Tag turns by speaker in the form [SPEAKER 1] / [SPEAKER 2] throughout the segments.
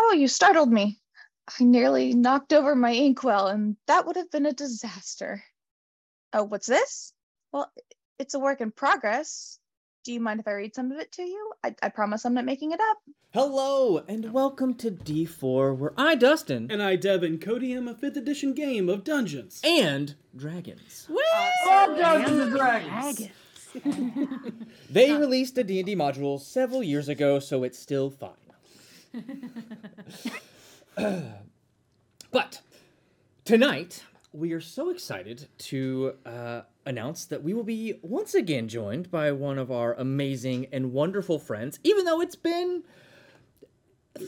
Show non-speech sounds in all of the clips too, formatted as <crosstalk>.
[SPEAKER 1] Oh, you startled me. I nearly knocked over my inkwell, and that would have been a disaster. Oh, what's this? Well, it's a work in progress. Do you mind if I read some of it to you? I, I promise I'm not making it up.
[SPEAKER 2] Hello, and welcome to D4, where I, Dustin,
[SPEAKER 3] And I, Devin, codium a 5th edition game of Dungeons.
[SPEAKER 2] and dragons.
[SPEAKER 4] Dungeons and Dragons.
[SPEAKER 2] They released a D&D module several years ago, so it's still fine. but tonight, we are so excited to uh, announce that we will be once again joined by one of our amazing and wonderful friends, even though it's been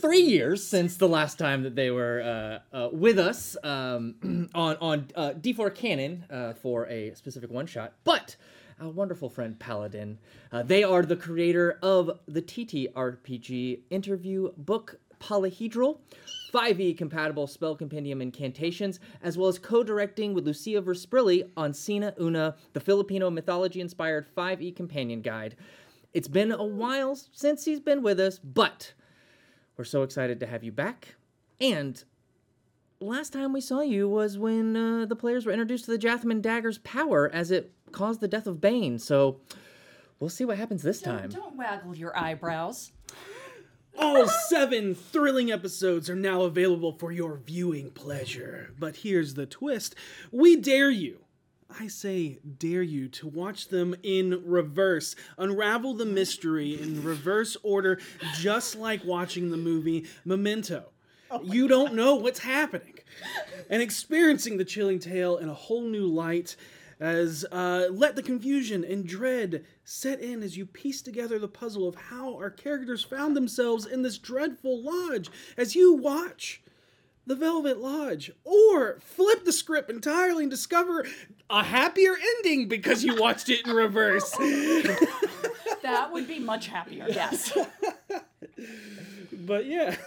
[SPEAKER 2] three years since the last time that they were uh, uh, with us um, <clears throat> on on uh, D4 Canon uh, for a specific one shot, but our wonderful friend Paladin. Uh, they are the creator of the TTRPG interview book Polyhedral. 5e compatible spell compendium incantations, as well as co directing with Lucia Versprilli on Sina Una, the Filipino mythology inspired 5e companion guide. It's been a while since he's been with us, but we're so excited to have you back. And last time we saw you was when uh, the players were introduced to the Jathman dagger's power as it caused the death of Bane. So we'll see what happens this time.
[SPEAKER 4] Don't waggle your eyebrows.
[SPEAKER 3] All seven thrilling episodes are now available for your viewing pleasure. But here's the twist we dare you. I say, dare you to watch them in reverse, unravel the mystery in reverse order, just like watching the movie Memento. you don't know what's happening, and experiencing the chilling tale in a whole new light. As uh, let the confusion and dread set in as you piece together the puzzle of how our characters found themselves in this dreadful lodge, as you watch the Velvet Lodge, or flip the script entirely and discover a happier ending because you watched it in reverse. <laughs>
[SPEAKER 4] That would be much happier. Yes.
[SPEAKER 3] but yeah,
[SPEAKER 2] <laughs>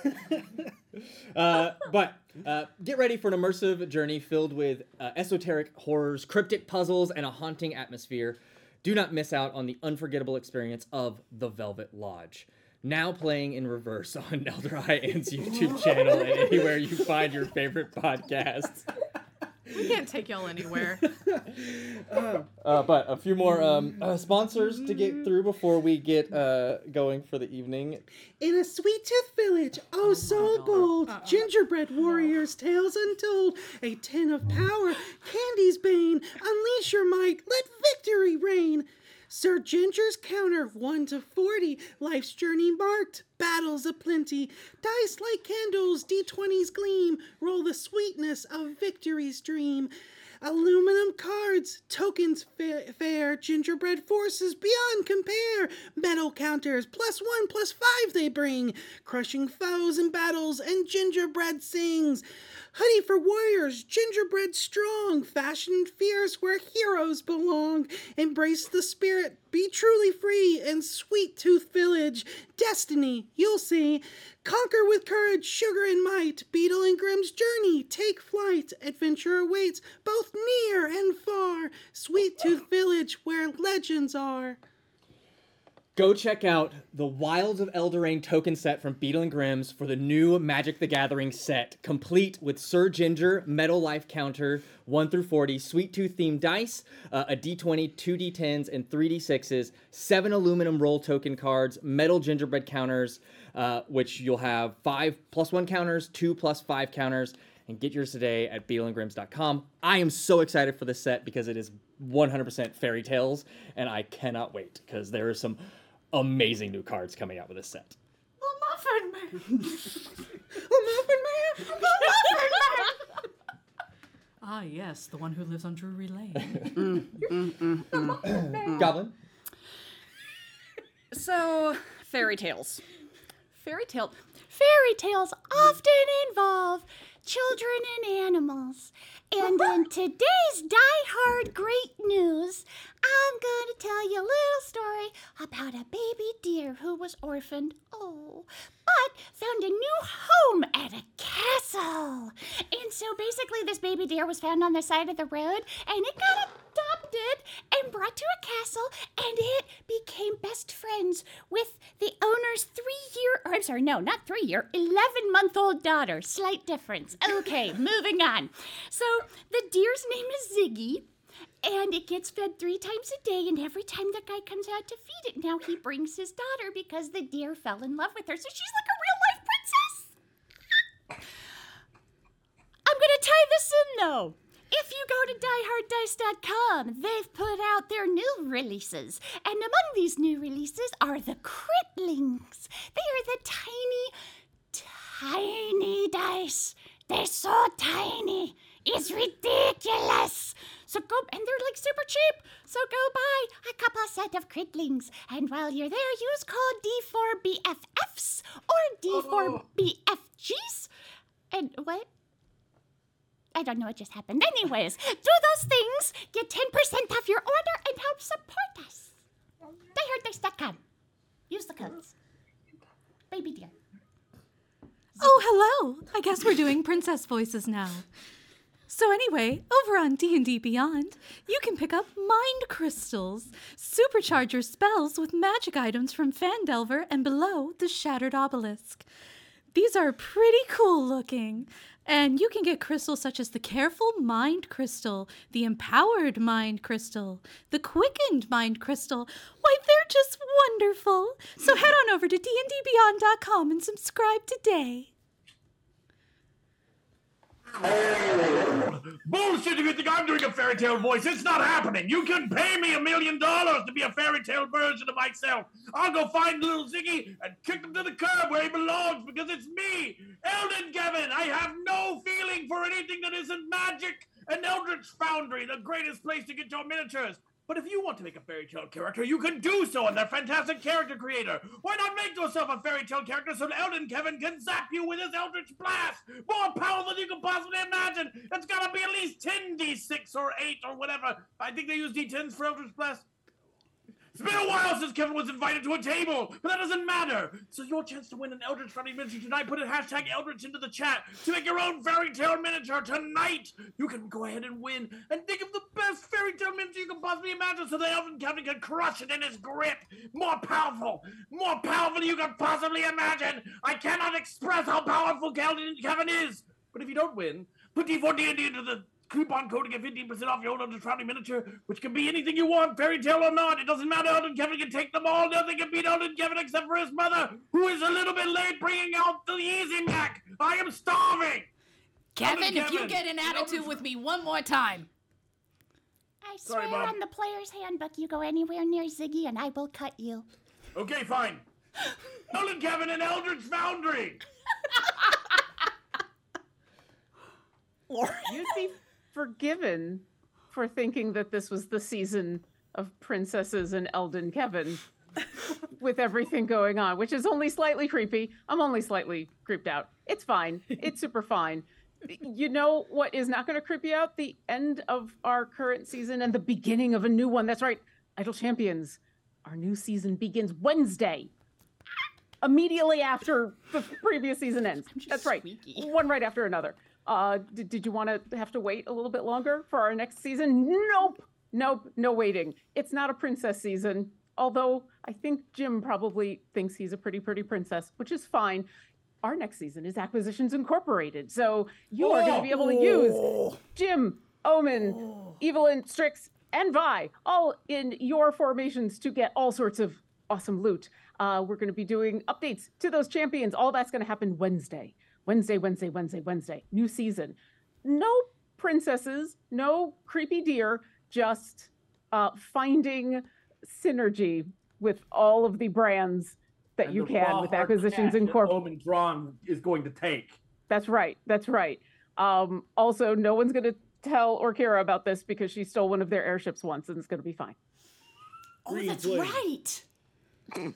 [SPEAKER 2] Uh, but uh, get ready for an immersive journey filled with uh, esoteric horrors, cryptic puzzles, and a haunting atmosphere. Do not miss out on the unforgettable experience of The Velvet Lodge. Now playing in reverse <laughs> on Elder Eye Ant's YouTube channel and anywhere you find your favorite podcasts.
[SPEAKER 5] We can't take y'all
[SPEAKER 6] <laughs>
[SPEAKER 5] anywhere.
[SPEAKER 2] Uh, but a few more um, uh, sponsors to get through before we get uh, going for the evening.
[SPEAKER 3] in a sweet tooth village, oh, so bold, gingerbread warriors, tales untold, a tin of power, candy's bane, unleash your might, let victory reign. Sir Ginger's counter of 1 to 40, life's journey marked, battles aplenty, dice like candles, d20s gleam, roll the sweetness of victory's dream. Aluminum cards, tokens fa- fair, gingerbread forces beyond compare. Metal counters, plus one, plus five they bring. Crushing foes in battles, and gingerbread sings. Hoodie for warriors, gingerbread strong, fashioned fierce where heroes belong. Embrace the spirit, be truly free in Sweet Tooth Village. Destiny, you'll see. Conquer with courage, sugar and might. Beetle and Grimm's journey, take flight. Adventure awaits, both near and far. Sweet Tooth Village, where legends are.
[SPEAKER 2] Go check out the Wilds of Eldraine token set from Beetle and Grimm's for the new Magic the Gathering set, complete with Sir Ginger, Metal Life Counter, 1 through 40, Sweet Tooth themed dice, uh, a d20, 2d10s, and 3d6s, seven aluminum roll token cards, metal gingerbread counters, uh, which you'll have five plus one counters, two plus five counters, and get yours today at beetleandgrims.com. I am so excited for this set because it is 100% fairy tales, and I cannot wait because there are some amazing new cards coming out with this set.
[SPEAKER 3] <laughs>
[SPEAKER 4] ah, yes, the one who lives on Drury Lane.
[SPEAKER 2] Goblin,
[SPEAKER 7] So, fairy tales.
[SPEAKER 5] Fairy tale.
[SPEAKER 8] Fairy tales often involve children and animals. And in today's die-hard great news, I'm going to tell you a little story about a baby deer who was orphaned, oh, but found a new home at a castle. And so basically, this baby deer was found on the side of the road and it got adopted and been brought to a castle and it became best friends with the owner's three year, or I'm sorry, no, not three year, 11 month old daughter. Slight difference. Okay, moving on. So the deer's name is Ziggy. And it gets fed three times a day, and every time the guy comes out to feed it, now he brings his daughter because the deer fell in love with her. So she's like a real life princess. I'm going to tie this in though. If you go to dieharddice.com, they've put out their new releases. And among these new releases are the Critlings. They are the tiny, tiny dice. They're so tiny. It's ridiculous. So go, and they're like super cheap. So go buy a couple set of Critlings. And while you're there, use code D4BFFs or D4BFGs. And what? I don't know what just happened. Anyways, do those things, get 10% off your order, and help support us. DieHardDice.com. Use the codes. Baby dear.
[SPEAKER 9] Oh, hello. I guess we're doing princess voices now. So anyway, over on D&D Beyond, you can pick up mind crystals, supercharge your spells with magic items from Fandelver and below the Shattered Obelisk. These are pretty cool looking. And you can get crystals such as the Careful Mind Crystal, the Empowered Mind Crystal, the Quickened Mind Crystal. Why, they're just wonderful. So head on over to dndbeyond.com and subscribe today.
[SPEAKER 10] Bullshit! If you think I'm doing a fairy tale voice, it's not happening. You can pay me a million dollars to be a fairy tale version of myself. I'll go find little Ziggy and kick him to the curb where he belongs because it's me, Eldon Gavin. I have no feeling for anything that isn't magic. An Eldritch Foundry, the greatest place to get your miniatures. But if you want to make a fairy tale character, you can do so on their fantastic character creator. Why not make yourself a fairy tale character so Eldon Kevin can zap you with his Eldritch Blast? More powerful than you can possibly imagine. It's gotta be at least 10d6 or 8 or whatever. I think they use d10s for Eldritch Blast. It's been a while since Kevin was invited to a table, but that doesn't matter. So your chance to win an Eldritch Foundry miniature tonight. Put a hashtag Eldritch into the chat to make your own fairy tale miniature tonight. You can go ahead and win, and think of the best fairy tale miniature you can possibly imagine, so the Elven Captain can crush it in his grip. More powerful, more powerful than you can possibly imagine. I cannot express how powerful Kevin Kevin is. But if you don't win, put D4D into the coupon code to get 15% off your old Eldritch Foundry miniature, which can be anything you want, fairy tale or not. It doesn't matter. Eldon Kevin can take them all. Nothing can beat Eldon Kevin except for his mother, who is a little bit late bringing out the Easy Mac. I am starving.
[SPEAKER 5] Kevin, if you
[SPEAKER 10] Kevin.
[SPEAKER 5] get an attitude with me one more time,
[SPEAKER 8] I
[SPEAKER 10] Sorry,
[SPEAKER 8] swear
[SPEAKER 10] Mom.
[SPEAKER 8] on the player's handbook, you go anywhere near Ziggy and I will cut you.
[SPEAKER 10] Okay,
[SPEAKER 8] <gasps>
[SPEAKER 10] fine. Eldon Kevin and Eldritch Foundry.
[SPEAKER 11] You'd be forgiven for thinking that this was the season of princesses and Eldon Kevin with everything going on, which is only slightly creepy. I'm only slightly creeped out. It's fine. It's super fine. You know what is not going to creep you out? The end of our current season and the beginning of a new one. That's right. Idol Champions. Our new season begins Wednesday. Immediately after the previous season ends. That's right. One right after another. Uh, did, did you want to have to wait a little bit longer for our next season? Nope. Nope. No waiting. It's not a princess season. Although I think Jim probably thinks he's a pretty, pretty princess, which is fine. Our next season is Acquisitions Incorporated. So you are going to be able to use Jim, Omen, Evelyn, Strix, and Vi, all in your formations to get all sorts of awesome loot. Uh, we're going to be doing updates to those champions. All that's going to happen Wednesday. Wednesday, Wednesday, Wednesday, Wednesday. New season. No princesses, no creepy deer, just uh, finding synergy with all of the brands that you can with acquisitions incorporated.
[SPEAKER 10] Omen Drawn is going to take.
[SPEAKER 11] That's right. That's right. Um, also, no one's going to tell Orkira about this because she stole one of their airships once, and it's going to be fine.
[SPEAKER 4] Oh, that's
[SPEAKER 3] Replay.
[SPEAKER 4] right.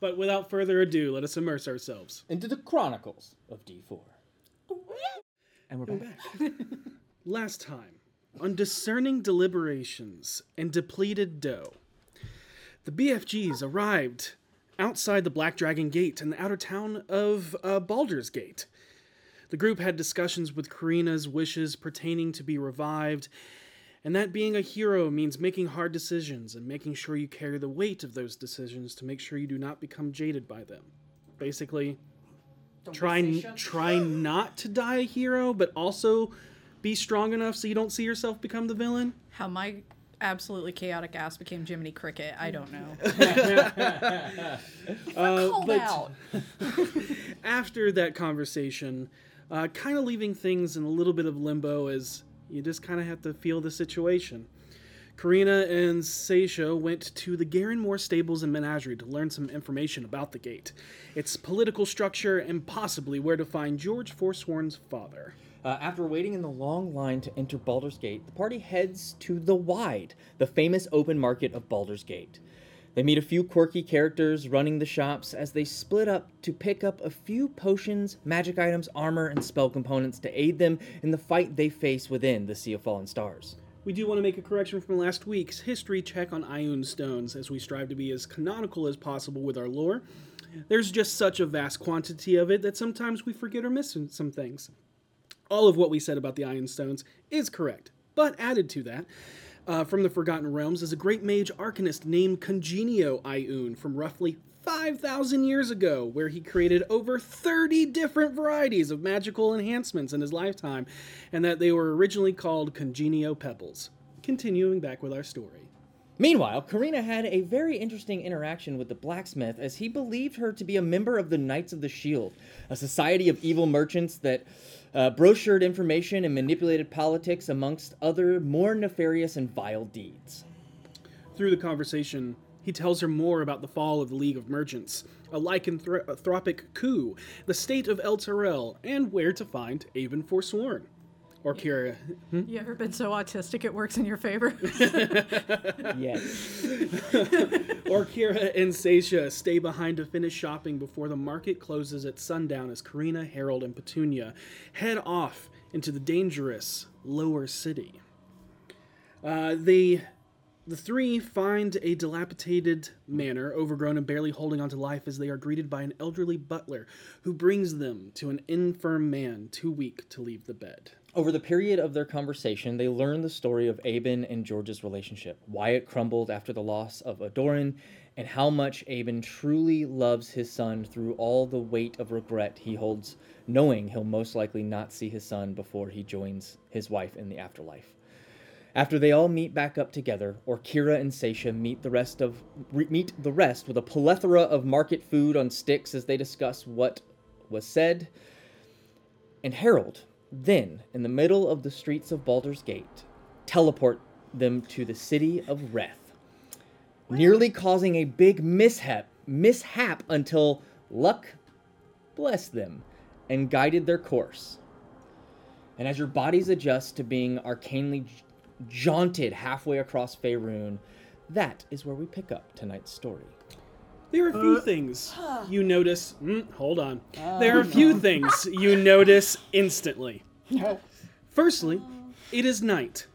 [SPEAKER 3] But without further ado, let us immerse ourselves.
[SPEAKER 2] Into the Chronicles of D4. And we're back.
[SPEAKER 3] Last time, on discerning deliberations and depleted dough, the BFGs arrived outside the Black Dragon Gate in the outer town of uh, Baldur's Gate. The group had discussions with Karina's wishes pertaining to be revived
[SPEAKER 12] And that being a hero means making hard decisions and making sure you carry the weight of those decisions to make sure you do not become jaded by them. Basically, try n- try not to die a hero, but also be strong enough so you don't see yourself become the villain.
[SPEAKER 6] How my absolutely chaotic ass became Jiminy Cricket, I don't know.
[SPEAKER 12] Uh,
[SPEAKER 6] called
[SPEAKER 12] but
[SPEAKER 6] out.
[SPEAKER 12] <laughs> after that conversation, uh, kind of leaving things in a little bit of limbo as you just kind of have to feel the situation. Karina and Seisha went to the Garenmore Stables and Menagerie to learn some information about the gate, its political structure, and possibly where to find George Forsworn's father.
[SPEAKER 2] Uh, after waiting in the long line to enter Baldur's Gate, the party heads to the Wide, the famous open market of Baldur's Gate. They meet a few quirky characters running the shops as they split up to pick up a few potions, magic items, armor, and spell components to aid them in the fight they face within the Sea of Fallen Stars.
[SPEAKER 12] We do want to make a correction from last week's history check on Ion stones as we strive to be as canonical as possible with our lore. There's just such a vast quantity of it that sometimes we forget or miss some things. All of what we said about the Ion Stones is correct, but added to that, uh, from the Forgotten Realms is a great mage arcanist named Congenio Ion from roughly 5,000 years ago, where he created over 30 different varieties of magical enhancements in his lifetime, and that they were originally called Congenio Pebbles. Continuing back with our story.
[SPEAKER 2] Meanwhile, Karina had a very interesting interaction with the blacksmith as he believed her to be a member of the Knights of the Shield, a society of evil merchants that uh, brochured information and manipulated politics amongst other more nefarious and vile deeds.
[SPEAKER 12] Through the conversation, he tells her more about the fall of the League of Merchants, a lycanthropic coup, the state of El Terrell, and where to find Avon Forsworn. Or Kira. Hmm?
[SPEAKER 6] You ever been so autistic it works in your favor?
[SPEAKER 12] <laughs>
[SPEAKER 2] yes.
[SPEAKER 12] or Kira and Seisha stay behind to finish shopping before the market closes at sundown as Karina, Harold, and Petunia head off into the dangerous lower city. Uh, they, the three find a dilapidated manor, overgrown and barely holding on to life, as they are greeted by an elderly butler who brings them to an infirm man too weak to leave the bed.
[SPEAKER 2] Over the period of their conversation, they learn the story of Aben and George's relationship, why it crumbled after the loss of Adoran, and how much Aben truly loves his son through all the weight of regret he holds, knowing he'll most likely not see his son before he joins his wife in the afterlife. After they all meet back up together, or Kira and Seisha meet the rest of re- meet the rest with a plethora of market food on sticks as they discuss what was said. And Harold, then, in the middle of the streets of Baldur's Gate, teleport them to the city of Reth, nearly causing a big mishap mishap until luck blessed them and guided their course. And as your bodies adjust to being arcanely j- jaunted halfway across Faerun, that is where we pick up tonight's story.
[SPEAKER 12] There are a few things you notice. Mm, hold on. there are a few things you notice instantly. Firstly, it is night.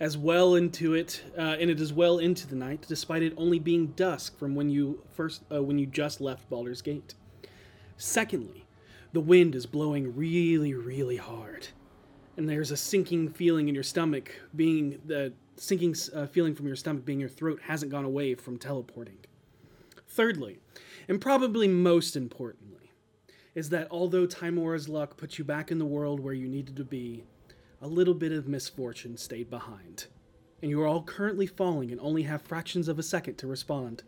[SPEAKER 12] As well into it, uh, and it is well into the night, despite it only being dusk from when you first uh, when you just left Baldur's Gate. Secondly, the wind is blowing really, really hard, and there's a sinking feeling in your stomach, being the sinking uh, feeling from your stomach being your throat hasn't gone away from teleporting. Thirdly, and probably most importantly, is that although Timora's luck put you back in the world where you needed to be, a little bit of misfortune stayed behind. And you are all currently falling and only have fractions of a second to respond.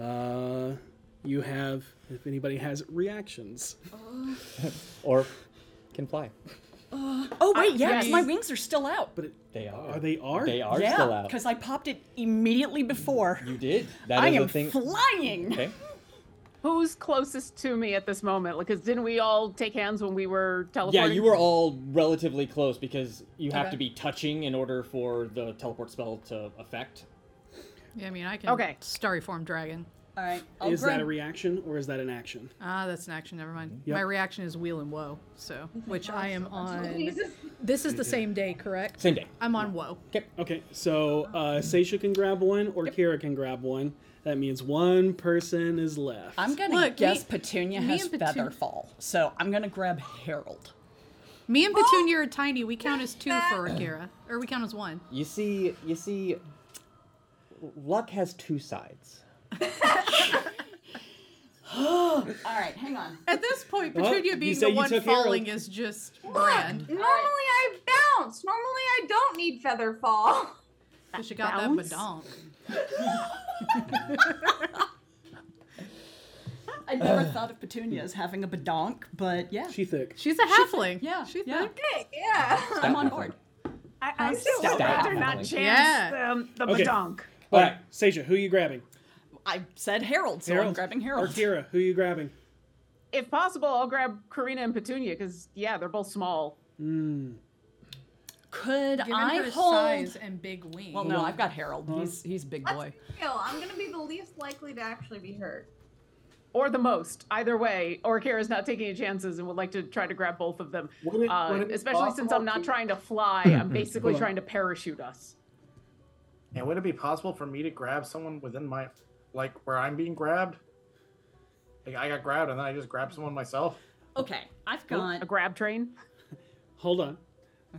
[SPEAKER 12] Uh, you have, if anybody has reactions,
[SPEAKER 2] <laughs> or can fly.
[SPEAKER 7] oh wait, yeah, 'cause my wings are still out.
[SPEAKER 12] But
[SPEAKER 2] They are.
[SPEAKER 12] Are they are?
[SPEAKER 2] They are
[SPEAKER 7] yeah,
[SPEAKER 2] still out.
[SPEAKER 7] because I popped it immediately before.
[SPEAKER 2] You did. That
[SPEAKER 7] I
[SPEAKER 2] is
[SPEAKER 7] am
[SPEAKER 2] a thing.
[SPEAKER 7] flying.
[SPEAKER 2] Okay.
[SPEAKER 11] Who's closest to me at this moment? Because didn't we all take hands when we were teleporting?
[SPEAKER 2] Yeah, you were all relatively close because you have
[SPEAKER 11] Okay.
[SPEAKER 2] to be touching in order for the teleport spell to affect.
[SPEAKER 6] <laughs> yeah, I mean, I can
[SPEAKER 11] Okay.
[SPEAKER 6] starry form dragon.
[SPEAKER 7] All right.
[SPEAKER 12] is that a reaction or is that an action?
[SPEAKER 6] Ah, that's an action. Never mind.
[SPEAKER 12] Yep.
[SPEAKER 6] My reaction is wheel and woe. So, which I am on.
[SPEAKER 9] Jesus.
[SPEAKER 6] This is the same day, correct?
[SPEAKER 2] Same day.
[SPEAKER 6] I'm on woe.
[SPEAKER 12] Okay, so uh, Seisha can grab one or Kira can grab one. That means one person is left.
[SPEAKER 7] I'm gonna
[SPEAKER 6] Look,
[SPEAKER 7] guess
[SPEAKER 6] me-
[SPEAKER 7] Petunia
[SPEAKER 6] me
[SPEAKER 7] has
[SPEAKER 6] and Petu-
[SPEAKER 7] feather fall, so I'm gonna grab Harold.
[SPEAKER 9] Me and Petunia are tiny. We count as two for Akira, or we count as one.
[SPEAKER 2] You see, you see, luck has two sides. Oh,
[SPEAKER 4] All right, hang on.
[SPEAKER 9] At this point,
[SPEAKER 2] Well,
[SPEAKER 9] Petunia
[SPEAKER 2] you
[SPEAKER 9] being
[SPEAKER 2] say
[SPEAKER 9] the
[SPEAKER 2] you
[SPEAKER 9] one
[SPEAKER 2] took
[SPEAKER 9] falling
[SPEAKER 2] Harold.
[SPEAKER 9] is just
[SPEAKER 13] Brand. Normally I bounce. Normally I don't need feather fall.
[SPEAKER 9] <laughs> because she got that
[SPEAKER 13] Bounce?
[SPEAKER 9] badonk.
[SPEAKER 7] <clears throat> I never thought of Petunia as having a badonk, but yeah.
[SPEAKER 2] She thick.
[SPEAKER 9] She's a halfling.
[SPEAKER 7] Yeah. She
[SPEAKER 9] yeah.
[SPEAKER 13] Hey, yeah.
[SPEAKER 7] I'm on board.
[SPEAKER 11] I, I
[SPEAKER 7] Um,
[SPEAKER 11] still
[SPEAKER 7] stout
[SPEAKER 11] would rather not
[SPEAKER 7] halfling.
[SPEAKER 11] chance
[SPEAKER 7] Yeah.
[SPEAKER 11] um, the
[SPEAKER 14] Okay.
[SPEAKER 11] badonk.
[SPEAKER 14] All right, Seja, who are you grabbing?
[SPEAKER 7] I said Harold, so I'm grabbing
[SPEAKER 14] Or
[SPEAKER 7] Harold.
[SPEAKER 14] Kira, who are you grabbing?
[SPEAKER 11] If possible, I'll grab Karina and Petunia because yeah, they're both small.
[SPEAKER 4] Hmm.
[SPEAKER 14] Mm.
[SPEAKER 7] Could
[SPEAKER 9] Given
[SPEAKER 7] I
[SPEAKER 9] her
[SPEAKER 7] hold?
[SPEAKER 9] size and big wings.
[SPEAKER 7] Well, no, I've got Harold. He's he's big
[SPEAKER 13] Let's
[SPEAKER 7] boy.
[SPEAKER 13] be real. I'm gonna be the least likely to actually be hurt.
[SPEAKER 11] Or the most, either way. Or Kira's not taking any chances and would like to try to grab both of them.
[SPEAKER 14] Would it-
[SPEAKER 11] uh,
[SPEAKER 14] would it be
[SPEAKER 11] especially since I'm
[SPEAKER 14] possible
[SPEAKER 11] not
[SPEAKER 14] to-
[SPEAKER 11] trying to fly, I'm basically
[SPEAKER 14] Hold on.
[SPEAKER 11] trying to parachute us.
[SPEAKER 14] And would it be possible for me to grab someone within my, like where I'm being grabbed? Like I got grabbed and then I just grabbed someone myself.
[SPEAKER 7] Okay, I've
[SPEAKER 11] Oh, A grab train.
[SPEAKER 14] Hold on.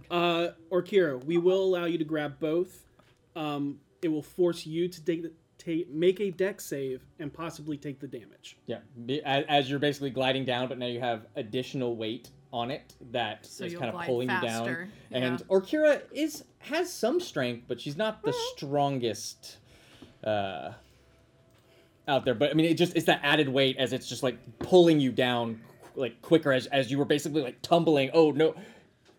[SPEAKER 12] Uh, or Kira, we will allow you to grab both. Um, it will force you to take the, take, make a deck save and possibly take the damage.
[SPEAKER 2] Yeah, be, as, as you're basically gliding down, but now you have additional weight on it that is
[SPEAKER 12] So you'll
[SPEAKER 2] kind of
[SPEAKER 12] glide
[SPEAKER 2] pulling
[SPEAKER 12] faster,
[SPEAKER 2] you down. And
[SPEAKER 12] yeah.
[SPEAKER 2] Orkira is has some strength, but she's not the
[SPEAKER 12] Mm-hmm.
[SPEAKER 2] strongest uh, out there. But I mean, it just it's that added weight as it's just like pulling you down like quicker as as you were basically like tumbling. Oh no,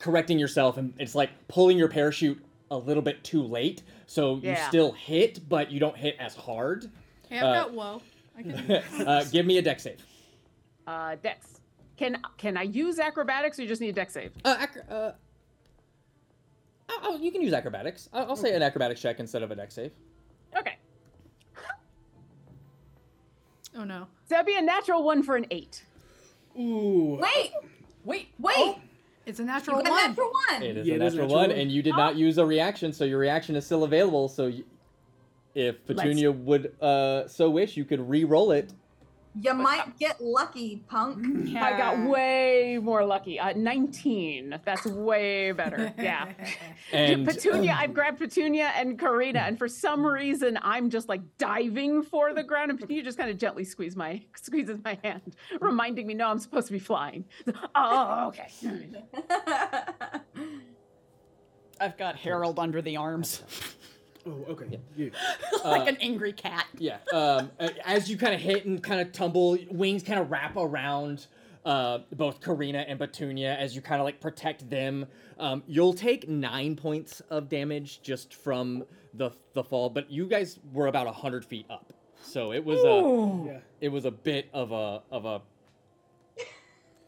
[SPEAKER 2] correcting yourself, and it's like pulling your parachute a little bit too late, so you
[SPEAKER 9] Yeah.
[SPEAKER 2] still hit, but you don't hit as hard.
[SPEAKER 9] Hey, I've
[SPEAKER 2] Uh,
[SPEAKER 9] got woe. I can...
[SPEAKER 2] uh, give me a deck save.
[SPEAKER 11] Uh, Dex. Can can I use acrobatics? or You just need a Dex save.
[SPEAKER 2] Uh, uh, Oh, oh, you can use acrobatics. I'll, I'll say an acrobatics check instead of a
[SPEAKER 14] <laughs>
[SPEAKER 2] deck save.
[SPEAKER 11] Okay.
[SPEAKER 9] Oh no.
[SPEAKER 11] That'd be a natural one for an eight.
[SPEAKER 14] Ooh.
[SPEAKER 13] Wait.
[SPEAKER 9] Wait. Oh,
[SPEAKER 13] Wait.
[SPEAKER 9] It's a natural
[SPEAKER 13] you got
[SPEAKER 9] one.
[SPEAKER 13] Natural one.
[SPEAKER 2] It is
[SPEAKER 14] Yeah,
[SPEAKER 2] a
[SPEAKER 14] it is a
[SPEAKER 2] natural
[SPEAKER 14] natural
[SPEAKER 2] one,
[SPEAKER 14] one.
[SPEAKER 2] and you
[SPEAKER 7] Oh.
[SPEAKER 2] did not use a reaction, so your reaction is still available. So, y if
[SPEAKER 13] Let's-
[SPEAKER 2] Petunia would uh, so wish, you could re-roll it.
[SPEAKER 13] You might get lucky, punk.
[SPEAKER 9] Mm-hmm.
[SPEAKER 11] I got way more lucky. Uh, 19. That's
[SPEAKER 9] <laughs>
[SPEAKER 11] way better. Yeah.
[SPEAKER 2] And
[SPEAKER 7] uh,
[SPEAKER 2] um, Hmm.
[SPEAKER 11] Petunia, I've grabbed Petunia and Karina, and for some reason, I'm just like diving for the ground, and Petunia just kind of gently squeeze my <laughs> squeezes my hand, reminding me, no, I'm supposed to be flying. <laughs> Oh, okay.
[SPEAKER 7] I've got Harold under the arms,
[SPEAKER 14] Oh, okay. You.
[SPEAKER 7] <laughs> like
[SPEAKER 2] Uh,
[SPEAKER 7] an angry cat.
[SPEAKER 2] Yeah. Um, a- as you kind of hit and kind of tumble, wings kind of wrap around uh, both Karina and Petunia as you kind of like protect them. Um, you'll take nine points of damage just from the the fall, but you guys were about a hundred feet up, so it was
[SPEAKER 9] Ooh.
[SPEAKER 2] a
[SPEAKER 9] Yeah.
[SPEAKER 2] it was a bit of a of a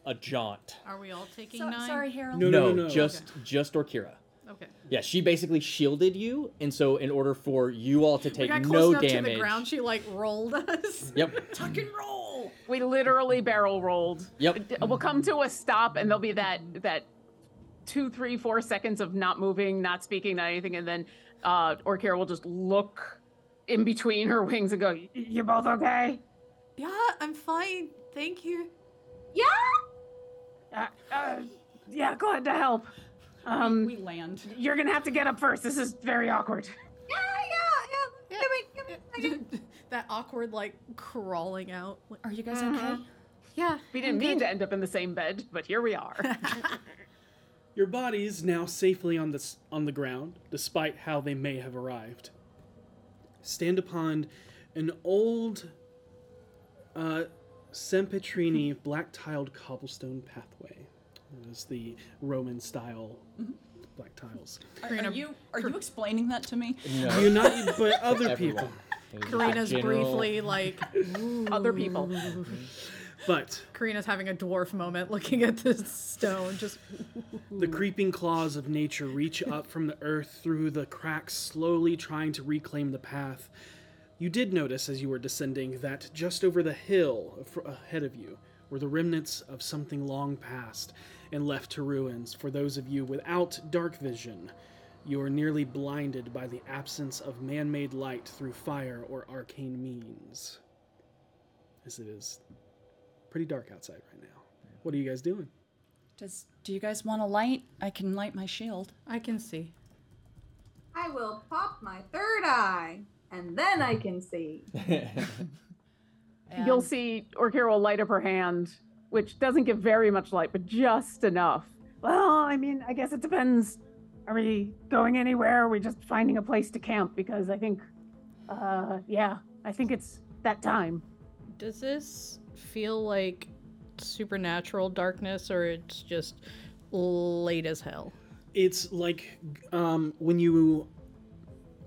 [SPEAKER 2] a jaunt.
[SPEAKER 9] Are we all taking
[SPEAKER 7] So-
[SPEAKER 9] nine?
[SPEAKER 7] sorry, Harold.
[SPEAKER 2] No,
[SPEAKER 7] No,
[SPEAKER 2] no,
[SPEAKER 7] no, no, no.
[SPEAKER 2] just just Orkira.
[SPEAKER 9] Okay.
[SPEAKER 2] Yeah, she basically shielded you, and so in order for you all to
[SPEAKER 9] We
[SPEAKER 2] take
[SPEAKER 9] got
[SPEAKER 2] no
[SPEAKER 9] close enough
[SPEAKER 2] damage,
[SPEAKER 9] to the ground. She like rolled us.
[SPEAKER 2] yep,
[SPEAKER 11] Tuck and roll. We literally barrel rolled.
[SPEAKER 2] Yep.
[SPEAKER 11] We'll come to a stop, and there'll be that that two, three, four seconds of not moving, not speaking, not anything, and then uh, Orkira will just look in between her wings and go, "You both okay?"
[SPEAKER 9] Yeah, I'm fine. Thank you.
[SPEAKER 13] Yeah.
[SPEAKER 11] Uh, uh, yeah, glad to help. Um,
[SPEAKER 7] we land.
[SPEAKER 11] You're gonna have to get up first. This is very awkward.
[SPEAKER 13] Yeah, yeah, yeah. Give me, give me.
[SPEAKER 9] <laughs> that awkward like crawling out. Like, Are you guys
[SPEAKER 11] Mhm.
[SPEAKER 9] okay? Yeah.
[SPEAKER 11] We didn't
[SPEAKER 9] I'm good.
[SPEAKER 11] mean to end up in the same bed, but here we
[SPEAKER 7] <laughs>
[SPEAKER 11] are.
[SPEAKER 12] Your body is now safely on the s- on the ground, despite how they may have arrived. Stand upon an old uh,
[SPEAKER 9] <laughs>
[SPEAKER 12] Sempitrini black-tiled cobblestone pathway. That is the Roman-style
[SPEAKER 9] Mm-hmm.
[SPEAKER 12] black tiles.
[SPEAKER 7] Are, are you are you explaining that to me?
[SPEAKER 12] You're
[SPEAKER 7] <laughs>
[SPEAKER 12] not, but other people.
[SPEAKER 7] Everyone.
[SPEAKER 9] Karina's briefly like
[SPEAKER 11] other people.
[SPEAKER 12] But
[SPEAKER 9] Karina's having a dwarf moment looking at this stone. Just
[SPEAKER 12] The creeping claws of nature reach up from the earth through the cracks, slowly trying to reclaim the path. You did notice as you were descending that just over the hill af- ahead of you were the remnants of something long past and left to ruins. For those of you without dark vision, you are nearly blinded by the absence of man made light through fire or arcane means. As it is pretty dark outside right now. What are you guys doing?
[SPEAKER 4] Does do you guys want a light? I can light my shield.
[SPEAKER 6] I can see.
[SPEAKER 13] I will pop my third eye, and then I can see.
[SPEAKER 11] You'll see Orkira will light up her hand, which doesn't give very much light, but just enough. Well, I mean, I guess it depends. Are we going anywhere? Are we just finding a place to camp? Because I think, uh, yeah, I think it's that time.
[SPEAKER 6] Does this feel like supernatural darkness or it's just late as hell?
[SPEAKER 12] It's like um, when you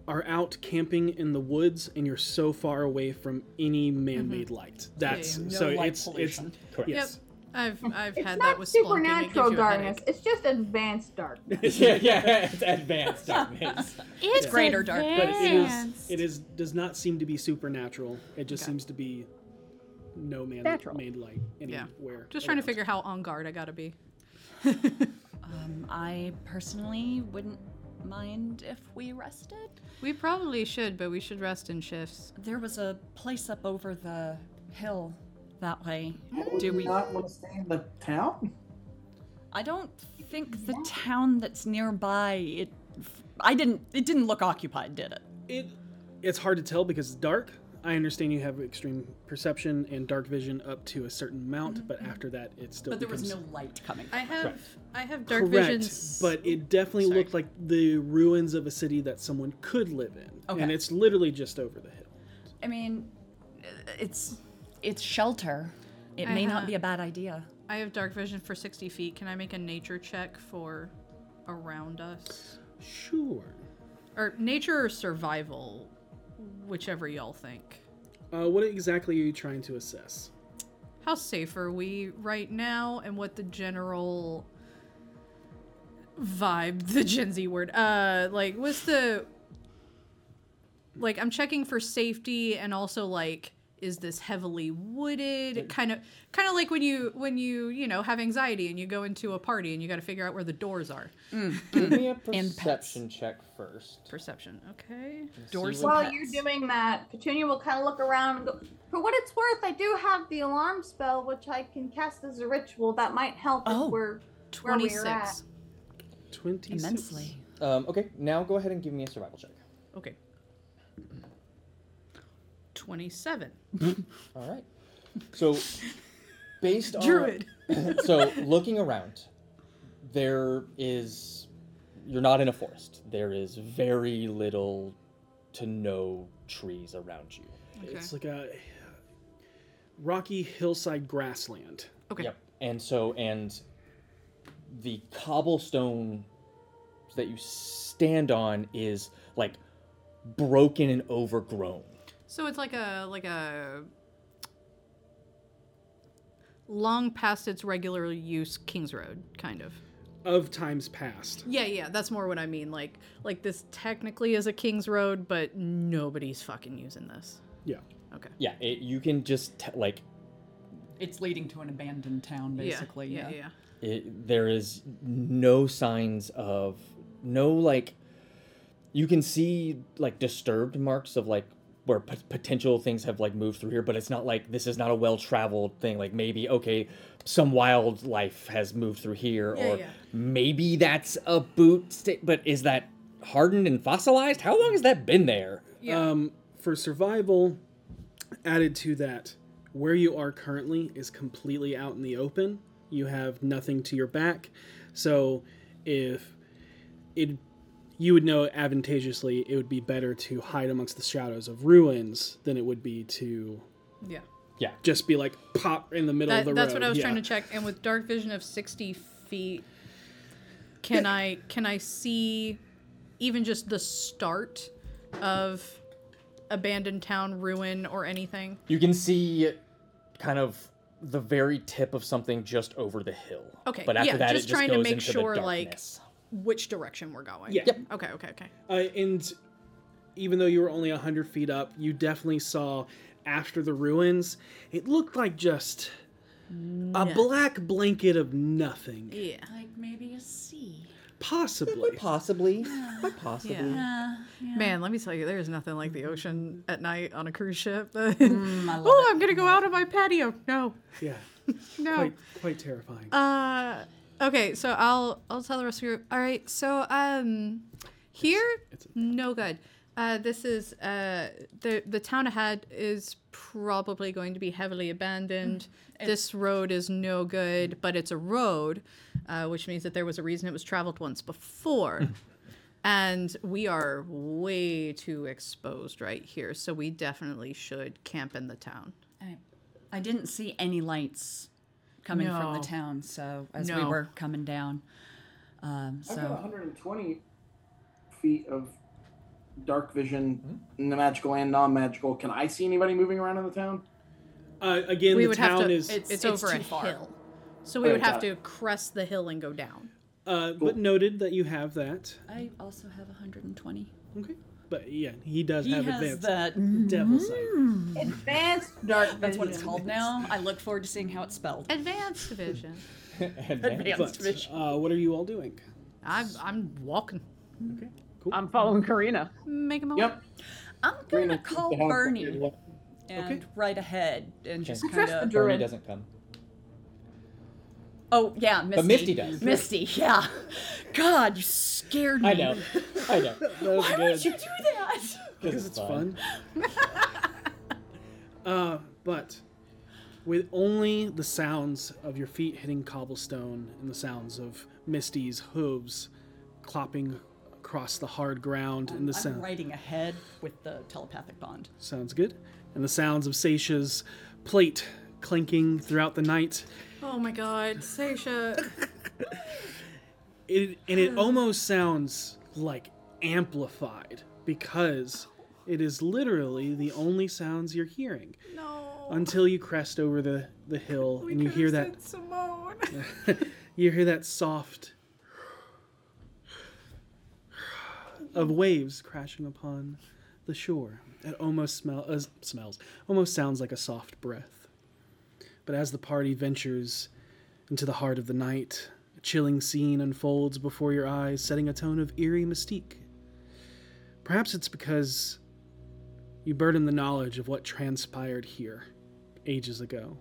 [SPEAKER 12] are out camping in the woods and you're so far away from any man-made light. That's
[SPEAKER 6] Mm-hmm. yeah. No
[SPEAKER 12] so
[SPEAKER 6] light
[SPEAKER 12] it's <laughs>
[SPEAKER 6] pollution.
[SPEAKER 12] it's yes.
[SPEAKER 6] Yep. I've I've
[SPEAKER 13] It's
[SPEAKER 6] had
[SPEAKER 13] not
[SPEAKER 6] that with Splunk and it gives
[SPEAKER 13] supernatural
[SPEAKER 6] you a headache.
[SPEAKER 13] darkness. It's just advanced
[SPEAKER 12] <laughs>
[SPEAKER 2] <laughs>
[SPEAKER 13] darkness.
[SPEAKER 2] yeah, yeah, it's
[SPEAKER 6] <laughs>
[SPEAKER 2] advanced darkness.
[SPEAKER 13] It's
[SPEAKER 12] Yeah.
[SPEAKER 13] greater darkness.
[SPEAKER 12] But it is
[SPEAKER 13] advanced.
[SPEAKER 12] it is does not seem to be supernatural. It just seems to be no
[SPEAKER 6] Natural.
[SPEAKER 12] man-made light
[SPEAKER 6] Yeah.
[SPEAKER 12] anywhere.
[SPEAKER 6] Just trying to figure how on guard I gotta <laughs> be.
[SPEAKER 7] Um, I personally wouldn't mind if we rested.
[SPEAKER 6] We probably should, but we should rest in shifts.
[SPEAKER 7] There was a place up over the hill that way. Do we
[SPEAKER 14] not want to stay in the town?
[SPEAKER 7] I don't think the town that's nearby it I didn't it didn't look occupied, did it?
[SPEAKER 12] It It's hard to tell because it's dark. I understand you have extreme perception and dark vision up to a certain amount, but after that, it still.
[SPEAKER 7] Mm-hmm. But there was
[SPEAKER 12] becomes-
[SPEAKER 7] no light coming.
[SPEAKER 6] I have
[SPEAKER 12] Correct.
[SPEAKER 6] I have dark
[SPEAKER 12] Correct,
[SPEAKER 6] visions.
[SPEAKER 12] but it definitely looked like the ruins of a city that someone could live in,
[SPEAKER 7] Okay.
[SPEAKER 12] and it's literally just over the hill.
[SPEAKER 7] I mean it's it's shelter. It may not
[SPEAKER 6] Uh-huh.
[SPEAKER 7] be a bad idea.
[SPEAKER 6] I have dark vision for 60 feet. Can I make a nature check for around us?
[SPEAKER 12] Sure.
[SPEAKER 6] Or nature or survival, whichever y'all think.
[SPEAKER 12] Uh, what exactly are you trying to assess?
[SPEAKER 6] How safe are we right now and what the general vibe, <laughs> the Gen Z word, uh, like, what's the. Like, I'm checking for safety and also, like, is this heavily wooded kind of kind of like when you when you you know have anxiety and you go into a party and you got to figure out where the doors are
[SPEAKER 2] Give me a perception check first.
[SPEAKER 6] Perception, okay.
[SPEAKER 2] Doors
[SPEAKER 13] While you're doing that, Petunia will kind of look around. And go, For what it's worth, I do have the alarm spell, which I can cast as a ritual that might help
[SPEAKER 6] Oh,
[SPEAKER 13] if we're where we're at.
[SPEAKER 6] 26.
[SPEAKER 12] Twenty
[SPEAKER 7] immensely.
[SPEAKER 2] Um, okay, now go ahead and give me a survival check.
[SPEAKER 6] Okay. 27
[SPEAKER 2] All right. So, based on
[SPEAKER 6] Druid.
[SPEAKER 2] <laughs> so looking around, there is you're not in a forest. There is very little to no trees around you.
[SPEAKER 12] It's like a rocky hillside grassland.
[SPEAKER 6] Okay.
[SPEAKER 2] Yep. And so, and the cobblestone that you stand on is like broken and overgrown.
[SPEAKER 6] So it's like a like a long past its regular use Kings Road kind of.
[SPEAKER 12] Of times past.
[SPEAKER 6] Yeah, yeah, that's more what I mean. Like like this technically is a Kings Road, but nobody's fucking using this.
[SPEAKER 12] Yeah.
[SPEAKER 6] Okay.
[SPEAKER 2] Yeah, it, you can just t- like
[SPEAKER 7] It's leading to an abandoned town basically.
[SPEAKER 6] Yeah. Yeah, yeah.
[SPEAKER 2] it, there is no signs of no like you can see like disturbed marks of like where p- potential things have like moved through here but it's not like this is not a well traveled thing like maybe okay some wildlife has moved through here
[SPEAKER 6] Yeah,
[SPEAKER 2] or
[SPEAKER 6] yeah.
[SPEAKER 2] maybe that's a boot sta- but is that hardened and fossilized how long has that been there
[SPEAKER 12] Um, for survival, added to that, where you are currently is completely out in the open. You have nothing to your back, so if it, you would know advantageously, it would be better to hide amongst the shadows of ruins than it would be to
[SPEAKER 6] Yeah.
[SPEAKER 2] yeah
[SPEAKER 12] just be like pop in the middle
[SPEAKER 6] That-
[SPEAKER 12] of the
[SPEAKER 6] that's
[SPEAKER 12] road.
[SPEAKER 6] what I was
[SPEAKER 12] Yeah.
[SPEAKER 6] trying to check. And with dark vision of sixty feet, can I can I see even just the start of abandoned town ruin or anything?
[SPEAKER 2] you can see kind of the very tip of something just over the hill
[SPEAKER 6] Okay.
[SPEAKER 2] but after
[SPEAKER 6] yeah,
[SPEAKER 2] that
[SPEAKER 6] just
[SPEAKER 2] it just
[SPEAKER 6] trying
[SPEAKER 2] goes
[SPEAKER 6] to make
[SPEAKER 2] into
[SPEAKER 6] sure
[SPEAKER 2] the
[SPEAKER 6] like
[SPEAKER 2] darkness.
[SPEAKER 6] which direction we're going.
[SPEAKER 12] Yeah. Yep.
[SPEAKER 6] Okay, okay, okay.
[SPEAKER 12] Uh, and even though you were only 100 feet up, you definitely saw after the ruins, it looked like just a black blanket of nothing.
[SPEAKER 6] Yeah.
[SPEAKER 7] Like maybe a sea.
[SPEAKER 12] Possibly.
[SPEAKER 2] Possibly. Possibly.
[SPEAKER 6] Man, let me tell you, there's nothing like the ocean at night on a cruise ship.
[SPEAKER 7] Mm,
[SPEAKER 6] <laughs>
[SPEAKER 7] I love
[SPEAKER 6] oh, I'm gonna go out on my patio. No,
[SPEAKER 12] Yeah.
[SPEAKER 6] no.
[SPEAKER 12] Quite, quite terrifying.
[SPEAKER 6] Uh, Okay, so I'll I'll tell the rest of your All right, so um here no good. Uh this is uh the the town ahead is probably going to be heavily abandoned.
[SPEAKER 7] It's-
[SPEAKER 6] this road is no good, but it's a road, uh, which means that there was a reason it was traveled once before. and we are way too exposed right here, so we definitely should camp in the town.
[SPEAKER 7] I, I didn't see any lights coming from the
[SPEAKER 6] No.
[SPEAKER 7] town, so as we
[SPEAKER 6] No.
[SPEAKER 7] were coming down. Um,
[SPEAKER 14] I've got
[SPEAKER 7] so
[SPEAKER 14] 120 feet of dark vision, n magical and non-magical. Can I see anybody moving around in the town?
[SPEAKER 12] Uh, again,
[SPEAKER 6] we
[SPEAKER 12] the
[SPEAKER 6] would
[SPEAKER 12] town
[SPEAKER 6] have to,
[SPEAKER 12] is. Oh,
[SPEAKER 6] it's, it's over a hill. So we
[SPEAKER 12] Okay,
[SPEAKER 6] would have
[SPEAKER 12] got
[SPEAKER 6] to crest the hill and go down.
[SPEAKER 12] Uh, But noted that you have that.
[SPEAKER 7] I also have 120.
[SPEAKER 12] Okay. But yeah, he does
[SPEAKER 7] He
[SPEAKER 12] have
[SPEAKER 7] has
[SPEAKER 12] advanced. <laughs>
[SPEAKER 2] <laughs>
[SPEAKER 7] that-
[SPEAKER 12] Devil's sight.
[SPEAKER 7] Advanced dark. Mm-hmm. That's what it's called now. I look forward to seeing how it's spelled.
[SPEAKER 6] Advanced vision.
[SPEAKER 7] Advanced vision.
[SPEAKER 12] Uh, what are you all doing?
[SPEAKER 6] I'm I'm walking.
[SPEAKER 12] Okay. Cool.
[SPEAKER 11] I'm following Karina.
[SPEAKER 6] Make him
[SPEAKER 12] Yep.
[SPEAKER 7] I'm gonna call
[SPEAKER 11] the house
[SPEAKER 7] Bernie
[SPEAKER 11] behind
[SPEAKER 7] and
[SPEAKER 11] Okay.
[SPEAKER 7] right ahead and just
[SPEAKER 11] Okay.
[SPEAKER 7] kind
[SPEAKER 11] Trust
[SPEAKER 7] of.
[SPEAKER 11] the druid.
[SPEAKER 2] Bernie doesn't come.
[SPEAKER 7] Oh yeah, Misty.
[SPEAKER 2] But Misty does.
[SPEAKER 7] Misty, yeah. God, you scared me.
[SPEAKER 2] I know. I know.
[SPEAKER 7] Why would you do that?
[SPEAKER 12] <laughs> Because it's fun.
[SPEAKER 7] <laughs>
[SPEAKER 12] uh, but with only the sounds of your feet hitting cobblestone and the sounds of Misty's hooves clopping across the hard ground and the
[SPEAKER 7] I'm
[SPEAKER 12] sound.
[SPEAKER 7] writing ahead with the telepathic bond.
[SPEAKER 12] Sounds good. And the sounds of Seisha's plate clanking throughout the night.
[SPEAKER 6] Oh my god, Seisha.
[SPEAKER 12] It, and
[SPEAKER 6] <sighs>
[SPEAKER 12] it almost sounds like amplified because it is literally the only sounds you're hearing.
[SPEAKER 6] No.
[SPEAKER 12] Until you crest over the, the hill and you hear that
[SPEAKER 6] Simone.
[SPEAKER 12] <laughs> you hear that soft of waves crashing upon the shore. It almost smell, uh, smells, almost sounds like a soft breath. But as the party ventures into the heart of the night, a chilling scene unfolds before your eyes, setting a tone of eerie mystique. Perhaps it's because you burden the knowledge of what transpired here ages ago.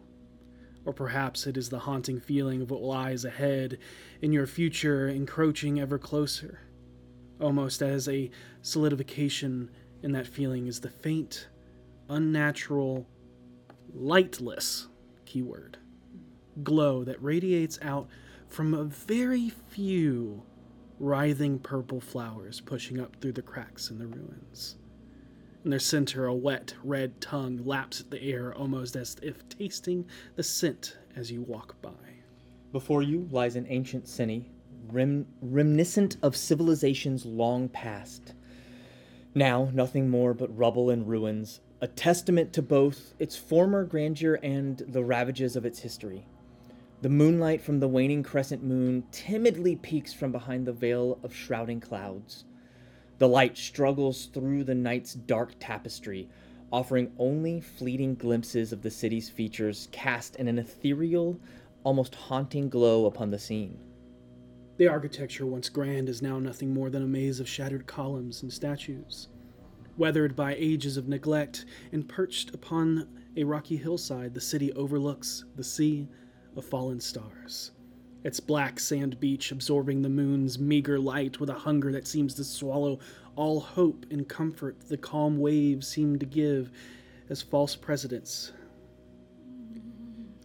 [SPEAKER 12] Or perhaps it is the haunting feeling of what lies ahead in your future encroaching ever closer. Almost as a solidification in that feeling is the faint, unnatural, lightless keyword glow that radiates out from a very few writhing purple flowers pushing up through the cracks in the ruins. In their center, a wet red tongue laps at the air almost as if tasting the scent as you walk by.
[SPEAKER 2] Before you lies an ancient city, rem- reminiscent of civilizations long past. Now, nothing more but rubble and ruins, a testament to both its former grandeur and the ravages of its history. The moonlight from the waning crescent moon timidly peeks from behind the veil of shrouding clouds. The light struggles through the night's dark tapestry, offering only fleeting glimpses of the city's features cast in an ethereal, almost haunting glow upon the scene.
[SPEAKER 12] The architecture, once grand, is now nothing more than a maze of shattered columns and statues. Weathered by ages of neglect and perched upon a rocky hillside, the city overlooks the sea of fallen stars. Its black sand beach absorbing the moon's meager light with a hunger that seems to swallow all hope and comfort the calm waves seem to give as false precedents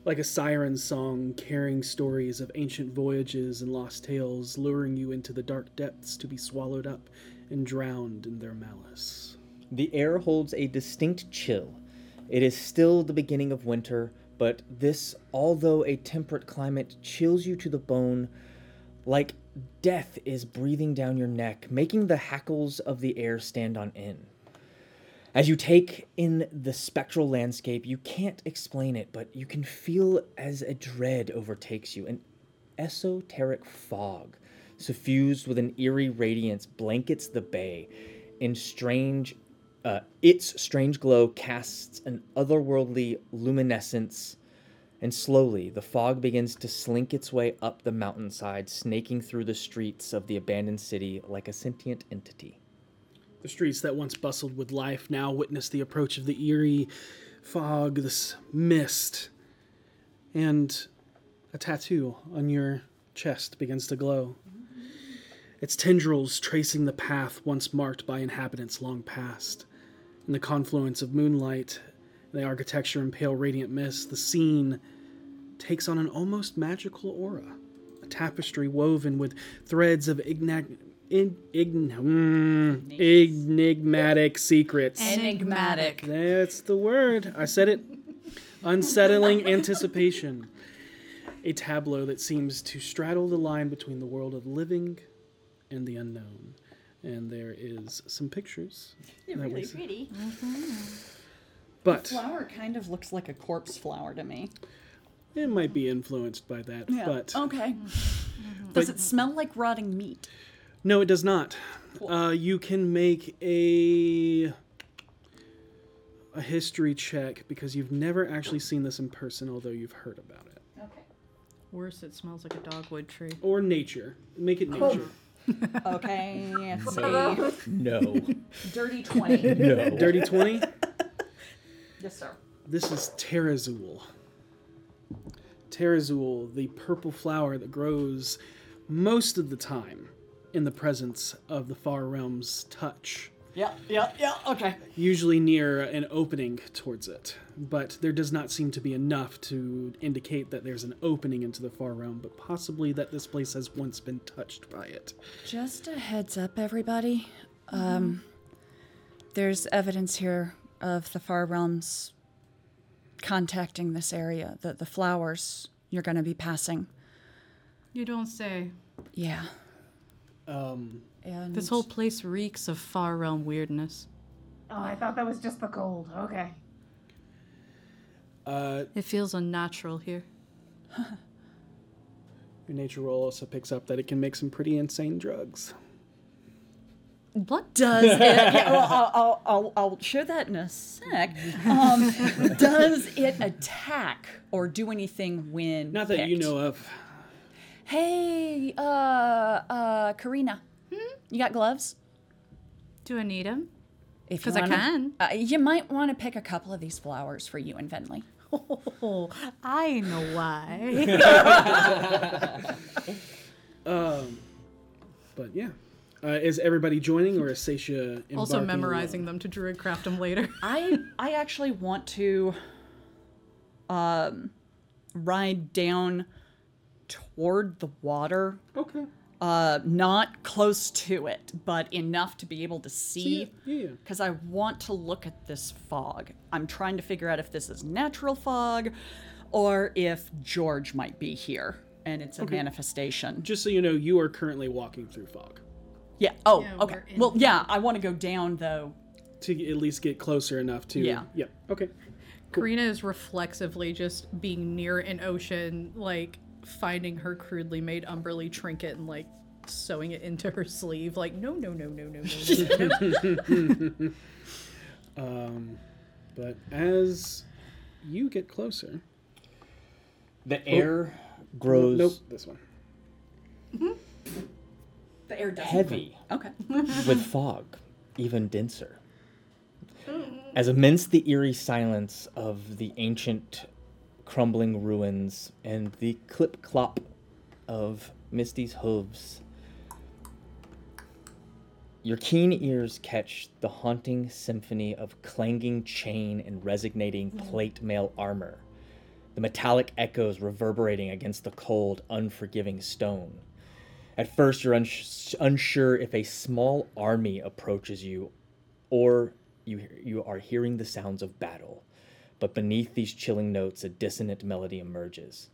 [SPEAKER 12] like a siren song carrying stories of ancient voyages and lost tales, luring you into the dark depths to be swallowed up and drowned in their malice.
[SPEAKER 2] The air holds a distinct chill. It is still the beginning of winter, but this, although a temperate climate, chills you to the bone like death is breathing down your neck, making the hackles of the air stand on end. As you take in the spectral landscape, you can't explain it, but you can feel as a dread overtakes you, an esoteric fog, suffused with an eerie radiance, blankets the bay. In strange, uh, its strange glow casts an otherworldly luminescence, and slowly the fog begins to slink its way up the mountainside, snaking through the streets of the abandoned city like a sentient entity.
[SPEAKER 12] The streets that once bustled with life now witness the approach of the eerie fog, this mist, and a tattoo on your chest begins to glow, its tendrils tracing the path once marked by inhabitants long past. In the confluence of moonlight and the architecture and pale radiant mist, the scene takes on an almost magical aura. A tapestry woven with threads of igna- in- ign- mm, enigmatic secrets.
[SPEAKER 7] Enigmatic.
[SPEAKER 12] That's the word. I said it. Unsettling anticipation. A tableau that seems to straddle the line between the world of the living and the unknown. And there is some pictures. that we see.
[SPEAKER 7] pretty.
[SPEAKER 12] But-
[SPEAKER 7] the flower kind of looks like a corpse flower to me.
[SPEAKER 12] It might be influenced by that, but
[SPEAKER 7] okay.
[SPEAKER 12] But-
[SPEAKER 7] Does it smell like rotting
[SPEAKER 12] <laughs>
[SPEAKER 7] meat?
[SPEAKER 12] no, it does not. Uh, you can make a a history check because you've never actually seen this in person, although you've heard about it.
[SPEAKER 7] Okay.
[SPEAKER 6] <laughs> Worse, it smells like a dogwood tree.
[SPEAKER 12] Or nature. Make it
[SPEAKER 6] Cool.
[SPEAKER 12] nature.
[SPEAKER 7] Okay. let's
[SPEAKER 6] No.
[SPEAKER 2] <laughs>
[SPEAKER 7] see.
[SPEAKER 2] No.
[SPEAKER 7] <laughs> Dirty
[SPEAKER 2] <laughs>
[SPEAKER 7] twenty.
[SPEAKER 12] Dirty
[SPEAKER 7] <laughs>
[SPEAKER 12] twenty.
[SPEAKER 7] Yes, sir.
[SPEAKER 12] This is Terrazul. Terrazul, the purple flower that grows most of the time in the presence of the far realm's touch.
[SPEAKER 7] Yeah, yeah, yeah. Okay.
[SPEAKER 12] usually near an opening towards it, but there does not seem to be enough to indicate that there's an opening into the far realm, but possibly that this place has once been touched by it.
[SPEAKER 15] Just a heads up, everybody. Um, there's evidence here of the Far Realms contacting this area, the, the flowers you're going to be passing.
[SPEAKER 6] You don't say.
[SPEAKER 15] Yeah.
[SPEAKER 12] Um,
[SPEAKER 15] And
[SPEAKER 6] This whole place reeks of far realm weirdness.
[SPEAKER 11] Oh, I thought that was just the gold. Okay.
[SPEAKER 12] Uh,
[SPEAKER 6] It feels unnatural here.
[SPEAKER 12] your nature roll also picks up that it can make some pretty insane
[SPEAKER 2] <laughs>
[SPEAKER 12] drugs.
[SPEAKER 7] What does it? Yeah, well, I'll, I'll, I'll, I'll share that in a sec. Um, does it attack or do anything when?
[SPEAKER 12] Not that you know of.
[SPEAKER 15] Hey, uh, uh,
[SPEAKER 7] <laughs>
[SPEAKER 15] Karina, you got gloves?
[SPEAKER 6] Do I need them?
[SPEAKER 15] If you
[SPEAKER 6] 'Cause I
[SPEAKER 15] wanna-
[SPEAKER 6] can.
[SPEAKER 15] Uh, you might want to pick a couple of these flowers for you and Venley.
[SPEAKER 6] <laughs> Oh, I know
[SPEAKER 15] <laughs>
[SPEAKER 6] why.
[SPEAKER 12] Um, but yeah. Uh, is everybody joining or is Satia embarking
[SPEAKER 6] also
[SPEAKER 12] alone?
[SPEAKER 6] memorizing them to druidcraft them later.
[SPEAKER 7] <laughs> I I actually want to um, ride down toward the water.
[SPEAKER 12] Okay.
[SPEAKER 7] Uh, not close to it, but enough to be able to see.
[SPEAKER 12] Yeah.
[SPEAKER 7] Because I want to look at this fog. I'm trying to figure out if this is natural fog, or if George might be here and it's a
[SPEAKER 12] Okay.
[SPEAKER 7] manifestation.
[SPEAKER 12] Just so you know, you are currently walking through fog
[SPEAKER 7] Yeah. Oh. okay. Well, yeah. I want to go down though.
[SPEAKER 12] to at least get closer enough to.
[SPEAKER 7] Yeah.
[SPEAKER 12] Yeah. <laughs> Okay.
[SPEAKER 6] Karina is reflexively just being near an ocean, like finding her crudely made Umberly trinket and like sewing it into her sleeve. Like, no, no, no, no, no, no, no, no.
[SPEAKER 12] <laughs> um, but as you get closer,
[SPEAKER 2] The
[SPEAKER 12] Oh.
[SPEAKER 2] air grows
[SPEAKER 12] Nope, this one.
[SPEAKER 7] The air does
[SPEAKER 2] heavy
[SPEAKER 7] Okay. <laughs>
[SPEAKER 2] with fog, even denser. As immense the eerie silence of the ancient crumbling ruins and the clip clop of Misty's hooves, your keen ears catch the haunting symphony of clanging chain and resonating plate mail armor, the metallic echoes reverberating against the cold, unforgiving stone. At first, you're uns- unsure if a small army approaches you, or you you are hearing the sounds of battle. But beneath these chilling notes, a dissonant melody emerges,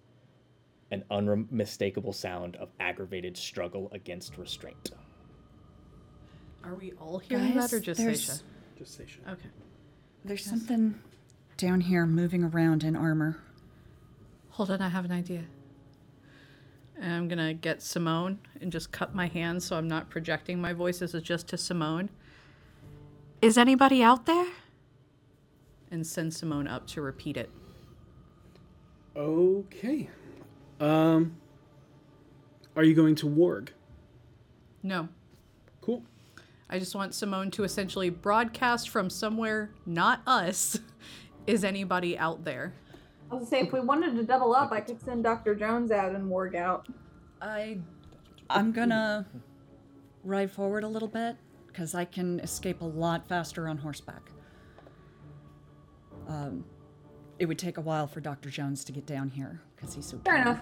[SPEAKER 2] an unmistakable sound of aggravated struggle against restraint.
[SPEAKER 6] Are we all hearing
[SPEAKER 15] Guys,
[SPEAKER 6] that or just
[SPEAKER 15] there's-
[SPEAKER 6] Sasha?
[SPEAKER 12] Just Sasha.
[SPEAKER 6] Okay.
[SPEAKER 15] There's something down here moving around in armor.
[SPEAKER 6] Hold on, I have an idea. And I'm gonna get Simone and just cut my hands so I'm not projecting my voice. This is just to Simone. Is anybody out there? <laughs> And send Simone up to repeat it.
[SPEAKER 12] Okay. Um, are you going to Warg?
[SPEAKER 6] No.
[SPEAKER 12] Cool.
[SPEAKER 6] I just want Simone to essentially broadcast from somewhere, not us. <laughs> Is anybody out there?
[SPEAKER 13] I was gonna say if we wanted to double up, I could send Dr. Jones out and work out.
[SPEAKER 7] I, I'm gonna ride forward a little bit because I can escape a lot faster on horseback. Um, it would take a while for Doctor Jones to get down here because he's so. tall.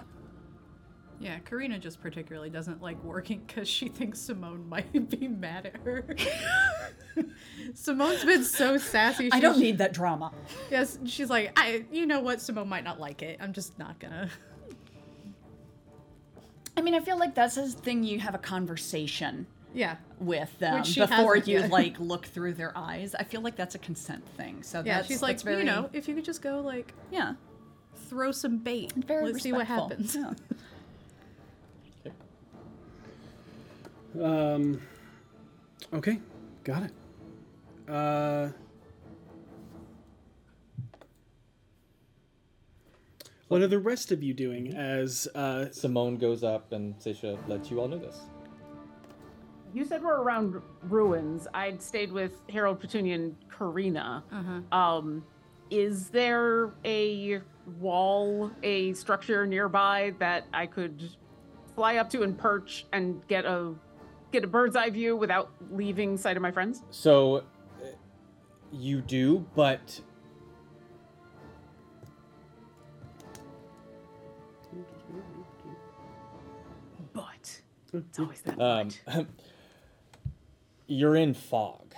[SPEAKER 6] Yeah, Karina just particularly doesn't like working because she thinks Simone <laughs> might be mad at her. <laughs> Simone's been so sassy.
[SPEAKER 7] I
[SPEAKER 6] she-
[SPEAKER 7] don't need that drama.
[SPEAKER 6] Yes, she's like, I. You know what? Simone might not like it. I'm just not gonna.
[SPEAKER 7] I mean, I feel like that's a thing you have a conversation
[SPEAKER 6] Yeah.
[SPEAKER 7] with them
[SPEAKER 6] Which she
[SPEAKER 7] before
[SPEAKER 6] hasn't
[SPEAKER 7] you
[SPEAKER 6] yet.
[SPEAKER 7] like look through their eyes. I feel like that's a consent thing. So
[SPEAKER 6] yeah,
[SPEAKER 7] Oh, that's,
[SPEAKER 6] she's like,
[SPEAKER 7] that's very,
[SPEAKER 6] you know, if you could just go like,
[SPEAKER 7] yeah,
[SPEAKER 6] throw some bait.
[SPEAKER 7] very
[SPEAKER 6] Let's see what
[SPEAKER 7] respectful.
[SPEAKER 6] happens.
[SPEAKER 7] Yeah.
[SPEAKER 12] Um, okay, got it. Uh, what are the rest of you doing as uh,
[SPEAKER 2] Simone goes up and Seisha lets you all know this.
[SPEAKER 11] You said we're around ruins. I'd stayed with Harold Petunia and Karina.
[SPEAKER 6] Uh-huh.
[SPEAKER 11] Um, is there a wall, a structure nearby that I could fly up to and perch and get a get a bird's eye view without leaving sight of my friends?
[SPEAKER 2] So uh, you do, but
[SPEAKER 11] But it's always that.
[SPEAKER 2] um, <laughs> you're in fog.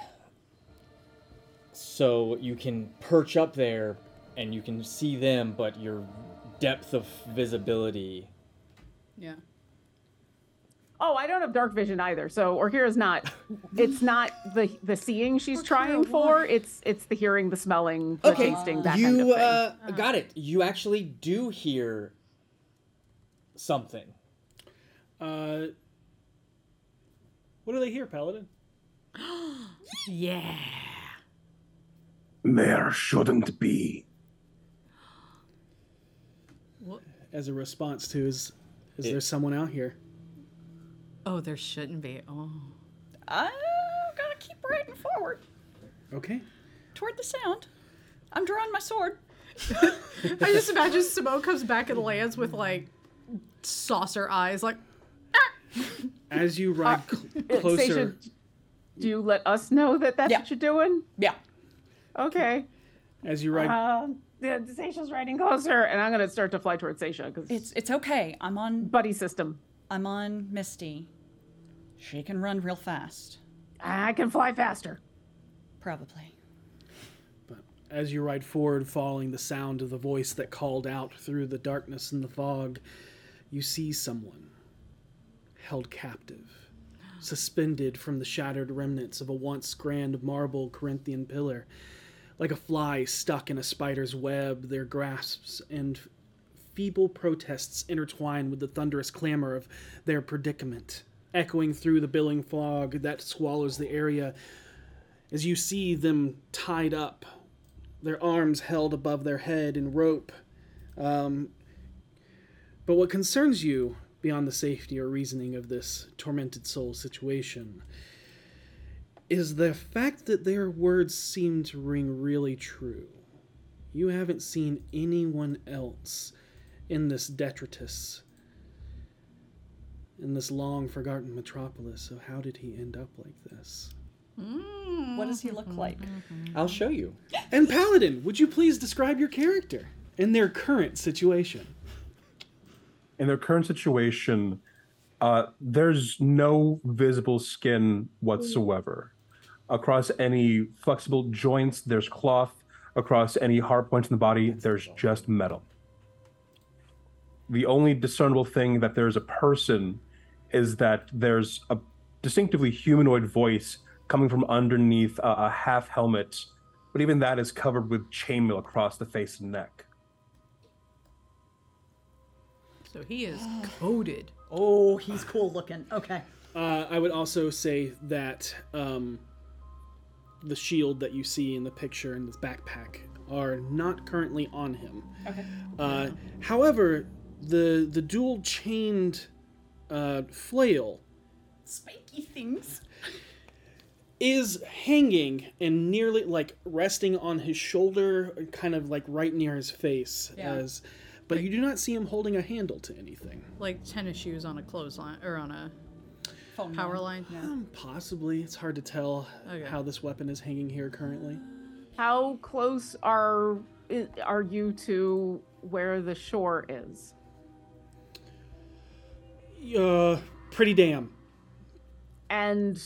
[SPEAKER 2] So you can perch up there and you can see them, but your depth of visibility.
[SPEAKER 6] Yeah.
[SPEAKER 11] Oh, I don't have dark vision either. So Orkira's not. It's not the the seeing she's trying for. It's it's the hearing, the smelling, the tasting, that
[SPEAKER 2] you
[SPEAKER 11] kind of thing.
[SPEAKER 2] Uh, got it. You actually do hear something.
[SPEAKER 12] Uh, what do they hear, Paladin?
[SPEAKER 6] yeah.
[SPEAKER 10] There shouldn't be.
[SPEAKER 12] As a response to is, is there someone out here?
[SPEAKER 6] Oh, there shouldn't be. Oh.
[SPEAKER 7] I gotta keep riding forward
[SPEAKER 12] Okay.
[SPEAKER 7] toward the sound. I'm drawing my sword.
[SPEAKER 6] I just imagine Simone comes back and lands with like saucer eyes, like
[SPEAKER 12] As you ride cl- closer,
[SPEAKER 11] Station, do you let us know that that's what you're doing?
[SPEAKER 7] Yeah.
[SPEAKER 11] Okay.
[SPEAKER 12] as you ride
[SPEAKER 11] Um, yeah, Seisha's riding closer, and I'm gonna start to fly towards Seisha because
[SPEAKER 7] It's it's okay. I'm on
[SPEAKER 11] buddy system.
[SPEAKER 7] I'm on Misty. She can run real fast.
[SPEAKER 11] I can fly faster.
[SPEAKER 7] Probably.
[SPEAKER 12] as you ride forward, following the sound of the voice that called out through the darkness and the fog, you see someone held captive, suspended from the shattered remnants of a once grand marble Corinthian pillar. Like a fly stuck in a spider's web, their grasps and feeble protests intertwine with the thunderous clamor of their predicament, echoing through the billing fog that swallows the area. As you see them tied up, their arms held above their head in rope. Um, but what concerns you beyond the safety or reasoning of this tormented soul situation is the fact that their words seem to ring really true. You haven't seen anyone else in this detritus, in this long forgotten metropolis, so how did he end up like this?
[SPEAKER 11] Hmm.
[SPEAKER 7] What does he look like?
[SPEAKER 2] I'll show you.
[SPEAKER 12] And Paladin, would you please describe your character and their current situation?
[SPEAKER 16] in their current situation, uh, there's no visible skin whatsoever. Across any flexible joints, there's cloth. Across any hard points in the body, there's just metal. The only discernible thing that there's a person is that there's a distinctively humanoid voice coming from underneath a, a half helmet, but even that is covered with chainmail across the face and neck.
[SPEAKER 6] So he is coated.
[SPEAKER 7] Oh, he's cool looking. Okay.
[SPEAKER 12] Uh, I would also say that um, the shield that you see in the picture and his backpack are not currently on him.
[SPEAKER 7] Okay.
[SPEAKER 12] Uh, however, the the dual chained uh, flail
[SPEAKER 7] Spiky things.
[SPEAKER 12] is hanging and nearly like resting on his shoulder, kind of like right near his face,
[SPEAKER 7] Yeah.
[SPEAKER 12] as but you do not see him holding a handle to anything.
[SPEAKER 6] Like tennis shoes on a clothesline or on a
[SPEAKER 7] Phone Hmm.
[SPEAKER 6] power line.
[SPEAKER 12] Um, possibly. It's hard to tell
[SPEAKER 6] Okay.
[SPEAKER 12] how this weapon is hanging here currently.
[SPEAKER 11] How close are i- are you to where the shore is?
[SPEAKER 12] Uh, pretty damn.
[SPEAKER 11] And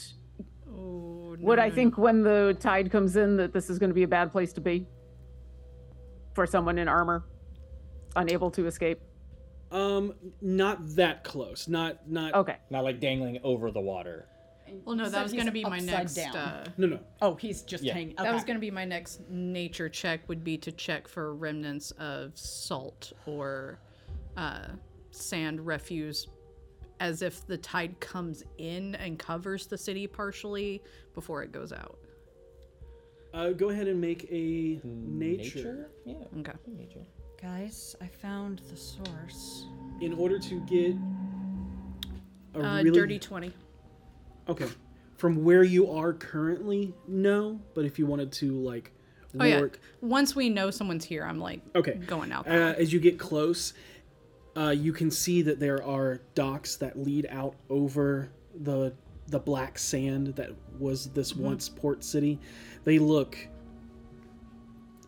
[SPEAKER 6] Oh,
[SPEAKER 11] would I think when the tide comes in that this is going to be a bad place to be for someone in armor, unable to escape?
[SPEAKER 12] Um, not that close. Not not.
[SPEAKER 11] Okay.
[SPEAKER 2] Not like dangling over the water.
[SPEAKER 6] Well, no,
[SPEAKER 7] You
[SPEAKER 6] that
[SPEAKER 7] said
[SPEAKER 6] was
[SPEAKER 7] he's
[SPEAKER 6] going to be my
[SPEAKER 7] upside
[SPEAKER 6] next.
[SPEAKER 7] down.
[SPEAKER 6] Uh,
[SPEAKER 12] No, no.
[SPEAKER 7] Oh, he's just
[SPEAKER 2] Yeah.
[SPEAKER 7] hanging.
[SPEAKER 6] That was
[SPEAKER 7] okay.
[SPEAKER 6] going to be my next nature check. Would be to check for remnants of salt or uh, sand refuse, as if the tide comes in and covers the city partially before it goes out.
[SPEAKER 12] Uh, go ahead and make a nature.
[SPEAKER 2] Nature? Yeah.
[SPEAKER 6] Okay.
[SPEAKER 2] Nature.
[SPEAKER 7] Guys, I found the source.
[SPEAKER 12] In order to get a
[SPEAKER 6] Uh,
[SPEAKER 12] really
[SPEAKER 6] Dirty twenty.
[SPEAKER 12] Okay. From where you are currently, no. But if you wanted to, like,
[SPEAKER 6] Oh yeah.
[SPEAKER 12] work.
[SPEAKER 6] Once we know someone's here, I'm like
[SPEAKER 12] Okay.
[SPEAKER 6] going out.
[SPEAKER 12] Uh, as you get close, uh, you can see that there are docks that lead out over the the black sand that was this
[SPEAKER 6] Mhm.
[SPEAKER 12] once port city. They look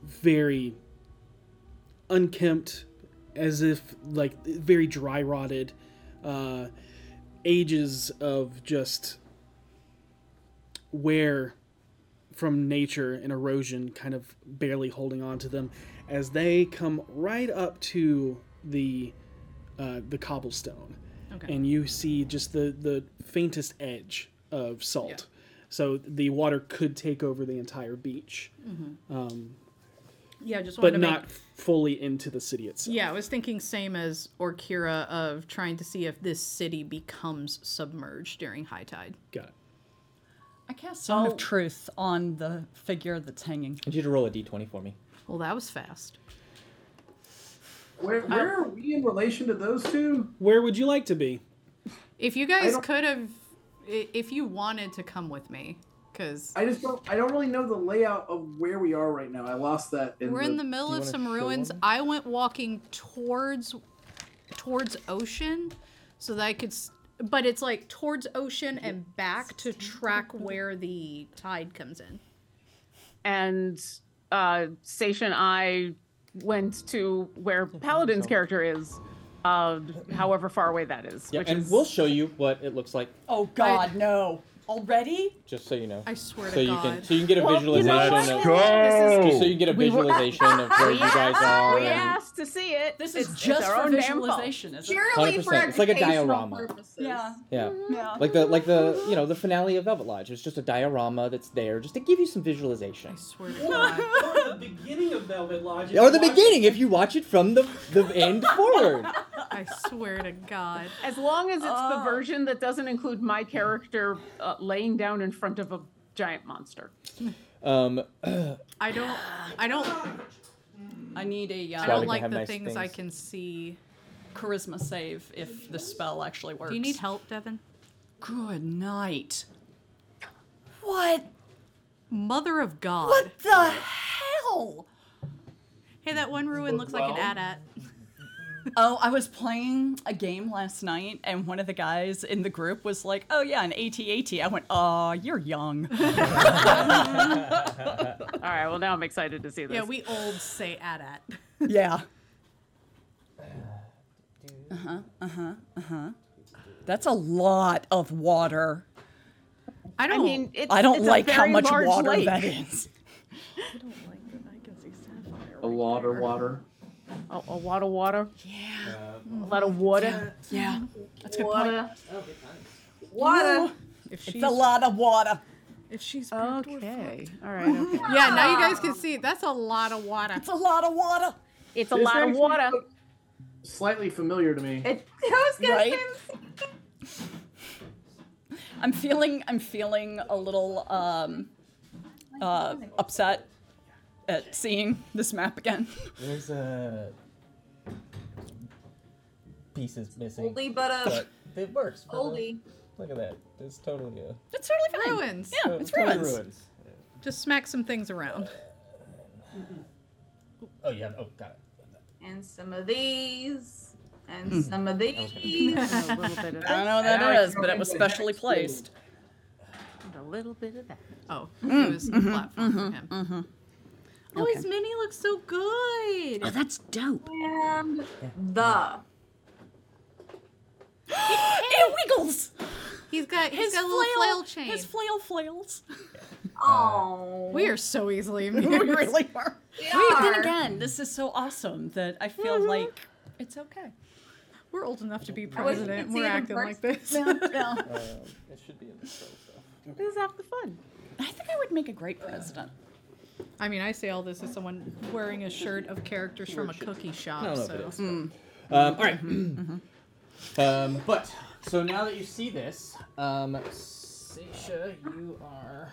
[SPEAKER 12] very unkempt, as if like very dry rotted. Uh, ages of just wear from nature and erosion kind of barely holding on to them as they come right up to the uh, the cobblestone
[SPEAKER 6] Okay.
[SPEAKER 12] and you see just the the faintest edge of salt so the water could take over the entire beach
[SPEAKER 6] Mhm.
[SPEAKER 12] um,
[SPEAKER 6] Yeah, just
[SPEAKER 12] but
[SPEAKER 6] wanted to make-
[SPEAKER 12] not fully into the city itself
[SPEAKER 6] Yeah, I was thinking same as Orkira of trying to see if this city becomes submerged during high tide.
[SPEAKER 12] Got it.
[SPEAKER 7] I cast Zone
[SPEAKER 6] Oh.
[SPEAKER 7] of Truth on the figure that's hanging.
[SPEAKER 2] I need you to roll a d20 for me.
[SPEAKER 6] Well, that was fast.
[SPEAKER 14] Where, where are we in relation to those two?
[SPEAKER 12] Where would you like to be?
[SPEAKER 6] If you
[SPEAKER 14] I
[SPEAKER 6] guys
[SPEAKER 14] don't-
[SPEAKER 6] could have, i- if you wanted to come with me, because
[SPEAKER 14] I just don't. I don't really know the layout of where we are right now. I lost that. In
[SPEAKER 6] we're
[SPEAKER 14] the,
[SPEAKER 6] in the middle
[SPEAKER 14] Do you
[SPEAKER 6] of
[SPEAKER 14] wanna
[SPEAKER 6] some
[SPEAKER 14] show
[SPEAKER 6] ruins.
[SPEAKER 14] 'em?
[SPEAKER 6] I went walking towards towards ocean so that I could s- but it's like towards ocean and back to track where the tide comes in.
[SPEAKER 11] And uh, Station I went to where Paladin's character is, uh, however far away that is.
[SPEAKER 2] Yeah,
[SPEAKER 11] which
[SPEAKER 2] and
[SPEAKER 11] is
[SPEAKER 2] we'll show you what it looks like,
[SPEAKER 7] Oh God, no! Already?
[SPEAKER 2] just so you know.
[SPEAKER 6] I swear
[SPEAKER 2] so
[SPEAKER 6] to
[SPEAKER 2] you Can,
[SPEAKER 6] God.
[SPEAKER 2] so you can get a
[SPEAKER 11] Well, you know
[SPEAKER 2] visualization of.
[SPEAKER 11] what? Let's go!
[SPEAKER 2] Just so you can get a
[SPEAKER 11] We were-
[SPEAKER 2] visualization of where you <laughs>
[SPEAKER 7] <laughs>
[SPEAKER 2] guys are.
[SPEAKER 11] We
[SPEAKER 2] and-
[SPEAKER 11] asked to see it. This
[SPEAKER 7] is just for visualization, isn't it?
[SPEAKER 13] Purely for
[SPEAKER 2] 100%. It's like a
[SPEAKER 13] educational
[SPEAKER 2] diorama.
[SPEAKER 13] purposes.
[SPEAKER 7] Yeah.
[SPEAKER 2] Yeah.
[SPEAKER 7] Yeah.
[SPEAKER 2] Like the like the you know the finale of Velvet Lodge. It's just a diorama that's there just to give you some visualization. I
[SPEAKER 6] swear
[SPEAKER 12] the beginning of velvet lodge
[SPEAKER 2] Or the beginning if you watch it from the the
[SPEAKER 11] <laughs>
[SPEAKER 2] end forward.
[SPEAKER 6] I swear to God. Oh.
[SPEAKER 11] As long as it's the version that doesn't include my character uh, laying down in front of a giant monster.
[SPEAKER 2] Um, <clears throat>
[SPEAKER 6] I don't I don't
[SPEAKER 7] I need a. Uh,
[SPEAKER 6] I don't like the things I can see.
[SPEAKER 7] Charisma save if the spell actually works.
[SPEAKER 6] Do you need help, Devin?
[SPEAKER 7] Good night. What?
[SPEAKER 6] Mother of God.
[SPEAKER 7] What the hell?
[SPEAKER 6] Hey, that one ruin looks like an
[SPEAKER 7] Well.
[SPEAKER 6] AT-AT.
[SPEAKER 7] Oh, I was playing a game last night, and one of the guys in the group was like, "Oh yeah, an AT-AT." I went, "Oh, you're
[SPEAKER 6] <laughs>
[SPEAKER 7] young."
[SPEAKER 11] All right, well, now I'm excited to see this.
[SPEAKER 6] Yeah, we old say AT-AT.
[SPEAKER 7] yeah.
[SPEAKER 6] Uh-huh,
[SPEAKER 7] Uh huh. Uh huh. Uh huh. That's a lot of water.
[SPEAKER 6] I
[SPEAKER 11] don't. I mean, it's,
[SPEAKER 7] I don't
[SPEAKER 11] it's a
[SPEAKER 7] like how
[SPEAKER 11] very
[SPEAKER 7] much
[SPEAKER 11] large
[SPEAKER 7] water
[SPEAKER 11] lake.
[SPEAKER 7] that is.
[SPEAKER 14] A lot of water.
[SPEAKER 11] A, a lot of water.
[SPEAKER 7] Yeah.
[SPEAKER 11] A lot of water.
[SPEAKER 7] Yeah. That's a good
[SPEAKER 11] Water.
[SPEAKER 7] point.
[SPEAKER 11] Water.
[SPEAKER 6] If
[SPEAKER 7] it's
[SPEAKER 6] she's-
[SPEAKER 7] a lot of water.
[SPEAKER 6] If she's
[SPEAKER 11] okay. All right. Okay.
[SPEAKER 6] <laughs> Yeah, now you guys can see. That's a lot of water. It's
[SPEAKER 7] a lot of water.
[SPEAKER 11] It's a
[SPEAKER 14] This
[SPEAKER 11] lot of
[SPEAKER 14] actually
[SPEAKER 11] water.
[SPEAKER 14] looked Slightly familiar to me.
[SPEAKER 13] Who's gonna
[SPEAKER 7] Right?
[SPEAKER 6] <laughs>
[SPEAKER 7] I'm feeling I'm feeling a little um, uh, upset at seeing this map again.
[SPEAKER 2] There's a pieces missing.
[SPEAKER 13] Oldie but a-
[SPEAKER 2] But it works. for the-
[SPEAKER 13] Oldie.
[SPEAKER 2] Look at that. It's totally a.
[SPEAKER 7] It's totally
[SPEAKER 6] fine. Ruins.
[SPEAKER 7] Yeah,
[SPEAKER 2] it's
[SPEAKER 7] it's
[SPEAKER 2] totally
[SPEAKER 7] ruins.
[SPEAKER 2] ruins.
[SPEAKER 6] Just smack some things around.
[SPEAKER 7] Mm-hmm.
[SPEAKER 2] Oh, you have. Oh, got it.
[SPEAKER 13] and some of these, and
[SPEAKER 7] Mm.
[SPEAKER 13] some of
[SPEAKER 7] That was
[SPEAKER 11] gonna
[SPEAKER 13] these. <laughs>
[SPEAKER 7] I don't know what that is, but it was specially placed.
[SPEAKER 11] And a little bit of that.
[SPEAKER 6] Oh,
[SPEAKER 7] Mm,
[SPEAKER 6] it was
[SPEAKER 7] mhm,
[SPEAKER 6] a platform for
[SPEAKER 7] mhm,
[SPEAKER 6] him.
[SPEAKER 7] mhm.
[SPEAKER 6] Oh, his mini looks so good.
[SPEAKER 7] Oh, that's dope.
[SPEAKER 13] And the.
[SPEAKER 7] it wiggles.
[SPEAKER 6] He's got
[SPEAKER 7] His
[SPEAKER 6] his got a little
[SPEAKER 7] flail-
[SPEAKER 6] flail chain.
[SPEAKER 7] his flail flails.
[SPEAKER 6] <laughs>
[SPEAKER 13] Oh,
[SPEAKER 6] we are so easily
[SPEAKER 7] <laughs> we
[SPEAKER 6] amused.
[SPEAKER 7] really are.
[SPEAKER 6] We
[SPEAKER 7] Wait,
[SPEAKER 6] are. Mm-hmm.
[SPEAKER 7] then again, this is so awesome that I feel like it's okay.
[SPEAKER 6] We're old enough to be
[SPEAKER 7] I wish you could
[SPEAKER 6] president.
[SPEAKER 7] see
[SPEAKER 6] We're
[SPEAKER 7] it in
[SPEAKER 6] acting like this. <laughs>
[SPEAKER 7] person. Yeah, yeah.
[SPEAKER 2] it should be in the show.
[SPEAKER 11] This is half the fun.
[SPEAKER 7] I think I would make a great president.
[SPEAKER 6] I mean, I say all this as someone wearing a shirt of characters from a cookie
[SPEAKER 7] Oh,
[SPEAKER 6] shop.
[SPEAKER 2] No, no,
[SPEAKER 6] so.
[SPEAKER 2] but it's-
[SPEAKER 7] Hmm.
[SPEAKER 2] Um, all right.
[SPEAKER 7] Mm-hmm,
[SPEAKER 2] um, but so now that you see this, um, Seisha, you are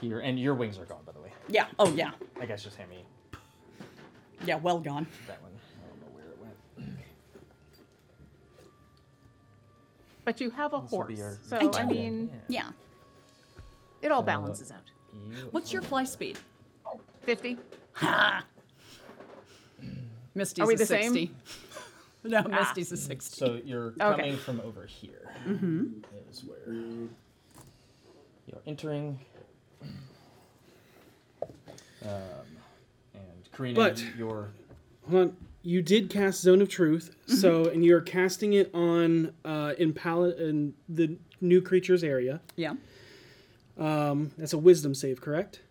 [SPEAKER 2] here, and your wings are gone, by the way.
[SPEAKER 7] Yeah. Oh, yeah.
[SPEAKER 2] I guess just hand me
[SPEAKER 7] Yeah. Well gone.
[SPEAKER 2] that one. I don't know where it went.
[SPEAKER 11] But you have a
[SPEAKER 2] will
[SPEAKER 11] horse,
[SPEAKER 2] be our-
[SPEAKER 11] so
[SPEAKER 7] I do.
[SPEAKER 11] I mean,
[SPEAKER 7] yeah,
[SPEAKER 11] it all
[SPEAKER 7] So,
[SPEAKER 11] balances out.
[SPEAKER 2] Mm.
[SPEAKER 7] What's your fly speed?
[SPEAKER 11] Fifty.
[SPEAKER 7] Ha! Misty's
[SPEAKER 11] Are we
[SPEAKER 7] a
[SPEAKER 11] the same?
[SPEAKER 7] 60. No,
[SPEAKER 11] Ah.
[SPEAKER 7] Misty's a 60.
[SPEAKER 2] So you're
[SPEAKER 7] Okay.
[SPEAKER 2] coming from over here.
[SPEAKER 7] Mhm.
[SPEAKER 2] Is where you're entering. Um, and Karina,
[SPEAKER 12] But-
[SPEAKER 2] you're
[SPEAKER 12] Hold on. You did cast Zone of Truth,
[SPEAKER 11] Mm-hmm.
[SPEAKER 12] so and you're casting it on uh, in Pal- in the new creature's area.
[SPEAKER 7] Yeah.
[SPEAKER 12] Um, that's a Wisdom save, correct?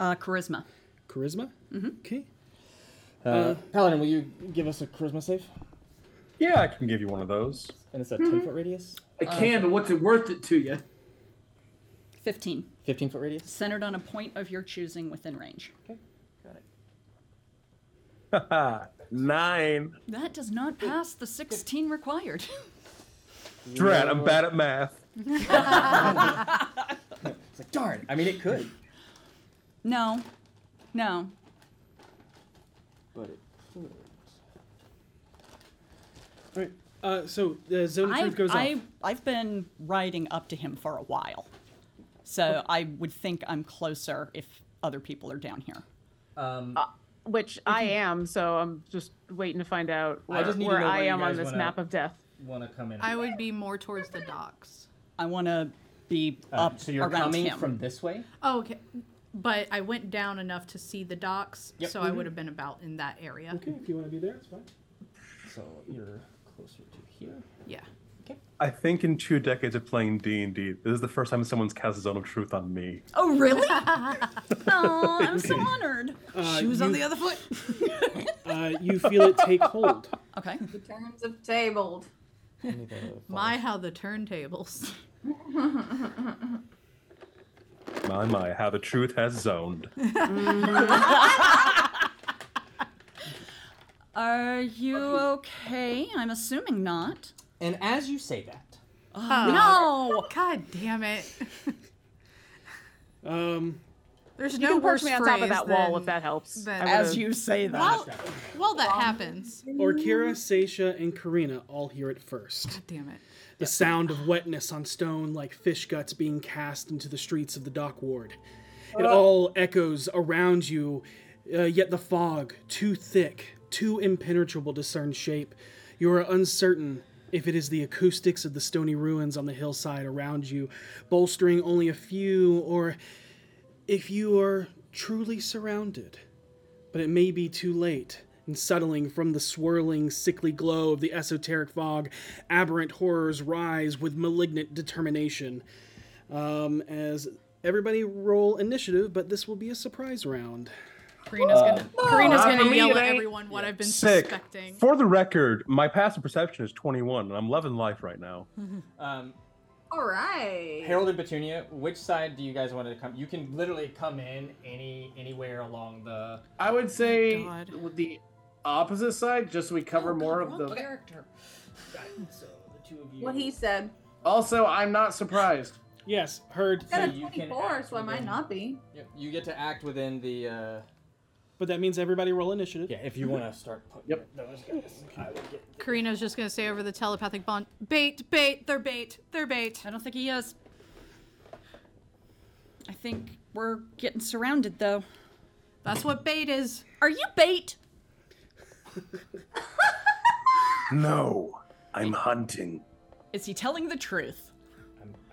[SPEAKER 7] Uh, charisma.
[SPEAKER 12] Charisma.
[SPEAKER 7] Mm-hmm.
[SPEAKER 12] Okay.
[SPEAKER 2] Uh, Paladin, will you give us a charisma save?
[SPEAKER 16] Yeah, I can give you one of those.
[SPEAKER 2] And it's a
[SPEAKER 16] Mhm.
[SPEAKER 2] 10 foot radius? Uh,
[SPEAKER 7] I can,
[SPEAKER 2] but what's it worth it to you?
[SPEAKER 7] 15.
[SPEAKER 2] 15 foot radius?
[SPEAKER 7] Centered on a point of your choosing within range. Okay. Got it.
[SPEAKER 16] Nine.
[SPEAKER 7] That does not pass the 16 required. <laughs>
[SPEAKER 16] Drat, I'm bad at math.
[SPEAKER 2] It's like, darn. I mean, it could.
[SPEAKER 7] No. No.
[SPEAKER 2] But it could.
[SPEAKER 12] All right. Uh, so the Zone of Truth
[SPEAKER 7] I've,
[SPEAKER 12] goes off.
[SPEAKER 7] I, I've been riding up to him for a while. So
[SPEAKER 12] Okay.
[SPEAKER 7] I would think I'm closer if other people are down here.
[SPEAKER 2] Um,
[SPEAKER 11] Uh, Which I am, so I'm just waiting to find out where
[SPEAKER 2] I
[SPEAKER 11] I,
[SPEAKER 2] just need to
[SPEAKER 11] where
[SPEAKER 2] know
[SPEAKER 11] I
[SPEAKER 2] where you
[SPEAKER 11] am on
[SPEAKER 2] guys
[SPEAKER 11] this
[SPEAKER 2] wanna-
[SPEAKER 11] map of death.
[SPEAKER 2] Want to come in?
[SPEAKER 6] I would be more towards the docks.
[SPEAKER 7] I want to be
[SPEAKER 2] Uh,
[SPEAKER 7] up
[SPEAKER 2] so you're
[SPEAKER 7] around
[SPEAKER 2] coming
[SPEAKER 7] him.
[SPEAKER 2] from this way?
[SPEAKER 6] Oh, okay. But I went down enough to see the docks,
[SPEAKER 2] Yep.
[SPEAKER 6] so I
[SPEAKER 2] Mhm.
[SPEAKER 6] would have been about in that area.
[SPEAKER 12] Mm-hmm. Okay, if you want to be there, it's fine.
[SPEAKER 2] So you're closer to here.
[SPEAKER 6] Yeah.
[SPEAKER 16] I think in two decades of playing D and D, this is the first time someone's cast Zone of Truth on me.
[SPEAKER 11] <laughs>
[SPEAKER 7] Oh, really? oh,
[SPEAKER 2] <laughs>
[SPEAKER 7] I'm so honored.
[SPEAKER 12] Uh,
[SPEAKER 7] Shoes on
[SPEAKER 12] you-
[SPEAKER 7] the other foot.
[SPEAKER 12] Uh, you feel it take hold.
[SPEAKER 7] <laughs> Okay.
[SPEAKER 13] The terms of tabled.
[SPEAKER 6] My, how the turntables. <laughs>
[SPEAKER 16] My my, how the truth has zoned.
[SPEAKER 7] <laughs> Are you okay? I'm assuming not.
[SPEAKER 2] And as you say that,
[SPEAKER 6] Oh, no! God damn it.
[SPEAKER 12] Um,
[SPEAKER 6] There's
[SPEAKER 11] You
[SPEAKER 6] no
[SPEAKER 11] can perch
[SPEAKER 6] worse
[SPEAKER 11] me on top of
[SPEAKER 6] phrase
[SPEAKER 11] that wall
[SPEAKER 6] than-
[SPEAKER 11] if that helps.
[SPEAKER 6] than-
[SPEAKER 11] I would've- As
[SPEAKER 7] you say that.
[SPEAKER 6] While, while that happens.
[SPEAKER 12] Orkira, Seisha, and Karina all hear it first. God
[SPEAKER 6] damn it.
[SPEAKER 12] The sound of wetness on stone like fish guts being cast into the streets of the dock ward. It
[SPEAKER 3] Uh.
[SPEAKER 12] all echoes around you, uh, yet the fog, too thick, too impenetrable to discern shape. You are uncertain if it is the acoustics of the stony ruins on the hillside around you, bolstering only a few, or if you are truly surrounded but it may be too late. And settling from the swirling, sickly glow of the esoteric fog, aberrant horrors rise with malignant determination. Um, as everybody roll initiative, but this will be a surprise round.
[SPEAKER 6] Karina's gonna,
[SPEAKER 7] Uh,
[SPEAKER 12] Oh,
[SPEAKER 6] Karina's
[SPEAKER 12] not
[SPEAKER 6] gonna
[SPEAKER 12] me,
[SPEAKER 6] yell
[SPEAKER 12] it
[SPEAKER 6] at
[SPEAKER 12] ain't.
[SPEAKER 6] everyone what I've been
[SPEAKER 16] Sick.
[SPEAKER 6] suspecting.
[SPEAKER 16] For the record, my passive perception is 21, and I'm loving life right now.
[SPEAKER 2] um,
[SPEAKER 13] <laughs> All right.
[SPEAKER 2] Harold and Petunia, which side do you guys want to come? You can literally come in any anywhere along the.
[SPEAKER 14] I would say with the opposite side, just so we cover
[SPEAKER 2] Oh,
[SPEAKER 14] more of the.
[SPEAKER 7] character.
[SPEAKER 2] So the two of you.
[SPEAKER 13] What he said.
[SPEAKER 14] Also, I'm not surprised.
[SPEAKER 12] Yes, heard.
[SPEAKER 13] Got a 24, so I might not be.
[SPEAKER 2] Yep, you get to act within the. Uh,
[SPEAKER 12] But that means everybody roll initiative.
[SPEAKER 2] Yeah, if you want to start putting yep. those guys, I will
[SPEAKER 6] <laughs>
[SPEAKER 2] get.
[SPEAKER 6] Karina's just gonna say over the telepathic bond, bait, bait, they're bait, they're bait.
[SPEAKER 7] I don't think he is. I think we're getting surrounded, though.
[SPEAKER 6] That's what bait is. Are you bait?
[SPEAKER 14] No, I'm hunting.
[SPEAKER 7] Is he telling the truth?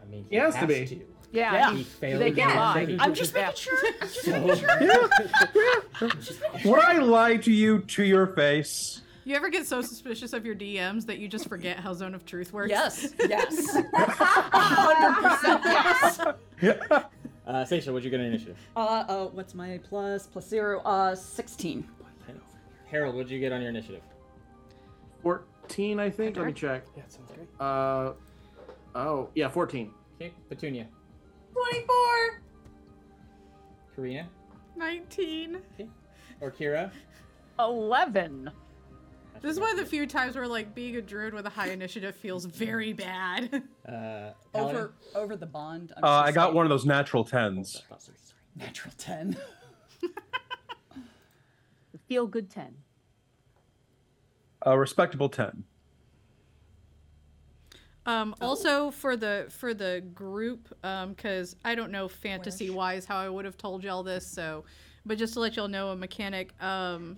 [SPEAKER 2] I mean,
[SPEAKER 14] He has to be.
[SPEAKER 7] Yeah,
[SPEAKER 2] He
[SPEAKER 7] he-
[SPEAKER 2] failed.
[SPEAKER 7] they can't
[SPEAKER 2] the
[SPEAKER 7] lie.
[SPEAKER 2] thing.
[SPEAKER 7] I'm just making sure. I'm just <laughs> making sure.
[SPEAKER 16] Would I lie to you to your face?
[SPEAKER 6] You ever get so suspicious of your DMs that you just forget how Zone of Truth works?
[SPEAKER 7] Yes,
[SPEAKER 6] <laughs>
[SPEAKER 7] yes.
[SPEAKER 6] 100%
[SPEAKER 7] <laughs> yes.
[SPEAKER 17] Uh, Seisha, what'd you get in initiative?
[SPEAKER 7] Uh, uh, what's my plus plus zero? Uh, sixteen.
[SPEAKER 17] Harold, what'd you get on your initiative?
[SPEAKER 14] 14, I think. Let me check.
[SPEAKER 17] Yeah, that sounds great.
[SPEAKER 14] Uh, oh, yeah, 14.
[SPEAKER 17] Okay, Petunia.
[SPEAKER 13] 24.
[SPEAKER 17] Karina?
[SPEAKER 6] 19.
[SPEAKER 17] Or Kira?
[SPEAKER 6] 11. This is one of the few times where like being a druid with a high initiative feels very bad. <laughs>
[SPEAKER 17] Uh,
[SPEAKER 7] Over over the bond. I'm
[SPEAKER 16] Uh,
[SPEAKER 7] so
[SPEAKER 16] I got
[SPEAKER 7] sorry.
[SPEAKER 16] one of those natural tens.
[SPEAKER 7] natural ten.
[SPEAKER 11] Feel good 10.
[SPEAKER 16] A respectable ten.
[SPEAKER 6] Um, also for the for the group, because I don't know fantasy wise how I would have told y'all this, so but just to let y'all know a mechanic, um,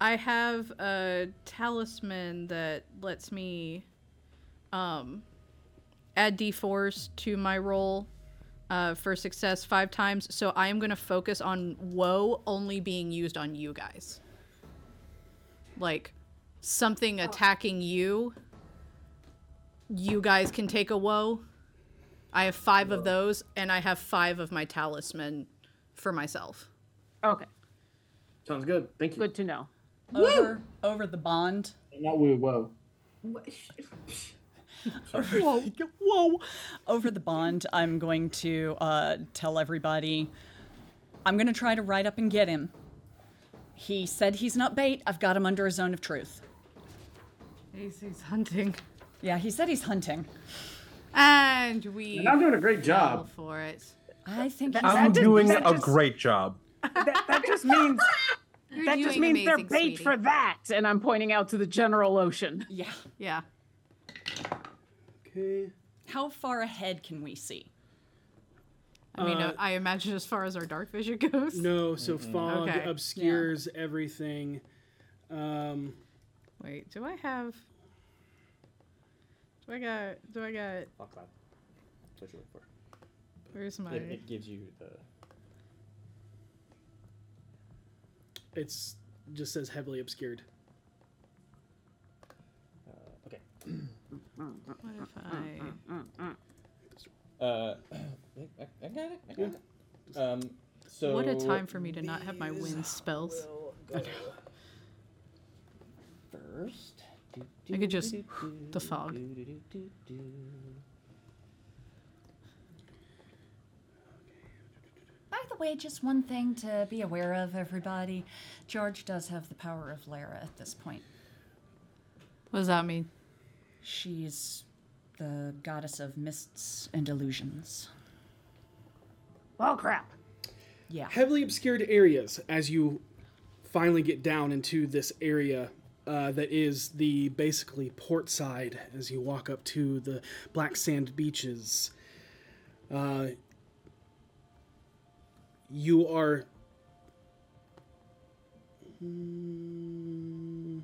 [SPEAKER 6] I have a talisman that lets me um, add d4s to my roll uh, for success five times. So I am going to focus on woe only being used on you guys, like something attacking you you guys can take a woe. I have five of those, and I have five of my talisman for myself.
[SPEAKER 11] Okay.
[SPEAKER 14] Sounds good. Thank you.
[SPEAKER 11] Good to know.
[SPEAKER 7] Over over the bond.
[SPEAKER 14] Not woo, whoa.
[SPEAKER 7] whoa, <laughs> whoa. Over the bond, I'm going to uh, tell everybody I'm going to try to ride up and get him. He said he's not bait. I've got him under a zone of truth.
[SPEAKER 6] He's, he's hunting.
[SPEAKER 7] Yeah, he said he's hunting.
[SPEAKER 11] Uh,
[SPEAKER 6] And we.
[SPEAKER 14] And I'm doing a great job.
[SPEAKER 6] fell For it.
[SPEAKER 7] I think
[SPEAKER 16] I'm doing a great job.
[SPEAKER 11] That
[SPEAKER 7] <laughs>
[SPEAKER 11] just means that just
[SPEAKER 6] doing
[SPEAKER 11] means they're
[SPEAKER 6] amazing,
[SPEAKER 11] bait
[SPEAKER 6] sweetie.
[SPEAKER 11] for that. And I'm pointing out to the general ocean.
[SPEAKER 7] Yeah.
[SPEAKER 6] Yeah.
[SPEAKER 12] Okay.
[SPEAKER 7] How far ahead can we see?
[SPEAKER 6] I mean,
[SPEAKER 12] Uh,
[SPEAKER 6] uh, I imagine as far as our dark vision goes.
[SPEAKER 12] No, so
[SPEAKER 6] Mhm.
[SPEAKER 12] fog
[SPEAKER 6] Okay.
[SPEAKER 12] obscures everything. Um,
[SPEAKER 6] Wait, do I have? Do I got? Do I got?
[SPEAKER 17] Fuck that. That's what you look
[SPEAKER 6] Where's
[SPEAKER 17] for.
[SPEAKER 6] my?
[SPEAKER 17] It, it gives you the.
[SPEAKER 12] it's just says heavily obscured.
[SPEAKER 17] Uh,
[SPEAKER 6] <clears throat>
[SPEAKER 17] okay.
[SPEAKER 6] What if
[SPEAKER 11] Mm.
[SPEAKER 6] I?
[SPEAKER 17] Uh, <clears throat> I, I got it. I got it. Um, so
[SPEAKER 6] what a time for me to not have my wind spells. I know.
[SPEAKER 17] first.
[SPEAKER 6] I could just the fog.
[SPEAKER 15] By the way, just one thing to be aware of, everybody. George does have the power of Lara at this point.
[SPEAKER 6] What does that mean?
[SPEAKER 15] She's the goddess of mists and illusions.
[SPEAKER 11] Oh crap.
[SPEAKER 15] Yeah.
[SPEAKER 12] Heavily obscured areas as you finally get down into this area uh, that is the basically port side as you walk up to the black sand beaches. Uh, you are. Mm,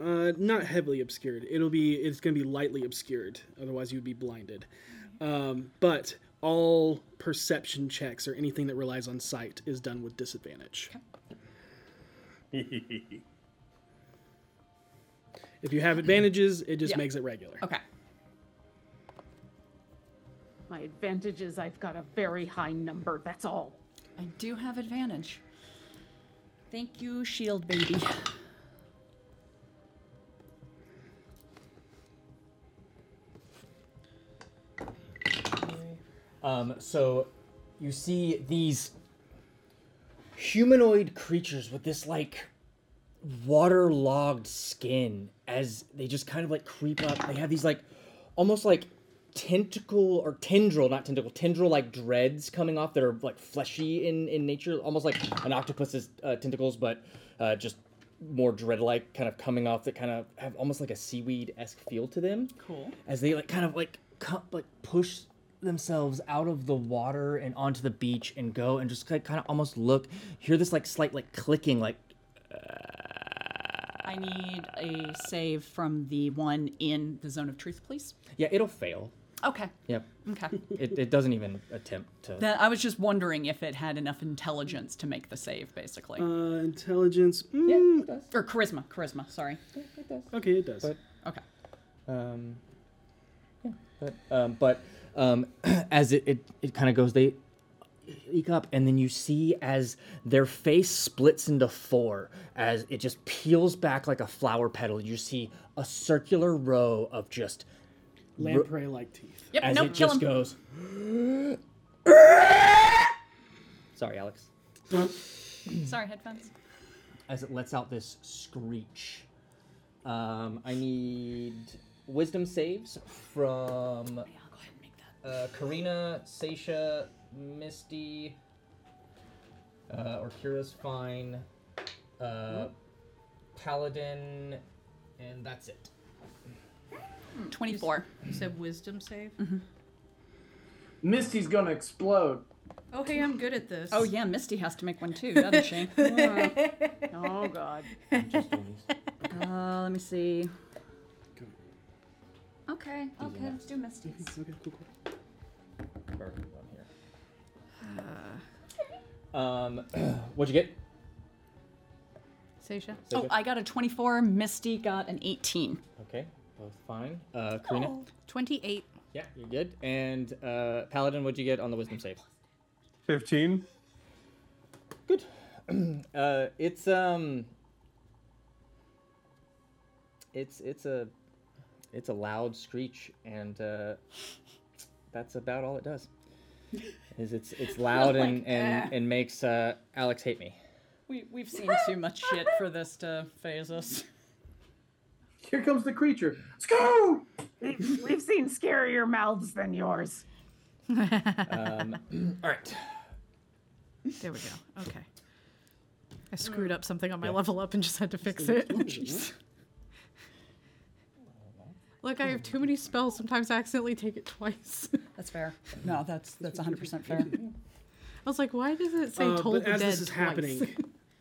[SPEAKER 12] Uh, not heavily obscured. It'll be it's gonna be lightly obscured. Otherwise, you'd be blinded. Um, but all perception checks or anything that relies on sight is done with disadvantage. if you have advantages, it just
[SPEAKER 11] Yeah.
[SPEAKER 12] makes it regular.
[SPEAKER 7] Okay.
[SPEAKER 11] My advantage is I've got a very high number. That's all.
[SPEAKER 7] I do have advantage. Thank you, shield E baby.
[SPEAKER 2] Um, so you see these humanoid creatures with this like waterlogged skin as they just kind of like creep up. They have these like almost like tentacle or tendril, not tentacle, tendril like dreads coming off that are like fleshy in in nature, almost like an octopus's uh, tentacles, but uh, just more dread like kind of coming off that kind of have almost like a seaweed esque feel to them
[SPEAKER 7] <coughs> Cool.
[SPEAKER 2] as they like kind of like cu- like push themselves out of the water and onto the beach and go and just kind of almost look, hear this like slight like clicking, like
[SPEAKER 7] I need a save from the one in the zone of truth, please.
[SPEAKER 2] yeah, it'll fail.
[SPEAKER 7] Okay.
[SPEAKER 2] Yep.
[SPEAKER 7] Okay.
[SPEAKER 2] It, it doesn't even attempt to.
[SPEAKER 7] That I was just wondering if it had enough intelligence to make the save, basically.
[SPEAKER 12] Uh, intelligence. mm,
[SPEAKER 7] Or charisma, charisma. Sorry.
[SPEAKER 12] it does. Okay, it does.
[SPEAKER 7] okay.
[SPEAKER 2] Um, But um, but um, <clears throat> as it it, it kind of goes, they eke up, and then you see as their face splits into four, as it just peels back like a flower petal. You see a circular row of just ro-
[SPEAKER 12] Lamprey-like teeth.
[SPEAKER 7] Yep,
[SPEAKER 2] As
[SPEAKER 7] no,
[SPEAKER 2] it
[SPEAKER 7] kill
[SPEAKER 2] just
[SPEAKER 7] him.
[SPEAKER 2] goes. Sorry, Alex.
[SPEAKER 7] Sorry, headphones.
[SPEAKER 2] As it lets out this screech. Um, I need wisdom saves from uh, Karina, Seisha, Misty, uh, Orkira's fine, uh, Paladin, and that's it.
[SPEAKER 12] Hmm.
[SPEAKER 7] 24.
[SPEAKER 6] You said wisdom save?
[SPEAKER 14] Misty's gonna explode.
[SPEAKER 6] Oh, hey, I'm good at this.
[SPEAKER 7] Oh yeah, Misty has to make one too, doesn't
[SPEAKER 6] <laughs>
[SPEAKER 7] she? oh oh, God. Uh, let me see. Okay, okay, let's do Misty.
[SPEAKER 12] Okay, cool, cool.
[SPEAKER 2] Burger one here. Um, <clears throat> what'd you get?
[SPEAKER 6] Seisha?
[SPEAKER 7] Oh, I got a 24. Misty got an 18.
[SPEAKER 2] Okay, both fine. Uh, Karina,
[SPEAKER 7] Oh,
[SPEAKER 6] Oh, 28.
[SPEAKER 2] Yeah. you're good. And uh, Paladin, what'd you get on the wisdom save?
[SPEAKER 16] 15.
[SPEAKER 2] uh, it's um, it's it's a, it's a loud screech, and uh, that's about all it does. Is it's it's loud and
[SPEAKER 7] Like,
[SPEAKER 2] and,
[SPEAKER 7] "Ah."
[SPEAKER 2] and makes uh, Alex hate me.
[SPEAKER 7] We, we've seen too much shit for this to phase us.
[SPEAKER 14] Here comes the creature.
[SPEAKER 11] Let's go! We've, we've seen scarier mouths than yours.
[SPEAKER 2] Um, <clears throat> all right.
[SPEAKER 6] There we go. Okay. I screwed up something on my level up and just had to fix it. <laughs> Jeez. Look, I have too many spells. Sometimes I accidentally take it twice.
[SPEAKER 7] That's fair. No, that's that's 100%
[SPEAKER 6] <laughs>
[SPEAKER 7] fair.
[SPEAKER 6] I was like, why does it say
[SPEAKER 12] Uh, but
[SPEAKER 6] told the
[SPEAKER 12] as
[SPEAKER 6] dead
[SPEAKER 12] this is
[SPEAKER 6] twice? <laughs>
[SPEAKER 12] happening,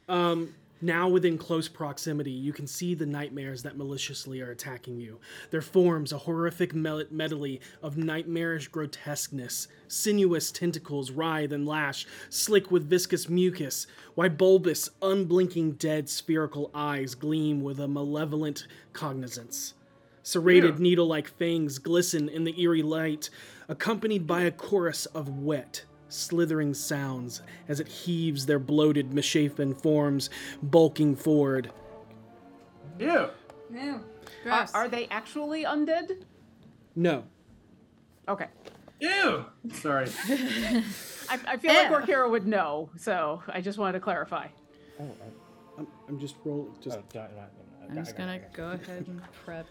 [SPEAKER 12] um, now within close proximity, you can see the nightmares that maliciously are attacking you. Their forms a horrific mel- medley of nightmarish grotesqueness. Sinuous tentacles writhe and lash, slick with viscous mucus, while bulbous, unblinking, dead spherical eyes gleam with a malevolent cognizance. Serrated
[SPEAKER 3] Yeah.
[SPEAKER 12] needle like fangs glisten in the eerie light, accompanied by a chorus of wet, slithering sounds as it heaves their bloated, misshapen forms, bulking forward.
[SPEAKER 14] Ew.
[SPEAKER 11] Yeah. Are,
[SPEAKER 6] Gross.
[SPEAKER 11] are they actually undead?
[SPEAKER 12] No.
[SPEAKER 11] Okay.
[SPEAKER 14] Ew. Sorry.
[SPEAKER 11] I, I feel like Orkira would know, so I just wanted to clarify.
[SPEAKER 12] Oh, I'm, I'm just rolling. Just.
[SPEAKER 6] I'm just gonna go ahead
[SPEAKER 2] <laughs>
[SPEAKER 6] and prep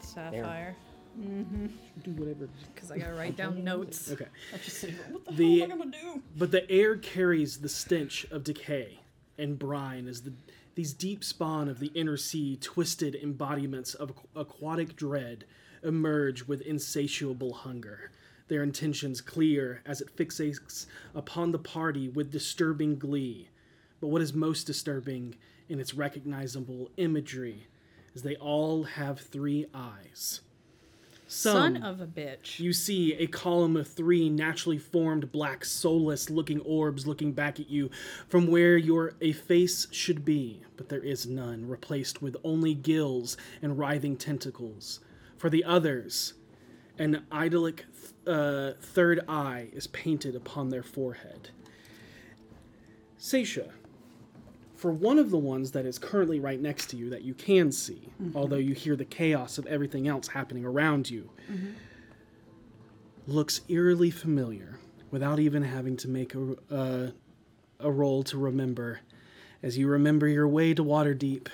[SPEAKER 6] Sapphire. Mm-hmm.
[SPEAKER 12] Do whatever.
[SPEAKER 6] Because I gotta
[SPEAKER 12] <laughs>
[SPEAKER 6] write down notes.
[SPEAKER 12] Okay.
[SPEAKER 6] I just say, what
[SPEAKER 12] the
[SPEAKER 6] am I gonna do?
[SPEAKER 12] but the air carries the stench of decay and brine as the these deep spawn of the inner sea twisted embodiments of aqu- aquatic dread emerge with insatiable hunger their intentions clear as it fixates upon the party with disturbing glee but what is most disturbing in its recognizable imagery is they all have three eyes
[SPEAKER 6] Son of a bitch.
[SPEAKER 12] you see a column of three naturally formed black soulless looking orbs looking back at you from where your a face should be, but there is none, replaced with only gills and writhing tentacles. For the others, an idyllic th- uh, third eye is painted upon their forehead. Seisha, for one of the ones that is currently right next to you that you can see,
[SPEAKER 3] Mhm.
[SPEAKER 12] although you hear the chaos of everything else happening around you, looks eerily familiar without even having to make a, uh, a roll to remember, as you remember your way to Waterdeep,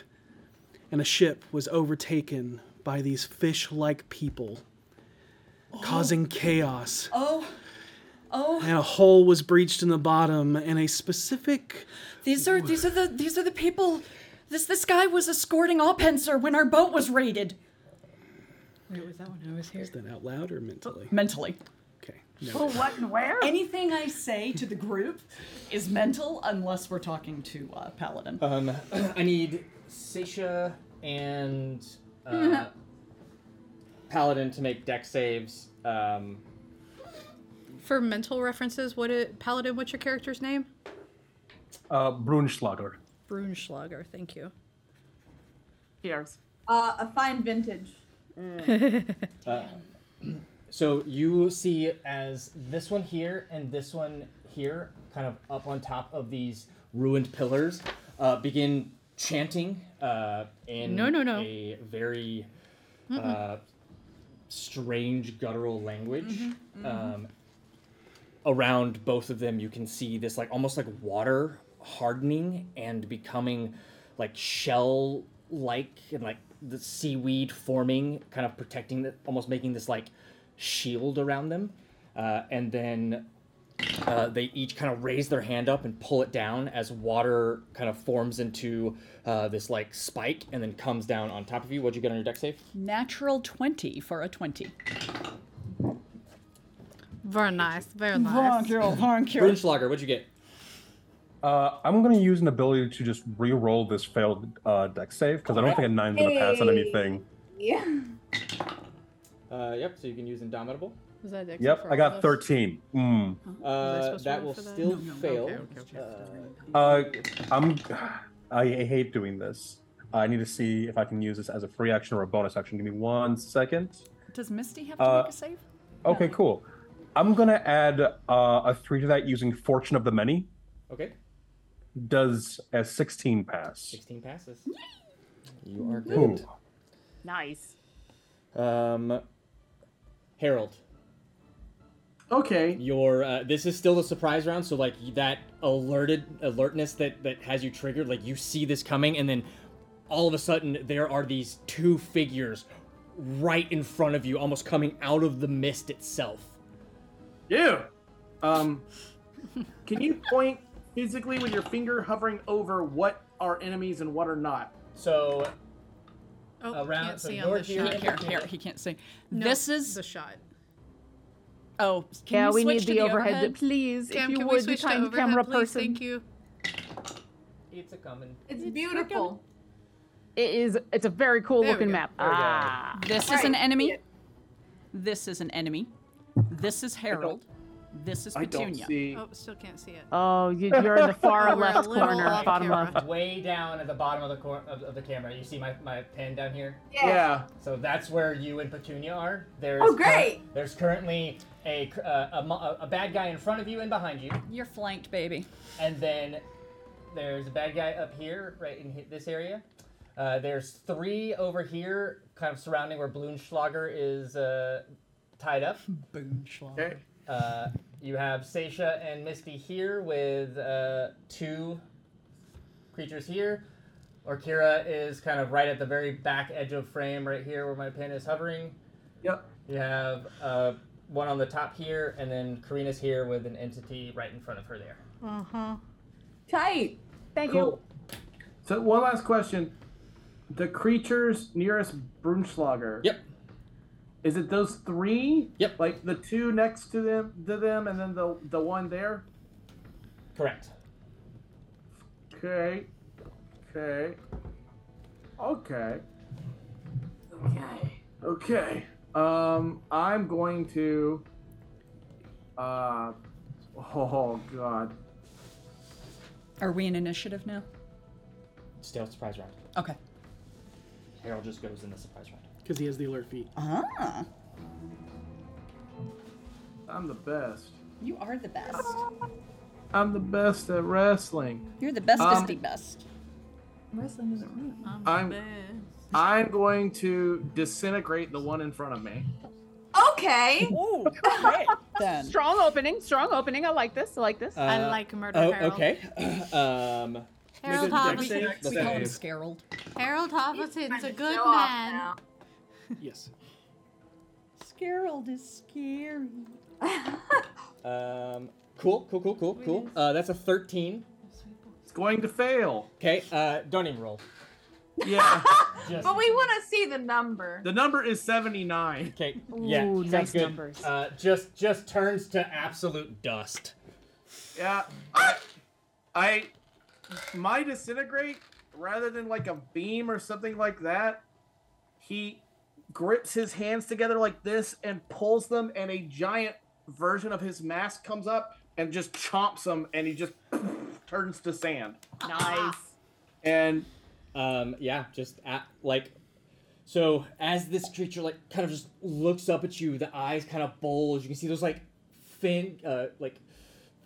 [SPEAKER 12] and a ship was overtaken by these fish like people,
[SPEAKER 2] Oh.
[SPEAKER 12] causing chaos.
[SPEAKER 7] Oh, oh.
[SPEAKER 12] And a hole was breached in the bottom, and a specific.
[SPEAKER 7] These are these are the these are the people. This this guy was escorting Allpenser when our boat was raided.
[SPEAKER 6] Wait, was that when I was here? Oh.
[SPEAKER 12] Is that out loud or mentally?
[SPEAKER 7] Mentally.
[SPEAKER 12] Okay.
[SPEAKER 7] Who,
[SPEAKER 4] what, and where?
[SPEAKER 7] Anything I say to the group is mental unless we're talking to uh, Paladin.
[SPEAKER 2] Um, <clears throat> I need Seisha and uh, Paladin to make deck saves. Um,
[SPEAKER 6] For mental references, what it, Paladin, what's your character's name?
[SPEAKER 16] Uh, Brunschlager.
[SPEAKER 6] Brunschlager, thank you.
[SPEAKER 11] Yours.
[SPEAKER 13] Uh, a fine vintage.
[SPEAKER 2] <laughs> uh, so you see as this one here and this one here, kind of up on top of these ruined pillars, uh, begin chanting uh, in
[SPEAKER 6] No, no, no.
[SPEAKER 2] a very
[SPEAKER 6] Mm-mm.
[SPEAKER 2] uh, strange guttural language.
[SPEAKER 6] Mhm, mhm.
[SPEAKER 2] Um, around both of them, you can see this like almost like water hardening and becoming like shell like and like the seaweed forming, kind of protecting the, almost making this like shield around them. Uh, and then uh, they each kind of raise their hand up and pull it down as water kind of forms into uh, this like spike and then comes down on top of you. What'd you get on your deck save?
[SPEAKER 7] Natural 20 for a 20.
[SPEAKER 6] Very nice, very
[SPEAKER 7] Thank
[SPEAKER 6] nice.
[SPEAKER 7] you, thank you.
[SPEAKER 2] Brunschlager, what'd you get?
[SPEAKER 16] Uh, I'm going to use an ability to just re-roll this failed uh, deck save because I don't think a nine's going to pass on
[SPEAKER 13] Hey.
[SPEAKER 16] anything.
[SPEAKER 13] <laughs> Yeah.
[SPEAKER 2] Uh, yep, so you can use Indomitable.
[SPEAKER 6] Was that Dixie
[SPEAKER 16] Yep,
[SPEAKER 6] for
[SPEAKER 16] I
[SPEAKER 6] all
[SPEAKER 16] got
[SPEAKER 6] of us?
[SPEAKER 16] 13. Mm.
[SPEAKER 6] Was I
[SPEAKER 2] Uh,
[SPEAKER 6] supposed to
[SPEAKER 2] that
[SPEAKER 6] roll
[SPEAKER 2] will
[SPEAKER 6] for that?
[SPEAKER 2] still
[SPEAKER 6] No, no,
[SPEAKER 2] fail.
[SPEAKER 6] no.
[SPEAKER 16] Uh, I'm. <sighs> I hate doing this. I need to see if I can use this as a free action or a bonus action. Give me one second.
[SPEAKER 7] Does Misty have to
[SPEAKER 16] Uh,
[SPEAKER 7] make a save?
[SPEAKER 16] Okay, cool. I'm gonna add uh, a three to that using Fortune of the Many.
[SPEAKER 2] Uh, Okay.
[SPEAKER 16] Does a 16 pass?
[SPEAKER 2] 16 passes. You are
[SPEAKER 16] Ooh.
[SPEAKER 2] good.
[SPEAKER 11] Nice.
[SPEAKER 2] Um, Harold.
[SPEAKER 14] Okay.
[SPEAKER 2] Your uh, this is still a surprise round, so like that alerted alertness that that has you triggered. Like you see this coming, and then all of a sudden there are these two figures right in front of you, almost coming out of the mist itself.
[SPEAKER 14] Yeah. Um, can you point physically with your finger hovering over what are enemies and what are not?
[SPEAKER 2] So
[SPEAKER 6] Oh,
[SPEAKER 2] around-
[SPEAKER 6] can't
[SPEAKER 2] so
[SPEAKER 6] see
[SPEAKER 2] you're
[SPEAKER 6] on the
[SPEAKER 2] here,
[SPEAKER 6] shot.
[SPEAKER 2] Here, here, here.
[SPEAKER 7] He can't see.
[SPEAKER 6] No,
[SPEAKER 7] This is
[SPEAKER 6] the shot.
[SPEAKER 7] Oh, can
[SPEAKER 11] yeah,
[SPEAKER 7] you
[SPEAKER 11] we
[SPEAKER 7] switch
[SPEAKER 11] need
[SPEAKER 7] to
[SPEAKER 11] the, overhead, please.
[SPEAKER 6] Cam,
[SPEAKER 11] if you
[SPEAKER 6] can we
[SPEAKER 11] would, be
[SPEAKER 6] switch to
[SPEAKER 11] kind
[SPEAKER 6] overhead,
[SPEAKER 11] camera
[SPEAKER 6] please?
[SPEAKER 11] person.
[SPEAKER 6] Thank you.
[SPEAKER 2] It's a coming.
[SPEAKER 13] It's beautiful.
[SPEAKER 11] It is. It's a very cool looking map. Ah,
[SPEAKER 7] This is an enemy. This is an enemy. This is Harold. This is
[SPEAKER 11] I don't
[SPEAKER 7] Petunia.
[SPEAKER 11] see-
[SPEAKER 6] Oh, still can't see it.
[SPEAKER 11] Oh, you,
[SPEAKER 2] <laughs>
[SPEAKER 11] you're in the <laughs> far
[SPEAKER 6] We're a
[SPEAKER 11] left
[SPEAKER 6] little
[SPEAKER 11] corner,
[SPEAKER 6] off
[SPEAKER 11] bottom
[SPEAKER 6] camera.
[SPEAKER 11] left.
[SPEAKER 2] Way down at the bottom of the cor- of, of the camera, you see my, my pen down here.
[SPEAKER 11] Yeah. Yeah.
[SPEAKER 2] So that's where you and Petunia are. There's
[SPEAKER 11] Oh, great.
[SPEAKER 2] cur- there's currently a, cr- uh, a mo- a a bad guy in front of you and behind you,
[SPEAKER 7] You're flanked, baby.
[SPEAKER 2] and then there's a bad guy up here, right in hi- this area. Uh, there's three over here, kind of surrounding where Bloonschlager is uh, tied up.
[SPEAKER 7] Boonschlager.
[SPEAKER 2] Uh, you have Seisha and Misty here with uh, two creatures here. Orkira is kind of right at the very back edge of frame, right here where my pin is hovering.
[SPEAKER 14] Yep.
[SPEAKER 2] You have uh, one on the top here, and then Karina's here with an entity right in front of her there.
[SPEAKER 6] Uh huh.
[SPEAKER 13] Tight.
[SPEAKER 11] Thank
[SPEAKER 14] Cool. So one last question: the creatures nearest Brunschlager.
[SPEAKER 2] Yep.
[SPEAKER 14] Is it those three?
[SPEAKER 2] Yep.
[SPEAKER 14] Like the two next to them, to them, and then the the one there.
[SPEAKER 2] Correct.
[SPEAKER 14] Okay. Okay. Okay.
[SPEAKER 13] Okay.
[SPEAKER 14] Okay. Um, I'm going to. Uh, oh God.
[SPEAKER 7] Are we in initiative now?
[SPEAKER 2] Still surprise round.
[SPEAKER 7] Okay.
[SPEAKER 2] Harold just goes in the surprise round.
[SPEAKER 12] Because he has the alert feet.
[SPEAKER 7] Ah.
[SPEAKER 14] I'm the best.
[SPEAKER 7] You are the best.
[SPEAKER 14] I'm the best at wrestling.
[SPEAKER 7] You're the bestest
[SPEAKER 14] Um,
[SPEAKER 7] the best.
[SPEAKER 13] Wrestling isn't real.
[SPEAKER 14] I'm. I'm going to disintegrate the one in front of me.
[SPEAKER 13] Okay.
[SPEAKER 7] Ooh,
[SPEAKER 11] then. Strong opening. Strong opening. I like this. I like this.
[SPEAKER 2] Uh, oh,
[SPEAKER 9] <laughs>
[SPEAKER 2] Okay. um,
[SPEAKER 9] Harold
[SPEAKER 2] Make a
[SPEAKER 9] Hobson.
[SPEAKER 2] deck
[SPEAKER 9] We call him
[SPEAKER 2] save.
[SPEAKER 7] Scarald.
[SPEAKER 9] Harold Hobbiton's a good
[SPEAKER 13] show off
[SPEAKER 9] man.
[SPEAKER 2] <laughs>
[SPEAKER 12] Yes.
[SPEAKER 7] Scarald is scary.
[SPEAKER 2] Um, cool, cool, cool, cool, cool. Uh, that's a 13.
[SPEAKER 14] It's going to fail.
[SPEAKER 2] Okay, uh, don't even roll.
[SPEAKER 14] Yeah.
[SPEAKER 17] Just-
[SPEAKER 13] But we want to see the number.
[SPEAKER 14] The number is 79.
[SPEAKER 2] Okay. Yeah,
[SPEAKER 13] Ooh,
[SPEAKER 2] sounds
[SPEAKER 13] nice
[SPEAKER 2] good.
[SPEAKER 13] numbers.
[SPEAKER 2] Uh, just just turns to absolute dust.
[SPEAKER 14] Yeah. I, I my disintegrate rather than like a beam or something like that. He grips his hands together like this and pulls them, and a giant version of his mask comes up and just chomps him, and he just <laughs> turns to sand.
[SPEAKER 11] Nice.
[SPEAKER 14] And
[SPEAKER 2] um, yeah, just at, like so as this creature like kind of just looks up at you, the eyes kind of bulge. You can see those like fin uh, like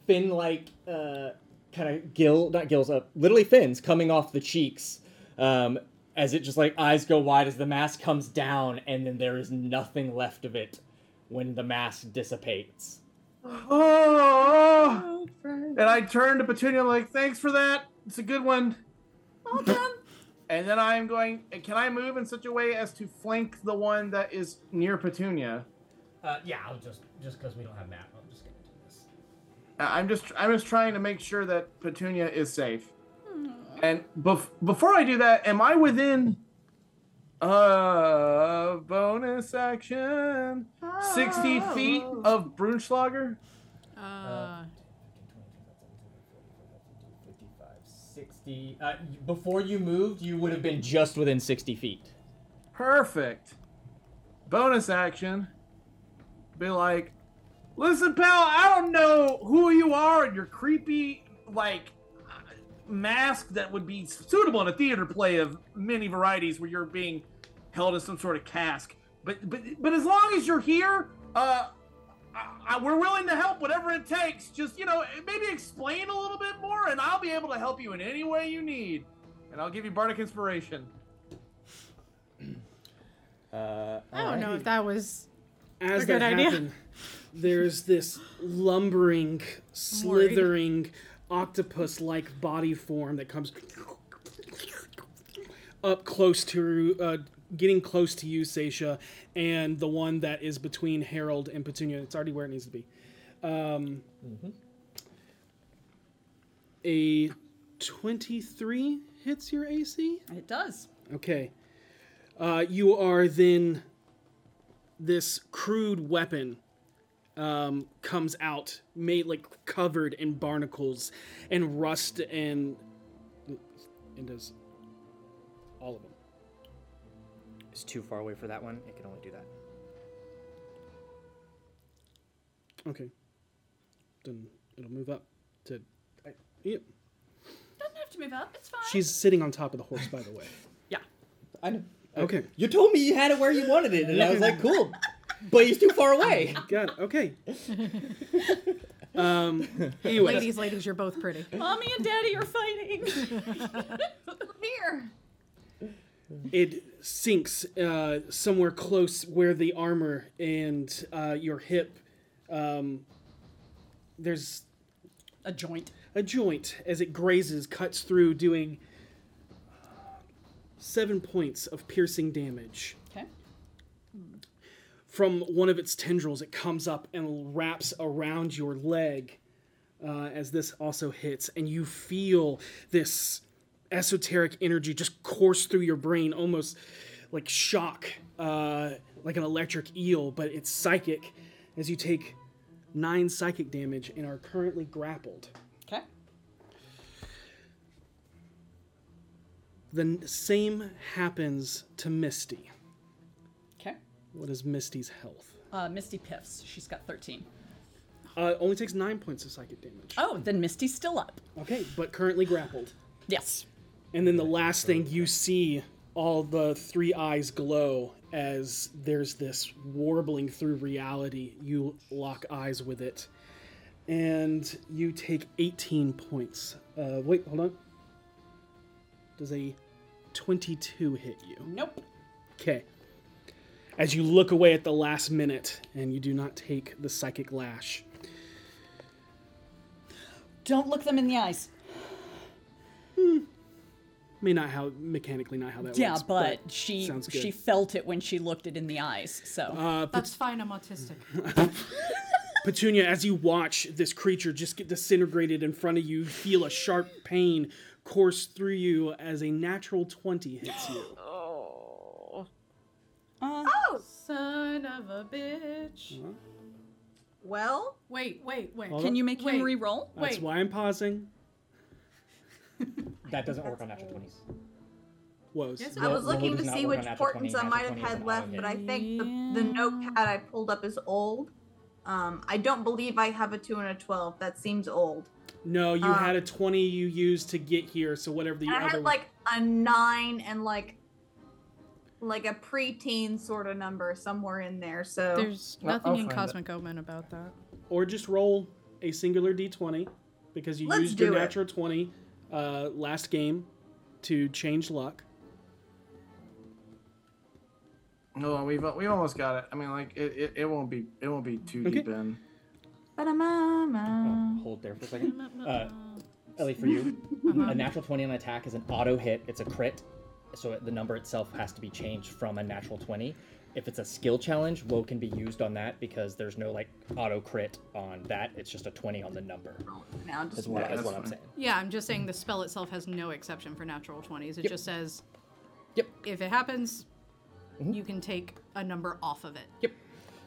[SPEAKER 2] fin like uh, kind of gill not gills up literally fins coming off the cheeks. Um, as it just like eyes go wide as the mask comes down, and then there is nothing left of it when the mask dissipates.
[SPEAKER 14] Oh, and I turn to Petunia like, "Thanks for that. It's a good one." and then I am going. Can I move in such a way as to flank the one that is near Petunia?
[SPEAKER 2] Uh, yeah, I'll just just because we don't have map, I'm just gonna do this.
[SPEAKER 14] I- Uh, I'm just. I'm just trying to make sure that Petunia is safe. And bef- before I do that, am I within? Uh, bonus action. Sixty feet of Brunschlager.
[SPEAKER 6] Uh,
[SPEAKER 2] 60. Uh, before you moved, you would have been just within 60 feet.
[SPEAKER 14] Perfect. Bonus action. Be like, listen, pal, I don't know who you are and your creepy, like, mask that would be suitable in a theater play of many varieties where you're being held in some sort of cask. But but but as long as you're here, uh, I, I, we're willing to help whatever it takes. <laughs> Just you know, maybe explain a little bit more, and I'll be able to help you in any way you need. And I'll give you bardic inspiration.
[SPEAKER 2] Uh,
[SPEAKER 6] I don't know if that was
[SPEAKER 12] as
[SPEAKER 6] a good
[SPEAKER 12] that
[SPEAKER 6] idea. <laughs>
[SPEAKER 12] happened, there's this lumbering, slithering, octopus-like body form that comes up close to, uh, getting close to you, Seisha, and the one that is between Harold and Petunia. It's already where it needs to be. Um, A twenty-three hits your AC.
[SPEAKER 7] It does.
[SPEAKER 12] Okay. Uh, you are then. This crude weapon um, comes out, made like covered in barnacles and rust and. And does all of them.
[SPEAKER 2] It's too far away for that one. It can only do that.
[SPEAKER 12] Okay. Then it'll move up to. I, yeah.
[SPEAKER 6] Doesn't have to move up. It's fine.
[SPEAKER 12] She's sitting on top of the horse, by
[SPEAKER 6] <laughs>
[SPEAKER 12] the way.
[SPEAKER 7] Yeah.
[SPEAKER 2] I know.
[SPEAKER 12] Okay.
[SPEAKER 2] You told me you had it where you wanted it, and I
[SPEAKER 12] <laughs>
[SPEAKER 2] was like, cool. But he's too far away.
[SPEAKER 12] Got it.
[SPEAKER 6] <laughs>
[SPEAKER 12] Okay. Um, anyway.
[SPEAKER 6] ladies, ladies, you're both pretty.
[SPEAKER 7] Mommy and daddy
[SPEAKER 13] <laughs>
[SPEAKER 7] are fighting.
[SPEAKER 13] Here.
[SPEAKER 12] it sinks uh, somewhere close where the armor and uh, your hip um, there's
[SPEAKER 7] a joint
[SPEAKER 12] a joint as it grazes cuts through doing seven points of piercing damage
[SPEAKER 7] Okay. Hmm.
[SPEAKER 12] from one of its tendrils it comes up and wraps around your leg uh, as this also hits and you feel this esoteric energy just course through your brain almost like shock uh, like an electric eel but it's psychic as you take nine psychic damage and are currently grappled
[SPEAKER 7] Okay.
[SPEAKER 12] the n- same happens to misty
[SPEAKER 7] Okay.
[SPEAKER 12] what is misty's health
[SPEAKER 7] Uh, Misty piffs. She's got 13.
[SPEAKER 12] uh, only takes nine points of psychic damage
[SPEAKER 7] Oh, then Misty's still up.
[SPEAKER 12] Okay, but currently grappled.
[SPEAKER 7] Yes.
[SPEAKER 12] And then the last thing you see, all the three eyes glow as there's this warbling through reality. You lock eyes with it, and you take 18 points. Uh, wait, hold on. Does a 22 hit you?
[SPEAKER 7] Nope.
[SPEAKER 12] Okay. As you look away at the last minute, and you do not take the psychic lash.
[SPEAKER 7] Don't look them in the eyes.
[SPEAKER 12] May not how mechanically not how that
[SPEAKER 7] yeah,
[SPEAKER 12] works.
[SPEAKER 7] but, she
[SPEAKER 12] sounds good.
[SPEAKER 7] she felt it when she looked it in the eyes. So
[SPEAKER 12] Uh, Pet- That's
[SPEAKER 6] fine. I'm autistic.
[SPEAKER 12] Petunia, as you watch this creature just get disintegrated in front of you, you feel a sharp pain course through you as a natural 20 hits you.
[SPEAKER 7] Oh.
[SPEAKER 6] oh! Son of a bitch.
[SPEAKER 13] Well?
[SPEAKER 6] Wait, wait, wait.
[SPEAKER 7] Can you make him
[SPEAKER 6] Wait,
[SPEAKER 7] re-roll?
[SPEAKER 12] That's
[SPEAKER 6] Wait.
[SPEAKER 12] why I'm pausing.
[SPEAKER 2] That doesn't work on natural twenties.
[SPEAKER 12] Whoa.
[SPEAKER 13] I was looking to see which portents I might have had left, but I think the, the notepad I pulled up is old. Um, I don't believe I have a 2 and a 12. That seems old.
[SPEAKER 12] No, you
[SPEAKER 13] Um,
[SPEAKER 12] had a 20 you used to get here, so whatever the
[SPEAKER 13] And I
[SPEAKER 12] other
[SPEAKER 13] had like a 9 and like like a preteen sort of number somewhere in there, so.
[SPEAKER 6] There's nothing in Cosmic Omen about that.
[SPEAKER 12] or just roll a singular d20 because you
[SPEAKER 6] Let's
[SPEAKER 12] used your
[SPEAKER 6] do it.
[SPEAKER 12] natural 20 uh, last game to change luck.
[SPEAKER 14] No, we've we've almost got it. I mean, like it, it, it won't be it won't be too deep in.
[SPEAKER 13] Ba-da-ma-ma.
[SPEAKER 2] Hold there for a second. Uh, Ellie, for
[SPEAKER 6] <laughs>
[SPEAKER 2] you,
[SPEAKER 6] Uh-huh.
[SPEAKER 2] a natural 20 on attack is an auto hit. It's a crit, so it- the number itself has to be changed from a natural 20. If it's a skill challenge, woe can be used on that because there's no like auto crit on that. It's just a 20 on the number.
[SPEAKER 13] Now,
[SPEAKER 2] That's what, that's what I'm saying.
[SPEAKER 6] Yeah, I'm just saying the spell itself has no exception for natural 20s. It
[SPEAKER 2] Yep.
[SPEAKER 6] just says
[SPEAKER 2] yep.
[SPEAKER 6] if it happens, you can take a number off of it.
[SPEAKER 2] Yep.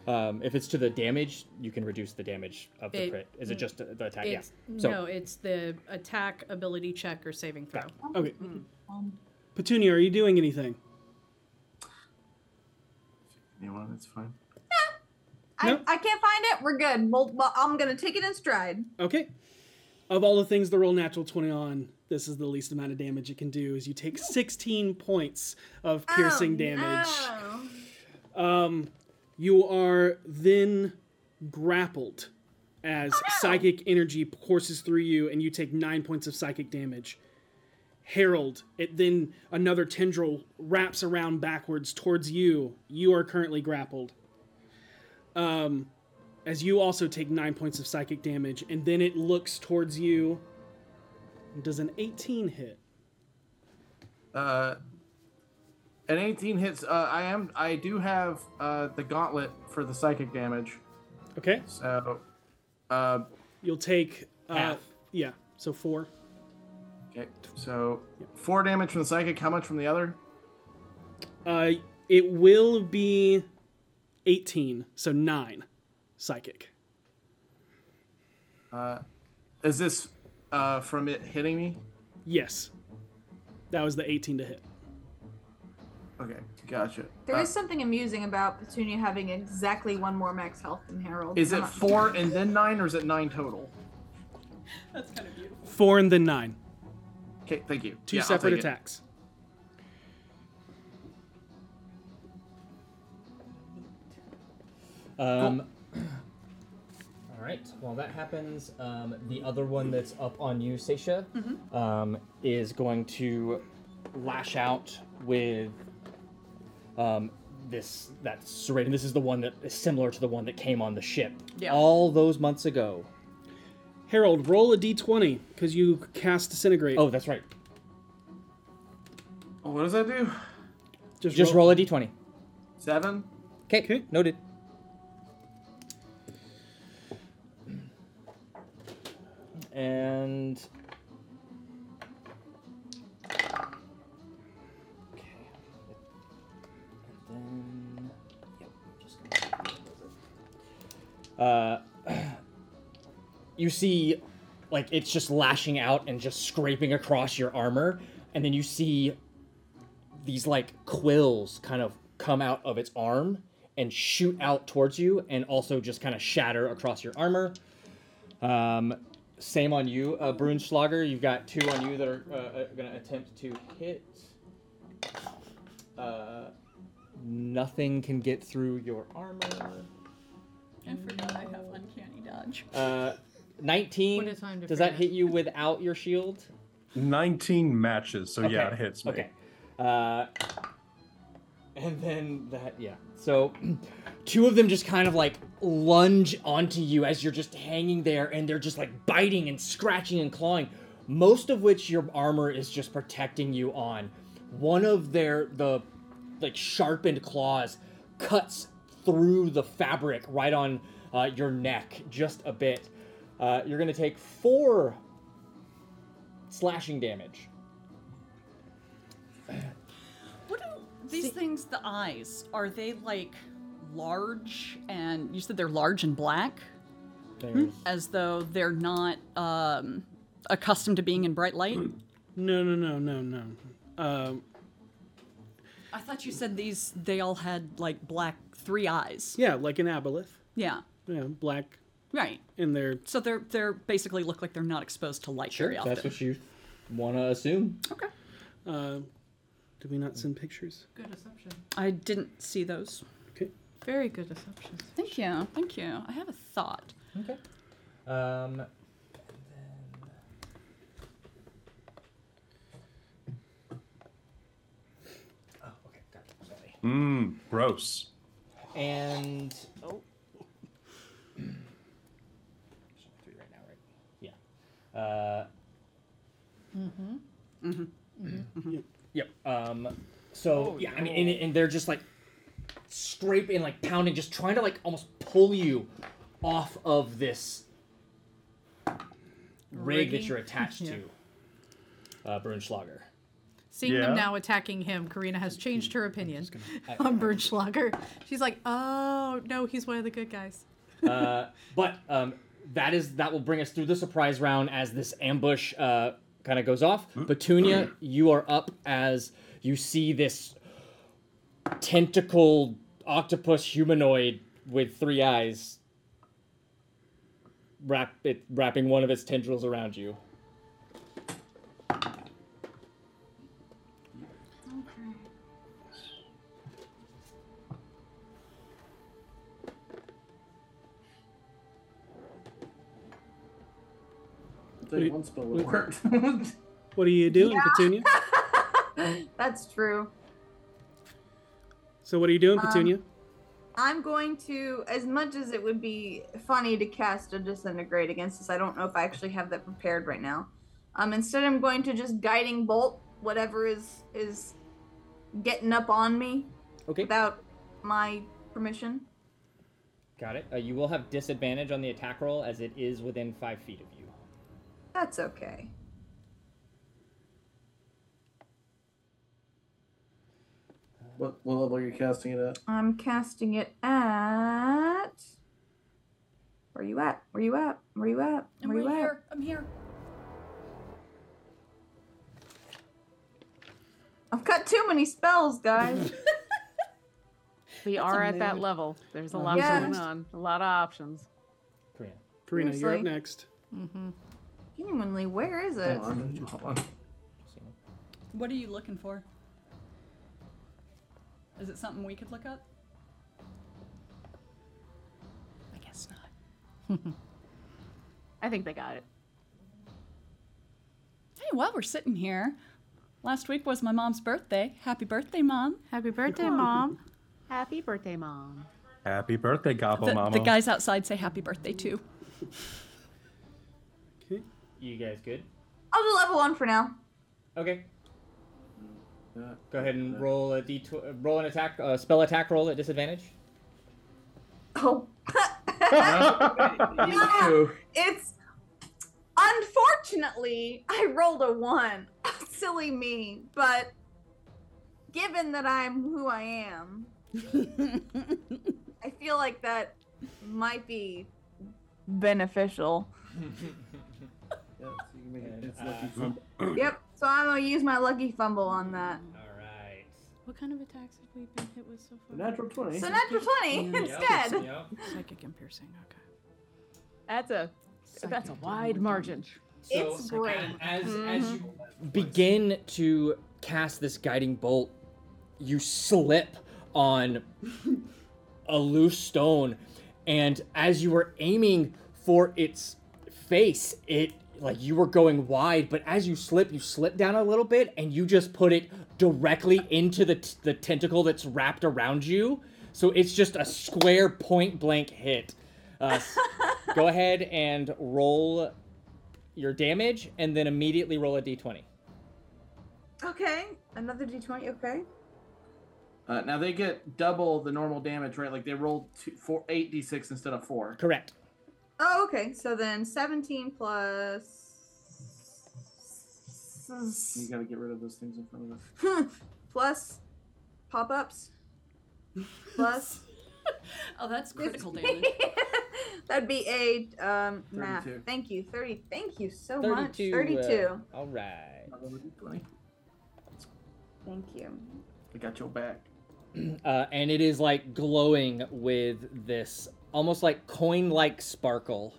[SPEAKER 2] Um, if it's to the damage, you can reduce the damage of the
[SPEAKER 6] It-
[SPEAKER 2] crit. Is it just the attack?
[SPEAKER 6] It's,
[SPEAKER 2] yeah. So,
[SPEAKER 6] No, it's the attack, ability check, or saving throw.
[SPEAKER 12] Okay. Petunia, are you doing anything?
[SPEAKER 14] Anyone, that's fine.
[SPEAKER 13] I, I can't find it. We're good. Well, well, I'm going to take it in stride.
[SPEAKER 12] Okay. Of all the things to roll natural 20 on, this is the least amount of damage it can do is you take 16 points of
[SPEAKER 6] Ah,
[SPEAKER 12] piercing damage.
[SPEAKER 13] Oh.
[SPEAKER 12] Um, you are then grappled as psychic energy courses through you, and you take nine points of psychic damage. Harold, it then another tendril wraps around backwards towards you. You are currently grappled. Um, as you also take nine points of psychic damage, and then it looks towards you. Does an 18 hit?
[SPEAKER 14] Uh, an 18 hits. Uh, I am. I do have uh, the gauntlet for the psychic damage.
[SPEAKER 12] Okay.
[SPEAKER 14] So, uh,
[SPEAKER 12] you'll take uh,
[SPEAKER 14] half.
[SPEAKER 12] Yeah, so four.
[SPEAKER 14] Okay. So four damage from the psychic. How much from the other?
[SPEAKER 12] Uh, it will be 18, so nine psychic.
[SPEAKER 14] Uh, is this uh, from it hitting me?
[SPEAKER 12] Yes. That was the 18 to hit.
[SPEAKER 14] Okay, gotcha.
[SPEAKER 13] There
[SPEAKER 14] Uh,
[SPEAKER 13] is something amusing about Petunia having exactly one more max health than Harold.
[SPEAKER 14] Uh, Is it
[SPEAKER 13] Huh.
[SPEAKER 14] four and then nine, or is it nine total?
[SPEAKER 13] <laughs> That's kind of beautiful.
[SPEAKER 12] Four and then nine.
[SPEAKER 14] Okay, thank you.
[SPEAKER 12] Two
[SPEAKER 14] Yeah, I'll
[SPEAKER 12] separate
[SPEAKER 14] take it.
[SPEAKER 12] attacks.
[SPEAKER 2] Um, <clears throat> All right. Well, that happens. Um, the other one that's up on you, Seisha, um, is going to lash out with um, this that serrated. This is the one that is similar to the one that came on the ship
[SPEAKER 12] Yeah.
[SPEAKER 2] all those months ago.
[SPEAKER 12] Harold, roll a d20 because you cast disintegrate.
[SPEAKER 2] Oh, that's right.
[SPEAKER 14] What does that do?
[SPEAKER 12] Just,
[SPEAKER 2] roll, a d20.
[SPEAKER 14] Seven.
[SPEAKER 2] Okay. Noted. And Then, yep, just gonna uh, <clears throat> you see, like, it's just lashing out and just scraping across your armor, and then you see these, like, quills kind of come out of its arm and shoot out towards you, and also just kind of shatter across your armor. Um, same on you, uh, Brunschlager. You've got two on you that are uh, uh, going to attempt to hit. Uh, nothing can get through your armor.
[SPEAKER 7] <laughs> I forgot I have uncanny dodge.
[SPEAKER 2] Uh, 19.
[SPEAKER 7] What a time to
[SPEAKER 2] Does that
[SPEAKER 7] forget.
[SPEAKER 2] hit you without your shield?
[SPEAKER 16] 19 matches, so yeah, it
[SPEAKER 2] Okay,
[SPEAKER 16] hits me.
[SPEAKER 2] Okay. Uh, and then that, yeah. So <clears throat> two of them just kind of like lunge onto you as you're just hanging there and they're just like biting and scratching and clawing, most of which your armor is just protecting you on. One of their, the like sharpened claws cuts through the fabric right on uh, your neck just a bit. Uh, you're going to take four slashing damage.
[SPEAKER 7] What do These things, the eyes, are they like large and you said they're large and black?
[SPEAKER 12] Hmm?
[SPEAKER 2] There's-
[SPEAKER 7] As though they're not um, accustomed to being in bright light?
[SPEAKER 12] No, no, no, no, no. Um,
[SPEAKER 7] I thought you said these, they all had like black three eyes.
[SPEAKER 12] yeah, like an aboleth.
[SPEAKER 7] Yeah,
[SPEAKER 12] Yeah, black.
[SPEAKER 7] right.
[SPEAKER 12] And they're
[SPEAKER 7] So they're they're basically look like they're not exposed to light
[SPEAKER 12] Sure,
[SPEAKER 7] very often.
[SPEAKER 12] that's
[SPEAKER 2] That's what you want to assume.
[SPEAKER 7] Okay.
[SPEAKER 12] Uh, did we not send pictures?
[SPEAKER 6] Good assumption.
[SPEAKER 7] I didn't see those.
[SPEAKER 12] Okay.
[SPEAKER 6] Very good assumption.
[SPEAKER 7] Thank you. Thank you. I have a thought.
[SPEAKER 2] Okay. Um,
[SPEAKER 16] Mmm, gross.
[SPEAKER 2] and oh, three right now, right? Yeah. Uh,
[SPEAKER 6] Mm-hmm.
[SPEAKER 7] Mm-hmm.
[SPEAKER 2] Yep. Um, so
[SPEAKER 17] Oh,
[SPEAKER 2] yeah, I
[SPEAKER 17] no.
[SPEAKER 2] mean, and, and they're just like scraping, like pounding, just trying to like almost pull you off of this rig that
[SPEAKER 6] Rigging?
[SPEAKER 2] you're attached
[SPEAKER 6] <laughs> Yeah.
[SPEAKER 2] to, uh, Brunschlager.
[SPEAKER 6] Seeing
[SPEAKER 2] Yeah.
[SPEAKER 6] them now attacking him, Karina has changed her opinion <laughs> on Bernschlager. She's like, oh, no, he's one of the good guys.
[SPEAKER 2] uh, but um, that is that will bring us through the surprise round as this ambush uh, kind of goes off. Petunia, you are up as you see this tentacled octopus humanoid with three eyes wrap it wrapping one of its tendrils around you.
[SPEAKER 12] What do you-
[SPEAKER 14] one spell
[SPEAKER 12] what-
[SPEAKER 14] that worked.
[SPEAKER 12] <laughs> What are you doing,
[SPEAKER 13] Yeah.
[SPEAKER 12] Petunia?
[SPEAKER 13] <laughs> That's true.
[SPEAKER 12] So what are you doing,
[SPEAKER 13] Um,
[SPEAKER 12] Petunia?
[SPEAKER 13] I'm going to, as much as it would be funny to cast a disintegrate against this, I don't know if I actually have that prepared right now. Um, instead, I'm going to just guiding bolt whatever is is getting up on me.
[SPEAKER 2] Okay.
[SPEAKER 13] Without my permission.
[SPEAKER 2] Got it. Uh, you will have disadvantage on the attack roll as it is within five feet of you.
[SPEAKER 13] That's okay.
[SPEAKER 14] What, what level are you casting it at?
[SPEAKER 13] I'm casting it at. Where you at? Where you at? Where you at?
[SPEAKER 7] I'm
[SPEAKER 13] Where you
[SPEAKER 7] right
[SPEAKER 13] at?
[SPEAKER 7] here. I'm here.
[SPEAKER 13] I've got too many spells,
[SPEAKER 7] <laughs>
[SPEAKER 13] guys.
[SPEAKER 11] We
[SPEAKER 13] That's
[SPEAKER 11] are
[SPEAKER 13] a
[SPEAKER 11] at that
[SPEAKER 13] mood.
[SPEAKER 11] level. There's a
[SPEAKER 13] Oh,
[SPEAKER 11] lot
[SPEAKER 13] yeah.
[SPEAKER 11] going on. A lot of options.
[SPEAKER 2] Karina.
[SPEAKER 12] Karina, you're up
[SPEAKER 13] seriously.
[SPEAKER 12] next.
[SPEAKER 13] mm-hmm. Genuinely, where is it?
[SPEAKER 12] That's mood.
[SPEAKER 7] What are you looking for? Is it something we could look up? I guess not.
[SPEAKER 11] I think they got it.
[SPEAKER 7] Hey, while we're sitting here, last week was my mom's birthday. Happy birthday, mom.
[SPEAKER 6] Happy birthday,
[SPEAKER 11] Mom. Happy birthday, mom.
[SPEAKER 16] Happy birthday, Gobble
[SPEAKER 7] The,
[SPEAKER 16] Mama.
[SPEAKER 7] the guys outside say happy birthday too.
[SPEAKER 2] You guys good?
[SPEAKER 13] I'll do level one for now.
[SPEAKER 2] Okay. Go ahead and roll a d tw- uh, roll an attack uh, spell attack roll at disadvantage.
[SPEAKER 13] Oh. <laughs>
[SPEAKER 2] too.
[SPEAKER 13] It's unfortunately I rolled a one. <laughs> Silly me, but given that I'm who I am, I feel like that might be beneficial. yep. So I'm gonna use my lucky fumble on that.
[SPEAKER 2] All right.
[SPEAKER 6] What kind of attacks have we been hit with so far?
[SPEAKER 14] natural 20.
[SPEAKER 13] So natural twenty
[SPEAKER 6] Yeah.
[SPEAKER 13] instead.
[SPEAKER 6] Psychic and piercing. Okay.
[SPEAKER 11] That's a that's a wide margin.
[SPEAKER 13] It's great. Hmm.
[SPEAKER 2] As as you begin to cast this guiding bolt, you slip on a loose stone, and as you were aiming for its face, it like you were going wide, but as you slip, you slip down a little bit, and you just put it directly into the t- the tentacle that's wrapped around you. So it's just a square point blank hit. Uh, s- go ahead and roll your damage, and then immediately roll a d20.
[SPEAKER 13] Okay. Another D twenty, okay.
[SPEAKER 14] Uh, now they get double the normal damage, right? Like they rolled two, four, eight d6 instead of four.
[SPEAKER 2] Correct.
[SPEAKER 13] Oh, okay. So then 17 plus.
[SPEAKER 14] You gotta get rid of those things in front of us.
[SPEAKER 13] Hmm. plus. pop ups. Plus.
[SPEAKER 6] oh, that's critical
[SPEAKER 13] damage. <laughs> That'd be eight. Um, math.
[SPEAKER 17] 32.
[SPEAKER 13] Thank you. Thirty. Thank you so much.
[SPEAKER 17] 32.
[SPEAKER 13] Thirty-two.
[SPEAKER 17] uh, all right.
[SPEAKER 13] Thank you.
[SPEAKER 14] I got your back.
[SPEAKER 2] <clears throat> uh, and it is like glowing with this almost like coin-like sparkle.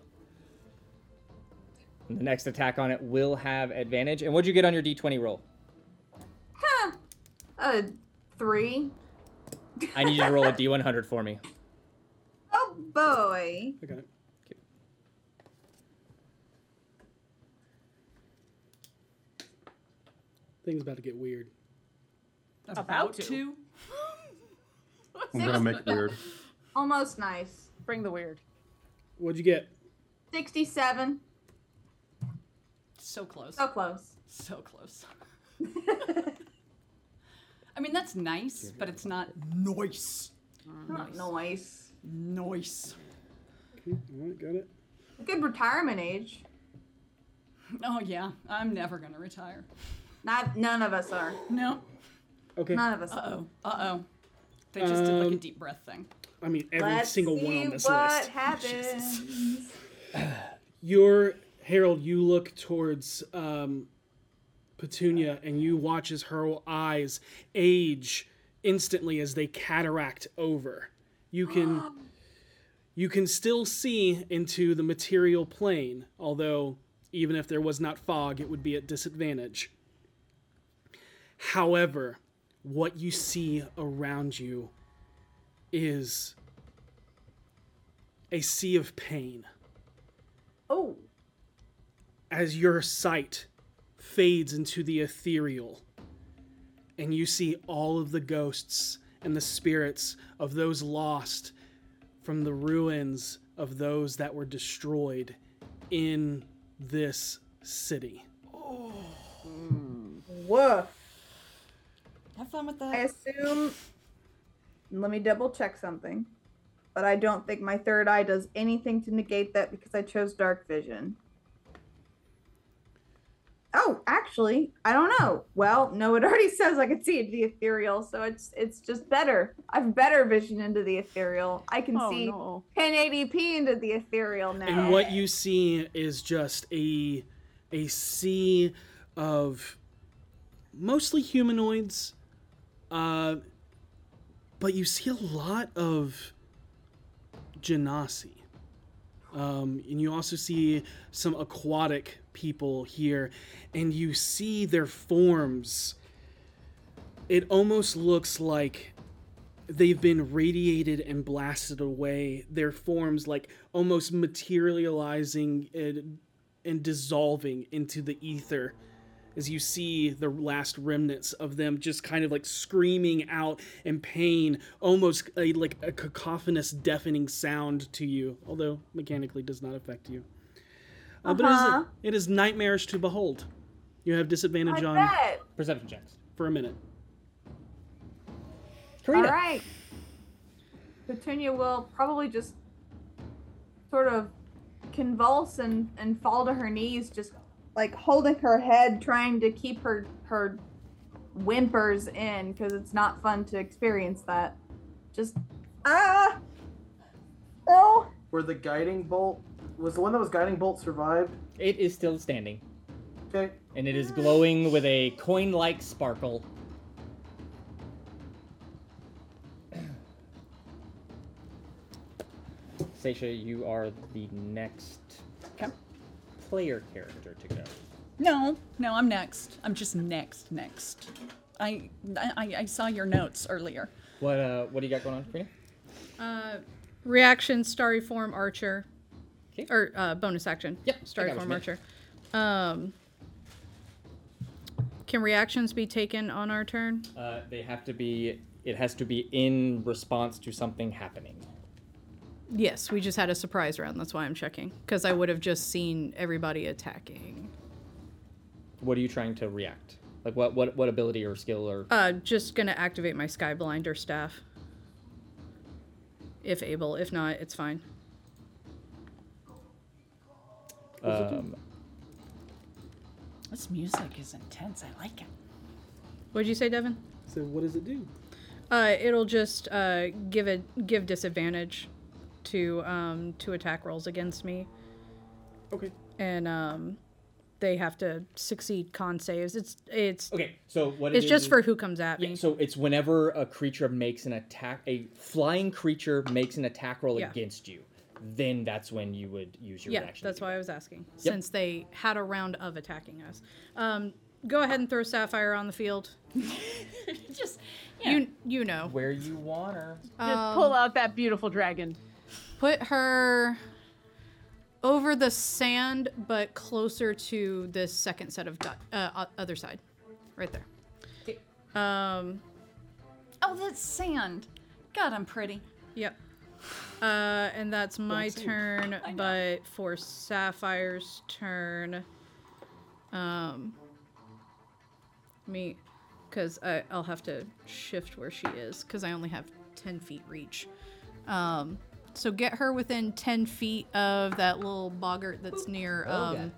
[SPEAKER 2] And the next attack on it will have advantage. And what'd you get on your d20 roll?
[SPEAKER 13] Huh. Uh, three.
[SPEAKER 2] I need you to
[SPEAKER 13] <laughs>
[SPEAKER 2] roll a d100 for me.
[SPEAKER 13] Oh boy.
[SPEAKER 12] Okay. Thing's about to get weird.
[SPEAKER 11] About
[SPEAKER 6] to.
[SPEAKER 16] I'm gonna make it weird.
[SPEAKER 13] Almost nice.
[SPEAKER 11] Bring the weird.
[SPEAKER 12] What'd you get?
[SPEAKER 13] Sixty-seven.
[SPEAKER 7] So close.
[SPEAKER 13] So close.
[SPEAKER 7] So close. I mean, that's nice, but it's not nice.
[SPEAKER 13] Not nice.
[SPEAKER 7] Nice.
[SPEAKER 12] Okay, all right, got it.
[SPEAKER 13] Good retirement age.
[SPEAKER 7] Oh yeah, I'm never gonna retire.
[SPEAKER 13] Not none of us are.
[SPEAKER 7] No.
[SPEAKER 12] Okay.
[SPEAKER 13] None of us.
[SPEAKER 7] Uh oh. Uh oh. They just did like a
[SPEAKER 12] Um,
[SPEAKER 7] deep breath thing.
[SPEAKER 12] I mean, every
[SPEAKER 7] Let's
[SPEAKER 12] single one
[SPEAKER 7] see
[SPEAKER 12] on this
[SPEAKER 7] what
[SPEAKER 12] list.
[SPEAKER 13] happens?
[SPEAKER 12] Your Harold, you look towards um, Petunia and you watch as her eyes age instantly as they cataract over. You can you can still see into the material plane, although even if there was not fog, it would be at disadvantage. However, what you see around you is a sea of pain
[SPEAKER 13] Oh.
[SPEAKER 12] as your sight fades into the ethereal and you see all of the ghosts and the spirits of those lost from the ruins of those that were destroyed in this city.
[SPEAKER 13] Woof.
[SPEAKER 7] Have fun with that.
[SPEAKER 13] I assume. Let me double check something, but I don't think my third eye does anything to negate that because I chose dark vision. Oh, actually, I don't know. Well, no, it already <laughs> says I can see into the ethereal, so it's it's just better. I've better vision into the ethereal. I can
[SPEAKER 11] Oh,
[SPEAKER 13] see
[SPEAKER 11] no.
[SPEAKER 13] 1080p into the ethereal now.
[SPEAKER 12] And what you see is just a a sea of mostly humanoids, uh, but you see a lot of genasi. Um, and you also see some aquatic people here, and you see their forms. It almost looks like they've been radiated and blasted away their forms like almost materializing and, and dissolving into the ether as you see the last remnants of them just kind of like screaming out in pain almost a, like a cacophonous deafening sound to you although mechanically does not affect you uh, but it is,
[SPEAKER 13] Uh-huh.
[SPEAKER 12] it is nightmarish to behold you have disadvantage
[SPEAKER 13] I
[SPEAKER 12] on
[SPEAKER 13] bet.
[SPEAKER 2] perception checks
[SPEAKER 12] for a minute
[SPEAKER 13] All right. Petunia will probably just sort of convulse and, and fall to her knees, just like holding her head, trying to keep her her whimpers in, because it's not fun to experience that. Just ah, oh,
[SPEAKER 14] Where the guiding bolt was the one that was guiding bolt survived.
[SPEAKER 2] It is still standing.
[SPEAKER 14] Okay.
[SPEAKER 2] And it is glowing with a coin like sparkle. <clears throat> Seisha, you are the next player character to go.
[SPEAKER 7] <laughs> No, no, I'm next. I'm just next, next. I I, I saw your notes earlier.
[SPEAKER 2] What uh, what do you got going on, Karina?
[SPEAKER 6] Uh, reaction, starry form, archer. Or uh, bonus action. Yep. Starry
[SPEAKER 2] I got
[SPEAKER 6] form,
[SPEAKER 2] what you
[SPEAKER 6] archer. Um, can reactions be taken on our turn?
[SPEAKER 2] Uh, they have to be. It has to be in response to something happening.
[SPEAKER 6] Yes, we just had a surprise round. That's why I'm checking. Because I would have just seen everybody attacking.
[SPEAKER 2] What are you trying to react? Like what what what ability or skill or
[SPEAKER 6] Uh, just going to activate my Sky Blinder staff. If able. If not, it's fine.
[SPEAKER 2] um,
[SPEAKER 7] This music is intense. I like it.
[SPEAKER 6] What'd you say, Devin?
[SPEAKER 12] so what does it do
[SPEAKER 6] Uh, it'll just uh, give a give disadvantage to um, to attack rolls against me.
[SPEAKER 2] Okay.
[SPEAKER 6] And um, they have to succeed con saves. It's it's
[SPEAKER 2] Okay, so what it
[SPEAKER 6] it's
[SPEAKER 2] is
[SPEAKER 6] just
[SPEAKER 2] is-
[SPEAKER 6] for who comes at
[SPEAKER 2] Yeah,
[SPEAKER 6] me.
[SPEAKER 2] so it's whenever a creature makes an attack, a flying creature makes an attack roll
[SPEAKER 6] Yeah.
[SPEAKER 2] against you, then that's when you would use your
[SPEAKER 6] yeah,
[SPEAKER 2] reaction.
[SPEAKER 6] that's why I was asking
[SPEAKER 2] Yep.
[SPEAKER 6] since they had a round of attacking us. Um, go ahead and throw Sapphire on
[SPEAKER 11] <laughs>
[SPEAKER 6] the field.
[SPEAKER 5] just
[SPEAKER 6] you you know Um,
[SPEAKER 2] where you want her.
[SPEAKER 11] Just pull out that beautiful dragon.
[SPEAKER 6] Put her over the sand, but closer to this second set of dot, uh, o- other side, right there. Um,
[SPEAKER 7] Oh, that's sand. God, I'm pretty.
[SPEAKER 6] Yep. Uh, and that's my
[SPEAKER 7] That's it.
[SPEAKER 6] turn, but for Sapphire's turn, um, me, because I'll have to shift where she is, because I only have 10 feet reach. Um, so get her within 10 feet of that little boggart that's near,
[SPEAKER 2] Oh,
[SPEAKER 6] um,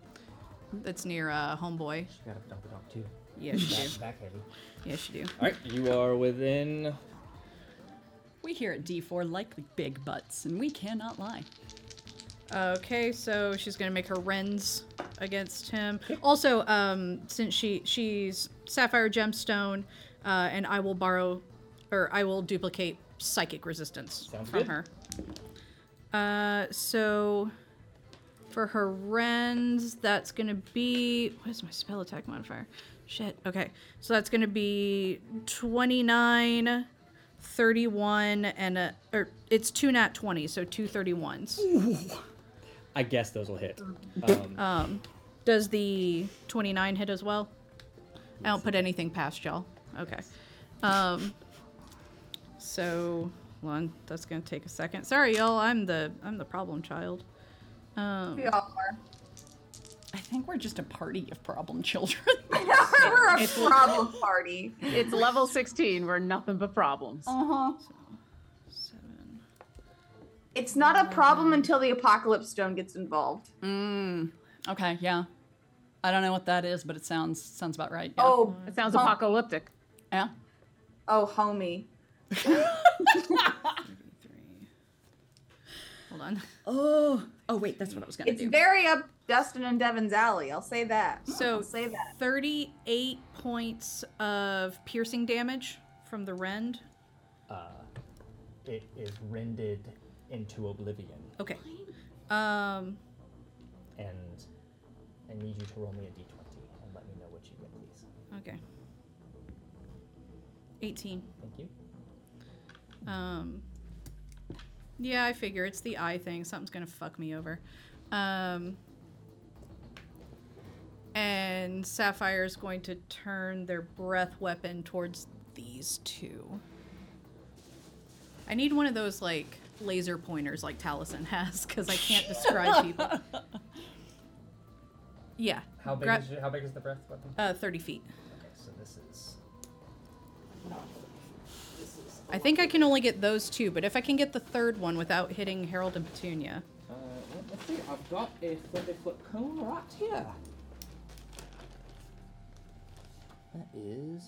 [SPEAKER 6] that's near, uh, Homeboy.
[SPEAKER 2] Gotta dump it off too.
[SPEAKER 6] Yes, you
[SPEAKER 2] Back-
[SPEAKER 6] do.
[SPEAKER 2] back heavy.
[SPEAKER 6] Yes, you do.
[SPEAKER 2] All right, you are within.
[SPEAKER 7] We here at D4 like big butts, and we cannot lie.
[SPEAKER 6] Okay, so she's gonna make her rends against him. Also, um, since she she's sapphire gemstone, uh, and I will borrow, or I will duplicate psychic resistance from
[SPEAKER 5] good.
[SPEAKER 6] her. Uh, so for her rends, that's gonna be what is my spell attack modifier? Shit. Okay, so that's gonna be twenty nine. 31 and a, or it's two nat 20, so two 31s.
[SPEAKER 2] I guess those will hit. Um,
[SPEAKER 6] <laughs> Um, does the 29 hit as well? I don't put anything past y'all. Okay. Um, so hold on, that's gonna take a second. Sorry, y'all. I'm the I'm the problem child.
[SPEAKER 11] Oh.
[SPEAKER 6] Um,
[SPEAKER 13] We all are.
[SPEAKER 7] I think we're just a party of problem children.
[SPEAKER 13] <laughs> We're a
[SPEAKER 11] It's-
[SPEAKER 13] problem party.
[SPEAKER 11] It's level 16. We're nothing but problems.
[SPEAKER 13] Uh-huh. It's not a problem until the apocalypse stone gets involved.
[SPEAKER 7] Mm, okay, yeah. I don't know what that is, but it sounds sounds about right.
[SPEAKER 13] Oh,
[SPEAKER 11] it sounds apocalyptic.
[SPEAKER 7] Yeah.
[SPEAKER 13] Oh, homie.
[SPEAKER 6] Hold on.
[SPEAKER 7] Oh. Oh wait, that's what I was gonna
[SPEAKER 13] It's
[SPEAKER 7] do.
[SPEAKER 13] very up Dustin and Devin's alley. I'll say that.
[SPEAKER 6] So
[SPEAKER 13] I'll say that.
[SPEAKER 6] 38 points of piercing damage from the rend.
[SPEAKER 2] uh, it is rended into oblivion,
[SPEAKER 6] Okay. Um,
[SPEAKER 2] and I need you to roll me a d20 and let me know what you get, please.
[SPEAKER 6] okay. 18.
[SPEAKER 2] Thank you.
[SPEAKER 6] Um, yeah, I figure it's the eye thing. Something's gonna fuck me over. Um, and Sapphire is going to turn their breath weapon towards these two. I need one of those like laser pointers like Taliesin has because I can't describe people. Yeah.
[SPEAKER 17] How big,
[SPEAKER 6] Gra-
[SPEAKER 17] is your, how big is the breath weapon?
[SPEAKER 6] Uh, 30 feet.
[SPEAKER 17] Okay, so this is.
[SPEAKER 6] I think I can only get those two, but if I can get the third one without hitting Harold and Petunia.
[SPEAKER 17] Uh, let's see. I've got a 30 foot cone right here. That is.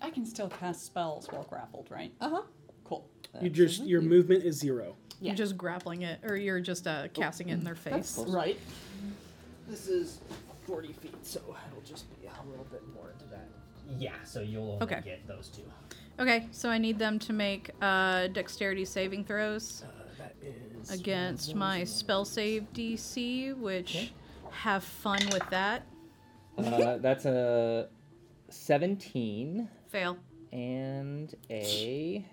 [SPEAKER 7] I can still cast spells while grappled, right? Oh,
[SPEAKER 6] Uh huh.
[SPEAKER 7] Cool.
[SPEAKER 12] You just your movement is zero.
[SPEAKER 6] You're just grappling it, or you're just uh, casting it in their face.
[SPEAKER 17] right. This is 40 feet, so it'll just be a little bit more into that. Yeah, so you'll only
[SPEAKER 6] Okay.
[SPEAKER 17] get those two.
[SPEAKER 6] Okay, so I need them to make uh, dexterity saving throws against my spell save DC, which have fun with that.
[SPEAKER 2] Uh, that's a 17
[SPEAKER 6] Fail.
[SPEAKER 2] and a.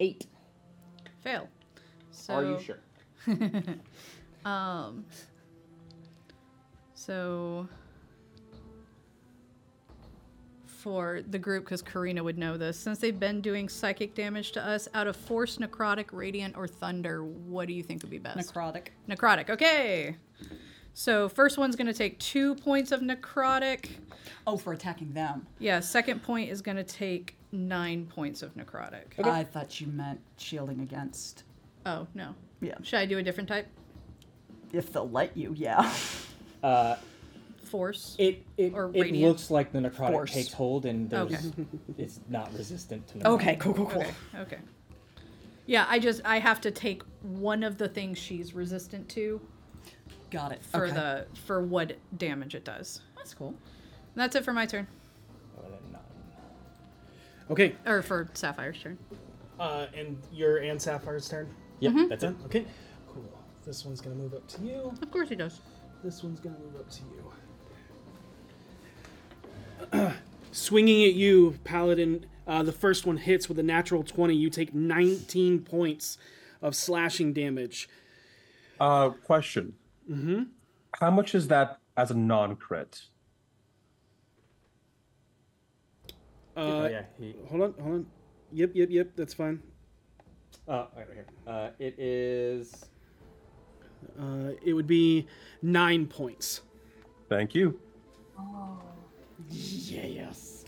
[SPEAKER 2] Eight.
[SPEAKER 6] Fail. So,
[SPEAKER 2] Are you sure?
[SPEAKER 6] <laughs> um. So. For the group, because Karina would know this, since they've been doing psychic damage to us, out of force, necrotic, radiant, or thunder, what do you think would be best?
[SPEAKER 7] Necrotic.
[SPEAKER 6] Necrotic. Okay. So first one's gonna take two points of necrotic.
[SPEAKER 7] Oh, for attacking them.
[SPEAKER 6] Yeah. Second point is gonna take nine points of necrotic.
[SPEAKER 7] I thought you meant shielding against.
[SPEAKER 6] oh no.
[SPEAKER 7] Yeah.
[SPEAKER 6] Should I do a different type? <laughs>
[SPEAKER 7] If they'll let you, yeah.
[SPEAKER 2] Uh,
[SPEAKER 6] force?
[SPEAKER 17] It it,
[SPEAKER 6] or
[SPEAKER 17] it
[SPEAKER 6] radiant?
[SPEAKER 17] looks like the necrotic
[SPEAKER 6] Force.
[SPEAKER 17] takes hold and there's,
[SPEAKER 6] Okay.
[SPEAKER 17] it's not resistant to necrotic.
[SPEAKER 7] Okay, cool, cool, cool.
[SPEAKER 6] Okay. okay. Yeah, I just I have to take one of the things she's resistant to
[SPEAKER 7] Got it.
[SPEAKER 6] for
[SPEAKER 7] okay.
[SPEAKER 6] the for what damage it does. That's cool. And that's it for my turn.
[SPEAKER 12] Okay.
[SPEAKER 6] Or for Sapphire's turn.
[SPEAKER 12] Uh, and your and Sapphire's turn.
[SPEAKER 6] Yep, Mhm. that's it.
[SPEAKER 12] Okay. Cool. This one's gonna move up to you.
[SPEAKER 6] Of course he does.
[SPEAKER 12] This one's gonna move up to you. Swinging at you, Paladin. Uh, the first one hits with a natural twenty. You take nineteen points of slashing damage.
[SPEAKER 16] Uh, question.
[SPEAKER 12] Mm-hmm.
[SPEAKER 16] How much is that as a non-crit?
[SPEAKER 12] Uh,
[SPEAKER 17] Oh, yeah,
[SPEAKER 12] Hold on, hold on. Yep, yep, yep. That's fine.
[SPEAKER 17] Uh, right here. Uh, it is
[SPEAKER 12] Uh, it would be nine points.
[SPEAKER 16] Thank you.
[SPEAKER 13] Oh,
[SPEAKER 17] yes.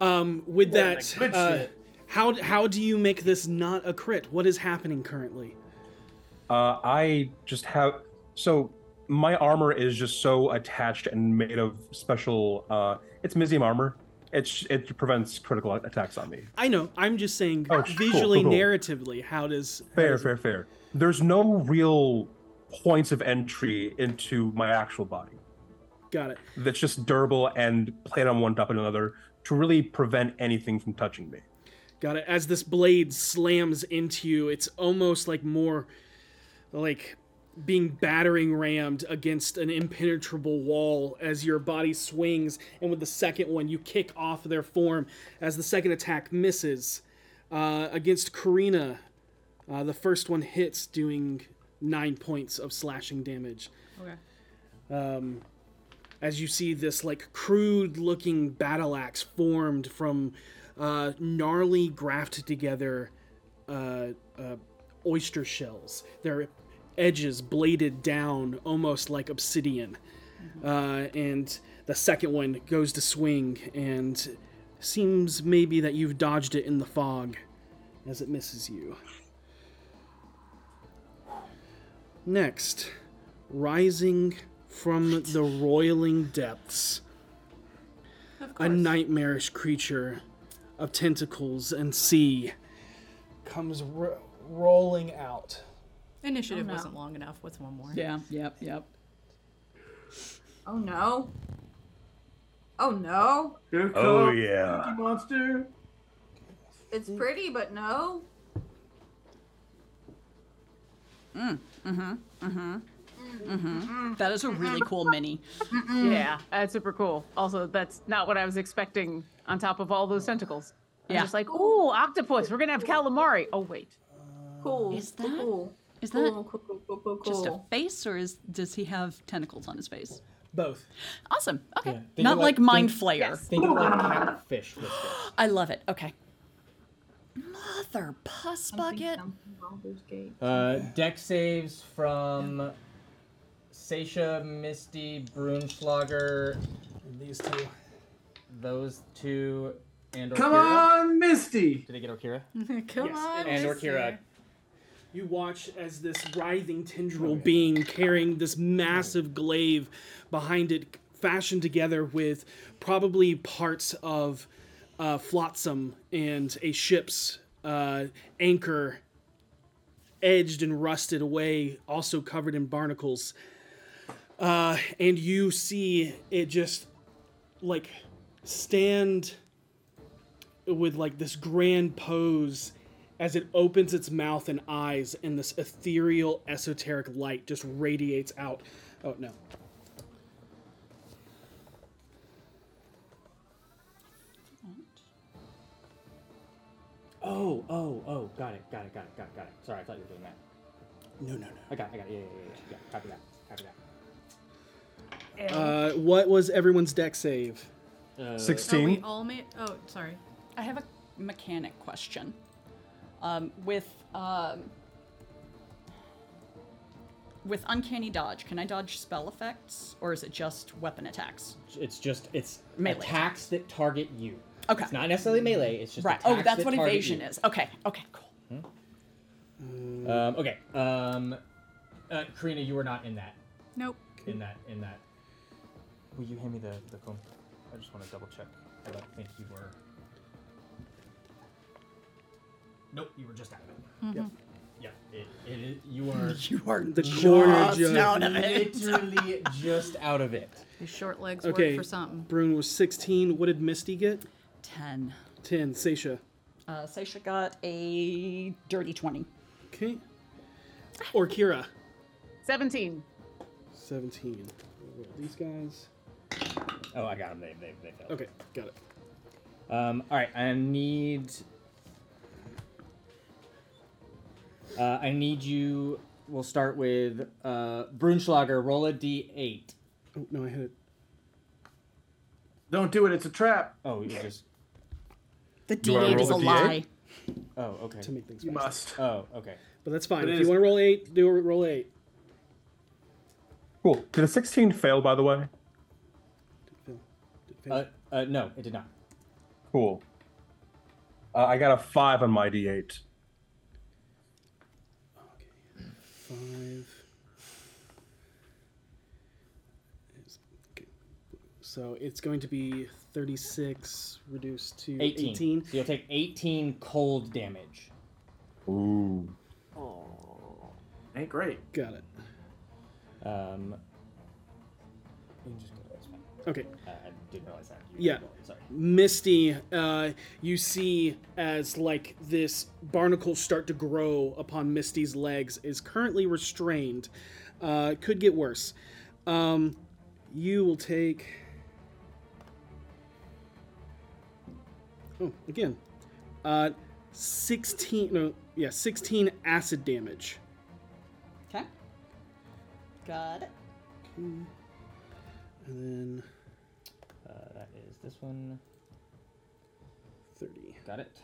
[SPEAKER 12] Um, with
[SPEAKER 17] Well,
[SPEAKER 12] that,
[SPEAKER 17] like good
[SPEAKER 12] uh,
[SPEAKER 17] shit.
[SPEAKER 12] how how do you make this not a crit? What is happening currently?
[SPEAKER 16] Uh, I just have so my armor is just so attached and made of special. Uh, it's Mizium armor. It's it prevents critical attacks on me.
[SPEAKER 12] I know. I'm just saying
[SPEAKER 16] Oh, cool,
[SPEAKER 12] visually,
[SPEAKER 16] cool, cool.
[SPEAKER 12] narratively, how does how
[SPEAKER 16] Fair,
[SPEAKER 12] does-
[SPEAKER 16] fair, fair. There's no real points of entry into my actual body.
[SPEAKER 12] Got it.
[SPEAKER 16] That's just durable and played on one top of another to really prevent anything from touching me.
[SPEAKER 12] Got it. As this blade slams into you, it's almost like more like being battering rammed against an impenetrable wall as your body swings. And with the second one, you kick off their form as the second attack misses. Uh, against Karina, uh, the first one hits, doing nine points of slashing damage
[SPEAKER 6] Okay.
[SPEAKER 12] um, as you see this like crude looking battle axe formed from uh, gnarly grafted together uh, uh, oyster shells their edges bladed down almost like obsidian uh, and the second one goes to swing and seems maybe that you've dodged it in the fog as it misses you Next, rising from the roiling depths, a nightmarish creature of tentacles and sea comes ro- rolling out.
[SPEAKER 6] Initiative
[SPEAKER 13] Oh, no.
[SPEAKER 6] wasn't long enough. What's one more?
[SPEAKER 7] yep, yep.
[SPEAKER 13] Oh no. Oh no.
[SPEAKER 14] Here
[SPEAKER 16] Oh,
[SPEAKER 14] comes
[SPEAKER 16] yeah.
[SPEAKER 14] the Monster.
[SPEAKER 13] It's pretty, but no.
[SPEAKER 7] Mm, mm-hmm. Mm-hmm. Mm-hmm. That is a really cool mini.
[SPEAKER 11] Yeah, that's super cool. Also, that's not what I was expecting on top of all those tentacles. I'm
[SPEAKER 7] Yeah.
[SPEAKER 11] just like, ooh, octopus. We're going to have calamari. Oh, wait.
[SPEAKER 6] Uh,
[SPEAKER 13] Cool.
[SPEAKER 7] Is
[SPEAKER 13] cool,
[SPEAKER 7] that-
[SPEAKER 13] cool.
[SPEAKER 7] is
[SPEAKER 13] cool,
[SPEAKER 7] that
[SPEAKER 13] cool, cool, cool, cool,
[SPEAKER 7] Just a
[SPEAKER 13] cool.
[SPEAKER 7] face, or is does he have tentacles on his face?
[SPEAKER 12] Both.
[SPEAKER 7] Awesome. Okay.
[SPEAKER 17] Think
[SPEAKER 7] Not
[SPEAKER 17] of
[SPEAKER 7] like, mind
[SPEAKER 17] think-
[SPEAKER 7] flayer.
[SPEAKER 17] Think of like kind of fish. With
[SPEAKER 7] I love it. Okay. Mother puss bucket.
[SPEAKER 17] Uh, deck saves from Seisha, Misty, Brunflogger.
[SPEAKER 12] These two.
[SPEAKER 17] Those two. And
[SPEAKER 14] Come
[SPEAKER 17] Orkira.
[SPEAKER 14] on, Misty.
[SPEAKER 17] Did I get Orkira?
[SPEAKER 6] <laughs> Come on,
[SPEAKER 17] And
[SPEAKER 6] Misty.
[SPEAKER 17] Orkira.
[SPEAKER 12] You watch as this writhing tendril being carrying this massive glaive behind it, fashioned together with probably parts of uh, flotsam and a ship's uh, anchor, edged and rusted away, also covered in barnacles. Uh, and you see it just like stand with like this grand pose as it opens its mouth and eyes and this ethereal esoteric light just radiates out oh no
[SPEAKER 17] Oh, oh, oh. Got it, got it, got it, got it, got it. Sorry, I thought you were doing that.
[SPEAKER 12] No, no, no.
[SPEAKER 17] I got it, I got it. Yeah, yeah, yeah, yeah. yeah. Copy that. Copy that.
[SPEAKER 12] uh, what was everyone's deck save
[SPEAKER 17] Uh,
[SPEAKER 7] Oh,
[SPEAKER 6] We all made. Oh, sorry.
[SPEAKER 7] I have a mechanic question. Um, with um, with uncanny dodge, can I dodge spell effects, or is it just weapon attacks?
[SPEAKER 17] It's just it's
[SPEAKER 7] Melee.
[SPEAKER 17] attacks that target you.
[SPEAKER 7] Okay.
[SPEAKER 17] It's not necessarily melee. It's just
[SPEAKER 7] right. Oh,
[SPEAKER 17] attacks
[SPEAKER 7] that's
[SPEAKER 17] that
[SPEAKER 7] what
[SPEAKER 17] target
[SPEAKER 7] evasion
[SPEAKER 17] you.
[SPEAKER 7] is. Okay. Okay. Cool.
[SPEAKER 17] Um, okay. Um, uh, Karina, you were not in that.
[SPEAKER 6] Nope.
[SPEAKER 17] In that. In that.
[SPEAKER 2] Will you hand me the, the comb? I just want to double check. I don't think you were. Nope, you were just out of it.
[SPEAKER 3] Mhm. Yep.
[SPEAKER 2] Yeah, it, it is, <laughs> you are.
[SPEAKER 3] You are
[SPEAKER 2] the
[SPEAKER 3] the corner
[SPEAKER 2] just
[SPEAKER 3] jug.
[SPEAKER 2] out of it. Literally <laughs> just out of it.
[SPEAKER 6] His short legs
[SPEAKER 12] Okay.
[SPEAKER 6] work for something.
[SPEAKER 12] Brune was 16. What did Misty get?
[SPEAKER 7] 10.
[SPEAKER 12] 10. Seisha.
[SPEAKER 7] Uh, Seisha got a dirty 20.
[SPEAKER 12] Okay. Or Kira.
[SPEAKER 11] 17.
[SPEAKER 12] 17. What are These guys.
[SPEAKER 2] Oh, I got them. They, they, they failed.
[SPEAKER 12] Okay, got it.
[SPEAKER 2] Um, all right, I need. Uh, I need you. We'll start with uh, Brunschlager. Roll a d8.
[SPEAKER 12] Oh no, I hit it.
[SPEAKER 14] Don't do it. It's a trap.
[SPEAKER 2] Oh, you just.
[SPEAKER 7] The
[SPEAKER 14] Do I D8 roll is the a D8? lie.
[SPEAKER 2] Oh, okay.
[SPEAKER 12] To make things
[SPEAKER 14] You
[SPEAKER 12] faster.
[SPEAKER 14] must.
[SPEAKER 2] Oh, okay.
[SPEAKER 12] But that's fine.
[SPEAKER 14] But it
[SPEAKER 12] if
[SPEAKER 14] is-
[SPEAKER 12] you want to roll eight, do a roll eight.
[SPEAKER 16] Cool. Did a 16 fail, by the way?
[SPEAKER 2] Uh, uh, no, it did not.
[SPEAKER 16] Cool. Uh, I got a 5 on my d8.
[SPEAKER 12] Five. It's- okay. So it's going to be 36 reduced to
[SPEAKER 2] 18.
[SPEAKER 12] 18.
[SPEAKER 2] So you'll take 18 cold damage.
[SPEAKER 16] Ooh.
[SPEAKER 14] Oh, ain't great.
[SPEAKER 12] Got it.
[SPEAKER 2] Um, you can just go this way.
[SPEAKER 12] Okay.
[SPEAKER 2] Uh, I didn't realize that. You
[SPEAKER 12] Yeah.
[SPEAKER 2] Sorry.
[SPEAKER 12] Misty, uh, you see as like this barnacle start to grow upon Misty's legs is currently restrained. Uh, could get worse. Um, you will take. Oh, again. Uh, 16. No, yeah, 16 acid damage.
[SPEAKER 7] Okay. Got it.
[SPEAKER 12] And then
[SPEAKER 2] Uh, that is this one.
[SPEAKER 12] 30.
[SPEAKER 2] Got it.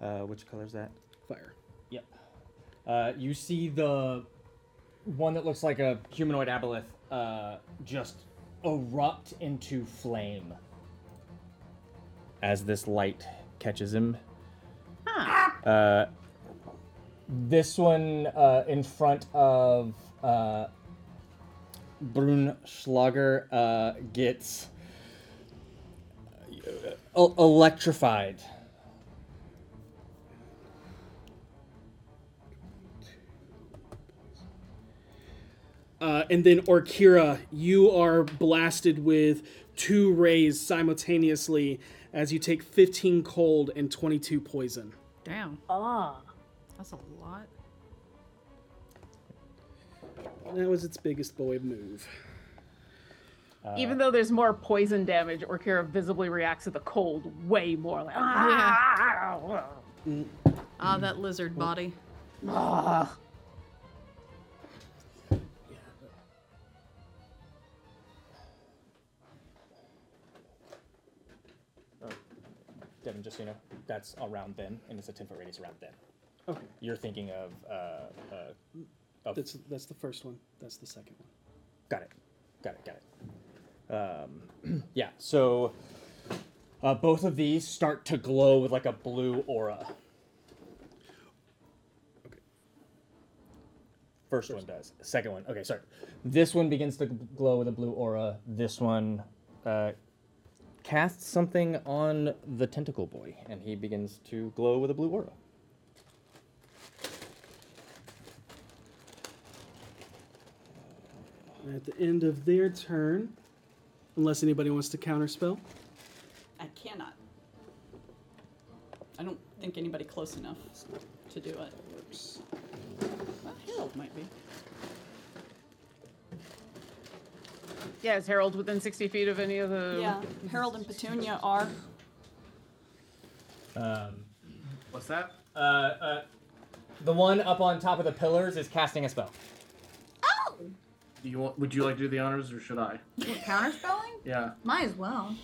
[SPEAKER 2] Uh, which color is that?
[SPEAKER 12] Fire.
[SPEAKER 2] Yep. Uh, you see the one that looks like a humanoid aboleth uh, just erupt into flame as this light catches him. Uh, this one uh, in front of uh, Brunschlager uh, gets uh, el- electrified.
[SPEAKER 12] Uh, and then Orkira, you are blasted with two rays simultaneously as you take 15 cold and 22 poison.
[SPEAKER 6] Damn.
[SPEAKER 18] Ah.
[SPEAKER 6] That's a lot.
[SPEAKER 12] That was its biggest boy move.
[SPEAKER 7] Uh,
[SPEAKER 11] Uh, Even though there's more poison damage, Orkira visibly reacts to the cold way more. Like, ah!
[SPEAKER 12] Mm.
[SPEAKER 6] Ah, that lizard body.
[SPEAKER 11] Ah.
[SPEAKER 2] Oh, Devin, just so you know, that's around them, and it's a 10 foot radius around them.
[SPEAKER 12] Okay.
[SPEAKER 2] You're thinking of. Uh, uh, of
[SPEAKER 12] That's, that's the first one. That's the second one.
[SPEAKER 2] got it. Got it. Got it. Um, <clears throat> yeah, so uh, both of these start to glow with like a blue aura. Okay. First, one does. Second one. Okay, sorry. This one begins to glow with a blue aura. This one uh, casts something on the tentacle boy, and he begins to glow with a blue aura.
[SPEAKER 12] And at the end of their turn, unless anybody wants to counterspell,
[SPEAKER 7] I cannot. I don't think anybody close enough to do it. Well, Harold might be.
[SPEAKER 11] Yeah, is Harold within 60 feet of any of
[SPEAKER 12] Um,
[SPEAKER 11] the.
[SPEAKER 7] Yeah, Harold and Petunia are.
[SPEAKER 2] Um,
[SPEAKER 14] What's that?
[SPEAKER 2] Uh, uh, the one up on top of the pillars is casting a spell.
[SPEAKER 7] Oh!
[SPEAKER 14] Do you want? Would you like to do the honors, or should I?
[SPEAKER 13] We're counterspelling?
[SPEAKER 14] Yeah.
[SPEAKER 13] Might as well.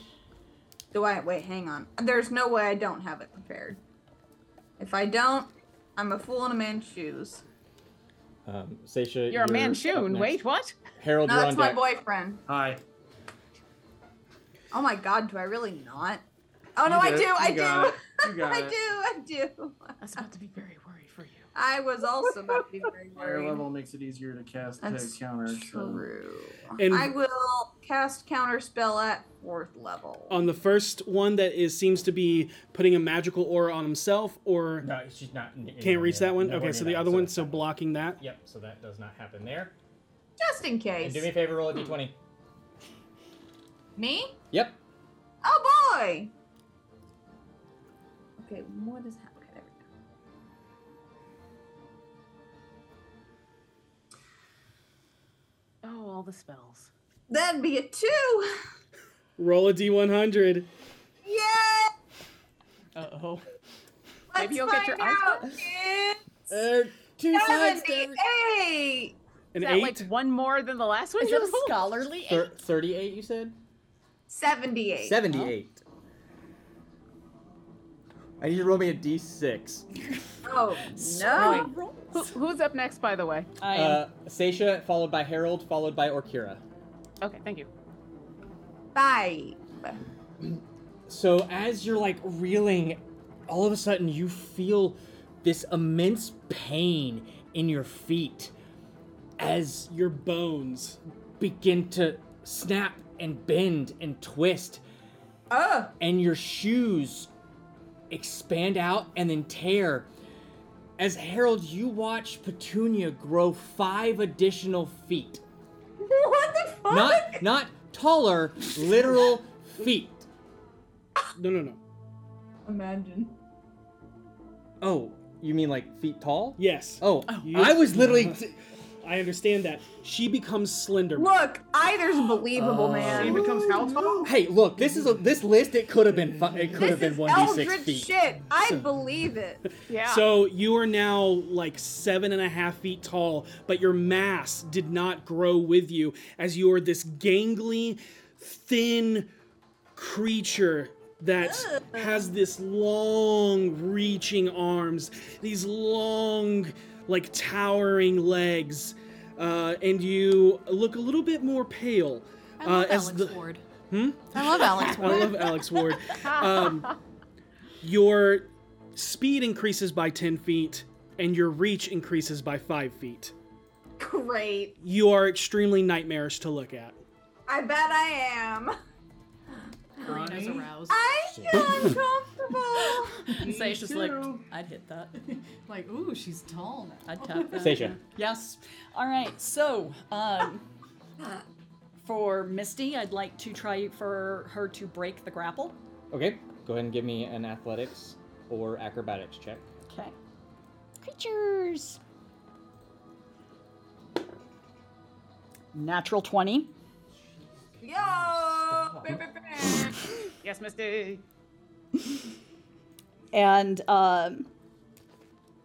[SPEAKER 13] Do I wait? Hang on. There's no way I don't have it prepared. If I don't, I'm a fool in a man's shoes.
[SPEAKER 2] Um, Seisha,
[SPEAKER 13] You're a
[SPEAKER 2] up
[SPEAKER 13] Manchun.
[SPEAKER 2] next.
[SPEAKER 13] Wait,
[SPEAKER 11] what?
[SPEAKER 2] Harold,
[SPEAKER 13] no,
[SPEAKER 2] you're
[SPEAKER 13] that's
[SPEAKER 2] on
[SPEAKER 13] my
[SPEAKER 2] deck.
[SPEAKER 13] boyfriend.
[SPEAKER 14] Hi.
[SPEAKER 13] Oh my god, do I really not? Oh
[SPEAKER 14] You
[SPEAKER 13] no, I
[SPEAKER 14] got it.
[SPEAKER 13] do,
[SPEAKER 14] You
[SPEAKER 13] I
[SPEAKER 14] got it.
[SPEAKER 13] do,
[SPEAKER 14] You
[SPEAKER 13] <laughs>
[SPEAKER 14] got
[SPEAKER 13] I
[SPEAKER 14] it.
[SPEAKER 13] do, I do. I
[SPEAKER 11] was about to be very worried for you.
[SPEAKER 13] I was also about to be very
[SPEAKER 14] <laughs> Higher
[SPEAKER 13] worried.
[SPEAKER 14] level makes it easier to cast
[SPEAKER 13] That's
[SPEAKER 14] head counter. True.
[SPEAKER 12] And-
[SPEAKER 13] I will cast counter spell at fourth level.
[SPEAKER 12] On the first one that is seems to be putting a magical aura on himself, or
[SPEAKER 2] No, it's just not. in- in-
[SPEAKER 12] can't reach
[SPEAKER 2] yeah,
[SPEAKER 12] that one.
[SPEAKER 2] nowhere
[SPEAKER 12] Okay,
[SPEAKER 2] near
[SPEAKER 12] so the
[SPEAKER 2] that,
[SPEAKER 12] other
[SPEAKER 2] so
[SPEAKER 12] one, so blocking that.
[SPEAKER 2] Yep, so that does not happen there.
[SPEAKER 13] Just in
[SPEAKER 2] And
[SPEAKER 13] case.
[SPEAKER 2] do me a favor, roll a d20.
[SPEAKER 13] Me?
[SPEAKER 2] Yep.
[SPEAKER 13] Oh boy! Okay, what is happening? Okay, there we go.
[SPEAKER 11] Oh, all the spells.
[SPEAKER 13] That'd be a two!
[SPEAKER 12] Roll a d100.
[SPEAKER 13] Yeah!
[SPEAKER 7] Uh oh.
[SPEAKER 13] Let's
[SPEAKER 11] Maybe you'll
[SPEAKER 13] find
[SPEAKER 11] get your eyes
[SPEAKER 13] out,
[SPEAKER 11] cut.
[SPEAKER 13] kids!
[SPEAKER 11] two sides
[SPEAKER 13] Seventy
[SPEAKER 11] Is
[SPEAKER 13] eight!
[SPEAKER 12] An
[SPEAKER 11] that like
[SPEAKER 12] eight?
[SPEAKER 11] one more than the last one?
[SPEAKER 7] Is
[SPEAKER 11] you
[SPEAKER 7] it a
[SPEAKER 11] rolled?
[SPEAKER 7] scholarly
[SPEAKER 2] Thir- 38, you said?
[SPEAKER 13] 78.
[SPEAKER 7] Oh,
[SPEAKER 2] 78. I need you to roll me a d6.
[SPEAKER 13] Oh,
[SPEAKER 11] no. Who, who's up next, by the way?
[SPEAKER 2] Uh, Seisha, followed by Harold, followed by Orkira.
[SPEAKER 11] Okay, thank you.
[SPEAKER 13] Bye.
[SPEAKER 2] So as you're like reeling, all of a sudden you feel this immense pain in your feet as your bones begin to snap and bend and twist.
[SPEAKER 13] Uh.
[SPEAKER 2] And your shoes expand out and then tear. As Harold, you watch Petunia grow five additional feet.
[SPEAKER 13] What the fuck?
[SPEAKER 2] Not not taller, literal feet.
[SPEAKER 12] No, no, no.
[SPEAKER 13] Imagine.
[SPEAKER 2] Oh, you mean like feet tall?
[SPEAKER 12] Yes.
[SPEAKER 2] Oh, I was literally.
[SPEAKER 12] <laughs> I understand that. She becomes slender.
[SPEAKER 13] Look, either's believable,
[SPEAKER 2] Uh,
[SPEAKER 13] man.
[SPEAKER 12] She
[SPEAKER 13] becomes
[SPEAKER 19] how tall?
[SPEAKER 2] Hey, look, this is a, this list. It could have been fu- it could have been one d six
[SPEAKER 13] Eldritch
[SPEAKER 2] feet.
[SPEAKER 13] shit.
[SPEAKER 2] <laughs>
[SPEAKER 13] I believe it. Yeah.
[SPEAKER 12] So you are now like seven and a half feet tall, but your mass did not grow with you as you are this gangly, thin creature that has this long reaching arms, these long, like towering legs, uh, and you look a little bit more pale.
[SPEAKER 6] I
[SPEAKER 12] uh,
[SPEAKER 6] love
[SPEAKER 12] as
[SPEAKER 6] Alex
[SPEAKER 12] the,
[SPEAKER 6] Ward.
[SPEAKER 12] Hmm?
[SPEAKER 6] I love Alex
[SPEAKER 12] <laughs>
[SPEAKER 6] Ward.
[SPEAKER 12] I love Alex
[SPEAKER 11] <laughs>
[SPEAKER 6] <laughs>
[SPEAKER 12] Ward. Um, your speed increases by 10 feet and your reach increases by 5 feet.
[SPEAKER 13] Great.
[SPEAKER 12] You are extremely nightmarish to look at.
[SPEAKER 13] I bet I am.
[SPEAKER 6] Karina's aroused.
[SPEAKER 13] I feel uncomfortable.
[SPEAKER 7] <laughs> Seisha's just like, I'd hit that.
[SPEAKER 6] <laughs> like, ooh, she's tall now.
[SPEAKER 7] I'd tap that.
[SPEAKER 2] Seisha.
[SPEAKER 7] Yes. All right. So, um, for Misty, I'd like to try for her to break the grapple.
[SPEAKER 2] Okay, go ahead and give me an athletics or acrobatics check.
[SPEAKER 7] Okay. Creatures. Natural 20.
[SPEAKER 13] Yo! ba- ba- ba.
[SPEAKER 11] <laughs> Yes, Misty.
[SPEAKER 7] And um,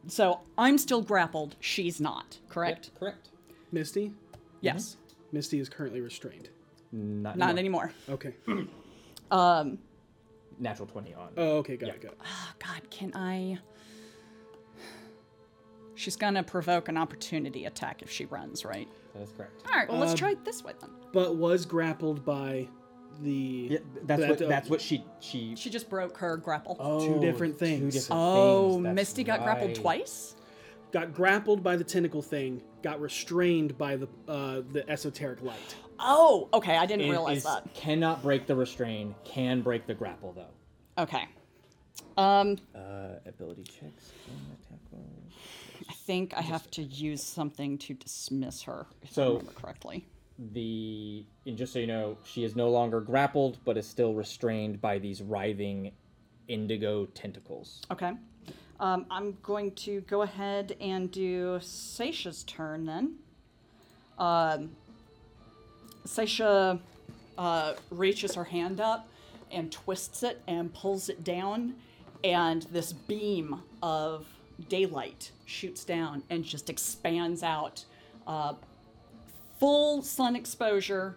[SPEAKER 7] so I'm still grappled. She's not, correct?
[SPEAKER 2] correct.
[SPEAKER 12] Misty?
[SPEAKER 7] Yes.
[SPEAKER 12] Misty is currently restrained.
[SPEAKER 2] Mm-hmm. Not,
[SPEAKER 7] Not anymore.
[SPEAKER 12] Okay.
[SPEAKER 7] Um,
[SPEAKER 2] Natural twenty on.
[SPEAKER 12] Oh, okay, got it, got it.
[SPEAKER 7] oh, God, can I. She's going to provoke an opportunity attack if she runs, right?
[SPEAKER 2] That is correct.
[SPEAKER 7] All right, well, let's
[SPEAKER 12] Um,
[SPEAKER 7] try it this way then.
[SPEAKER 12] But was grappled by the.
[SPEAKER 2] Yeah, that's
[SPEAKER 12] that- uh,
[SPEAKER 2] what that's what she she.
[SPEAKER 7] She just broke her grapple.
[SPEAKER 2] Oh,
[SPEAKER 12] Two different things.
[SPEAKER 7] oh, Misty got grappled twice?
[SPEAKER 12] Got grappled by the tentacle thing, got restrained by the uh, the esoteric light.
[SPEAKER 7] Oh, okay. I didn't
[SPEAKER 2] It
[SPEAKER 7] realize
[SPEAKER 2] is-
[SPEAKER 7] that.
[SPEAKER 2] Cannot break the restrain. Can break the grapple though.
[SPEAKER 7] Okay. Um,
[SPEAKER 2] Uh, ability checks. attack rolls.
[SPEAKER 7] I think I have to use something to dismiss her, if I
[SPEAKER 2] So-
[SPEAKER 7] remember correctly.
[SPEAKER 2] the and just so you know, she is no longer grappled, but is still restrained by these writhing indigo tentacles.
[SPEAKER 7] Okay. Um, I'm going to go ahead and do Seisha's turn then. Um, Seisha uh, reaches her hand up and twists it and pulls it down, and this beam of daylight shoots down and just expands out. Uh, full sun exposure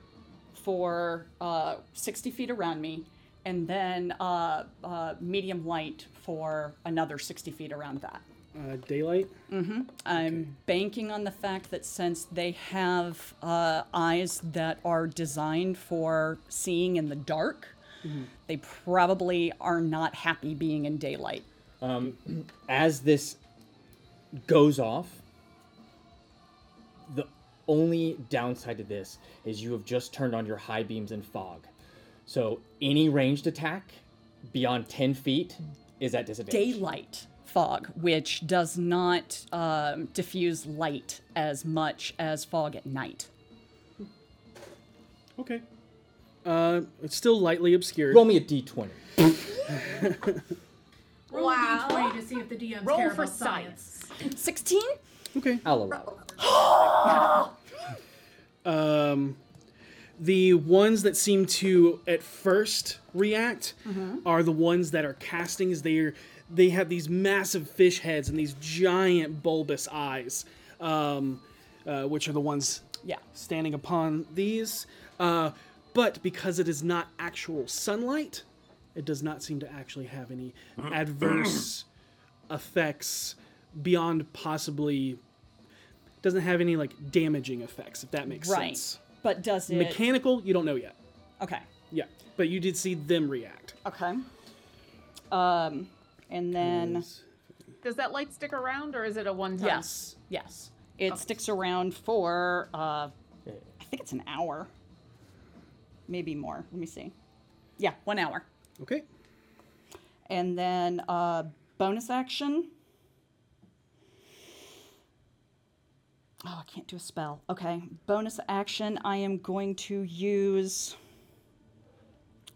[SPEAKER 7] for uh, 60 feet around me, and then uh, uh, medium light for another 60 feet around that.
[SPEAKER 12] Uh, daylight?
[SPEAKER 7] hmm I'm banking on the fact that since they have uh, eyes that are designed for seeing in the dark,
[SPEAKER 12] Mm-hmm.
[SPEAKER 7] they probably are not happy being in daylight.
[SPEAKER 2] Um, as this goes off, the only downside to this is you have just turned on your high beams and fog. So any ranged attack beyond 10 feet is at disadvantage.
[SPEAKER 7] Daylight fog, which does not um, diffuse light as much as fog at night.
[SPEAKER 12] Okay. Uh, it's still lightly obscured.
[SPEAKER 2] Roll me a d20.
[SPEAKER 6] Roll wow. d20 to see if the DM's
[SPEAKER 7] Roll
[SPEAKER 6] care
[SPEAKER 7] for
[SPEAKER 6] about science.
[SPEAKER 7] 16?
[SPEAKER 12] Okay.
[SPEAKER 2] <laughs> I'll allow
[SPEAKER 12] <laughs> Um, the ones that seem to at first react
[SPEAKER 3] Mhm.
[SPEAKER 12] are the ones that are casting as they are they have these massive fish heads and these giant bulbous eyes, um, uh, which are the ones
[SPEAKER 7] yeah.
[SPEAKER 12] standing upon these. Uh, but because it is not actual sunlight, it does not seem to actually have any
[SPEAKER 7] <clears throat>
[SPEAKER 12] adverse effects beyond possibly doesn't have any like damaging effects if that makes
[SPEAKER 7] right.
[SPEAKER 12] sense.
[SPEAKER 7] But does it.
[SPEAKER 12] Mechanical, you don't know yet.
[SPEAKER 7] Okay.
[SPEAKER 12] Yeah, but you did see them react.
[SPEAKER 7] Okay. Um, and then.
[SPEAKER 11] Does that light stick around or is it a one time? <laughs>
[SPEAKER 7] Yes. Yes. It sticks around for, uh, I think it's an hour. Maybe more. Let me see. Yeah, one hour.
[SPEAKER 12] Okay.
[SPEAKER 7] And then uh, bonus action. Oh, I can't do a spell. Okay. Bonus action. I am going to use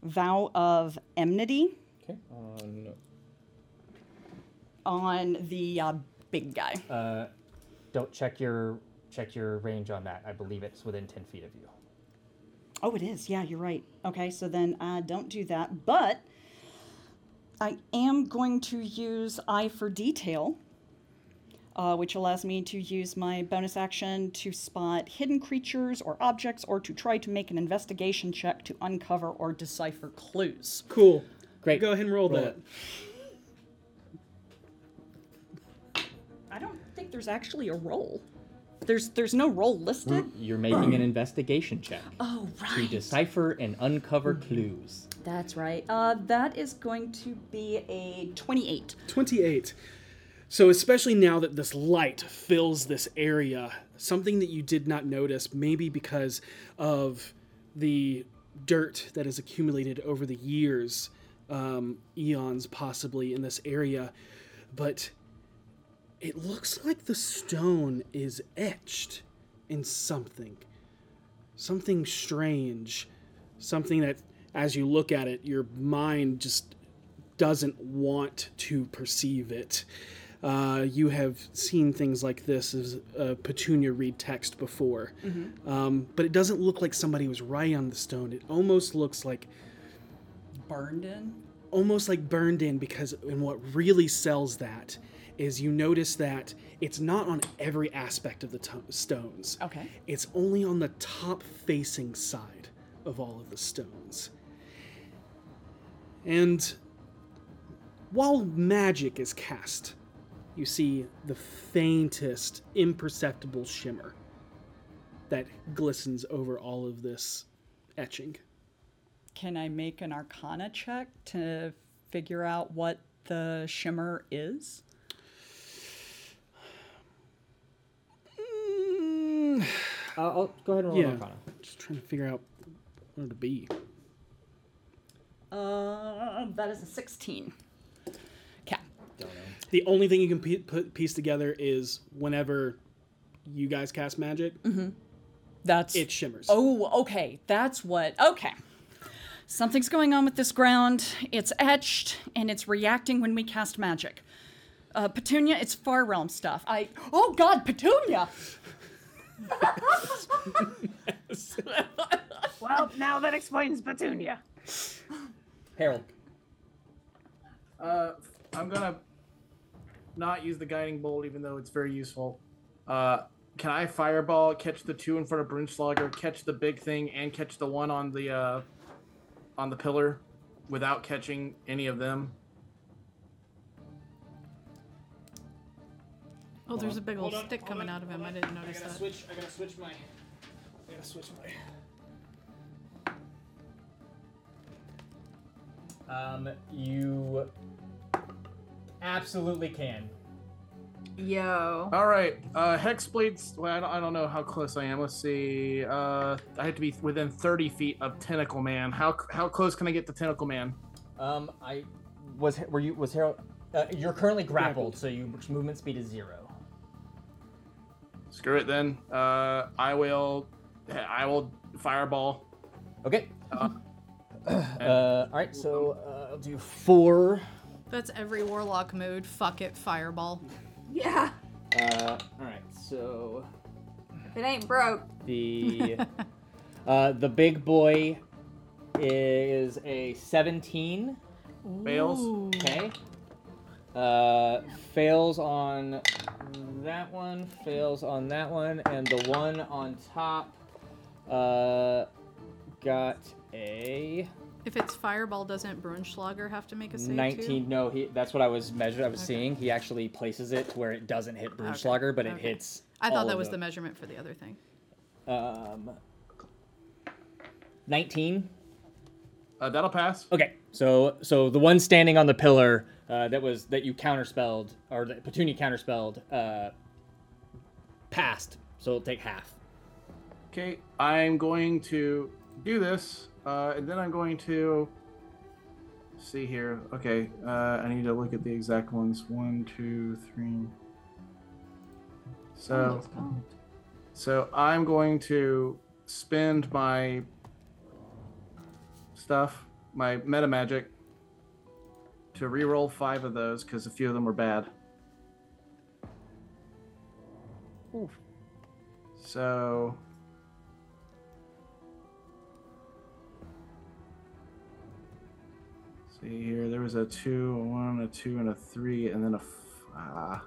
[SPEAKER 7] Vow of Enmity
[SPEAKER 2] Okay. On
[SPEAKER 7] on the uh, big guy.
[SPEAKER 17] Uh, don't check your check your range on that. I believe it's within ten feet of you.
[SPEAKER 7] Oh, it is. Yeah, you're right. Okay, so then I don't do that, but I am going to use Eye for Detail, uh, which allows me to use my bonus action to spot hidden creatures or objects or to try to make an investigation check to uncover or decipher clues.
[SPEAKER 12] Cool.
[SPEAKER 2] Great.
[SPEAKER 12] Go ahead and roll, that.
[SPEAKER 7] I don't think there's actually a roll. There's there's no roll listed.
[SPEAKER 2] You're making an investigation check
[SPEAKER 7] Oh,
[SPEAKER 2] to decipher and uncover clues.
[SPEAKER 7] That's right. Uh, that is going to be a 28.
[SPEAKER 12] 28. So, especially now that this light fills this area, something that you did not notice, maybe because of the dirt that has accumulated over the years, um, eons possibly in this area, but it looks like the stone is etched in something. Something strange. Something that, as you look at it, your mind just doesn't want to perceive it. Uh, you have seen things like this as uh, Petunia read text before,
[SPEAKER 16] Mm-hmm.
[SPEAKER 3] Mhm.
[SPEAKER 12] um, but it doesn't look like somebody was right on the stone. It almost looks like
[SPEAKER 7] Burned in?
[SPEAKER 12] almost like burned in because and what really sells that is you notice that it's not on every aspect of the to stones.
[SPEAKER 7] Okay.
[SPEAKER 12] It's only on the top facing side of all of the stones. And while magic is cast, you see the faintest imperceptible shimmer that glistens over all of this etching.
[SPEAKER 7] Can I make an arcana check to figure out what the shimmer is?
[SPEAKER 17] Uh, I'll go ahead and roll
[SPEAKER 12] yeah.
[SPEAKER 17] an Arcana.
[SPEAKER 12] Just trying to figure out where to be.
[SPEAKER 7] Uh, that is a 16.
[SPEAKER 12] The only thing you can pe- put piece together is whenever you guys cast magic,
[SPEAKER 7] Mhm. that's
[SPEAKER 12] it shimmers.
[SPEAKER 7] Oh, okay. That's what. Okay. Something's going on with this ground. It's etched and it's reacting when we cast magic. Uh, Petunia, it's far realm stuff. I. Oh, God, Petunia! <laughs>
[SPEAKER 11] Well, now that explains Petunia.
[SPEAKER 2] Harold.
[SPEAKER 14] Uh, I'm gonna not use the guiding bolt, even though it's very useful. Uh, can I fireball catch the two in front of Brunschlager, catch the big thing, and catch the one on the uh, on the pillar without catching any of them?
[SPEAKER 6] Oh, there's a big old
[SPEAKER 2] Hold on,
[SPEAKER 6] stick
[SPEAKER 2] hold
[SPEAKER 6] coming
[SPEAKER 2] on,
[SPEAKER 6] out of him. I
[SPEAKER 2] hold on.
[SPEAKER 6] didn't notice
[SPEAKER 2] I gotta
[SPEAKER 6] that.
[SPEAKER 2] switch. I gotta switch my. I gotta switch my. Um, you absolutely can.
[SPEAKER 13] Yo.
[SPEAKER 14] All right, uh, hex blades. Well, I don't, I don't know how close I am. Let's see. Uh, I have to be within 30 feet of Tentacle Man. How how close can I get to Tentacle Man?
[SPEAKER 2] Um, I was were you was Harold? Uh, you're currently grappled, so your movement speed is zero.
[SPEAKER 14] Screw it then. Uh, I will. I will fireball.
[SPEAKER 2] Okay. Uh, Uh, all right, so uh, I'll do four.
[SPEAKER 6] That's every warlock mood. Fuck it, fireball.
[SPEAKER 13] Yeah.
[SPEAKER 2] Uh, <laughs> all right, so
[SPEAKER 13] If it ain't broke.
[SPEAKER 6] <laughs>
[SPEAKER 2] the uh, the big boy is a 17.
[SPEAKER 14] Fails. Ooh.
[SPEAKER 2] Okay. Uh, fails on that one. Fails on that one, and the one on top uh, got a
[SPEAKER 6] If it's fireball, doesn't Brunschlager have to make a save? too?
[SPEAKER 2] 19 no he that's what i was measuring i was seeing he actually places it to where it doesn't hit Brunschlager, but it
[SPEAKER 6] okay.
[SPEAKER 2] hits
[SPEAKER 6] I thought
[SPEAKER 2] all
[SPEAKER 6] that
[SPEAKER 2] of
[SPEAKER 6] was the
[SPEAKER 2] them.
[SPEAKER 6] measurement for the other thing.
[SPEAKER 2] um 19
[SPEAKER 14] uh, that'll pass
[SPEAKER 2] okay so so the one standing on the pillar uh, that was that you counterspelled or that petunia counterspelled uh passed so it'll take half
[SPEAKER 14] Okay, I'm going to do this, uh, and then I'm going to see here. Okay, uh, I need to look at the exact ones. One, two, three. So, so I'm going to spend my stuff, my meta magic, to reroll five of those because a few of them were bad. So. See here, there was a two, a one, a two, and a three, and then a. F- ah.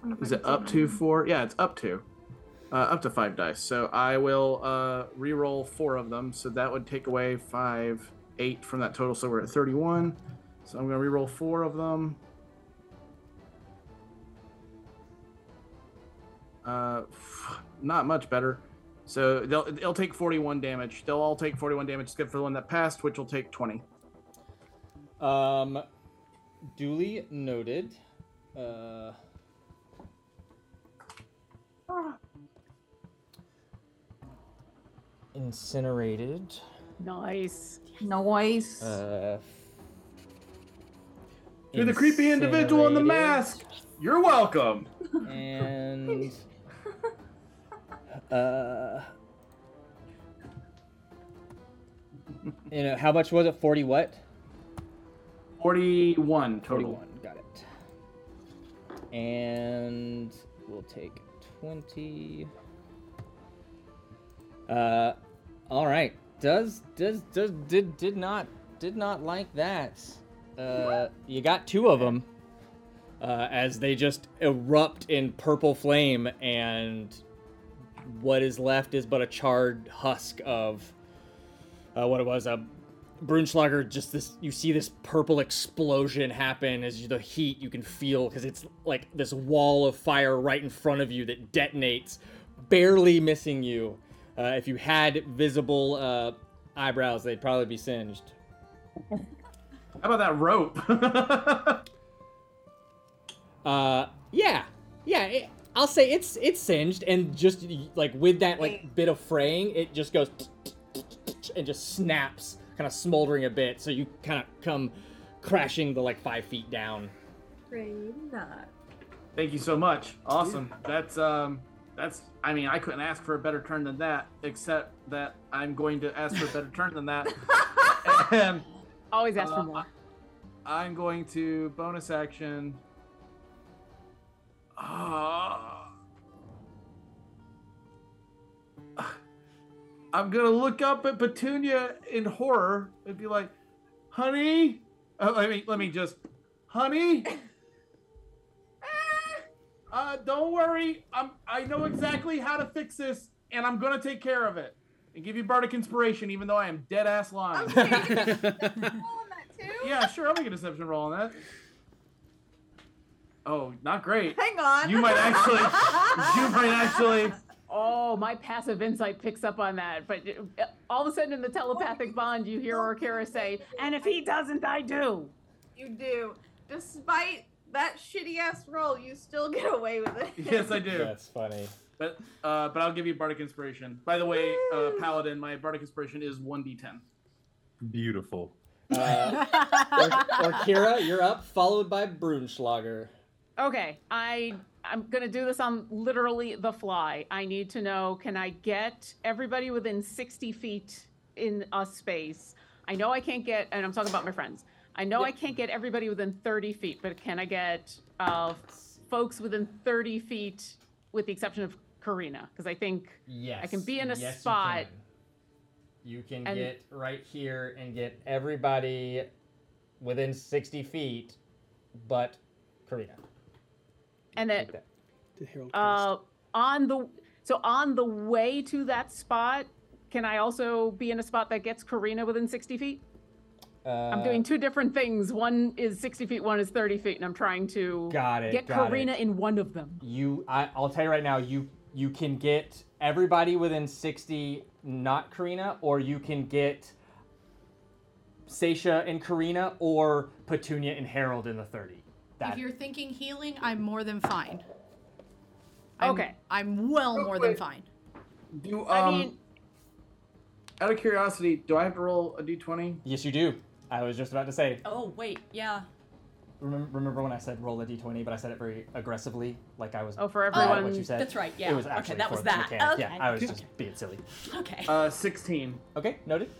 [SPEAKER 13] wonder if
[SPEAKER 14] Is
[SPEAKER 13] I
[SPEAKER 14] it
[SPEAKER 13] can
[SPEAKER 14] up
[SPEAKER 13] see
[SPEAKER 14] to
[SPEAKER 13] mine.
[SPEAKER 14] four? Yeah, it's up to. Uh, up to five dice. So I will uh, re-roll four of them. So that would take away five, eight from that total. So we're at 31. So I'm going to re-roll four of them. Uh, f- not much better. So they'll they'll take 41 damage. They'll all take 41 damage, except for the one that passed, which will take 20.
[SPEAKER 2] Um, duly noted. Uh, incinerated.
[SPEAKER 11] Nice.
[SPEAKER 13] Nice.
[SPEAKER 2] Uh,
[SPEAKER 14] You're the creepy individual in the mask. You're welcome.
[SPEAKER 2] And uh, you know how much was it? Forty what?
[SPEAKER 14] 41 total.
[SPEAKER 2] 41, got it. And we'll take 20. Uh all right. Does does does did did not did not like that. Uh you got two of them. Uh as they just erupt in purple flame and what is left is but a charred husk of uh, what it was a Brunschlager, just this, you see this purple explosion happen as you, the heat you can feel because it's like this wall of fire right in front of you that detonates, barely missing you. Uh, if you had visible uh, eyebrows, they'd probably be singed.
[SPEAKER 14] How about that rope?
[SPEAKER 2] uh, yeah, yeah. It, I'll say it's it's singed, and just like with that like bit of fraying, it just goes and just snaps, kind of smoldering a bit. So you kind of come crashing the like five feet down.
[SPEAKER 13] not.
[SPEAKER 14] Thank you so much. Awesome. That's um that's I mean, I couldn't ask for a better turn than that, except that I'm going to ask for a better turn than that. and
[SPEAKER 11] <laughs> Always ask for
[SPEAKER 14] Uh,
[SPEAKER 11] more.
[SPEAKER 14] I'm going to bonus action. Ah. I'm gonna look up at Petunia in horror and be like, "Honey," uh, let me let me just, "Honey."
[SPEAKER 11] Ah.
[SPEAKER 14] Uh, don't worry. I'm. I know exactly how to fix this, and I'm gonna take care of it, and give you bardic inspiration, even though I am dead ass lying. Yeah, sure. I'll make a deception roll on that. Oh, not great.
[SPEAKER 11] Hang on.
[SPEAKER 14] You might
[SPEAKER 11] <laughs>
[SPEAKER 14] actually. you might actually.
[SPEAKER 11] Oh, my passive insight picks up on that. But uh, all of a sudden, in the telepathic bond, you hear Orkara say, "And if he doesn't, I do."
[SPEAKER 13] You do. Despite that shitty ass roll, you still get away with it.
[SPEAKER 14] Yes, I do.
[SPEAKER 2] That's funny.
[SPEAKER 14] But uh, but I'll give you bardic inspiration. By the way, uh, paladin, my bardic inspiration is one d10.
[SPEAKER 16] Beautiful.
[SPEAKER 2] Uh, or, or Kira, you're up, followed by Brunschlager.
[SPEAKER 11] Okay, I I'm gonna do this on literally the fly. I need to know: can I get everybody within 60 feet in a space? I know I can't get, and I'm talking about my friends. I know I can't get everybody within 30 feet, but can I get uh, folks within 30 feet, with the exception of Karina? Because I think
[SPEAKER 2] Yes.
[SPEAKER 11] I can be in a
[SPEAKER 2] yes, you
[SPEAKER 11] spot.
[SPEAKER 2] can. You can,
[SPEAKER 11] and-
[SPEAKER 2] get right here and get everybody within 60 feet, but Karina.
[SPEAKER 11] and then
[SPEAKER 20] Did Harold
[SPEAKER 11] uh, on the so on the way to that spot, can I also be in a spot that gets Karina within 60 feet?
[SPEAKER 2] Uh,
[SPEAKER 11] I'm doing two different things. One is 60 feet, one is 30 feet, and I'm trying to
[SPEAKER 2] Got it,
[SPEAKER 11] get
[SPEAKER 2] got
[SPEAKER 11] Karina
[SPEAKER 2] it.
[SPEAKER 11] in one of them.
[SPEAKER 2] You, I, I'll tell you right now. You you can get everybody within sixty, not Karina, or you can get Seisha and Karina, or Petunia and Harold in the thirty. That
[SPEAKER 6] If you're thinking healing, I'm more than fine.
[SPEAKER 11] okay.
[SPEAKER 6] I'm well more than fine.
[SPEAKER 14] Do
[SPEAKER 6] I
[SPEAKER 14] um,
[SPEAKER 6] mean-
[SPEAKER 14] out of curiosity, do I have to roll a d20?
[SPEAKER 2] Yes, you do. I was just about to say.
[SPEAKER 7] Oh, wait, yeah.
[SPEAKER 2] Remember, remember when I said roll a d20, but I said it very aggressively, like I was.
[SPEAKER 11] Oh, for
[SPEAKER 2] mad at What
[SPEAKER 11] everyone.
[SPEAKER 2] you said.
[SPEAKER 7] That's right, yeah.
[SPEAKER 2] It was
[SPEAKER 7] Okay,
[SPEAKER 2] actually
[SPEAKER 7] that
[SPEAKER 2] for
[SPEAKER 7] was
[SPEAKER 2] the
[SPEAKER 7] that.
[SPEAKER 2] mechanic.
[SPEAKER 7] Okay.
[SPEAKER 2] Yeah, I was
[SPEAKER 7] Okay.
[SPEAKER 2] just being silly.
[SPEAKER 7] Okay.
[SPEAKER 14] Uh, 16.
[SPEAKER 2] Okay, noted.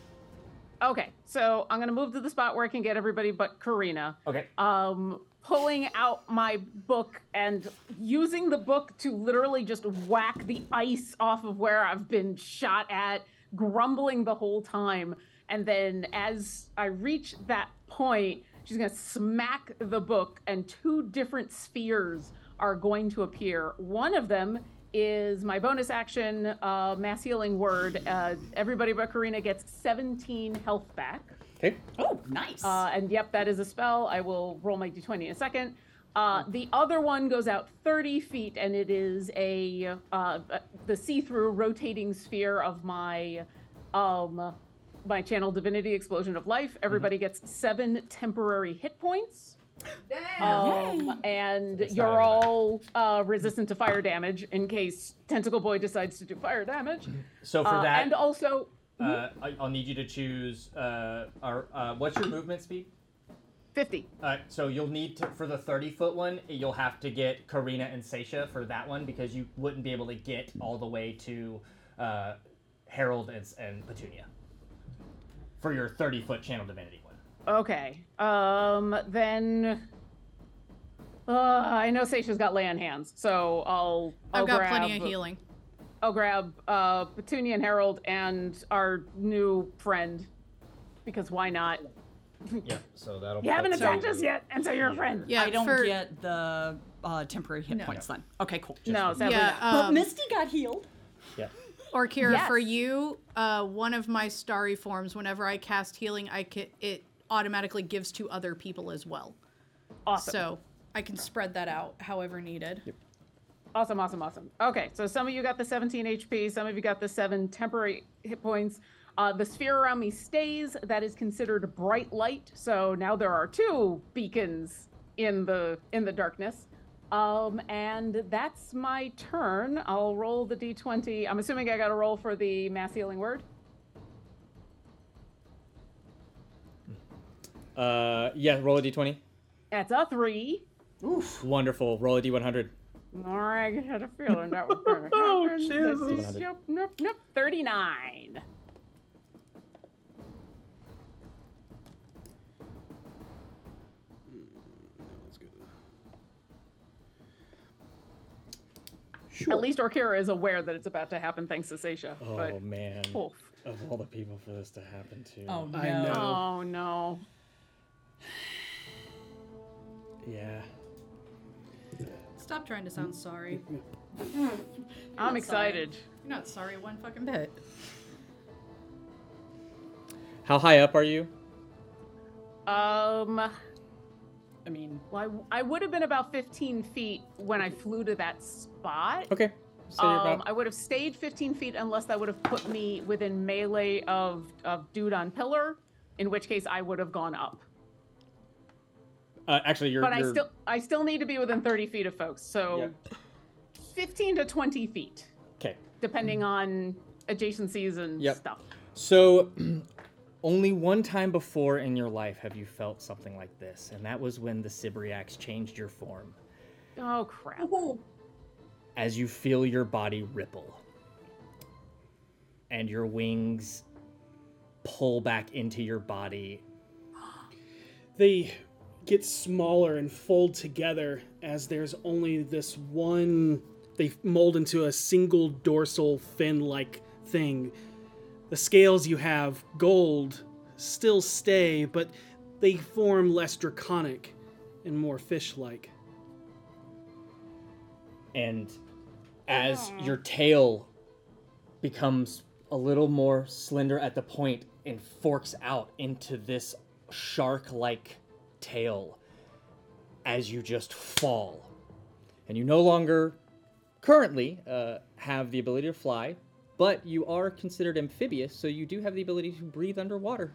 [SPEAKER 11] Okay, so I'm gonna move to the spot where I can get everybody but Karina.
[SPEAKER 2] Okay.
[SPEAKER 11] Um, pulling out my book and using the book to literally just whack the ice off of where I've been shot at, grumbling the whole time. And then as I reach that point, she's gonna smack the book, and two different spheres are going to appear. One of them is my bonus action uh, mass healing word. Uh, everybody but Karina gets 17 health back.
[SPEAKER 2] Okay.
[SPEAKER 11] Oh,
[SPEAKER 7] nice.
[SPEAKER 11] Uh, and yep, that is a spell. I will roll my d20 in a second. Uh, the other one goes out 30 feet, and it is a uh, the see-through rotating sphere of my um, my channel divinity explosion of life.
[SPEAKER 2] Mm-hmm.
[SPEAKER 11] Everybody gets seven temporary hit points. Um, and you're all uh, resistant to fire damage in case Tentacle Boy decides to do fire damage.
[SPEAKER 2] So for
[SPEAKER 11] Uh,
[SPEAKER 2] that-
[SPEAKER 11] and also
[SPEAKER 2] Uh,
[SPEAKER 11] Mm-hmm.
[SPEAKER 2] I, I'll need you to choose. Uh, our, uh, what's your movement speed?
[SPEAKER 11] 50.
[SPEAKER 2] Uh, so you'll need to for the thirty foot one. You'll have to get Karina and Seisha for that one because you wouldn't be able to get all the way to uh, Harold and, and Petunia for your thirty foot channel divinity one.
[SPEAKER 11] Okay. Um. Then. Uh, I know Seisha's got lay on hands, so I'll. I'll
[SPEAKER 6] I've got
[SPEAKER 11] grab,
[SPEAKER 6] plenty of healing.
[SPEAKER 11] I'll grab uh, Petunia and Harold and our new friend, because why not?
[SPEAKER 2] Yeah. So that'll.
[SPEAKER 11] You haven't
[SPEAKER 7] put
[SPEAKER 11] attacked
[SPEAKER 7] you-
[SPEAKER 11] us yet, and so you're a friend.
[SPEAKER 5] Uh,
[SPEAKER 7] I don't get the uh, temporary hit points then. Okay, cool.
[SPEAKER 11] No,
[SPEAKER 6] Just- sadly Yeah, not.
[SPEAKER 7] but
[SPEAKER 6] um,
[SPEAKER 7] Misty got healed.
[SPEAKER 6] Or Kira,
[SPEAKER 7] Yes.
[SPEAKER 6] for you, uh, one of my starry forms, whenever I cast healing, I ca- it automatically gives to other people as well.
[SPEAKER 11] Awesome.
[SPEAKER 6] So I can spread that out however needed.
[SPEAKER 11] Awesome, awesome, awesome. Okay, so some of you got the 17 HP, some of you got the seven temporary hit points. Uh, the sphere around me stays. That is considered bright light. So now there are two beacons in the in the darkness. Um, and that's my turn. I'll roll the d20. I'm assuming I got to roll for the mass healing word.
[SPEAKER 2] Uh, yeah. Roll a d twenty.
[SPEAKER 11] That's a three. Oof.
[SPEAKER 2] Wonderful. Roll a d one hundred.
[SPEAKER 11] All right, I had a feeling that was going to happen.
[SPEAKER 2] Jesus.
[SPEAKER 11] This is- Nope, nope, nope. 39. At least Orkira is aware that it's about to happen thanks to Seisha.
[SPEAKER 2] Oh
[SPEAKER 11] but
[SPEAKER 2] man.
[SPEAKER 11] Oof.
[SPEAKER 2] Of all the people for this to happen to.
[SPEAKER 20] I no. know.
[SPEAKER 11] Oh no.
[SPEAKER 2] Yeah.
[SPEAKER 6] Stop trying to sound sorry.
[SPEAKER 11] I'm excited.
[SPEAKER 6] You're not sorry one fucking bit.
[SPEAKER 2] How high up are you?
[SPEAKER 11] Um I mean, well, I w- I, would have been about 15 feet when I flew to that spot.
[SPEAKER 2] Okay. So you're
[SPEAKER 11] um,
[SPEAKER 2] about-
[SPEAKER 11] I would have stayed 15 feet unless that would have put me within melee of, of dude on pillar, in which case I would have gone up.
[SPEAKER 2] Uh, actually, you're.
[SPEAKER 11] but I
[SPEAKER 2] you're-
[SPEAKER 11] still I still need to be within 30 feet of folks, so 15 to 20 feet,
[SPEAKER 2] Okay.
[SPEAKER 11] depending on adjacencies and
[SPEAKER 2] Mm. Yep.
[SPEAKER 11] stuff.
[SPEAKER 2] So, <clears throat> only one time before in your life have you felt something like this, and that was when the Sibriax changed your form.
[SPEAKER 11] Oh crap.
[SPEAKER 2] As you feel your body ripple, and your wings pull back into your body.
[SPEAKER 12] They get smaller and fold together as there's only this one. They mold into a single dorsal fin like thing. The scales you have, gold, still stay, but they form less draconic and more fish like.
[SPEAKER 2] and as your tail becomes a little more slender at the point and forks out into this shark like tail as you just fall. And you no longer currently uh, have the ability to fly, but you are considered amphibious, so you do have the ability to breathe underwater.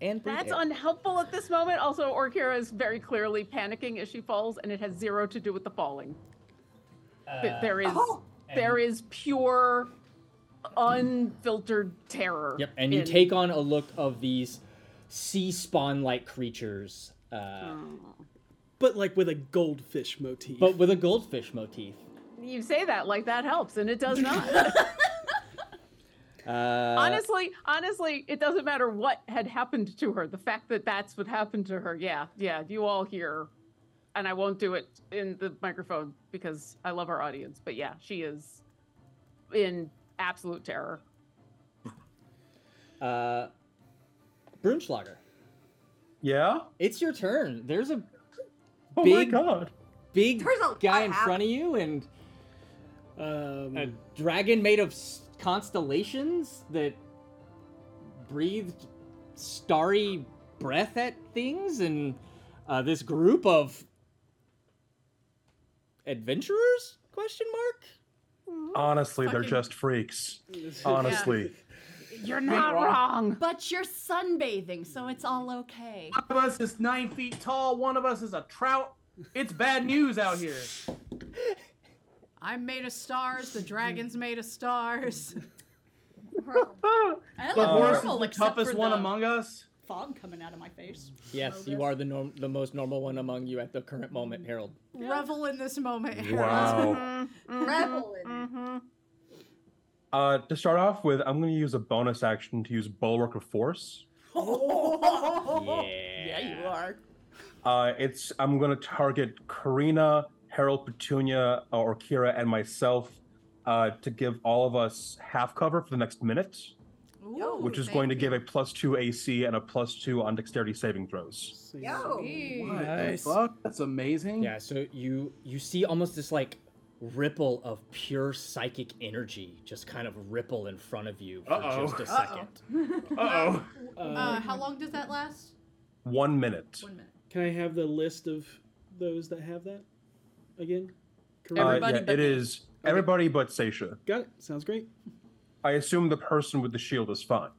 [SPEAKER 2] And breathe
[SPEAKER 11] That's
[SPEAKER 2] air.
[SPEAKER 11] unhelpful at this moment. Also, Orkira is very clearly panicking as she falls, and it has zero to do with the falling. Th-
[SPEAKER 2] Uh,
[SPEAKER 11] there is
[SPEAKER 2] Oh.
[SPEAKER 11] there is pure, unfiltered terror.
[SPEAKER 2] Yep, and you
[SPEAKER 11] in-
[SPEAKER 2] take on a look of these sea spawn like creatures. Uh,
[SPEAKER 12] But like with a goldfish motif.
[SPEAKER 2] But with a goldfish motif.
[SPEAKER 11] You say that like that helps, and it does not.
[SPEAKER 2] Uh,
[SPEAKER 11] honestly, honestly, it doesn't matter what had happened to her. The fact that that's what happened to her. Yeah, yeah. You all hear, and I won't do it in the microphone because I love our audience. But yeah, she is in absolute terror.
[SPEAKER 2] Uh, Brunschlager.
[SPEAKER 16] Yeah?
[SPEAKER 2] It's your turn. There's a
[SPEAKER 16] Oh my
[SPEAKER 2] big,
[SPEAKER 16] God.
[SPEAKER 2] big
[SPEAKER 13] There's a
[SPEAKER 2] guy
[SPEAKER 13] lot
[SPEAKER 2] in front of you and a dragon made of s- constellations that breathed starry breath at things and uh, this group of adventurers question mark
[SPEAKER 16] Honestly, they're
[SPEAKER 2] Fucking-
[SPEAKER 16] just freaks. Honestly.
[SPEAKER 11] You're
[SPEAKER 16] not wrong.
[SPEAKER 5] But you're sunbathing, so it's all okay.
[SPEAKER 14] One of us is nine feet tall. One of us is a trout. It's bad news out here.
[SPEAKER 6] I'm made of stars. The dragon's made of stars. <laughs>
[SPEAKER 14] The
[SPEAKER 6] I
[SPEAKER 14] horse
[SPEAKER 6] look
[SPEAKER 14] is
[SPEAKER 6] normal,
[SPEAKER 14] the
[SPEAKER 6] except for
[SPEAKER 14] toughest one
[SPEAKER 6] the-
[SPEAKER 14] among us.
[SPEAKER 7] Fog coming out of my face.
[SPEAKER 2] Yes, you are the norm- the most normal one among you at the current moment, Harold.
[SPEAKER 6] Revel in this moment,
[SPEAKER 16] Wow.
[SPEAKER 6] Harold. Revel in
[SPEAKER 16] Uh, to start off with, I'm going to use a bonus action to use Bulwark of Force.
[SPEAKER 2] <laughs> yeah.
[SPEAKER 7] you are.
[SPEAKER 16] Uh, it's I'm going to target Karina, Harold Petunia, uh, or Kira, and myself uh, to give all of us half cover for the next minute,
[SPEAKER 6] Ooh,
[SPEAKER 16] which is going to give a plus two AC and a plus two on dexterity saving throws.
[SPEAKER 14] What the fuck? That's amazing.
[SPEAKER 2] Yeah, so you you see almost this like ripple of pure psychic energy just kind of ripple in front of you for
[SPEAKER 16] Uh-oh.
[SPEAKER 2] just a
[SPEAKER 16] Uh-oh.
[SPEAKER 2] 2nd
[SPEAKER 16] Uh-oh.
[SPEAKER 6] Uh, how long does
[SPEAKER 2] <laughs>
[SPEAKER 6] that last?
[SPEAKER 16] One minute.
[SPEAKER 12] Can I have the list of those that have that again?
[SPEAKER 16] Uh, yeah, it is everybody but Seisha.
[SPEAKER 12] Got it. Sounds great.
[SPEAKER 16] I assume the person with the shield is fine.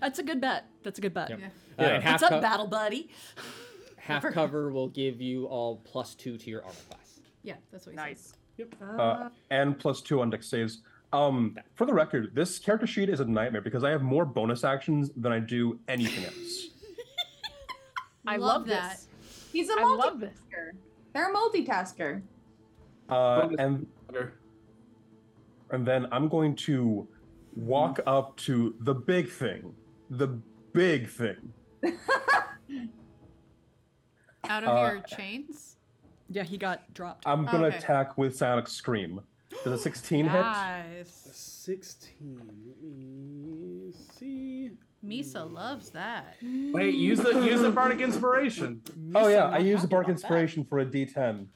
[SPEAKER 7] That's a good bet. That's a good bet.
[SPEAKER 2] Uh, and half
[SPEAKER 7] What's up,
[SPEAKER 2] co-
[SPEAKER 7] battle buddy?
[SPEAKER 2] Half cover will give you all plus two to your armor class.
[SPEAKER 6] Yeah, that's what he nice.
[SPEAKER 12] Yep.
[SPEAKER 16] uh, and plus two on dex saves. Um, for the record, this character sheet is a nightmare because I have more bonus actions than I do anything else.
[SPEAKER 11] I
[SPEAKER 13] Love
[SPEAKER 11] love,
[SPEAKER 13] that.
[SPEAKER 11] this.
[SPEAKER 13] He's a
[SPEAKER 11] I love this.
[SPEAKER 13] multitasker. They're a multitasker.
[SPEAKER 16] Uh, and and then I'm going to walk
[SPEAKER 14] Mm-hmm.
[SPEAKER 16] up to the big thing, the big thing.
[SPEAKER 6] Out of
[SPEAKER 16] Uh,
[SPEAKER 6] your chains?
[SPEAKER 7] Yeah, he got dropped.
[SPEAKER 16] I'm gonna
[SPEAKER 6] Oh, Okay.
[SPEAKER 16] attack with Sonic Scream. Does a 16 hit?
[SPEAKER 6] Nice.
[SPEAKER 12] 16. Let me see.
[SPEAKER 6] Misa loves that.
[SPEAKER 14] Wait, use the use the bardic inspiration.
[SPEAKER 16] Oh yeah, I use the Bark Inspiration for a D10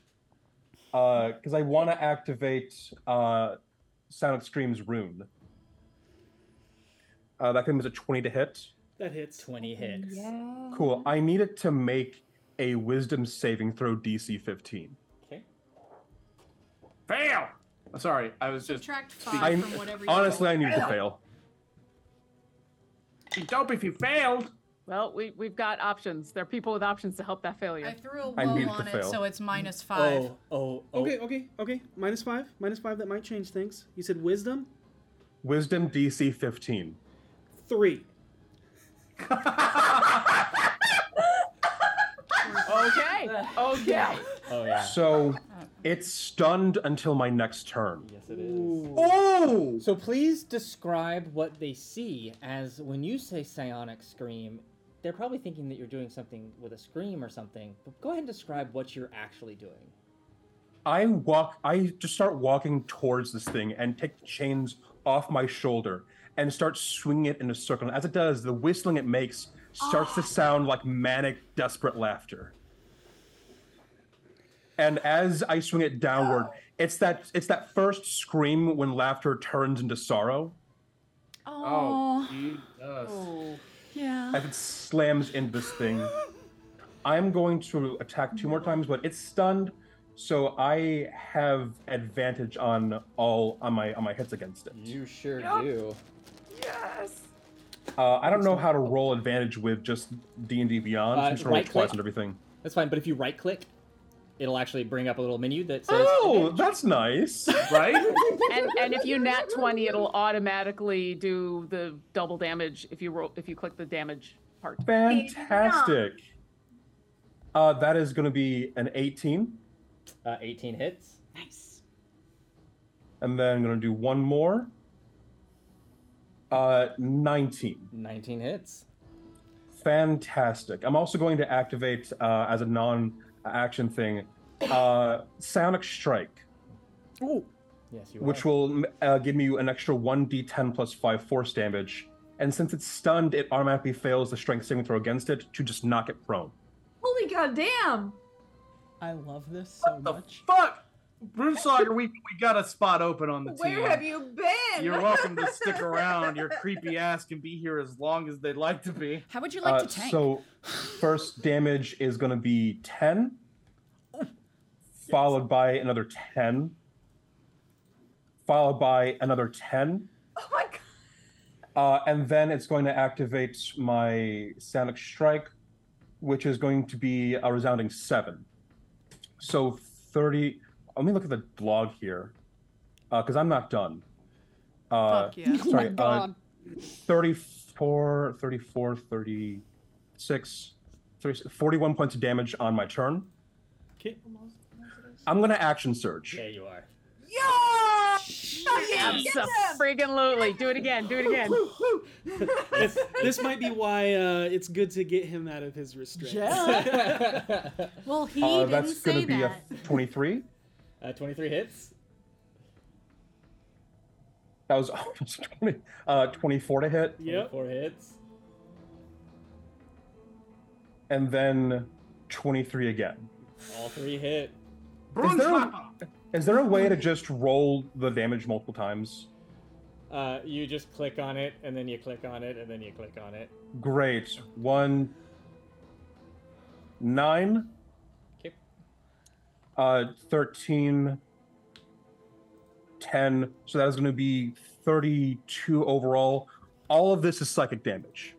[SPEAKER 16] because I want to activate uh, Sonic Scream's rune. Uh, that comes a 20 to hit.
[SPEAKER 12] That hits.
[SPEAKER 2] 20 hits.
[SPEAKER 16] Cool. I need it to make a Wisdom saving throw DC 15.
[SPEAKER 14] Fail. I'm Sorry, I was just.
[SPEAKER 6] Subtract
[SPEAKER 16] I, honestly, I need to fail.
[SPEAKER 14] You dope if you failed.
[SPEAKER 11] Well, we we've got options. There are people with options to help that failure. I
[SPEAKER 6] threw a
[SPEAKER 16] I woe need to on it, fail. so
[SPEAKER 6] it's minus
[SPEAKER 2] Oh, oh, oh.
[SPEAKER 12] Okay, okay, okay. Minus five, minus five. That might change things. You said wisdom
[SPEAKER 16] Wisdom DC 15.
[SPEAKER 12] three.
[SPEAKER 11] okay.
[SPEAKER 16] <laughs>
[SPEAKER 11] Okay.
[SPEAKER 2] Oh yeah.
[SPEAKER 16] So it's stunned until my next turn.
[SPEAKER 2] Yes, it is.
[SPEAKER 16] Oh!
[SPEAKER 17] So please describe what they see as when you say psionic scream. They're probably thinking that you're doing something with a scream or something, but go ahead and describe what you're actually doing.
[SPEAKER 16] I walk I just start walking towards this thing and take the chains off my shoulder and start swinging it in a circle. And as it does, the whistling it makes starts to sound like manic desperate laughter. And as I swing it downward, it's that it's that first scream when laughter turns into sorrow
[SPEAKER 10] Oh, he does.
[SPEAKER 5] Yeah.
[SPEAKER 16] as it slams into this thing. I'm going to attack two more times, but it's stunned, so I have advantage on all on my on my hits against it.
[SPEAKER 17] You sure
[SPEAKER 10] Yup.
[SPEAKER 17] do.
[SPEAKER 10] Yes.
[SPEAKER 16] Uh, I don't know how to roll advantage with just D and D Beyond. so
[SPEAKER 17] Uh,
[SPEAKER 16] I'm just gonna roll
[SPEAKER 17] right click.
[SPEAKER 16] twice and everything.
[SPEAKER 17] That's fine, but if you right click, it'll actually bring up a little menu that says.
[SPEAKER 16] Oh, that's nice, right?
[SPEAKER 11] and and if you nat 20, it'll automatically do the double damage if you roll if you click the damage part.
[SPEAKER 16] Fantastic. Uh, that is gonna be an 18,
[SPEAKER 17] Uh, 18 hits.
[SPEAKER 11] Nice.
[SPEAKER 16] and then I'm gonna do one more. Uh, 19.
[SPEAKER 17] 19 hits.
[SPEAKER 16] Fantastic. I'm also going to activate uh, as a non-action thing, uh, Sonic Strike.
[SPEAKER 12] Oh.
[SPEAKER 17] Yes, you
[SPEAKER 16] which will mm, uh, give me an extra 1d10 plus 5 force damage. And since it's stunned, it automatically fails the strength saving throw against it to just knock it prone.
[SPEAKER 13] Holy goddamn!
[SPEAKER 7] I love this so much.
[SPEAKER 14] Fuck! Bruce Sawyer, we, we got a spot open on the team.
[SPEAKER 13] Where have you been?
[SPEAKER 14] You're welcome to
[SPEAKER 13] <laughs>
[SPEAKER 14] stick around. Your creepy ass can be here as long as they'd like to be.
[SPEAKER 7] How would you
[SPEAKER 16] Uh, so, first damage is going to be 10, followed by another 10, followed by another 10.
[SPEAKER 13] Oh my god.
[SPEAKER 16] Uh, and then it's going to activate my Sonic Strike, which is going to be a resounding seven. So 30. Let me look at the log here, because I'm not done.
[SPEAKER 3] <laughs>
[SPEAKER 16] Uh,
[SPEAKER 10] Fuck yeah. Oh my
[SPEAKER 16] <laughs> Sorry, uh,
[SPEAKER 10] God.
[SPEAKER 16] 34, 34, 36, 36, 41 points of damage on my turn.
[SPEAKER 10] <laughs>
[SPEAKER 2] Okay.
[SPEAKER 16] I'm going to action surge.
[SPEAKER 17] Yeah, you are.
[SPEAKER 13] Yeah!
[SPEAKER 11] Freaking Do it again. Do it again.
[SPEAKER 12] this, this might be why uh, it's good to get him out of his restraints. <laughs>
[SPEAKER 17] <laughs>
[SPEAKER 9] Well, he
[SPEAKER 16] Uh,
[SPEAKER 9] didn't
[SPEAKER 16] that's going
[SPEAKER 9] say
[SPEAKER 16] to be
[SPEAKER 9] that.
[SPEAKER 16] a 23.
[SPEAKER 17] Uh, 23 hits.
[SPEAKER 16] That was almost 20, uh, 24 to hit.
[SPEAKER 17] Yep. 24 hits.
[SPEAKER 16] and then 23 again.
[SPEAKER 17] All three hit.
[SPEAKER 16] Is there, a, is there a way to just roll the damage multiple times?
[SPEAKER 17] Uh, you just click on it, and then you click on it, and then you click on
[SPEAKER 2] <laughs>
[SPEAKER 17] it.
[SPEAKER 16] Great. One, nine,
[SPEAKER 17] Okay.
[SPEAKER 16] uh, 13, 10. So that is going to be 32 overall. All of this is psychic damage.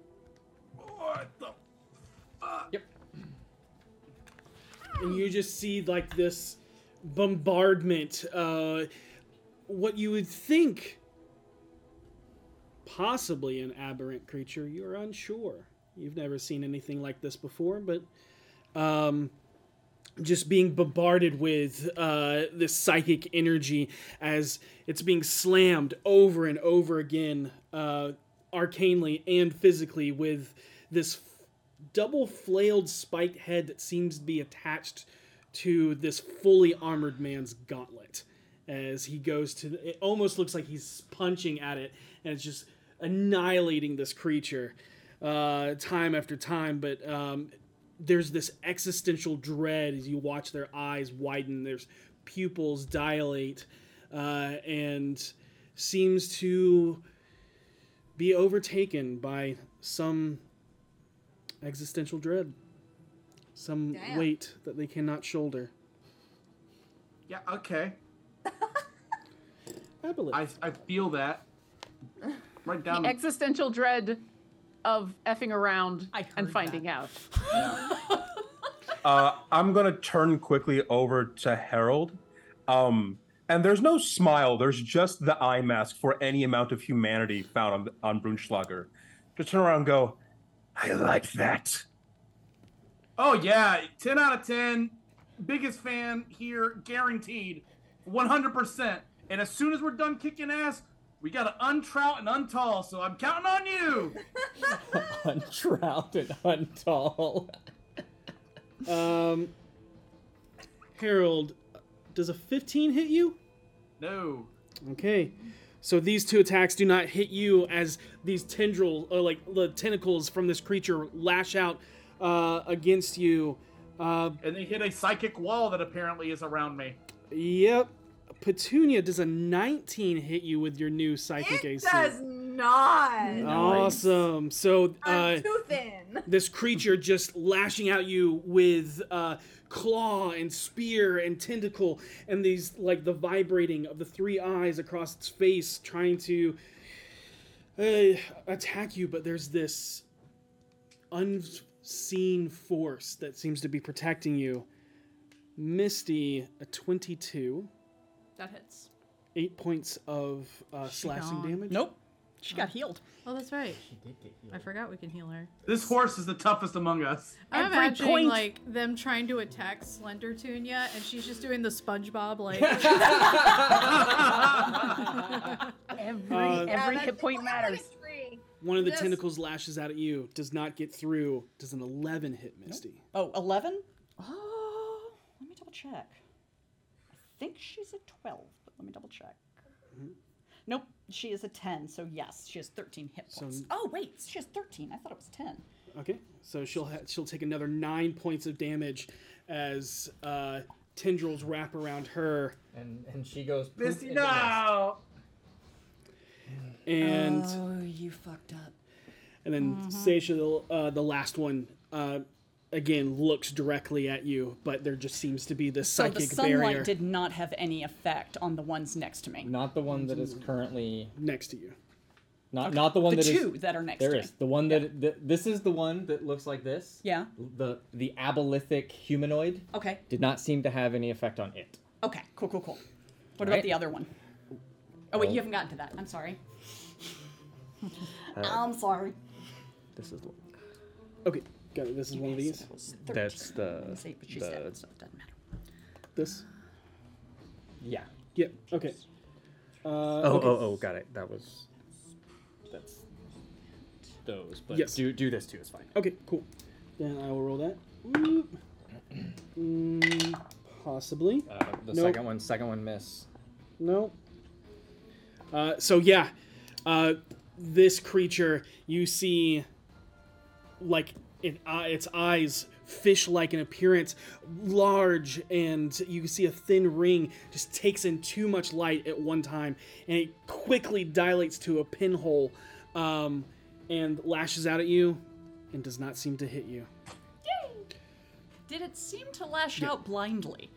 [SPEAKER 12] and you just see like this bombardment uh what you would think possibly an aberrant creature you're unsure you've never seen anything like this before but um just being bombarded with uh, this psychic energy as it's being slammed over and over again, uh, arcanely and physically, with this double flailed spiked head that seems to be attached to this fully armored man's gauntlet as he goes to the, it almost looks like he's punching at it and it's just annihilating this creature uh, time after time but um, there's this existential dread as you watch their eyes widen there's pupils dilate uh, and seems to be overtaken by some existential dread, some
[SPEAKER 14] Damn.
[SPEAKER 12] weight that they cannot shoulder.
[SPEAKER 14] Yeah, okay.
[SPEAKER 12] <laughs> I believe.
[SPEAKER 14] I, I feel that. Right down
[SPEAKER 11] The existential dread of effing around and finding out.
[SPEAKER 16] Uh, I'm gonna turn quickly over to Harold. Um, and there's no smile. There's just the eye mask for any amount of humanity found on, on Brunschlager. Just turn around and go, I like that.
[SPEAKER 14] Oh yeah, ten out of ten. Biggest fan here, guaranteed, one hundred percent. And as soon as we're done kicking ass, we gotta untrout and untall. So I'm counting on you.
[SPEAKER 2] Untrout and untall.
[SPEAKER 12] <laughs> Um, Harold, does a 15 hit you?
[SPEAKER 14] No.
[SPEAKER 12] Okay. So these two attacks do not hit you as these tendrils, or like the tentacles from this creature, lash out uh, against you. Uh,
[SPEAKER 14] and they hit a psychic wall that apparently is around me.
[SPEAKER 12] Yep. Petunia, does a 19 hit you with your new
[SPEAKER 13] <laughs>
[SPEAKER 12] psychic AC?
[SPEAKER 13] Does not.
[SPEAKER 12] Awesome. So uh,
[SPEAKER 13] I'm too thin.
[SPEAKER 12] this creature just lashing at you with uh, claw and spear and tentacle and these like the vibrating of the three eyes across its face trying to uh, attack you but there's this unseen force that seems to be protecting you misty a 22
[SPEAKER 6] That hits.
[SPEAKER 12] eight points of uh, slashing
[SPEAKER 6] gone.
[SPEAKER 12] damage Uh,
[SPEAKER 7] Nope. She got healed.
[SPEAKER 6] Oh, that's right. I forgot we can heal her.
[SPEAKER 14] This horse is the toughest among us.
[SPEAKER 6] I'm imagining like them trying to attack Slender Tunya, and she's just doing the SpongeBob like. <laughs>
[SPEAKER 11] Every
[SPEAKER 12] Uh,
[SPEAKER 11] every hit point matters.
[SPEAKER 12] one of the
[SPEAKER 11] This-
[SPEAKER 12] tentacles lashes out at you does not get through does an 11 hit misty
[SPEAKER 7] Oh, 11? Oh, let me double check. I think she's a 12, but let me double check.
[SPEAKER 12] Mm-hmm.
[SPEAKER 7] Nope, she is a 10, so yes, she has 13 hit
[SPEAKER 12] So-
[SPEAKER 7] points. oh, wait, she has 13. I thought it was 10.
[SPEAKER 12] Okay, so she'll ha- she'll take another nine points of damage as uh, tendrils wrap around her,
[SPEAKER 2] and and she goes.
[SPEAKER 14] Misty, no.
[SPEAKER 12] and
[SPEAKER 7] Oh, you fucked up.
[SPEAKER 12] and then
[SPEAKER 7] Mhm.
[SPEAKER 12] Seisha, the, uh, the last one, uh, again looks directly at you, but there just seems to be this
[SPEAKER 7] So
[SPEAKER 12] psychic
[SPEAKER 7] the sunlight
[SPEAKER 12] barrier.
[SPEAKER 7] did not have any effect on the ones next to me.
[SPEAKER 2] Not the one that is currently
[SPEAKER 12] next to you.
[SPEAKER 2] Not
[SPEAKER 7] Okay.
[SPEAKER 2] not the one
[SPEAKER 7] The
[SPEAKER 2] that is-
[SPEAKER 7] two that are next
[SPEAKER 2] There
[SPEAKER 7] to
[SPEAKER 2] is the one that th- this is the one that looks like this.
[SPEAKER 7] Yeah.
[SPEAKER 2] The the abolithic humanoid
[SPEAKER 7] Okay.
[SPEAKER 2] did not seem to have any effect on it.
[SPEAKER 7] Okay, cool, cool, cool. What
[SPEAKER 2] Right.
[SPEAKER 7] about the other one? Oh, wait,
[SPEAKER 2] Oh.
[SPEAKER 7] you haven't gotten to that.
[SPEAKER 2] <laughs>
[SPEAKER 7] I'm sorry.
[SPEAKER 2] Uh,
[SPEAKER 7] I'm sorry.
[SPEAKER 2] this is the one.
[SPEAKER 12] Okay, got it. This is one of these.
[SPEAKER 2] That's the
[SPEAKER 7] Let's see, but she's
[SPEAKER 2] the
[SPEAKER 7] dead, so it doesn't matter.
[SPEAKER 12] This.
[SPEAKER 2] Yeah.
[SPEAKER 12] Yep. Okay. Uh,
[SPEAKER 2] oh
[SPEAKER 12] okay.
[SPEAKER 2] oh oh, got it. That was that's those, but
[SPEAKER 12] Yes.
[SPEAKER 2] do do this too. It's fine.
[SPEAKER 12] Okay, cool. Then I will roll that. Whoop. Mm, possibly.
[SPEAKER 2] Uh, the
[SPEAKER 12] Nope.
[SPEAKER 2] second one, second one miss.
[SPEAKER 12] No. Uh, so yeah, uh, this creature you see, like it, uh, its eyes, fish-like in appearance, large, and you can see a thin ring. Just takes in too much light at one time, and it quickly dilates to a pinhole, um, and lashes out at you, and does not seem to hit you.
[SPEAKER 7] Did it seem to lash
[SPEAKER 12] Yeah.
[SPEAKER 7] out blindly?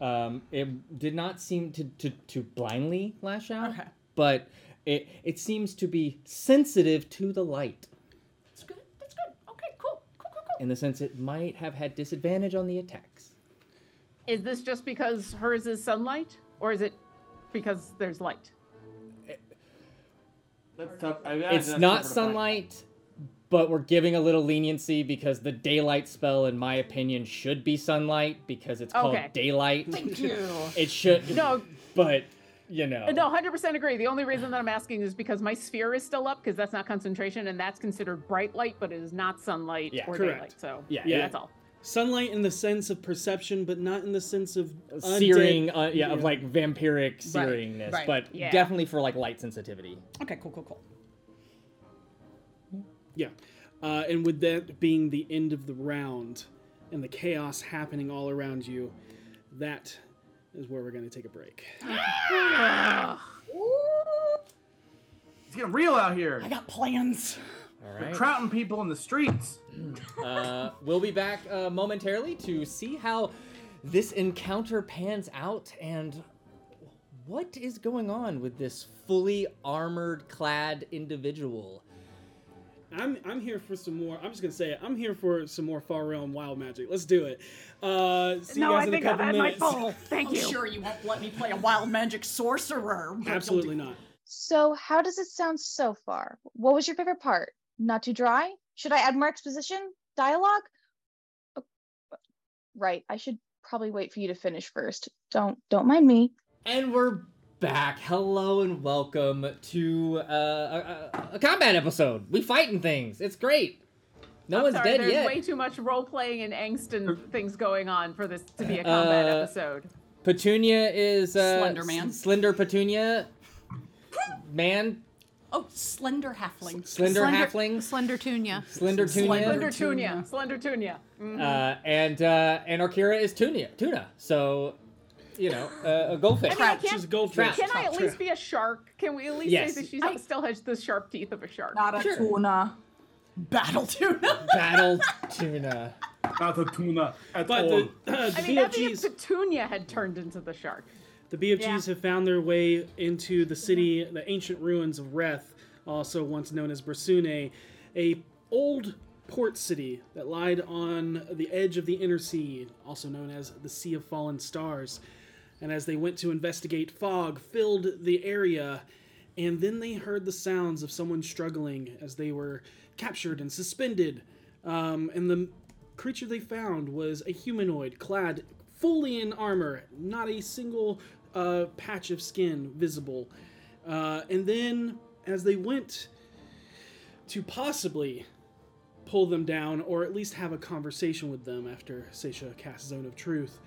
[SPEAKER 2] Um, it did not seem to, to, to blindly lash out, but it it seems to be sensitive to the light
[SPEAKER 7] That's good. That's good. Okay, cool.
[SPEAKER 2] in the sense it might have had disadvantage on the attacks.
[SPEAKER 11] Is this just because hers is sunlight, or is it because there's light?
[SPEAKER 14] That's tough. I- that's
[SPEAKER 2] It's
[SPEAKER 14] tough
[SPEAKER 2] not
[SPEAKER 14] for the point.
[SPEAKER 2] sunlight, but we're giving a little leniency because the daylight spell, in my opinion, should be sunlight because it's called
[SPEAKER 11] Okay.
[SPEAKER 2] daylight. <laughs>
[SPEAKER 11] Thank you.
[SPEAKER 2] It should.
[SPEAKER 11] No.
[SPEAKER 2] but you know.
[SPEAKER 11] Uh, No, 100% agree. The only reason that I'm asking is because my sphere is still up because that's not concentration and that's considered bright light, but it is not sunlight or daylight. So that's all.
[SPEAKER 12] Sunlight in the sense of perception, but not in the sense of undead-
[SPEAKER 2] searing, uh, yeah, of like vampiric searingness,
[SPEAKER 12] right,
[SPEAKER 2] but
[SPEAKER 12] yeah.
[SPEAKER 2] definitely for like light sensitivity.
[SPEAKER 7] Okay, cool, cool, cool.
[SPEAKER 12] Yeah. Uh, and with that being the end of the round and the chaos happening all around you, that is where we're going to take a break.
[SPEAKER 14] It's getting real out here. I
[SPEAKER 7] got plans.
[SPEAKER 2] All
[SPEAKER 14] We're
[SPEAKER 2] right.
[SPEAKER 14] trouting people in the streets.
[SPEAKER 2] uh, we'll be back uh, momentarily to see how this encounter pans out and what is going on with this fully armored clad individual?
[SPEAKER 12] I'm I'm here for some more. I'm just gonna say it. I'm here for some more far realm wild magic. Let's do it. Uh, see
[SPEAKER 4] No,
[SPEAKER 12] you guys
[SPEAKER 4] I
[SPEAKER 12] in
[SPEAKER 4] think
[SPEAKER 12] a
[SPEAKER 4] I've
[SPEAKER 12] couple
[SPEAKER 4] had my
[SPEAKER 12] minutes.
[SPEAKER 4] full- Thank
[SPEAKER 7] I'm
[SPEAKER 4] you.
[SPEAKER 7] sure you won't let me play a wild magic sorcerer. but you'll
[SPEAKER 12] Absolutely
[SPEAKER 7] do-
[SPEAKER 12] not.
[SPEAKER 1] So, how does it sound so far? What was your favorite part? Not too dry? Should I add more exposition? Dialogue? Oh, Right, I should probably wait for you to finish first. Don't don't mind me.
[SPEAKER 2] And we're back. Hello and welcome to uh, a, a- a combat episode. We fighting things. It's great. No
[SPEAKER 11] I'm
[SPEAKER 2] one's
[SPEAKER 11] sorry,
[SPEAKER 2] dead
[SPEAKER 11] there's
[SPEAKER 2] yet.
[SPEAKER 11] way too much role playing and angst and things going on for this to be a combat
[SPEAKER 2] Uh,
[SPEAKER 11] episode.
[SPEAKER 2] Petunia is uh,
[SPEAKER 11] Slender Man.
[SPEAKER 2] S- slender Petunia. Man,
[SPEAKER 7] Oh, slender halfling.
[SPEAKER 2] Slender halfling?
[SPEAKER 6] Slender Tunya.
[SPEAKER 2] Slender Tunya? Slender
[SPEAKER 11] Tunya. Slender Tunya.
[SPEAKER 4] Mm-hmm.
[SPEAKER 2] uh, and uh, and Arkira is Tunia. Tuna. So, you know, uh, a goldfish.
[SPEAKER 11] I mean, I can't-
[SPEAKER 2] Trout.
[SPEAKER 11] Can I at least be a shark? Can we at least
[SPEAKER 2] Yes.
[SPEAKER 11] say that she still has the sharp teeth of a shark?
[SPEAKER 13] Not a Sure. tuna.
[SPEAKER 7] Battle tuna.
[SPEAKER 2] Battle tuna.
[SPEAKER 16] Not a tuna at
[SPEAKER 12] But
[SPEAKER 16] all.
[SPEAKER 12] the, <clears throat> uh, the
[SPEAKER 11] I mean, that'd be
[SPEAKER 12] BFGs
[SPEAKER 11] if Petunia had turned into the shark.
[SPEAKER 12] The BFGs have found their way into the city, the ancient ruins of Reth, also once known as Bersune, a old port city that lied on the edge of the inner sea, also known as the Sea of Fallen Stars. And as they went to investigate, fog filled the area, and then they heard the sounds of someone struggling as they were captured and suspended. Um, and the creature they found was a humanoid clad fully in armor, not a single uh, patch of skin visible. Uh, and then, as they went to possibly pull them down or at least have a conversation with them after Seisha cast Zone of Truth,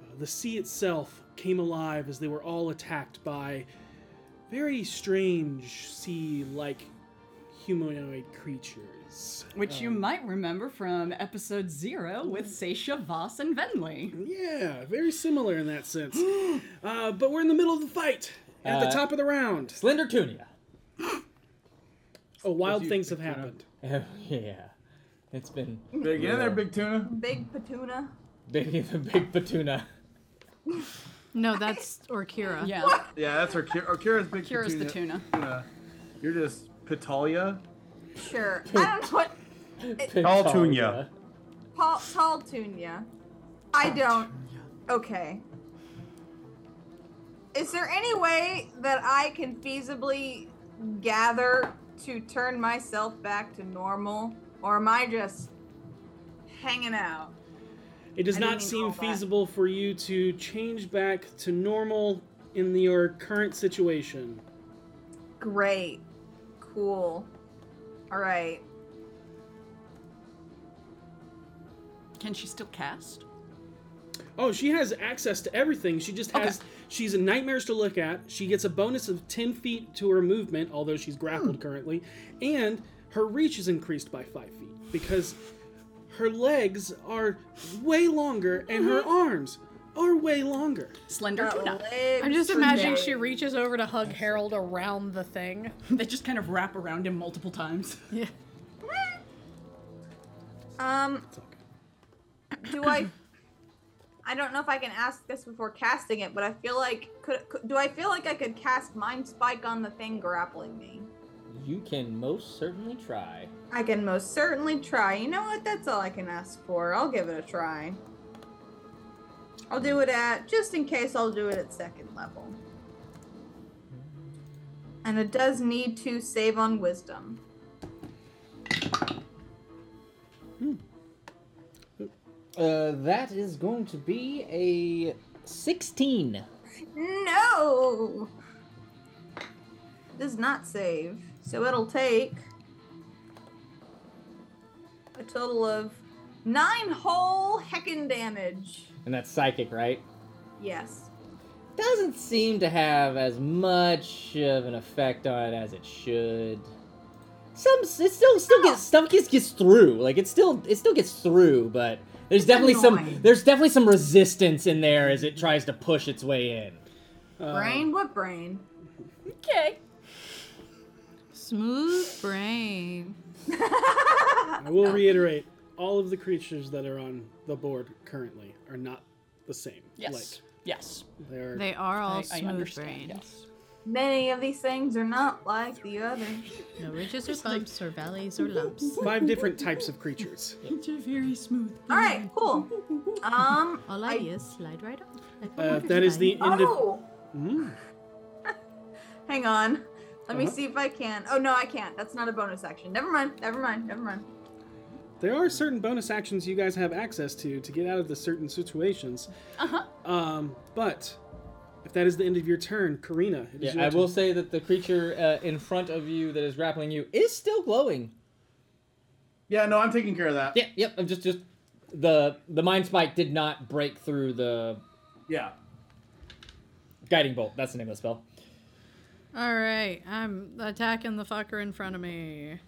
[SPEAKER 12] uh, the sea itself came alive as they were all attacked by very strange sea like humanoid creatures.
[SPEAKER 7] Which you
[SPEAKER 12] Um,
[SPEAKER 7] might remember from episode zero with Seisha Voss and Venley.
[SPEAKER 12] Yeah, very similar in that
[SPEAKER 2] <gasps>
[SPEAKER 12] sense. uh, but we're in the middle of the fight at the
[SPEAKER 2] Uh,
[SPEAKER 12] top of the round.
[SPEAKER 2] Slender Tunia.
[SPEAKER 12] Oh, wild things have happened.
[SPEAKER 2] <laughs> yeah, it's been.
[SPEAKER 14] Big in there,
[SPEAKER 2] real.
[SPEAKER 14] big tuna.
[SPEAKER 13] Big Petuna.
[SPEAKER 2] <laughs> Big, the big Petuna.
[SPEAKER 6] No, that's Orkira.
[SPEAKER 7] Yeah.
[SPEAKER 14] Yeah, that's her. Kira, Kira's big.
[SPEAKER 6] Kira's the
[SPEAKER 14] tuna. tuna. You're just Pitalia.
[SPEAKER 13] Sure. I don't know what. It,
[SPEAKER 14] All
[SPEAKER 16] Petunia.
[SPEAKER 13] Paul, tall Tunya. I don't. Okay. Is there any way that I can feasibly gather to turn myself back to normal, or am I just hanging out?
[SPEAKER 12] It does
[SPEAKER 13] I
[SPEAKER 12] not
[SPEAKER 13] didn't mean
[SPEAKER 12] seem
[SPEAKER 13] all that.
[SPEAKER 12] feasible for you to change back to normal in your current situation.
[SPEAKER 13] Great. Cool. All right.
[SPEAKER 7] Can she still cast?
[SPEAKER 12] Oh, she has access to everything. She just has. She's a nightmares to look at. She gets a bonus of ten feet to her movement, although she's grappled
[SPEAKER 7] Hmm.
[SPEAKER 12] currently, and her reach is increased by five feet because her legs are way longer and her arms are way longer.
[SPEAKER 7] Mm-hmm. Slender tuna.
[SPEAKER 6] I'm just imagining she reaches over to hug Harold around the thing.
[SPEAKER 7] <laughs> They just kind of wrap around him multiple
[SPEAKER 6] <laughs>
[SPEAKER 7] times. Yeah.
[SPEAKER 13] Um. Do I? I don't know if I can ask this before casting it, but I feel like could, could do I feel like I could cast Mind Spike on the thing grappling me?
[SPEAKER 2] You can most certainly try.
[SPEAKER 13] I can most certainly try. You know what? That's all I can ask for. I'll give it a try. I'll do it at just in case. I'll do it at second level. And it does need to save on wisdom.
[SPEAKER 2] Uh, that is going to be a 16.
[SPEAKER 13] No! Does not save. So it'll take a total of nine whole heckin' damage.
[SPEAKER 2] And that's psychic, right?
[SPEAKER 13] Yes.
[SPEAKER 2] Doesn't seem to have as much of an effect on it as it should. Some it still still gets stuff gets, gets through. Like it still it still gets through, but there's definitely some
[SPEAKER 13] annoying.
[SPEAKER 2] there's definitely some resistance in there as it tries to push its way in.
[SPEAKER 13] brain? What brain?
[SPEAKER 7] Okay.
[SPEAKER 6] Smooth brain.
[SPEAKER 12] I will reiterate: all of the creatures that are on the board currently are not the same.
[SPEAKER 7] Yes.
[SPEAKER 12] Like,
[SPEAKER 7] Yes.
[SPEAKER 12] They're,
[SPEAKER 6] They are all
[SPEAKER 4] I- I
[SPEAKER 6] smooth
[SPEAKER 4] understand,
[SPEAKER 6] brained.
[SPEAKER 13] Many of these things are not like the other.
[SPEAKER 4] No ridges or bumps or valleys or
[SPEAKER 7] <laughs>
[SPEAKER 4] lumps.
[SPEAKER 12] Five
[SPEAKER 6] <laughs>
[SPEAKER 12] different types of creatures.
[SPEAKER 4] They're very smooth.
[SPEAKER 13] All right, cool. Um,
[SPEAKER 4] all ideas slide right off. like a
[SPEAKER 12] Uh, that is the
[SPEAKER 4] butterfly.
[SPEAKER 12] end of.
[SPEAKER 13] Oh!
[SPEAKER 12] Mm.
[SPEAKER 13] Hang on. Let me
[SPEAKER 12] Uh-huh.
[SPEAKER 13] see if I can. Oh no, I can't. That's not a bonus action. Never mind. Never mind. Never mind.
[SPEAKER 12] There are certain bonus actions you guys have access to to get out of the certain situations.
[SPEAKER 13] Uh-huh.
[SPEAKER 12] Um, but if that is the end of your turn, Karina, it is
[SPEAKER 17] Yeah,
[SPEAKER 12] your
[SPEAKER 17] I will
[SPEAKER 12] turn.
[SPEAKER 17] say that the creature uh, in front of you that is grappling you is still glowing.
[SPEAKER 14] Yeah, no, I'm taking care of that.
[SPEAKER 17] Yeah, yep. I'm just just the the mind spike did not break through the
[SPEAKER 14] yeah
[SPEAKER 17] guiding bolt. That's the name of the spell.
[SPEAKER 6] All right, I'm attacking the fucker in front of me.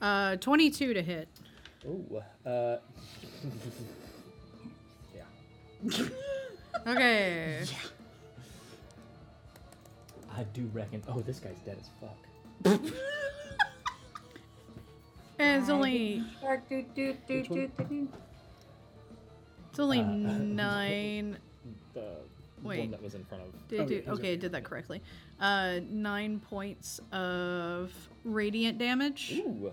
[SPEAKER 6] Uh, 22
[SPEAKER 7] <laughs>
[SPEAKER 6] to hit.
[SPEAKER 17] Ooh. Uh, <laughs>
[SPEAKER 6] Okay.
[SPEAKER 17] I do reckon. Oh, this guy's dead as fuck.
[SPEAKER 6] And it's only
[SPEAKER 13] Shark, do, do, do,
[SPEAKER 6] Which one?
[SPEAKER 13] do, do, do.
[SPEAKER 6] it's only
[SPEAKER 17] Uh, uh,
[SPEAKER 6] nine.
[SPEAKER 17] The
[SPEAKER 6] Wait.
[SPEAKER 17] one that was in front of.
[SPEAKER 2] Oh,
[SPEAKER 6] Did,
[SPEAKER 14] Oh,
[SPEAKER 6] do- okay, I did that correctly. Uh, nine points of radiant damage.
[SPEAKER 17] Ooh.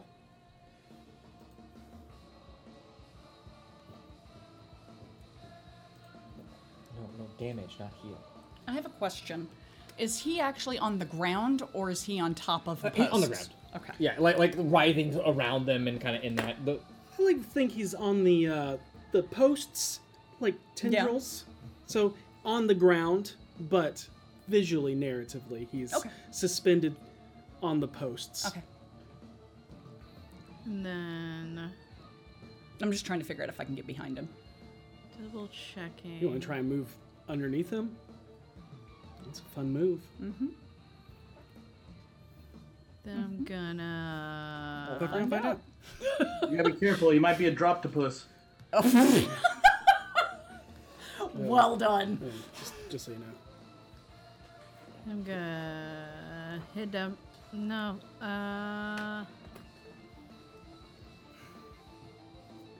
[SPEAKER 17] No, no damage, not heal.
[SPEAKER 7] I have a question. Is he actually on the ground or is he on top of the
[SPEAKER 17] Uh, he's
[SPEAKER 7] post?
[SPEAKER 17] on the ground.
[SPEAKER 7] Okay.
[SPEAKER 17] Yeah, like like writhing around them and kind of in that. The,
[SPEAKER 12] I like to think he's on the uh, the posts, like tendrils. So on the ground, but visually, narratively, he's suspended on the posts. Okay.
[SPEAKER 6] And then
[SPEAKER 7] I'm just trying to figure out if I can get behind him.
[SPEAKER 6] double checking.
[SPEAKER 12] You want to try and move underneath him? It's a fun move.
[SPEAKER 7] Mm-hmm.
[SPEAKER 6] Then I'm
[SPEAKER 14] Oh,
[SPEAKER 6] gonna.
[SPEAKER 12] Fuck around, find out.
[SPEAKER 14] You gotta be careful. You might be a drop
[SPEAKER 6] <laughs>
[SPEAKER 14] to puss.
[SPEAKER 7] Well done.
[SPEAKER 12] Yeah, just, just so you know.
[SPEAKER 6] I'm gonna head down. No. Uh.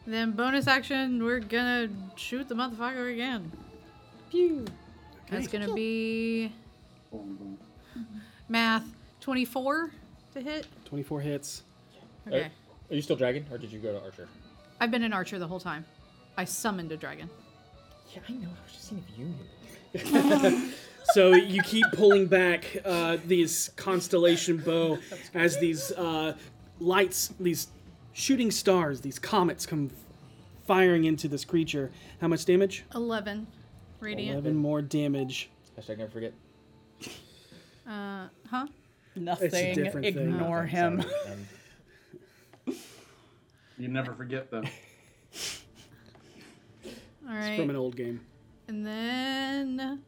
[SPEAKER 6] Then bonus action, we're gonna shoot the motherfucker again. Pew. That's
[SPEAKER 4] Okay.
[SPEAKER 6] gonna be math twenty-four to hit.
[SPEAKER 12] Twenty-four hits.
[SPEAKER 6] Okay.
[SPEAKER 17] Are, are you still dragon, or did you go to archer?
[SPEAKER 6] I've been an archer the whole time. I summoned a dragon.
[SPEAKER 17] Yeah, I know. I was just seeing if you knew.
[SPEAKER 12] <laughs> So you keep pulling back uh, these constellation
[SPEAKER 6] <laughs>
[SPEAKER 12] bow as these uh, lights, these shooting stars, these comets come firing into this creature. How much damage?
[SPEAKER 6] Eleven, radiant.
[SPEAKER 12] Eleven more damage.
[SPEAKER 17] Hashtag never forget.
[SPEAKER 6] Uh, huh?
[SPEAKER 7] Nothing. Ignore him.
[SPEAKER 14] You never forget though.
[SPEAKER 6] All right.
[SPEAKER 12] From an old game.
[SPEAKER 6] And then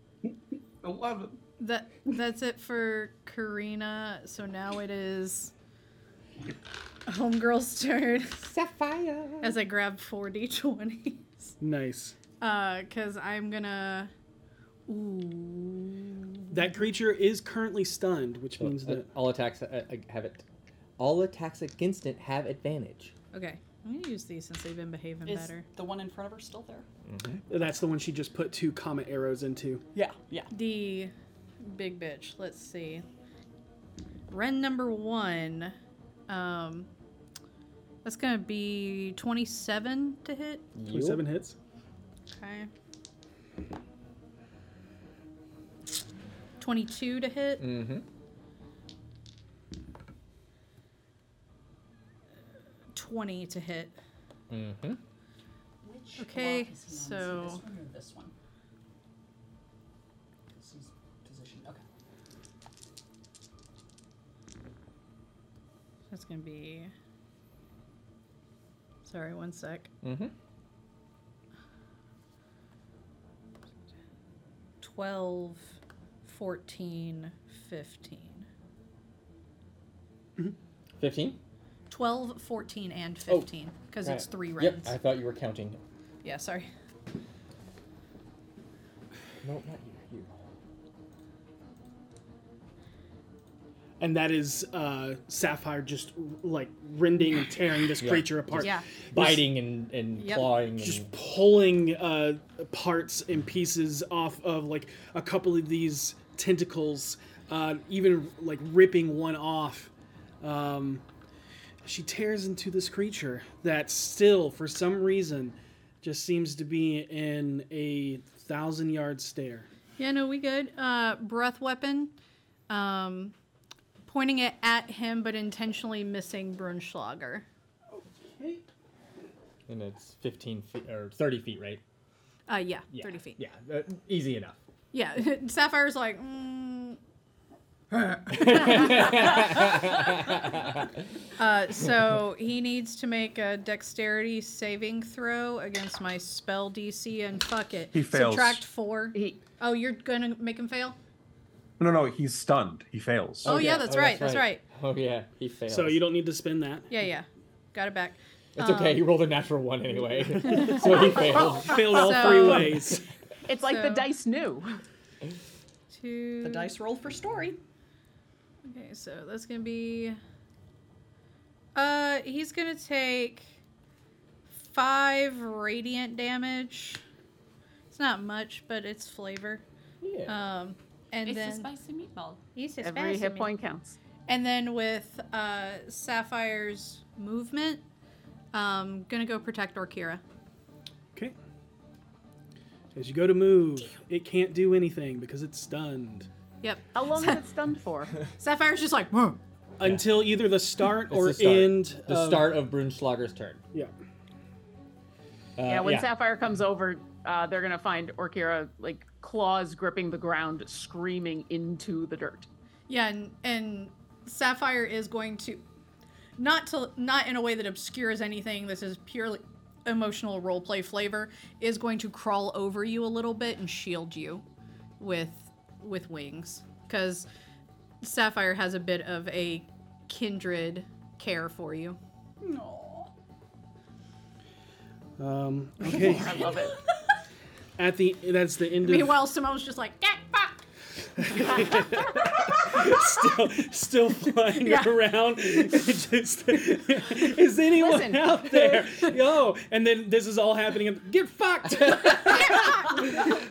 [SPEAKER 14] Eleven.
[SPEAKER 6] that that's it for Karina. So now it is Homegirl's turn. Sapphire. As I grab four D twenty.
[SPEAKER 12] Nice.
[SPEAKER 6] Uh, cause I'm gonna Ooh.
[SPEAKER 12] That creature is currently stunned, which
[SPEAKER 17] So,
[SPEAKER 12] means
[SPEAKER 17] uh,
[SPEAKER 12] that
[SPEAKER 17] all attacks uh, uh, have it. All attacks against it have advantage.
[SPEAKER 6] Okay. I'm gonna use these since they've been behaving
[SPEAKER 7] Is
[SPEAKER 6] better.
[SPEAKER 7] the one in front of her still there?
[SPEAKER 17] Mm-hmm.
[SPEAKER 12] that's the one she just put two comet arrows into.
[SPEAKER 7] Yeah, yeah.
[SPEAKER 6] The big bitch. Let's see. Ren number one. Um that's gonna be twenty seven to hit.
[SPEAKER 12] Twenty-seven hits.
[SPEAKER 6] Okay. 22 to hit.
[SPEAKER 17] Mm-hmm.
[SPEAKER 6] 20 to hit.
[SPEAKER 17] Mm-hmm.
[SPEAKER 7] Which
[SPEAKER 6] Okay,
[SPEAKER 7] block is he on? Is he
[SPEAKER 6] so-
[SPEAKER 7] this one or this one? 'Cause he's positioned- Okay.
[SPEAKER 6] That's going to be. Sorry, one sec.
[SPEAKER 17] Mm-hmm.
[SPEAKER 6] 12, 14, 15.
[SPEAKER 17] 15?
[SPEAKER 6] 12, 14,
[SPEAKER 7] Oh.
[SPEAKER 6] and 15. Because it's three rounds.
[SPEAKER 17] Yep, I thought you were counting.
[SPEAKER 6] Yeah, sorry.
[SPEAKER 17] No, not you. You.
[SPEAKER 12] and that is uh, Sapphire just like rending and tearing this
[SPEAKER 2] Yeah.
[SPEAKER 12] creature apart,
[SPEAKER 6] Yeah.
[SPEAKER 2] biting and, and
[SPEAKER 6] Yep.
[SPEAKER 2] clawing.
[SPEAKER 12] just
[SPEAKER 2] and,
[SPEAKER 12] pulling uh, parts and pieces off of like a couple of these tentacles, uh, even like ripping one off. Um, she tears into this creature that still, for some reason, just seems to be in a thousand yard stare.
[SPEAKER 6] Yeah, no, we good. Uh, breath weapon, um, pointing it at him, but intentionally missing Brunschlager.
[SPEAKER 2] and it's 15 feet or 30 feet, right?
[SPEAKER 6] Uh, yeah,
[SPEAKER 2] Yeah,
[SPEAKER 6] thirty feet.
[SPEAKER 2] Yeah, uh, easy enough.
[SPEAKER 6] Yeah, <laughs> Sapphire's like,
[SPEAKER 16] <laughs>
[SPEAKER 6] mm. uh, so he needs to make a dexterity saving throw against my spell DC, and fuck it,
[SPEAKER 16] He fails.
[SPEAKER 6] Subtract four. oh, you're gonna make him fail?
[SPEAKER 16] No, no, he's stunned. He fails.
[SPEAKER 6] Oh, yeah, that's right. That's right.
[SPEAKER 2] Oh yeah, he fails.
[SPEAKER 12] So you don't need to spin that.
[SPEAKER 6] Yeah, yeah, got it back.
[SPEAKER 2] <laughs>
[SPEAKER 6] Um,
[SPEAKER 2] It's okay. He rolled a natural one
[SPEAKER 12] <laughs>
[SPEAKER 2] anyway, <laughs> so he failed.
[SPEAKER 12] Failed all
[SPEAKER 6] So-
[SPEAKER 12] three ways.
[SPEAKER 11] It's like the
[SPEAKER 6] So-
[SPEAKER 11] dice knew.
[SPEAKER 6] Two.
[SPEAKER 7] The dice roll for story.
[SPEAKER 6] Okay, so that's gonna be. Uh, he's gonna take five radiant damage. It's not much, but it's flavor.
[SPEAKER 5] Yeah.
[SPEAKER 6] Um, and
[SPEAKER 5] it's
[SPEAKER 6] then
[SPEAKER 5] a spicy meatball.
[SPEAKER 6] He's a
[SPEAKER 11] Every hit
[SPEAKER 6] spasmy.
[SPEAKER 11] point counts.
[SPEAKER 6] And then with uh, Sapphire's movement, um, gonna go protect Orkira.
[SPEAKER 12] As you go to move, it can't do anything because it's stunned.
[SPEAKER 6] Yep.
[SPEAKER 11] How long is it stunned for?
[SPEAKER 6] Sapphire's just like, "Huh."
[SPEAKER 12] Until either the start
[SPEAKER 2] It's
[SPEAKER 12] or
[SPEAKER 2] the start.
[SPEAKER 12] end.
[SPEAKER 2] The start of Brunschlager's turn.
[SPEAKER 12] Yeah.
[SPEAKER 2] Uh,
[SPEAKER 11] yeah, when Sapphire comes over, uh, they're gonna find Orkira like claws gripping the ground, screaming into the dirt. <laughs>
[SPEAKER 6] Yeah, and, and Sapphire is going to not to not in a way that obscures anything. This is purely emotional roleplay flavor. Is going to crawl over you a little bit and shield you with with wings because Sapphire has a bit of a kindred care for you.
[SPEAKER 12] Um,
[SPEAKER 6] <laughs>
[SPEAKER 12] okay.
[SPEAKER 11] I love it.
[SPEAKER 12] <laughs> At the that's the end of
[SPEAKER 6] Meanwhile, Simone's just like get fucked.
[SPEAKER 12] <laughs> still,
[SPEAKER 6] <laughs>
[SPEAKER 12] still flying
[SPEAKER 6] Yeah.
[SPEAKER 12] around. <laughs> It's just- <laughs> is anyone
[SPEAKER 6] Listen.
[SPEAKER 12] out
[SPEAKER 6] <laughs>
[SPEAKER 12] there? Yo, and then this is all happening. and, Get fucked.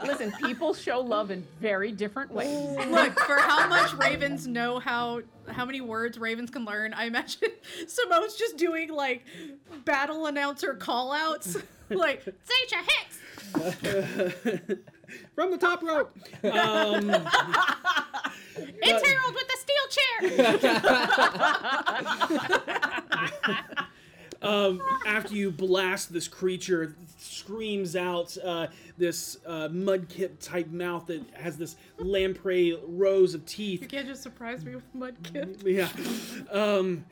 [SPEAKER 11] Listen, people show love in very different ways.
[SPEAKER 6] Look for how much ravens know how how many words ravens can learn. I imagine <laughs> Simone's just doing like battle announcer call outs, <laughs> like Zacha Hicks.
[SPEAKER 12] From the top rope.
[SPEAKER 16] <laughs>
[SPEAKER 12] Uh, Um,
[SPEAKER 6] It's Harold with the steel
[SPEAKER 7] <laughs>
[SPEAKER 6] chair.
[SPEAKER 12] um, after you blast this creature, screams out uh, this uh, mudkip type mouth that has this lamprey rows of teeth.
[SPEAKER 6] You can't just surprise me with mudkip.
[SPEAKER 12] Yeah. Um,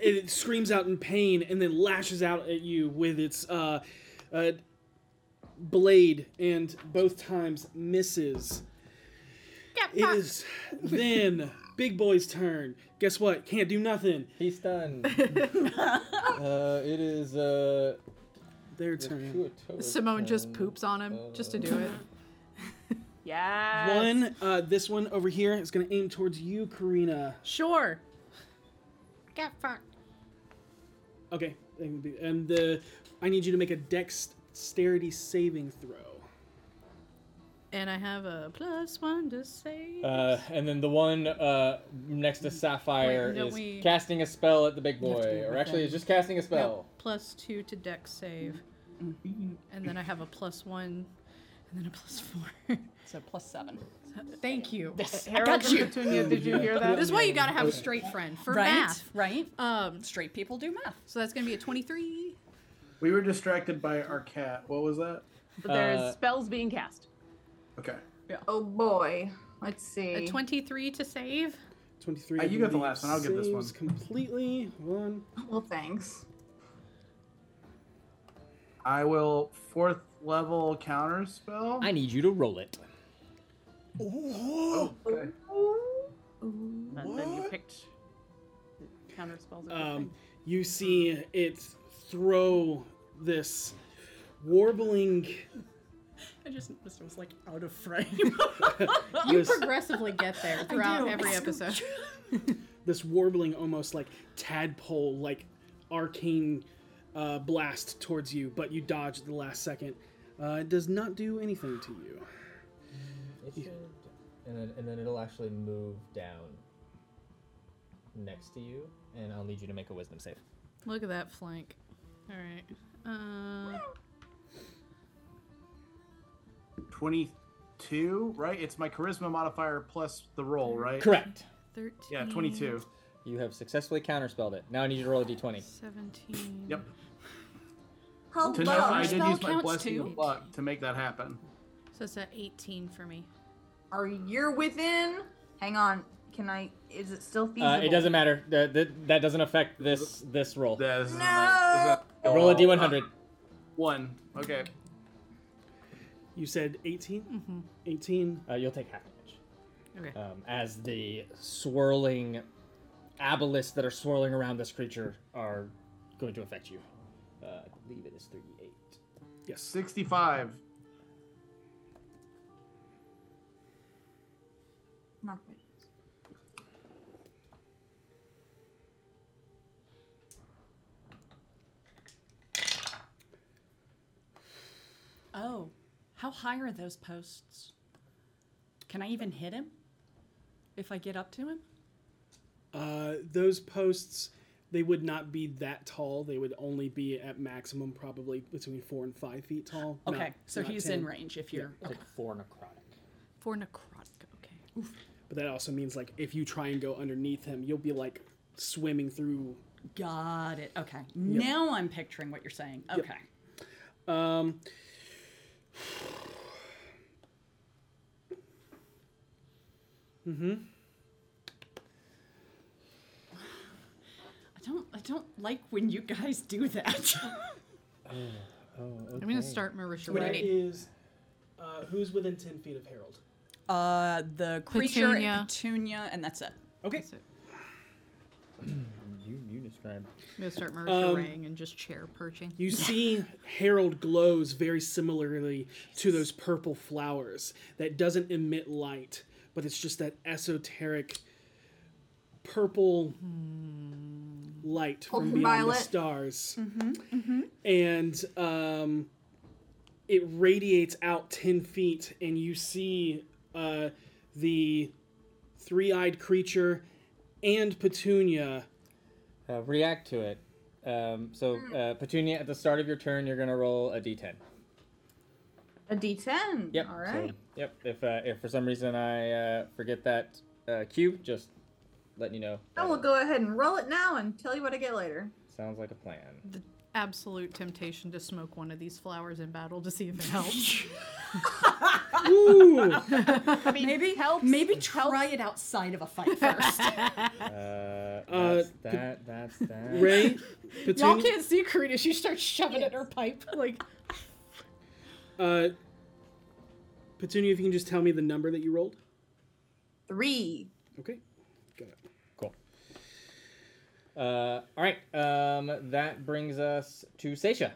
[SPEAKER 12] it, it screams out in pain and then lashes out at you with its uh, uh, blade, and both times misses. It is then Big Boy's turn. Guess what? Can't do nothing.
[SPEAKER 2] He's stunned. uh, it is uh,
[SPEAKER 12] their turn.
[SPEAKER 6] Simone just poops on him just to do it.
[SPEAKER 11] Yeah.
[SPEAKER 12] One, uh, this one over here is going to aim towards you, Karina.
[SPEAKER 6] Sure. Get fucked.
[SPEAKER 12] Okay, and the- and the I need you to make a dexterity saving throw.
[SPEAKER 6] And I have a plus one to say.
[SPEAKER 2] Uh, and then the one uh, next to Sapphire
[SPEAKER 6] Wait, no,
[SPEAKER 2] is
[SPEAKER 6] we-
[SPEAKER 2] casting a spell at the big
[SPEAKER 6] You have to
[SPEAKER 2] boy,
[SPEAKER 6] do it
[SPEAKER 2] or
[SPEAKER 6] with
[SPEAKER 2] actually,
[SPEAKER 6] them.
[SPEAKER 2] it's just casting a spell.
[SPEAKER 6] Plus two to deck save. And then I have a plus one and then a plus four. <laughs>
[SPEAKER 7] So plus seven.
[SPEAKER 6] Thank you.
[SPEAKER 7] Yes,
[SPEAKER 6] I got
[SPEAKER 7] Harold
[SPEAKER 6] you.
[SPEAKER 7] and Petunia, did you
[SPEAKER 2] <laughs>
[SPEAKER 7] hear that?
[SPEAKER 6] This is why you gotta have a straight friend for
[SPEAKER 7] Right,
[SPEAKER 6] math.
[SPEAKER 7] Right.
[SPEAKER 6] Um,
[SPEAKER 7] straight people do math.
[SPEAKER 6] So that's gonna be a twenty-three.
[SPEAKER 14] <laughs> We were distracted by our cat. What was that?
[SPEAKER 11] There's
[SPEAKER 2] Uh,
[SPEAKER 11] spells being cast.
[SPEAKER 14] Okay.
[SPEAKER 13] Oh boy. Let's
[SPEAKER 6] A
[SPEAKER 13] see.
[SPEAKER 6] twenty-three to save.
[SPEAKER 12] Twenty-three.
[SPEAKER 14] Uh,
[SPEAKER 12] I
[SPEAKER 14] you got the
[SPEAKER 12] believe,
[SPEAKER 14] last one. I'll get this one.
[SPEAKER 12] saves Completely one.
[SPEAKER 13] Well, thanks.
[SPEAKER 14] I will fourth level counter spell.
[SPEAKER 2] I need you to roll it.
[SPEAKER 14] Okay.
[SPEAKER 11] And then you picked counter spells. or
[SPEAKER 12] Um, you see it throw this warbling.
[SPEAKER 7] I just this was like out <laughs> of frame.
[SPEAKER 6] You
[SPEAKER 12] this-
[SPEAKER 6] progressively get there throughout
[SPEAKER 7] do.
[SPEAKER 6] every
[SPEAKER 7] It's-
[SPEAKER 6] episode.
[SPEAKER 12] this warbling, almost like tadpole, like arcane uh, blast towards you, but you dodge at the last second. Uh, it does not do anything to you.
[SPEAKER 2] It should, and then and then it'll actually move down next to you, and I'll need you to make a wisdom save.
[SPEAKER 6] Look at that flank. All right. Uh,
[SPEAKER 14] 22, right? It's my charisma modifier plus the roll, right?
[SPEAKER 2] Correct.
[SPEAKER 6] thirteen.
[SPEAKER 14] Yeah, 22.
[SPEAKER 2] You have successfully counterspelled it. Now I need you to roll a d20.
[SPEAKER 6] Seventeen.
[SPEAKER 14] Yep.
[SPEAKER 6] Hello.
[SPEAKER 14] To know I did
[SPEAKER 6] Spell
[SPEAKER 14] use my
[SPEAKER 6] counts
[SPEAKER 14] blessing
[SPEAKER 6] too?
[SPEAKER 14] of luck to make that happen.
[SPEAKER 6] So it's at eighteen for me.
[SPEAKER 13] Are you're within? Hang on. Can I? Is it still feasible?
[SPEAKER 2] Uh, it doesn't matter. The, the, that doesn't affect this this roll.
[SPEAKER 13] No.
[SPEAKER 2] Roll
[SPEAKER 14] Oh.
[SPEAKER 2] a d100.
[SPEAKER 14] One. Okay.
[SPEAKER 12] You said 18? Mm-hmm. 18.
[SPEAKER 2] Uh, you'll take half damage.
[SPEAKER 6] Okay.
[SPEAKER 2] Um, as the swirling abelisks that are swirling around this creature are going to affect you. Uh, I believe it is 38.
[SPEAKER 12] Yes.
[SPEAKER 2] <sighs>
[SPEAKER 14] 65.
[SPEAKER 13] Not good.
[SPEAKER 7] Oh, how high are those posts? Can I even hit him? If I get up to him?
[SPEAKER 12] Uh, those posts, they would not be that tall. They would only be at maximum probably between four and five feet tall.
[SPEAKER 7] Okay,
[SPEAKER 12] not-
[SPEAKER 7] so
[SPEAKER 12] not
[SPEAKER 7] he's
[SPEAKER 12] 10.
[SPEAKER 7] in range if you're.
[SPEAKER 12] Yeah.
[SPEAKER 7] Okay.
[SPEAKER 2] Four necrotic.
[SPEAKER 6] For necrotic. Okay.
[SPEAKER 12] But that also means like if you try and go underneath him, you'll be like swimming through.
[SPEAKER 7] Got it. Okay. Now I'm picturing what you're saying. Okay.
[SPEAKER 12] Um, <sighs> mm-hmm.
[SPEAKER 7] I don't I don't like when you guys do that.
[SPEAKER 2] Oh,
[SPEAKER 6] I'm gonna start Marisha
[SPEAKER 12] Where
[SPEAKER 6] writing.
[SPEAKER 12] is uh, who's within ten feet of Harold?
[SPEAKER 7] uh the creature
[SPEAKER 6] Petunia.
[SPEAKER 7] petunia. and that's it.
[SPEAKER 12] Okay.
[SPEAKER 2] <clears throat> You, you described.
[SPEAKER 6] I'm
[SPEAKER 7] <laughs>
[SPEAKER 6] gonna start Marisha
[SPEAKER 12] Um,
[SPEAKER 6] Rang and just chair perching. <laughs>
[SPEAKER 12] You see, Harold glows very similarly to those purple flowers that doesn't emit light, but it's just that esoteric purple light from beyond the
[SPEAKER 13] Ultraviolet.
[SPEAKER 12] stars. And um, it radiates out 10 feet, and you see uh, the three eyed creature and Petunia.
[SPEAKER 2] Uh, react to it. Um, so, uh, Petunia, at the start of your turn, you're going to roll a d10.
[SPEAKER 13] A D10.
[SPEAKER 2] Yep.
[SPEAKER 13] All
[SPEAKER 2] so-
[SPEAKER 13] right.
[SPEAKER 2] yep. If, uh, if for some reason I uh, forget that uh, cube, just letting you know.
[SPEAKER 13] I will go ahead and roll it now and tell you what I get later.
[SPEAKER 2] Sounds like a plan.
[SPEAKER 6] The absolute temptation to smoke one of these flowers in battle to see if it helps. <laughs>
[SPEAKER 7] maybe help. Maybe try it outside of a fight first.
[SPEAKER 2] Uh,
[SPEAKER 12] Uh,
[SPEAKER 2] that's
[SPEAKER 12] Pe-
[SPEAKER 2] that. That's that. <laughs>
[SPEAKER 12] Ray,
[SPEAKER 6] Y'all
[SPEAKER 12] Petunia.
[SPEAKER 6] can't see Karina. She starts shoving at
[SPEAKER 7] <laughs>
[SPEAKER 6] her pipe. Like
[SPEAKER 12] Uh, Petunia, if you can just tell me the number that you rolled.
[SPEAKER 13] Three.
[SPEAKER 12] Okay, got it.
[SPEAKER 2] Uh, all right. Um, that brings us to Seisha.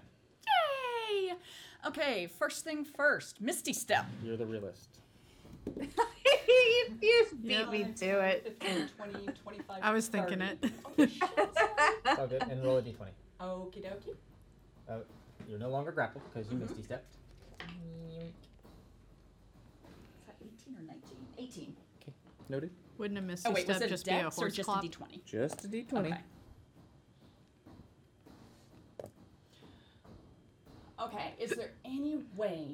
[SPEAKER 7] Yay! Okay, first thing first, Misty Step.
[SPEAKER 2] You're the <laughs> realist.
[SPEAKER 13] you just beat me to it.
[SPEAKER 7] 20, 25,
[SPEAKER 6] I was thinking it.
[SPEAKER 2] It's all good. And roll a d20.
[SPEAKER 7] Oh, Okie dokie.
[SPEAKER 2] Uh, you're no longer grappled because you misty stepped.
[SPEAKER 7] Is that 18 or 19? 18.
[SPEAKER 2] Noted.
[SPEAKER 6] Wouldn't have missed
[SPEAKER 7] Oh,
[SPEAKER 6] a
[SPEAKER 7] wait, was
[SPEAKER 6] step.
[SPEAKER 7] it
[SPEAKER 6] Just
[SPEAKER 7] a
[SPEAKER 6] be a
[SPEAKER 7] dex or
[SPEAKER 6] horse
[SPEAKER 7] just a
[SPEAKER 6] clop.
[SPEAKER 7] d20?
[SPEAKER 2] Just a d20.
[SPEAKER 7] Okay. Okay, is there any way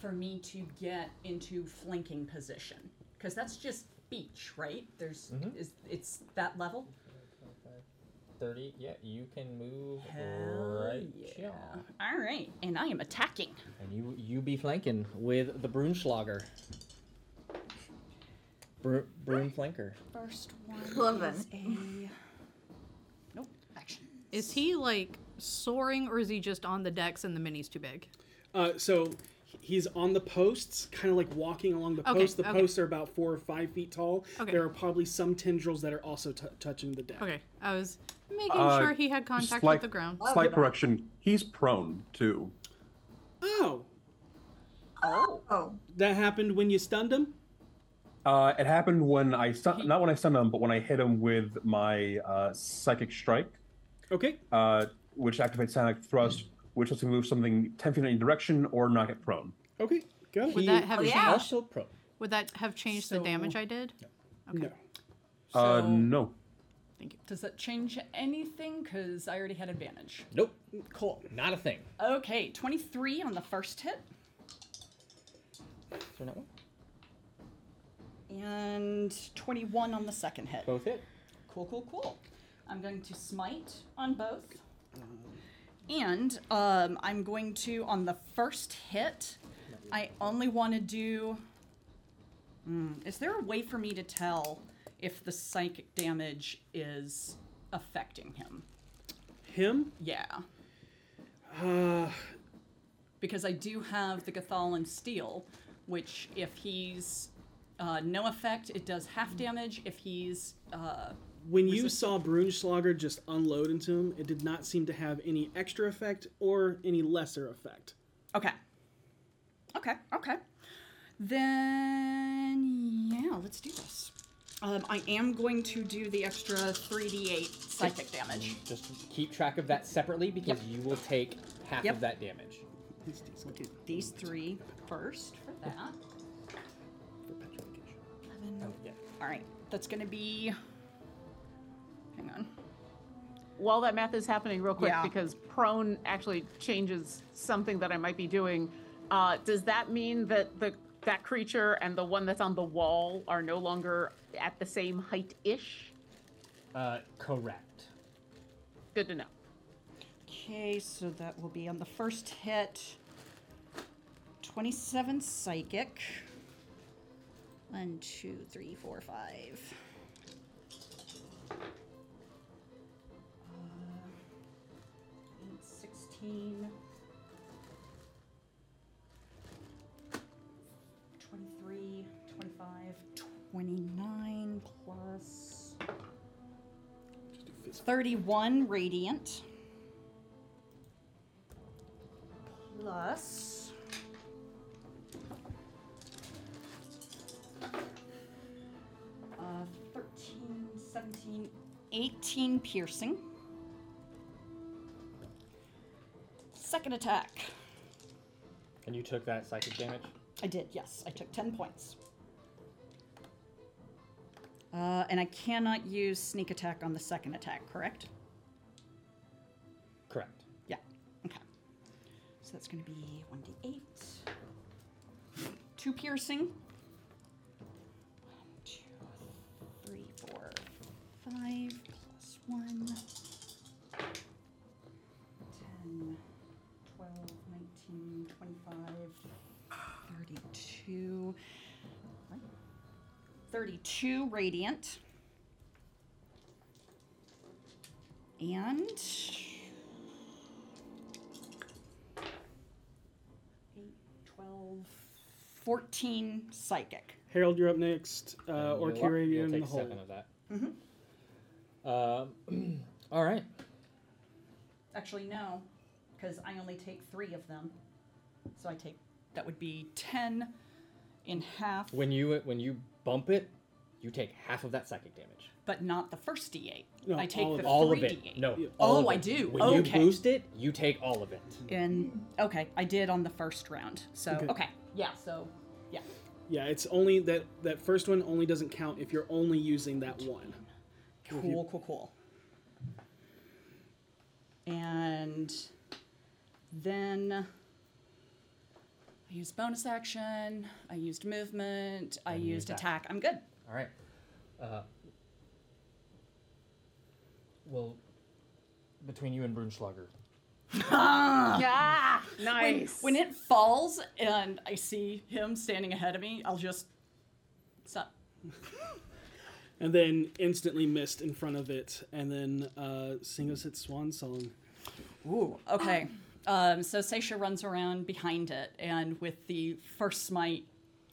[SPEAKER 7] for me to get into flanking position? Because that's just beach, right? There's
[SPEAKER 2] Mhm.
[SPEAKER 7] is it's that level.
[SPEAKER 2] 30. Yeah, you can move
[SPEAKER 7] Hell
[SPEAKER 2] right.
[SPEAKER 7] yeah. All right, and I am attacking.
[SPEAKER 2] And you you be flanking with the Brunschlager. Br- Brun flanker.
[SPEAKER 7] First
[SPEAKER 13] Eleven.
[SPEAKER 7] a nope action.
[SPEAKER 6] Is he like soaring or is he just on the decks and the mini's too big?
[SPEAKER 12] Uh, so he- he's on the posts, kind of like walking along the
[SPEAKER 6] Okay,
[SPEAKER 12] posts. The
[SPEAKER 6] okay.
[SPEAKER 12] posts are about four or five feet tall.
[SPEAKER 6] Okay.
[SPEAKER 12] There are probably some tendrils that are also t- touching the deck.
[SPEAKER 6] Okay, I was making
[SPEAKER 16] Uh,
[SPEAKER 6] sure he had contact
[SPEAKER 16] slight-
[SPEAKER 6] with the ground.
[SPEAKER 16] Slight correction. He's prone too.
[SPEAKER 12] Oh,
[SPEAKER 13] Oh.
[SPEAKER 12] that happened when you stunned him.
[SPEAKER 16] Uh, it happened when I stun, not when I stunned him, but when I hit him with my uh, psychic strike.
[SPEAKER 12] Okay.
[SPEAKER 16] Uh, which activates psionic thrust, which lets me move something ten feet in any direction or knock it prone.
[SPEAKER 12] Okay, got
[SPEAKER 6] Would that have
[SPEAKER 16] is
[SPEAKER 6] changed?
[SPEAKER 16] also prone.
[SPEAKER 6] Would that have changed the damage I did?
[SPEAKER 16] No. Uh,
[SPEAKER 7] So-
[SPEAKER 16] no.
[SPEAKER 7] Does that change anything? Because I already had advantage.
[SPEAKER 2] Nope.
[SPEAKER 7] Cool.
[SPEAKER 2] Not a thing.
[SPEAKER 7] Okay, 23 on the first hit.
[SPEAKER 2] Turn that one.
[SPEAKER 7] And 21 on the second hit.
[SPEAKER 2] Both hit.
[SPEAKER 7] Cool, cool, cool. I'm going to smite on both. And um, I'm going to, on the first hit, I only want to do. Hmm, is there a way for me to tell if the psychic damage is affecting him?
[SPEAKER 12] Him?
[SPEAKER 7] Yeah.
[SPEAKER 12] Uh,
[SPEAKER 7] Because I do have the Gathalan Steel, which, if he's uh, no effect, it does half damage. If he's. Uh,
[SPEAKER 12] when you saw Brunschlager just unload into him, it did not seem to have any extra effect or any lesser effect.
[SPEAKER 7] Okay. Okay, okay. Then, yeah, let's do this. Um, I am going to do the extra 3d8 psychic damage.
[SPEAKER 2] Just keep track of that separately because you will take half
[SPEAKER 7] Yep.
[SPEAKER 2] of that damage.
[SPEAKER 7] We'll do these three first for that. Eleven. All right, that's going to be. Hang on.
[SPEAKER 11] <laughs> While that math is happening, real quick,
[SPEAKER 7] Yeah.
[SPEAKER 11] because prone actually changes something that I might be doing. Uh, does that mean that the that creature and the one that's on the wall are no longer at the same height ish?
[SPEAKER 2] Uh, correct.
[SPEAKER 11] Good to know.
[SPEAKER 7] Okay, so that will be on the first hit. 27 psychic. One, two, three, four, five. Uh, eight, 16. 23, 25, 29 plus 31 radiant. Plus. Uh, 13, 17, 18 piercing. Second attack.
[SPEAKER 2] And you took that psychic damage.
[SPEAKER 7] I did, yes. I took 10 points. Uh, and I cannot use sneak attack on the second attack, correct?
[SPEAKER 2] Correct.
[SPEAKER 7] Yeah. Okay. So that's going to be 1d8. Two piercing. One, two, three, four, five, plus one. 10, 12, 19, 25, 32. right? 32 radiant. And 12, 14 psychic.
[SPEAKER 12] Harold, you're up next. Uh, or
[SPEAKER 2] You'll-
[SPEAKER 12] Kira,
[SPEAKER 2] you'll
[SPEAKER 12] you're in
[SPEAKER 2] take
[SPEAKER 12] the hole.
[SPEAKER 2] seven of that.
[SPEAKER 7] Mm-hmm.
[SPEAKER 2] Um, <clears throat> all right.
[SPEAKER 7] Actually, no, because I only take three of them. So I take, that would be 10 in half,
[SPEAKER 2] When you when you bump it, you take half of that psychic damage.
[SPEAKER 7] but not the first d8.
[SPEAKER 2] No,
[SPEAKER 7] I take
[SPEAKER 2] all
[SPEAKER 7] the
[SPEAKER 2] of it.
[SPEAKER 7] three
[SPEAKER 2] All of it.
[SPEAKER 7] d8.
[SPEAKER 2] No, all
[SPEAKER 7] Oh,
[SPEAKER 2] of
[SPEAKER 7] I
[SPEAKER 2] it.
[SPEAKER 7] do.
[SPEAKER 2] When you
[SPEAKER 7] okay.
[SPEAKER 2] boost it, you take all of it.
[SPEAKER 7] And, okay, I did on the first round. So,
[SPEAKER 12] Okay.
[SPEAKER 7] okay. Yeah, so, yeah.
[SPEAKER 12] Yeah, it's only that that first one only doesn't count if you're only using that one. <laughs> If you-
[SPEAKER 7] Cool, cool, cool. And then I used bonus action, I used movement, I
[SPEAKER 2] And you
[SPEAKER 7] used
[SPEAKER 2] attack.
[SPEAKER 7] attack. I'm good.
[SPEAKER 2] All right. Uh, well, between you and Brunschlager.
[SPEAKER 7] yeah,
[SPEAKER 11] nice.
[SPEAKER 7] Ah. When, it falls and I see him standing ahead of me, I'll just stop.
[SPEAKER 12] And then instantly missed in front of it, and then uh, sing us its swan song.
[SPEAKER 7] Ooh. Okay. <clears throat> Um, so Seisha runs around behind it, and with the first smite,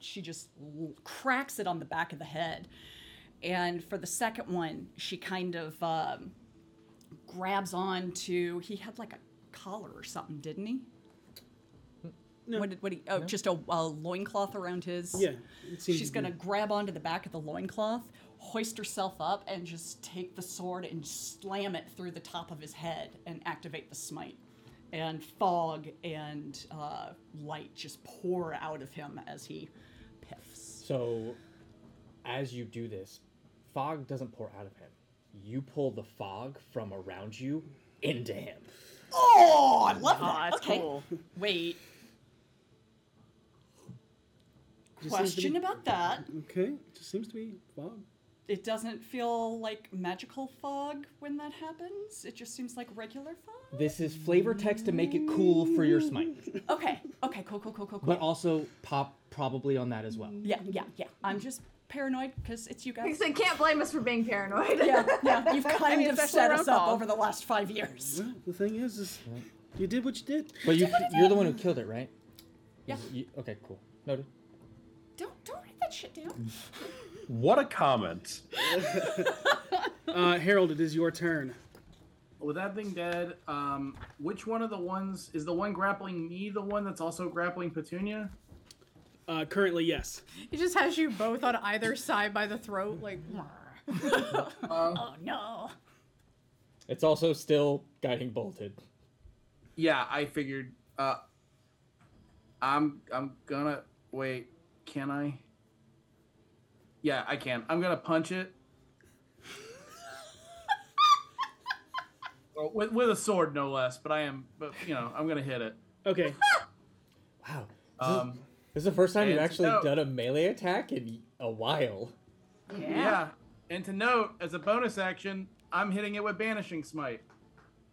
[SPEAKER 7] she just l- cracks it on the back of the head. And for the second one, she kind of um, grabs on to. He had like a collar or something, didn't he? What did, what he, oh, just a, a loincloth around his.
[SPEAKER 12] Yeah, it seems
[SPEAKER 7] She's
[SPEAKER 12] to
[SPEAKER 7] going to
[SPEAKER 12] be-
[SPEAKER 7] grab onto the back of the loincloth, hoist herself up, and just take the sword and slam it through the top of his head and activate the smite. And fog and uh, light just pour out of him as he piffs.
[SPEAKER 2] So, as you do this, fog doesn't pour out of him. You pull the fog from around you into him.
[SPEAKER 7] Oh, I love
[SPEAKER 2] Ah,
[SPEAKER 7] that.
[SPEAKER 2] that's
[SPEAKER 7] okay.
[SPEAKER 2] cool.
[SPEAKER 7] Wait.
[SPEAKER 12] Just seems to
[SPEAKER 7] Question
[SPEAKER 12] be-
[SPEAKER 7] about that.
[SPEAKER 12] Okay, just seems to be fog.
[SPEAKER 7] It doesn't feel like magical fog when that happens. It just seems like regular fog.
[SPEAKER 2] This is flavor text to make it cool for your smite,
[SPEAKER 7] Okay. Okay. Cool. Cool. Cool. Cool.
[SPEAKER 2] but
[SPEAKER 7] cool.
[SPEAKER 2] also pop probably on that as well.
[SPEAKER 7] Yeah. Yeah. Yeah. I'm just paranoid because it's you guys.
[SPEAKER 13] They can't blame us for being paranoid.
[SPEAKER 7] yeah. <laughs>
[SPEAKER 13] <laughs>
[SPEAKER 7] Yeah. You've
[SPEAKER 13] I mean,
[SPEAKER 7] kind of
[SPEAKER 13] especially
[SPEAKER 7] set
[SPEAKER 13] around
[SPEAKER 7] us up
[SPEAKER 13] fog.
[SPEAKER 7] over the last five years.
[SPEAKER 12] Well, the thing is, is you did what you did.
[SPEAKER 2] But you, you're the one who killed it, right?
[SPEAKER 7] Yeah.
[SPEAKER 2] You- okay, cool. Noted.
[SPEAKER 7] Don't don't write that shit down.
[SPEAKER 16] What a comment.
[SPEAKER 12] <laughs> uh, Harold, it is your turn.
[SPEAKER 14] With that thing dead, um, which one of the ones is the one grappling me? The one that's also grappling Petunia?
[SPEAKER 12] Uh, currently, yes.
[SPEAKER 6] It just has you both on either side by the throat, like. <laughs>
[SPEAKER 13] Uh-huh.
[SPEAKER 14] oh
[SPEAKER 7] no.
[SPEAKER 2] It's also still guiding bolted.
[SPEAKER 14] Yeah, I figured. Uh, I'm I'm gonna wait. Can I? Yeah, I can. I'm gonna
[SPEAKER 12] <laughs>
[SPEAKER 14] punch it. Oh, with with a sword, no less. But I am. But you know, I'm gonna hit it.
[SPEAKER 12] Okay.
[SPEAKER 2] wow.
[SPEAKER 14] Um,
[SPEAKER 2] This is the first time you've
[SPEAKER 14] and
[SPEAKER 2] actually
[SPEAKER 14] no.
[SPEAKER 2] done a melee attack in a while.
[SPEAKER 14] Yeah. And to note, as a bonus action, I'm hitting it with Banishing Smite.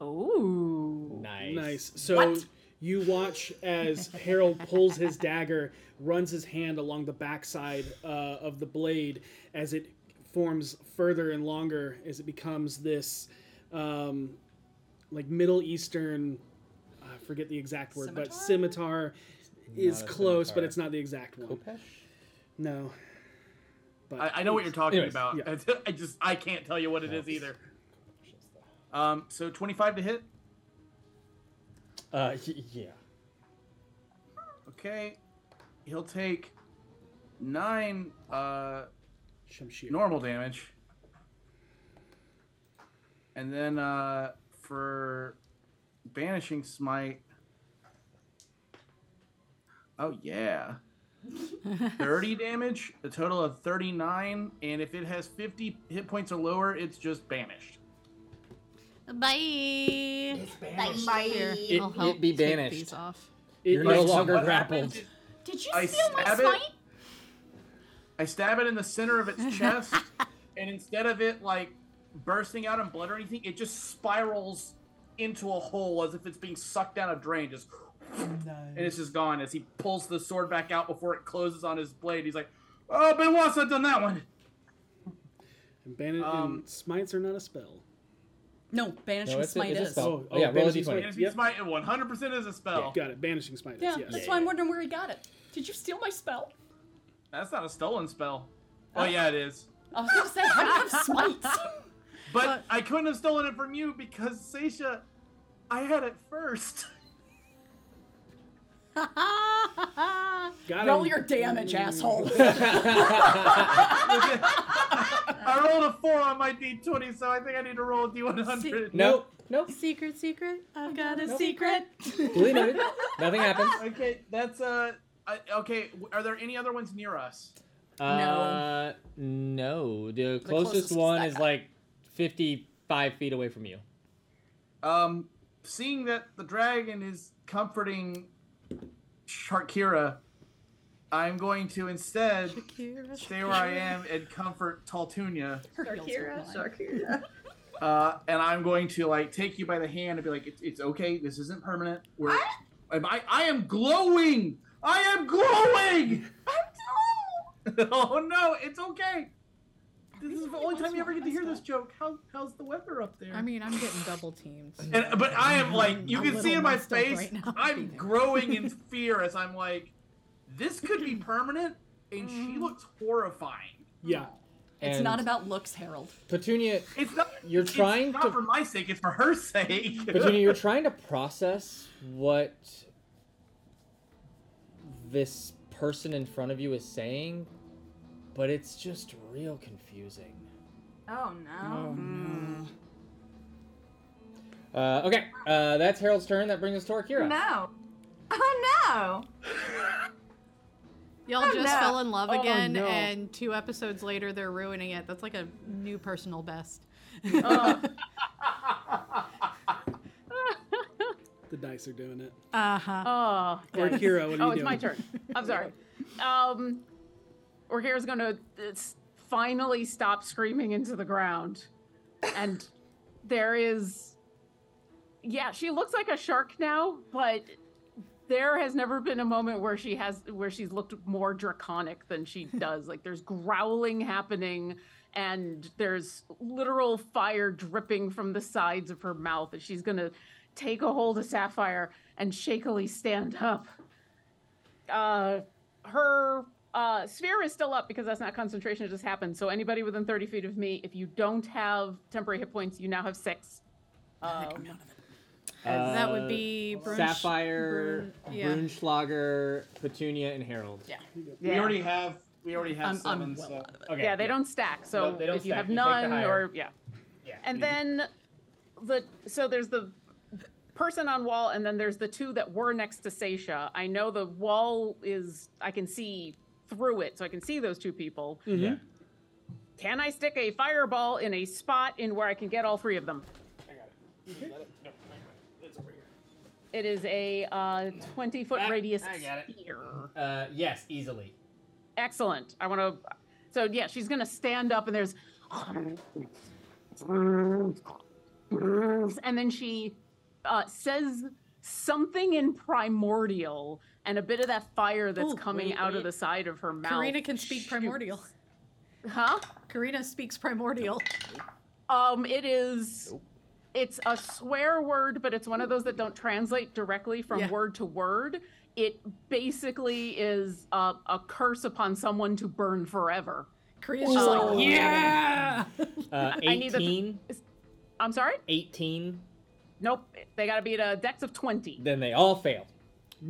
[SPEAKER 12] Ooh.
[SPEAKER 2] Nice.
[SPEAKER 12] Nice. So
[SPEAKER 14] What?
[SPEAKER 12] you watch as Harold pulls his dagger, runs his hand along the backside uh, of the blade as it forms further and longer as it becomes this um, like Middle Eastern I forget the exact word, but scimitar is
[SPEAKER 14] Not a
[SPEAKER 12] close, but
[SPEAKER 14] scimitar.
[SPEAKER 12] it's not the exact one.
[SPEAKER 2] Kopesh?
[SPEAKER 12] No. But
[SPEAKER 14] I, I know what you're talking
[SPEAKER 12] Anyways,
[SPEAKER 14] about.
[SPEAKER 12] yeah.
[SPEAKER 14] <laughs> I just I can't tell you what it is either. Um, so 25 to hit.
[SPEAKER 2] Uh, yeah.
[SPEAKER 14] Okay, he'll take nine uh normal damage, and then uh for banishing smite. Oh yeah. 30 damage, a total of 39, and if it has 50 hit points or lower, it's just banished.
[SPEAKER 9] Bye. It's
[SPEAKER 13] banished. Bye.
[SPEAKER 9] Here,
[SPEAKER 13] It-
[SPEAKER 9] I'll help
[SPEAKER 13] it be
[SPEAKER 9] take these
[SPEAKER 13] banished.
[SPEAKER 6] off.
[SPEAKER 2] You're no longer grappled.
[SPEAKER 14] Did
[SPEAKER 13] you
[SPEAKER 14] I
[SPEAKER 13] steal my
[SPEAKER 14] stab it-
[SPEAKER 13] smite?
[SPEAKER 14] I stab it in the center of its chest, and instead of it like bursting out in blood or anything, it just spirals into a hole as if it's being sucked down a drain. Just and it's just gone. As he pulls the sword back out before it closes on his blade, he's like, "Oh, been once I've done that one."
[SPEAKER 12] And, Bani-
[SPEAKER 14] Um,
[SPEAKER 12] and smites are not a spell.
[SPEAKER 7] No, banishing
[SPEAKER 12] No, it's a-
[SPEAKER 7] smite
[SPEAKER 12] it's a
[SPEAKER 7] is.
[SPEAKER 12] spell. Oh, yeah, roll a
[SPEAKER 14] banishing
[SPEAKER 12] d20.
[SPEAKER 14] smite. Banishing
[SPEAKER 12] Yep.
[SPEAKER 14] smite, one hundred percent is a spell.
[SPEAKER 12] Got it. Banishing smite. is,
[SPEAKER 7] Yeah,
[SPEAKER 12] yes.
[SPEAKER 7] that's why I'm wondering where he got it. Did you steal my spell?
[SPEAKER 14] That's not a stolen spell. Oh yeah, it is.
[SPEAKER 7] I was gonna say, how do you <laughs> have smites?
[SPEAKER 14] <laughs> But I couldn't have stolen it from you because Seisha, I had it
[SPEAKER 2] <laughs>
[SPEAKER 14] first.
[SPEAKER 7] Roll your damage,
[SPEAKER 2] Mm. <laughs>
[SPEAKER 7] asshole.
[SPEAKER 14] I rolled a four on my d20, so I think I need to roll a d100.
[SPEAKER 2] Nope.
[SPEAKER 14] Nope.
[SPEAKER 9] Secret, secret. I've got a
[SPEAKER 14] Nope.
[SPEAKER 9] secret.
[SPEAKER 2] Duly noted. Nothing happens.
[SPEAKER 14] Okay, that's uh. I, okay, w- are there any other ones near us?
[SPEAKER 2] Uh, no. The closest,
[SPEAKER 14] closest is
[SPEAKER 2] one
[SPEAKER 14] that
[SPEAKER 2] is like 55 feet away from you.
[SPEAKER 14] Um, seeing that the dragon is comforting Sharkira, I'm going to instead stay where I am and comfort Taltunia.
[SPEAKER 13] Sarkira,
[SPEAKER 14] Uh, and I'm going to like take you by the hand and be like, it's, it's okay. This isn't permanent. We're, am I, I am glowing. I am glowing. <laughs> oh no, it's okay. This is the only time you ever get to hear this joke. How, how's the weather up there?
[SPEAKER 6] I mean, I'm getting double teamed.
[SPEAKER 14] And, but I am like,
[SPEAKER 6] I'm
[SPEAKER 14] you
[SPEAKER 6] a
[SPEAKER 14] can see
[SPEAKER 6] little
[SPEAKER 14] in my
[SPEAKER 6] messed up
[SPEAKER 14] face,
[SPEAKER 6] right now. <laughs>
[SPEAKER 14] I'm growing in fear as I'm like, this could be permanent. And
[SPEAKER 6] Mm.
[SPEAKER 14] she looks horrifying.
[SPEAKER 12] Yeah.
[SPEAKER 7] It's
[SPEAKER 2] And-
[SPEAKER 7] not about looks, Harold.
[SPEAKER 2] Petunia,
[SPEAKER 14] it's not.
[SPEAKER 2] You're
[SPEAKER 14] it's
[SPEAKER 2] trying
[SPEAKER 14] not
[SPEAKER 2] to.
[SPEAKER 14] for my sake. It's for her sake.
[SPEAKER 2] Petunia, you're trying to process what this person in front of you is saying, but it's just real confusing.
[SPEAKER 13] Oh no.
[SPEAKER 2] Mm. Uh, okay, uh, that's Harold's turn. That brings us to Arkira.
[SPEAKER 13] No. Oh
[SPEAKER 6] Y'all
[SPEAKER 13] Oh,
[SPEAKER 6] just
[SPEAKER 13] no.
[SPEAKER 6] fell in love
[SPEAKER 13] Oh,
[SPEAKER 6] again,
[SPEAKER 13] no.
[SPEAKER 6] and two episodes later, they're ruining it. That's like a new personal best.
[SPEAKER 13] Uh-huh.
[SPEAKER 6] <laughs>
[SPEAKER 12] The dice are doing it.
[SPEAKER 6] Uh huh.
[SPEAKER 11] Oh,
[SPEAKER 12] Or
[SPEAKER 11] yes.
[SPEAKER 12] Kira, what are
[SPEAKER 11] oh,
[SPEAKER 12] you
[SPEAKER 11] it's my
[SPEAKER 12] doing?
[SPEAKER 11] turn. I'm sorry. Um, Orgira's gonna uh, s- finally stop screaming into the ground, and there is, yeah, she looks like a shark now, but there has never been a moment where she has where she's looked more draconic than she does. like there's growling happening. And there's literal fire dripping from the sides of her mouth, and she's gonna take a hold of Sapphire and shakily stand up uh, her uh, sphere is still up because that's not concentration. It just happened. So anybody within 30 feet of me, if you don't have temporary hit points, you now have six. Um,
[SPEAKER 6] That would be Brunsch-
[SPEAKER 2] Uh, Sapphire,
[SPEAKER 6] Brun- yeah.
[SPEAKER 2] Brunschlager, Petunia, and Harold.
[SPEAKER 6] Yeah.
[SPEAKER 14] We already have. We already have
[SPEAKER 11] I'm- I'm
[SPEAKER 14] seven.
[SPEAKER 11] well
[SPEAKER 14] so-
[SPEAKER 2] Okay,
[SPEAKER 11] yeah, they
[SPEAKER 2] yeah.
[SPEAKER 11] don't stack. So
[SPEAKER 14] No, they don't
[SPEAKER 11] if you
[SPEAKER 14] stack.
[SPEAKER 11] have
[SPEAKER 14] You take the
[SPEAKER 11] none,
[SPEAKER 14] higher.
[SPEAKER 11] or yeah. And then the so there's the person on wall, and then there's the two that were next to Seisha. I know the wall is I can see through it, so I can see those two people.
[SPEAKER 14] Yeah.
[SPEAKER 11] Can I stick a fireball in a spot in where I can get all three of them? It is a uh, 20 foot radius
[SPEAKER 2] I got it.
[SPEAKER 11] sphere.
[SPEAKER 2] Uh, yes,
[SPEAKER 11] <laughs>
[SPEAKER 2] easily.
[SPEAKER 11] Excellent. I want to. So, yeah, she's going to stand up and there's.
[SPEAKER 6] Mm.
[SPEAKER 11] And then she uh, says something in primordial and a bit of that fire that's
[SPEAKER 6] Ooh,
[SPEAKER 11] coming
[SPEAKER 6] wait,
[SPEAKER 11] out
[SPEAKER 6] wait.
[SPEAKER 11] of the side of her mouth.
[SPEAKER 6] Karina can speak primordial.
[SPEAKER 11] Huh?
[SPEAKER 6] Karina speaks primordial.
[SPEAKER 11] Um, it is. It's a swear word, but it's one of those that don't translate directly from word to word. It basically is a, a curse upon someone to burn forever.
[SPEAKER 6] Korea's just like,
[SPEAKER 13] Oh.
[SPEAKER 11] Um,
[SPEAKER 6] "Yeah!"
[SPEAKER 2] Uh,
[SPEAKER 11] I need the-
[SPEAKER 2] 18?
[SPEAKER 11] I'm sorry.
[SPEAKER 2] 18.
[SPEAKER 11] Nope. They gotta beat a dex of twenty.
[SPEAKER 2] Then they all fail.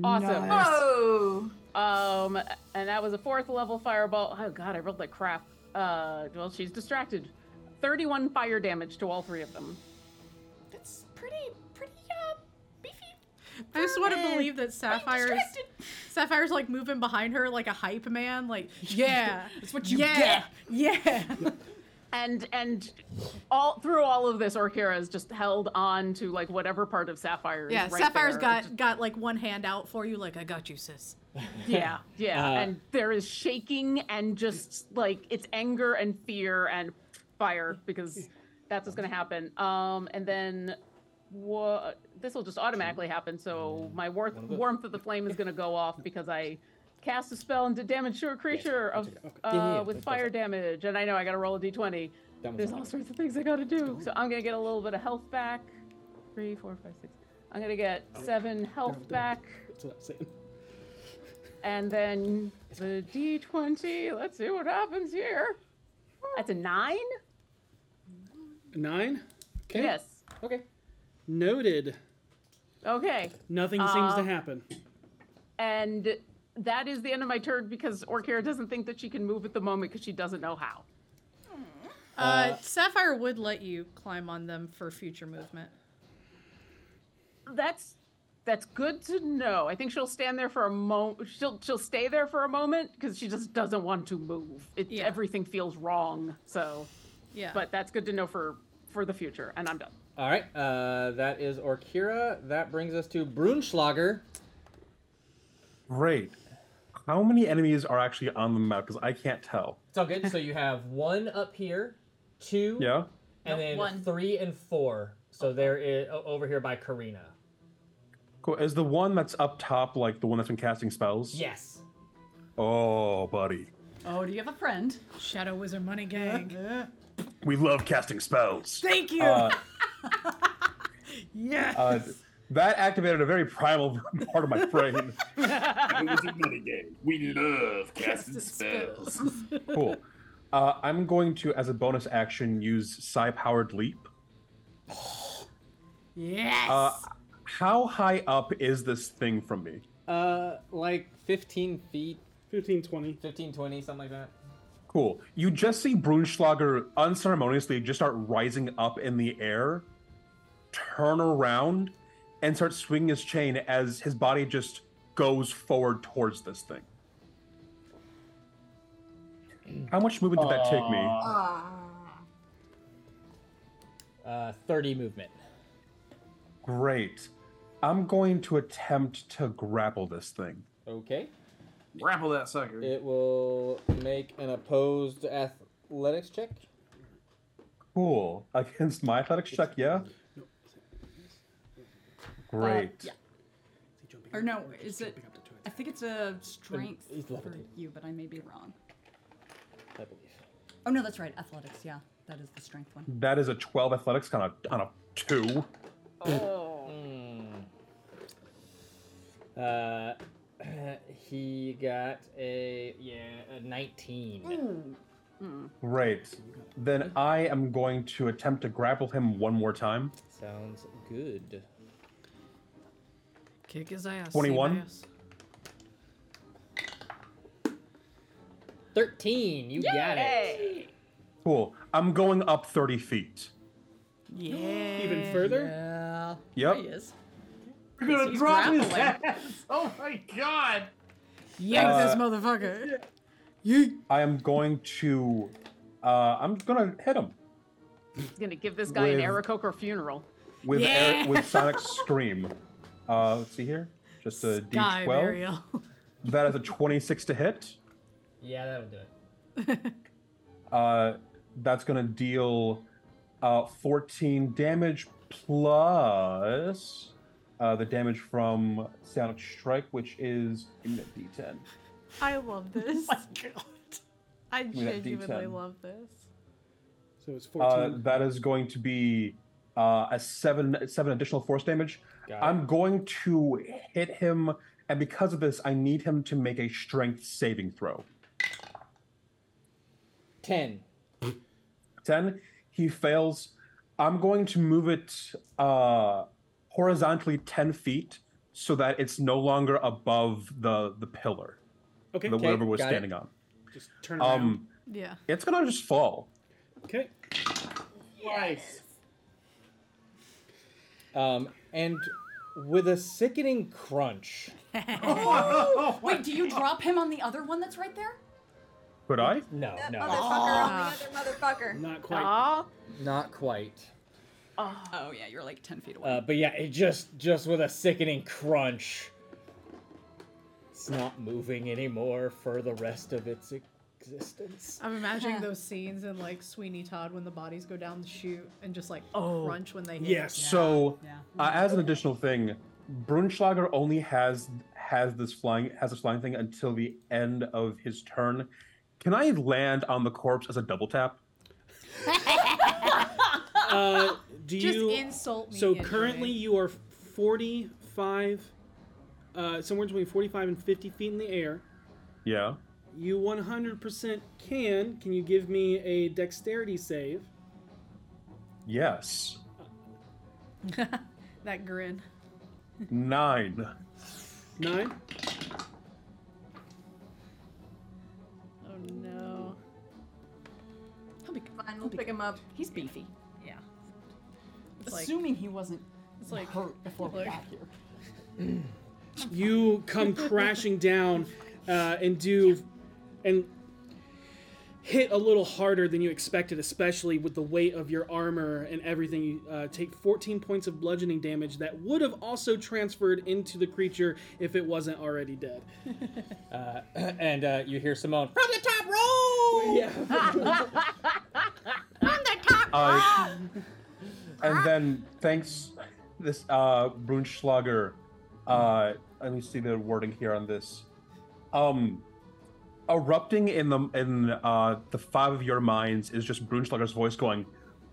[SPEAKER 11] Awesome.
[SPEAKER 2] Nice.
[SPEAKER 11] Oh. Um, and that was a fourth level fireball. Oh god, I rolled like crap. Uh, well, she's distracted. Thirty-one fire damage to all three of them.
[SPEAKER 5] That's pretty, pretty, uh, beefy.
[SPEAKER 6] I just want to
[SPEAKER 5] Vermin.
[SPEAKER 6] believe that Sapphire's Sapphire's like moving behind her like a hype man, <laughs> like yeah,
[SPEAKER 11] <laughs> That's what you
[SPEAKER 6] yeah, get.
[SPEAKER 11] <laughs>
[SPEAKER 6] Yeah.
[SPEAKER 11] and and all through all of this, Orkira is just held on to like whatever part of Sapphire.
[SPEAKER 6] Yeah,
[SPEAKER 11] is right
[SPEAKER 6] Sapphire's
[SPEAKER 11] there.
[SPEAKER 6] got got like one hand out for you, like I got you, <laughs> sis.
[SPEAKER 11] <laughs> Yeah, yeah,
[SPEAKER 6] Uh,
[SPEAKER 11] and there is shaking and just like it's anger and fear and fire because that's what's gonna happen. Um, and then what? This will just automatically happen. So my warmth warmth of the flame is gonna go off because I cast a spell and did damage to a creature of
[SPEAKER 14] Yeah, yeah,
[SPEAKER 11] uh,
[SPEAKER 14] yeah,
[SPEAKER 11] with
[SPEAKER 14] that
[SPEAKER 11] fire damage, and I know I gotta roll a d20.
[SPEAKER 14] That one's
[SPEAKER 11] There's
[SPEAKER 14] not
[SPEAKER 11] all
[SPEAKER 14] bad.
[SPEAKER 11] sorts of things I gotta do. So I'm gonna get a little bit of health back. Three, four, five, six. I'm gonna get
[SPEAKER 14] Oh.
[SPEAKER 11] seven health back.
[SPEAKER 12] That's what I'm saying.
[SPEAKER 11] And then the d20. Let's see what happens here. That's a nine?
[SPEAKER 12] Nine? Okay.
[SPEAKER 11] Yes.
[SPEAKER 2] Okay.
[SPEAKER 12] Noted.
[SPEAKER 11] Okay.
[SPEAKER 12] Nothing seems
[SPEAKER 11] Uh,
[SPEAKER 12] to happen.
[SPEAKER 11] And that is the end of my turn because Orkira doesn't think that she can move at the moment because she doesn't know how.
[SPEAKER 6] Uh, Sapphire would let you climb on them for future movement.
[SPEAKER 11] That's that's good to know. I think she'll stand there for a moment. She'll she'll stay there for a moment because she just doesn't want to move. It,
[SPEAKER 6] Yeah.
[SPEAKER 11] Everything feels wrong. So,
[SPEAKER 6] Yeah.
[SPEAKER 11] But that's good to know for for the future. And I'm done.
[SPEAKER 2] All right, uh, that is Orkira. That brings us to Brunschlager.
[SPEAKER 16] Great. How many enemies are actually on the map? Because I can't tell.
[SPEAKER 2] It's all good. so you have one up here, two,
[SPEAKER 16] Yeah.
[SPEAKER 2] and then
[SPEAKER 16] one.
[SPEAKER 2] three and four. So there is o- over here by Karina.
[SPEAKER 16] Cool. Is the one that's up top like the one that's been casting spells?
[SPEAKER 2] Yes.
[SPEAKER 16] Oh, buddy.
[SPEAKER 7] Oh, do you have a friend?
[SPEAKER 6] Shadow Wizard Money Gang.
[SPEAKER 7] <laughs>
[SPEAKER 16] We love casting spells.
[SPEAKER 6] Thank you.
[SPEAKER 16] Uh,
[SPEAKER 6] yeah.
[SPEAKER 16] uh, that activated a very primal <laughs> part of my brain.
[SPEAKER 10] We love casting
[SPEAKER 6] spells.
[SPEAKER 16] cool. Uh, I'm going to, as a bonus action, use psi powered leap.
[SPEAKER 6] Yes.
[SPEAKER 16] Uh, how high up is this thing from me?
[SPEAKER 17] Uh, like 15 feet.
[SPEAKER 12] 15, 20.
[SPEAKER 17] 15, 20, something like that.
[SPEAKER 16] Cool. You just see Brunschlager unceremoniously just start rising up in the air, turn around, and start swinging his chain as his body just goes forward towards this thing. <laughs> How much movement did that take me?
[SPEAKER 17] Uh, 30 movement.
[SPEAKER 16] Great. I'm going to attempt to grapple this thing.
[SPEAKER 17] Okay.
[SPEAKER 14] Grapple that sucker.
[SPEAKER 17] It will make an opposed athletics check.
[SPEAKER 16] Cool. Against my athletics check, yeah? Great.
[SPEAKER 7] Or no, is it? I think it's a strength
[SPEAKER 17] he's
[SPEAKER 7] for
[SPEAKER 17] levitating.
[SPEAKER 7] you, but I may be wrong.
[SPEAKER 17] I believe.
[SPEAKER 7] Oh no, that's right. Athletics. Yeah, that is the strength one.
[SPEAKER 16] That is a 12 athletics on a, on a 2.
[SPEAKER 17] Uh, <clears throat> he got a yeah a 19.
[SPEAKER 11] Hmm.
[SPEAKER 16] Great. Then I am going to attempt to grapple him one more time.
[SPEAKER 17] Sounds good.
[SPEAKER 6] Kick his ass. save
[SPEAKER 16] 21?
[SPEAKER 6] ass.
[SPEAKER 17] 13. You got it.
[SPEAKER 16] Cool. I'm going up 30 feet.
[SPEAKER 7] Yeah.
[SPEAKER 12] <gasps>
[SPEAKER 7] <laughs>
[SPEAKER 12] Even further?
[SPEAKER 7] Yeah.
[SPEAKER 16] Yep.
[SPEAKER 7] There he is.
[SPEAKER 14] You're gonna
[SPEAKER 7] He's
[SPEAKER 14] drop his
[SPEAKER 7] grappling.
[SPEAKER 14] ass. <laughs> Oh my god.
[SPEAKER 6] Yank
[SPEAKER 16] Uh,
[SPEAKER 6] this motherfucker.
[SPEAKER 16] I am going to. Uh, I'm gonna hit him
[SPEAKER 11] He's gonna give this guy an
[SPEAKER 16] With-
[SPEAKER 11] Aarakocra funeral.
[SPEAKER 16] with
[SPEAKER 11] Yeah. <laughs>
[SPEAKER 16] air, with Sonic Scream. Uh, let's see here. Just a
[SPEAKER 11] Sky
[SPEAKER 16] D12.
[SPEAKER 11] burial.
[SPEAKER 16] That is a 26 to hit.
[SPEAKER 17] Yeah, that'll do it.
[SPEAKER 16] Uh, that's gonna deal uh, 14 damage plus uh, the damage from Sonic Strike, which is give me that D10.
[SPEAKER 6] I love this. <laughs> Oh my god. I
[SPEAKER 16] Give me that
[SPEAKER 6] genuinely
[SPEAKER 16] D10.
[SPEAKER 6] love this.
[SPEAKER 12] So it's 14.
[SPEAKER 16] Uh, that is going to be uh, a seven seven additional force damage.
[SPEAKER 12] Got it.
[SPEAKER 16] I'm going to hit him, and because of this, I need him to make a strength saving throw.
[SPEAKER 17] 10.
[SPEAKER 16] 10 he fails i'm going to move it uh horizontally 10 feet so that it's no longer above the the pillar
[SPEAKER 12] Okay,
[SPEAKER 16] the
[SPEAKER 12] okay,
[SPEAKER 16] whatever was
[SPEAKER 12] got it.
[SPEAKER 16] standing on
[SPEAKER 12] Just turn around.
[SPEAKER 16] um
[SPEAKER 6] Yeah.
[SPEAKER 16] it's gonna just fall
[SPEAKER 12] Okay.
[SPEAKER 14] Nice.
[SPEAKER 17] Um, and with a sickening crunch.
[SPEAKER 7] Oh, wait, do you drop him on the other one that's right there?
[SPEAKER 16] could i
[SPEAKER 17] no no
[SPEAKER 2] Ah.
[SPEAKER 7] Motherfucker
[SPEAKER 13] motherfucker.
[SPEAKER 12] Not
[SPEAKER 17] quite.
[SPEAKER 7] Oh.
[SPEAKER 17] not quite
[SPEAKER 7] yeah, you're like ten feet away.
[SPEAKER 17] uh, but yeah it just just with a sickening crunch it's not moving anymore for the rest of its e-, existence
[SPEAKER 6] I'm <sighs> imagining those scenes in like Sweeney Todd when the bodies go down the chute and just like crunch when they hit.
[SPEAKER 16] so Uh, as an additional thing brunschlager only has has this flying has this flying thing until the end of his turn can i land on the corpse as a double tap
[SPEAKER 12] Uh, do
[SPEAKER 6] Just
[SPEAKER 12] you
[SPEAKER 6] insult me
[SPEAKER 12] So
[SPEAKER 6] anyway.
[SPEAKER 12] currently you are 45, uh, somewhere between 45 and 50 feet in the air.
[SPEAKER 16] yeah
[SPEAKER 12] You 100% can. Can you give me a dexterity save?
[SPEAKER 16] yes
[SPEAKER 6] <laughs> That grin.
[SPEAKER 16] nine
[SPEAKER 12] Nine?
[SPEAKER 6] Oh no.
[SPEAKER 7] He'll be
[SPEAKER 13] fine. We'll pick him up.
[SPEAKER 7] He's beefy. Yeah.
[SPEAKER 6] It's like-
[SPEAKER 7] Assuming he wasn't
[SPEAKER 6] It's like
[SPEAKER 7] hurt before we
[SPEAKER 6] like-
[SPEAKER 7] got here.
[SPEAKER 12] you come crashing down uh, and do and hit a little harder than you expected especially with the weight of your armor and everything you uh, take 14 points of bludgeoning damage that would have also transferred into the creature if it wasn't already dead
[SPEAKER 17] uh, <clears throat> and uh, you hear simone
[SPEAKER 12] from the top roll
[SPEAKER 16] I, <laughs> and then thanks this uh Brunschlager uh let me see the wording here on this. Um erupting in the in uh the five of your minds is just Brunschlager's voice going,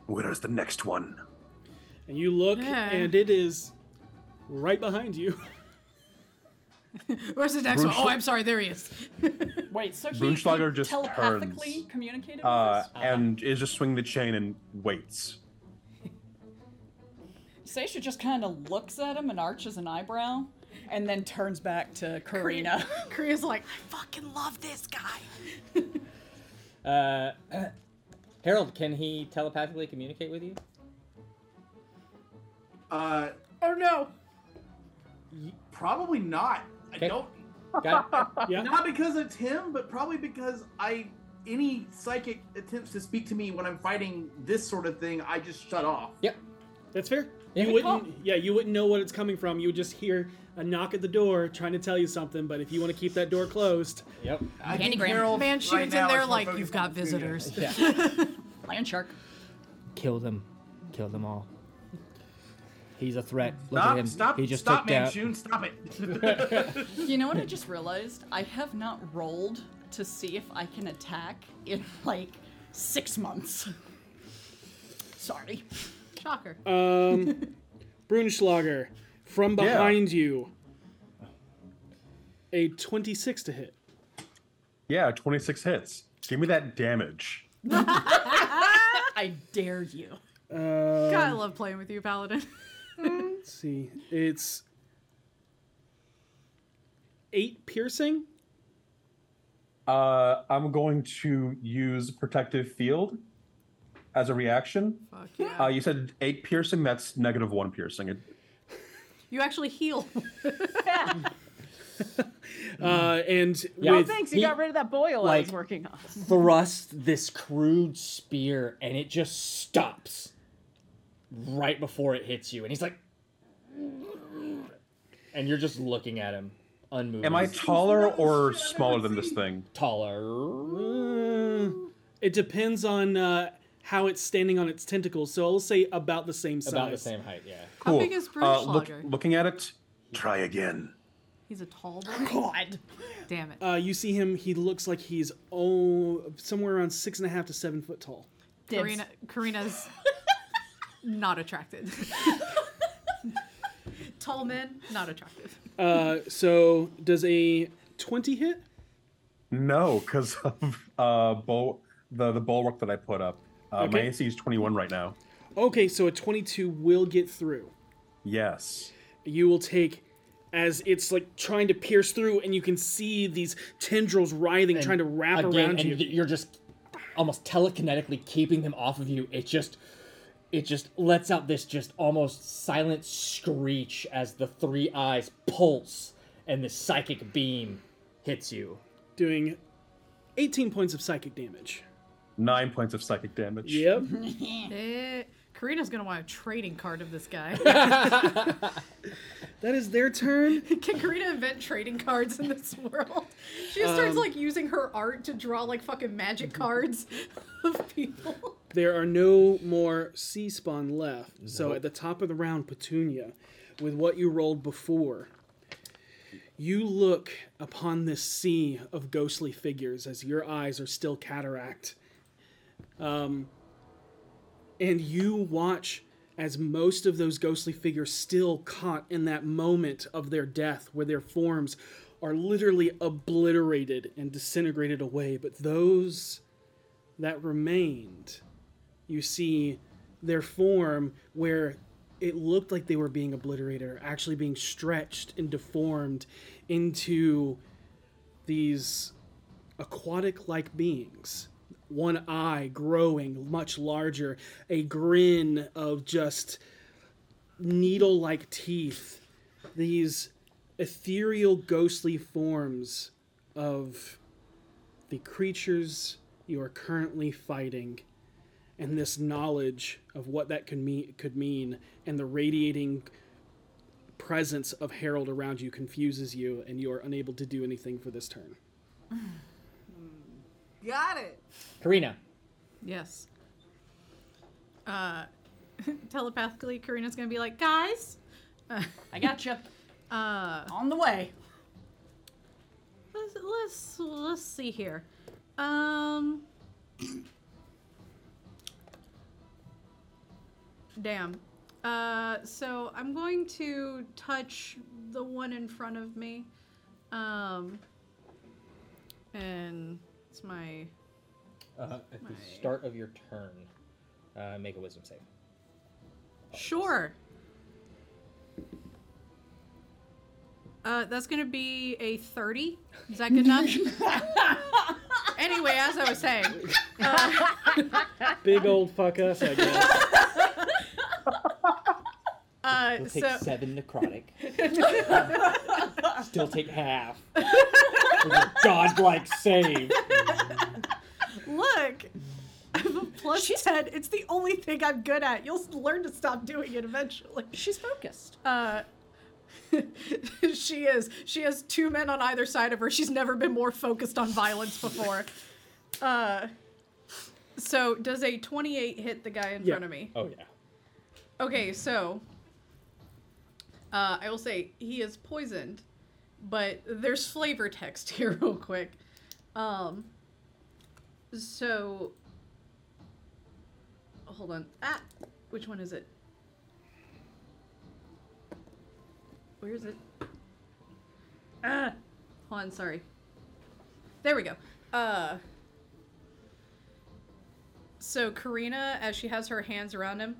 [SPEAKER 16] Where's the next one?
[SPEAKER 12] and you look
[SPEAKER 6] Yeah.
[SPEAKER 12] and it is right behind you <laughs>
[SPEAKER 6] Where's the next one? Oh,
[SPEAKER 16] Brunschla-
[SPEAKER 6] I'm sorry. There he is.
[SPEAKER 7] Wait, so
[SPEAKER 16] he- Brunschlager he just telepathically turns.
[SPEAKER 7] communicated
[SPEAKER 12] uh,
[SPEAKER 16] Uh and is just swinging the chain and waits.
[SPEAKER 7] Seisha just kind of looks at him and arches an eyebrow, and then turns back to <laughs> Karina.
[SPEAKER 6] Korea's like, I fucking love this guy.
[SPEAKER 17] <clears throat>
[SPEAKER 2] Uh, Harold, can he telepathically communicate with you?
[SPEAKER 14] Uh,
[SPEAKER 21] oh no.
[SPEAKER 14] Probably not. I don't.
[SPEAKER 2] Got
[SPEAKER 14] <laughs>
[SPEAKER 2] it. Yeah.
[SPEAKER 14] Not because it's him, but probably because I any psychic attempts to speak to me when I'm fighting this sort of thing, I just shut off.
[SPEAKER 2] Yep.
[SPEAKER 12] That's fair.
[SPEAKER 14] Yeah,
[SPEAKER 12] you
[SPEAKER 14] good call.
[SPEAKER 12] wouldn't. Yeah, you wouldn't know what it's coming from. You would just hear a knock at the door trying to tell you something. But if you want to keep that door closed,
[SPEAKER 2] yep.
[SPEAKER 14] I
[SPEAKER 12] think
[SPEAKER 6] Man, she was in there like, you've got visitors.
[SPEAKER 7] Land
[SPEAKER 6] <laughs>
[SPEAKER 7] shark.
[SPEAKER 2] Kill them. Kill them all. He's a threat. Look
[SPEAKER 14] Stop!
[SPEAKER 2] at him.
[SPEAKER 14] Stop!
[SPEAKER 2] he just
[SPEAKER 14] stop,
[SPEAKER 2] took down.
[SPEAKER 14] Manchun! Stop it!
[SPEAKER 7] You know what I just realized? I have not rolled to see if I can attack in like six months. Sorry.
[SPEAKER 6] Shocker. <laughs>
[SPEAKER 12] um, Brunschlager, from
[SPEAKER 6] Yeah.
[SPEAKER 12] behind you, a twenty-six to hit.
[SPEAKER 16] Yeah, 26 hits. Give me that damage.
[SPEAKER 7] I dare you.
[SPEAKER 12] Um,
[SPEAKER 6] God, I love playing with
[SPEAKER 12] <laughs>
[SPEAKER 6] you, Paladin.
[SPEAKER 12] Let's see. It's eight piercing.
[SPEAKER 16] Uh, I'm going to use protective field as a reaction.
[SPEAKER 6] Fuck
[SPEAKER 16] Uh, you said eight piercing. That's negative one piercing. It,
[SPEAKER 6] You actually heal.
[SPEAKER 12] Uh, and
[SPEAKER 11] oh,
[SPEAKER 12] with-
[SPEAKER 11] thanks. You got rid of that boil I was working on. <laughs>
[SPEAKER 2] thrust this crude spear and it just stops right before it hits you. And he's like, and you're just looking at him, unmoving.
[SPEAKER 16] am I taller or smaller than this thing?
[SPEAKER 2] Taller.
[SPEAKER 12] Uh, It depends on uh, how it's standing on its tentacles. So I'll say about the same size.
[SPEAKER 2] About the same height, yeah.
[SPEAKER 16] Cool.
[SPEAKER 6] big is
[SPEAKER 16] Uh, look-
[SPEAKER 6] Brunschlager?
[SPEAKER 16] looking at it, try again.
[SPEAKER 6] He's a tall boy. <laughs> God. Damn it.
[SPEAKER 12] Uh, you see him. He looks like he's oh somewhere around six and a half to seven foot tall. Dibs.
[SPEAKER 6] Karina, Karina's not attracted. Tall men, not attractive.
[SPEAKER 12] Uh, so does a twenty hit?
[SPEAKER 16] No, because of uh, bul- the the bulwark that I put up. Uh, My
[SPEAKER 12] Okay.
[SPEAKER 16] AC is 21 right now.
[SPEAKER 12] Okay, so a twenty-two will get through.
[SPEAKER 16] Yes.
[SPEAKER 12] you will take as it's like trying to pierce through and you can see these tendrils writhing trying to wrap
[SPEAKER 2] Again,
[SPEAKER 12] around
[SPEAKER 2] and
[SPEAKER 12] you
[SPEAKER 2] th- You're just almost telekinetically keeping them off of you. It just it just lets out this just almost silent screech as the three eyes pulse and the psychic beam hits you.
[SPEAKER 12] doing 18 points of psychic damage
[SPEAKER 16] Nine points of psychic damage.
[SPEAKER 12] <laughs> yep
[SPEAKER 6] Eh, Karina's gonna want a trading card of this
[SPEAKER 12] <laughs>
[SPEAKER 6] guy.
[SPEAKER 12] that is their turn
[SPEAKER 6] <laughs> Can Karina invent trading cards in this world? She just starts
[SPEAKER 12] Um,
[SPEAKER 6] like using her art to draw like fucking magic cards of people.
[SPEAKER 12] there are no more sea spawn left so
[SPEAKER 2] Nope.
[SPEAKER 12] at the top of the round petunia with what you rolled before you look upon this sea of ghostly figures as your eyes are still cataract um, and you watch as most of those ghostly figures still caught in that moment of their death where their forms are literally obliterated and disintegrated away but those that remained you see their form where it looked like they were being obliterated or actually being stretched and deformed into these aquatic like beings. One eye growing much larger, a grin of just needle like teeth, these ethereal, ghostly forms of the creatures you are currently fighting and this knowledge of what that could mean could mean and the radiating presence of Harold around you confuses you and you are unable to do anything for this turn.
[SPEAKER 22] Got it.
[SPEAKER 2] Karina.
[SPEAKER 6] Yes. Uh, <laughs> telepathically, Karina's gonna be like, guys,
[SPEAKER 7] I gotcha.
[SPEAKER 6] <laughs> Uh,
[SPEAKER 7] On the way.
[SPEAKER 6] Let's let's, let's see here. Um. <coughs> Damn. Uh, so I'm going to touch the one in front of me. Um. And it's my
[SPEAKER 2] Uh, at the start of your turn, uh, make a wisdom save.
[SPEAKER 6] Sure. Uh, that's gonna be a thirty. Is that good <laughs> enough? anyway, as I was saying,
[SPEAKER 12] Big old fuck us, I guess.
[SPEAKER 6] uh,
[SPEAKER 17] We'll take
[SPEAKER 6] so
[SPEAKER 17] seven
[SPEAKER 6] <laughs>
[SPEAKER 17] necrotic. Still take half. Godlike save.
[SPEAKER 6] look, I'm a plus ten. It's the only thing I'm good at. You'll learn to stop doing it eventually. She's focused. Uh, <laughs> she is. She has two men on either side of her. She's never been more focused on violence before. Uh, so does a twenty-eight hit the guy in
[SPEAKER 17] Yeah.
[SPEAKER 6] front of me?
[SPEAKER 17] Oh yeah.
[SPEAKER 6] Okay, so uh, I will say he is poisoned, but there's flavor text <laughs> here, real quick. Um, so hold on. Ah, which one is it? Where is it? Ah, hold on. Sorry. There we go. Uh. So Karina, as she has her hands around him,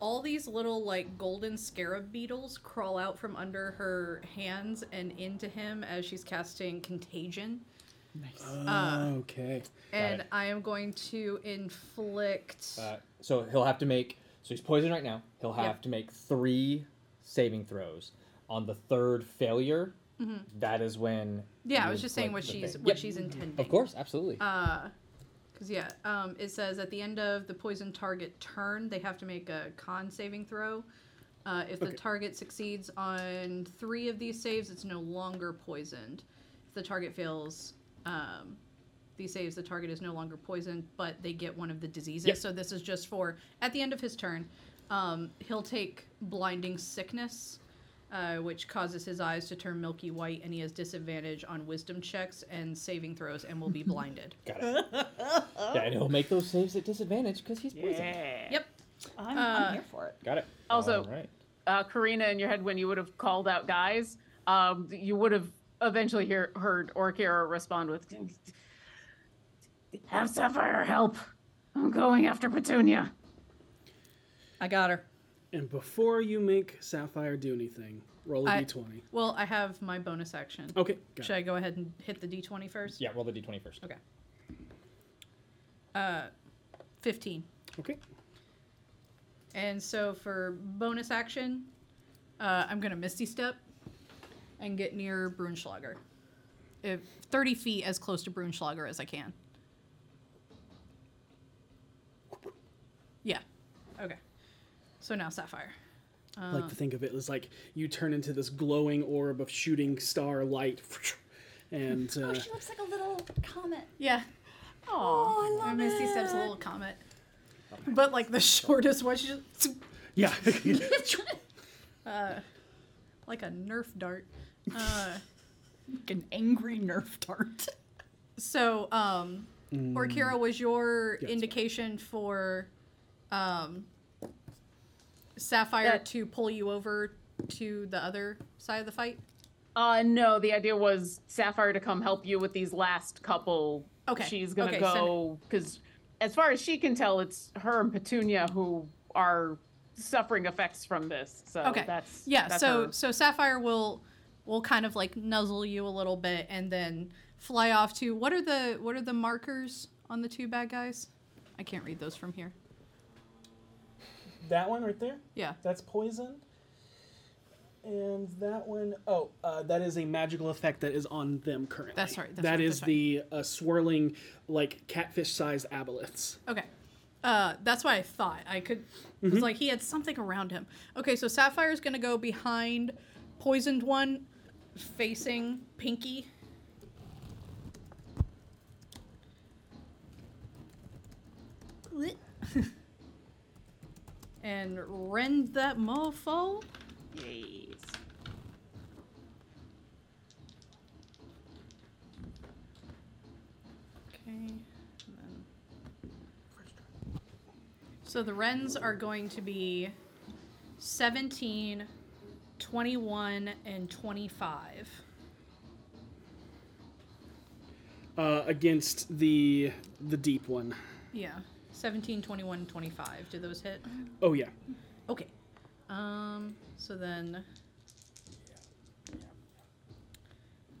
[SPEAKER 6] all these little like golden scarab beetles crawl out from under her hands and into him as she's casting contagion. Nice.
[SPEAKER 2] Oh,
[SPEAKER 6] Uh,
[SPEAKER 12] okay.
[SPEAKER 6] and I am going to inflict.
[SPEAKER 17] Uh, so he'll have to make. So he's poisoned right now. He'll
[SPEAKER 6] Yeah.
[SPEAKER 17] have to make three saving throws. On the third failure,
[SPEAKER 6] Mhm.
[SPEAKER 2] Mm-hmm.
[SPEAKER 17] that is when.
[SPEAKER 6] Yeah, I
[SPEAKER 17] you
[SPEAKER 6] was just saying what
[SPEAKER 17] inflict the
[SPEAKER 6] she's
[SPEAKER 17] thing.
[SPEAKER 6] what
[SPEAKER 17] Yep.
[SPEAKER 6] she's intending.
[SPEAKER 17] Of course, absolutely.
[SPEAKER 6] Uh, because yeah, um, it says at the end of the poison target turn, they have to make a con saving throw. Uh, if the
[SPEAKER 17] Okay.
[SPEAKER 6] target succeeds on three of these saves, it's no longer poisoned. If the target fails um, these saves, the target is no longer poisoned, but they get one of the diseases.
[SPEAKER 17] Yep.
[SPEAKER 6] So this is just for at the end of his turn, um, he'll take blinding sickness. Uh, which causes his eyes to turn milky white, and he has disadvantage on wisdom checks and saving throws, and
[SPEAKER 17] <laughs>
[SPEAKER 6] will be blinded.
[SPEAKER 17] Got
[SPEAKER 6] <laughs>
[SPEAKER 17] it. yeah, and he'll make those saves at disadvantage because he's poisoned.
[SPEAKER 6] Yep.
[SPEAKER 11] I'm,
[SPEAKER 6] Uh,
[SPEAKER 11] here for it.
[SPEAKER 17] Got it.
[SPEAKER 11] Also,
[SPEAKER 17] All right.
[SPEAKER 11] uh, Karina, in your head, when you would have called out guys, um, you would have eventually hear, heard Orkira respond with, "Have Sapphire help! I'm going after Petunia."
[SPEAKER 7] I got her.
[SPEAKER 12] And before you make Sapphire do anything, roll a
[SPEAKER 6] I-
[SPEAKER 12] d20.
[SPEAKER 6] Well, I have my bonus action.
[SPEAKER 12] Okay, got
[SPEAKER 6] Should I go ahead and hit the d20 first?
[SPEAKER 17] Yeah, roll the d20 first.
[SPEAKER 6] Okay. Uh, 15.
[SPEAKER 12] Okay.
[SPEAKER 6] And so for bonus action, uh, I'm going to Misty Step and get near Brunschlager. If 30 feet as close to Brunschlager as I can. Yeah. Okay. So now Sapphire.
[SPEAKER 12] I
[SPEAKER 6] Uh,
[SPEAKER 12] like to think of it as like you turn into this glowing orb of shooting star light. And uh,
[SPEAKER 8] Oh, she looks like a little comet.
[SPEAKER 6] Yeah.
[SPEAKER 8] Oh, I
[SPEAKER 6] I
[SPEAKER 8] love
[SPEAKER 6] Misty
[SPEAKER 8] it.
[SPEAKER 6] Step's a little comet. But like the <laughs> shortest one, she just <laughs>
[SPEAKER 12] yeah. <laughs>
[SPEAKER 7] <laughs>
[SPEAKER 6] uh, like a Nerf dart. Uh,
[SPEAKER 7] Like an angry Nerf dart.
[SPEAKER 6] so, um,
[SPEAKER 7] Mm.
[SPEAKER 6] Orkira was your
[SPEAKER 7] Yeah, that's
[SPEAKER 6] indication for um, Sapphire
[SPEAKER 11] That-
[SPEAKER 6] to pull you over to the other side of the fight?
[SPEAKER 11] Uh, no, the idea was Sapphire to come help you with these last couple.
[SPEAKER 6] Okay,
[SPEAKER 11] She's gonna
[SPEAKER 6] okay, so-
[SPEAKER 11] go because, as far as she can tell, it's her and Petunia who are suffering effects from this. So
[SPEAKER 6] okay.
[SPEAKER 11] that's
[SPEAKER 6] yeah.
[SPEAKER 11] that's
[SPEAKER 6] so
[SPEAKER 11] her.
[SPEAKER 6] so Sapphire will will kind of like nuzzle you a little bit and then fly off to what are the what are the markers on the two bad guys? I can't read those from here.
[SPEAKER 23] That one right there?
[SPEAKER 6] Yeah.
[SPEAKER 23] That's poison. And that one, oh, uh, that is a magical effect that is on them currently.
[SPEAKER 6] That's right. That's
[SPEAKER 12] That
[SPEAKER 6] right,
[SPEAKER 12] is
[SPEAKER 6] that's right.
[SPEAKER 12] the uh, swirling, like catfish-sized aboliths.
[SPEAKER 6] Okay. Uh, that's what I thought. I could. It was
[SPEAKER 12] Mhm.
[SPEAKER 6] like he had something around him. Okay, so Sapphire's gonna go behind Poisoned One, facing Pinky. <laughs> and rend that mofo. Yes. Okay. and then- so the Rens are going to be 17, 21, and 25.
[SPEAKER 12] Uh, against the the deep one.
[SPEAKER 6] Yeah. 17, 21, and 25. Do those hit?
[SPEAKER 12] Oh yeah.
[SPEAKER 6] Okay. Um, so then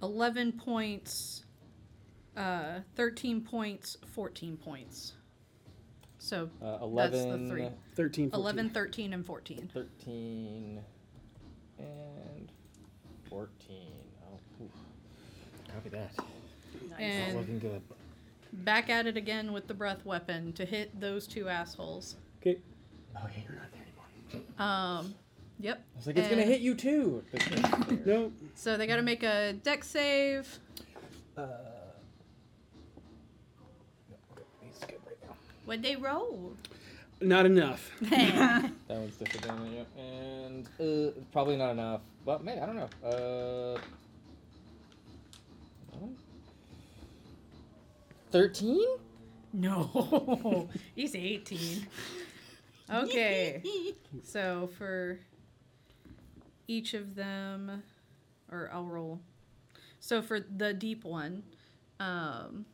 [SPEAKER 6] 11 points, uh, 13 points, 14 points. So
[SPEAKER 2] Uh,
[SPEAKER 6] that's the
[SPEAKER 2] 11,
[SPEAKER 6] three.
[SPEAKER 2] 13,
[SPEAKER 6] 11,
[SPEAKER 2] 14.
[SPEAKER 6] 13, and 14.
[SPEAKER 2] 13 and 14. Oh, oof. copy that. Not
[SPEAKER 6] And-
[SPEAKER 2] looking good.
[SPEAKER 6] Back at it again with the breath weapon to hit those two assholes.
[SPEAKER 2] Okay. Oh, yeah, you're not there anymore.
[SPEAKER 6] Um, yep.
[SPEAKER 2] I was like, it's gonna
[SPEAKER 6] And
[SPEAKER 2] hit you too. <laughs>
[SPEAKER 12] no.
[SPEAKER 6] So they got to make a deck save.
[SPEAKER 2] Uh,
[SPEAKER 16] Uh,
[SPEAKER 6] What'd they roll?
[SPEAKER 12] Not enough.
[SPEAKER 2] that one's disadvantage. yeah. And uh, probably not enough. Well, maybe I don't know. Uh, thirteen?
[SPEAKER 6] No. He's 18. <laughs> Okay. so for each of them, or I'll roll. So for the deep one, um,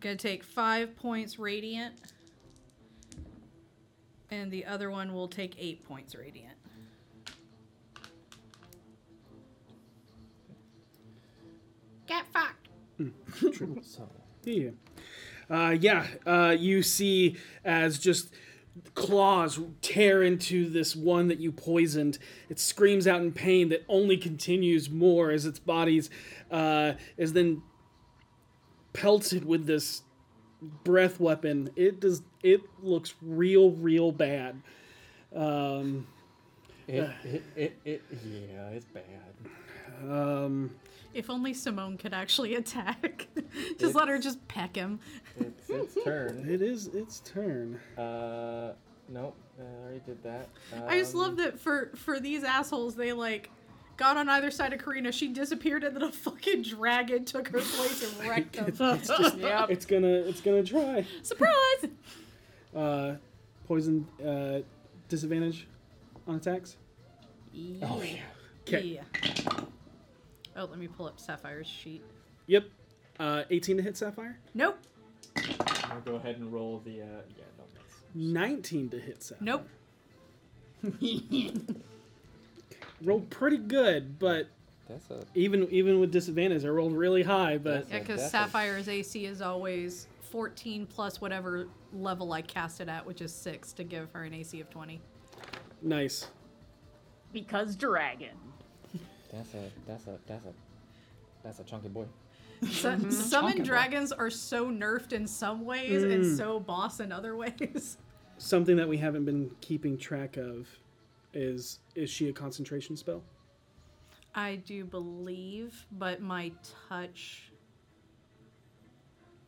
[SPEAKER 6] gonna take five points radiant, and the other one will take eight points radiant.
[SPEAKER 5] Get fucked.
[SPEAKER 12] Yeah. Uh, yeah. Uh, you see as just claws tear into this one that you poisoned. It screams out in pain that only continues more as its body's uh, is then pelted with this breath weapon. It does. It looks real, real bad. Um,
[SPEAKER 2] It, it, it, it, yeah, it's bad.
[SPEAKER 12] um,
[SPEAKER 6] If only Simone could actually <laughs> attack. just
[SPEAKER 2] It's-
[SPEAKER 6] let her just peck him.
[SPEAKER 2] It's its turn.
[SPEAKER 12] It is its turn.
[SPEAKER 2] Uh, nope. I already did that.
[SPEAKER 6] I just
[SPEAKER 2] Um,
[SPEAKER 6] love that for for these assholes, they like got on either side of Karina. She disappeared, and then a fucking dragon took her place and wrecked
[SPEAKER 2] Um,
[SPEAKER 6] them.
[SPEAKER 12] it's,
[SPEAKER 6] <laughs>
[SPEAKER 11] <laughs>
[SPEAKER 12] just, it's gonna it's gonna try.
[SPEAKER 6] Surprise!
[SPEAKER 12] <laughs> Uh, poison uh, disadvantage on attacks.
[SPEAKER 6] Oh yeah.
[SPEAKER 12] 'Kay.
[SPEAKER 6] Oh, let me pull up Sapphire's sheet.
[SPEAKER 12] Yep. Uh, 18 to hit Sapphire.
[SPEAKER 6] Nope.
[SPEAKER 2] I'll go ahead and roll the. Uh, yeah, no.
[SPEAKER 12] 19 to hit Sapphire.
[SPEAKER 6] Nope.
[SPEAKER 2] <laughs>
[SPEAKER 12] Rolled pretty good, but
[SPEAKER 2] that's a...
[SPEAKER 12] even even with disadvantage, I rolled really high. But
[SPEAKER 6] Yeah, because Sapphire's AC is always 14 plus whatever level I cast it at, which is six, to give her an AC of 20.
[SPEAKER 12] Nice.
[SPEAKER 11] Because dragon.
[SPEAKER 2] <laughs> That's a. That's a. That's a. That's a chunky boy.
[SPEAKER 6] Su- Summon dragons are so nerfed in some ways
[SPEAKER 12] Mm.
[SPEAKER 6] and so boss in other ways. <laughs>
[SPEAKER 12] Something that we haven't been keeping track of is is she a concentration spell?
[SPEAKER 6] I do believe, but my touch.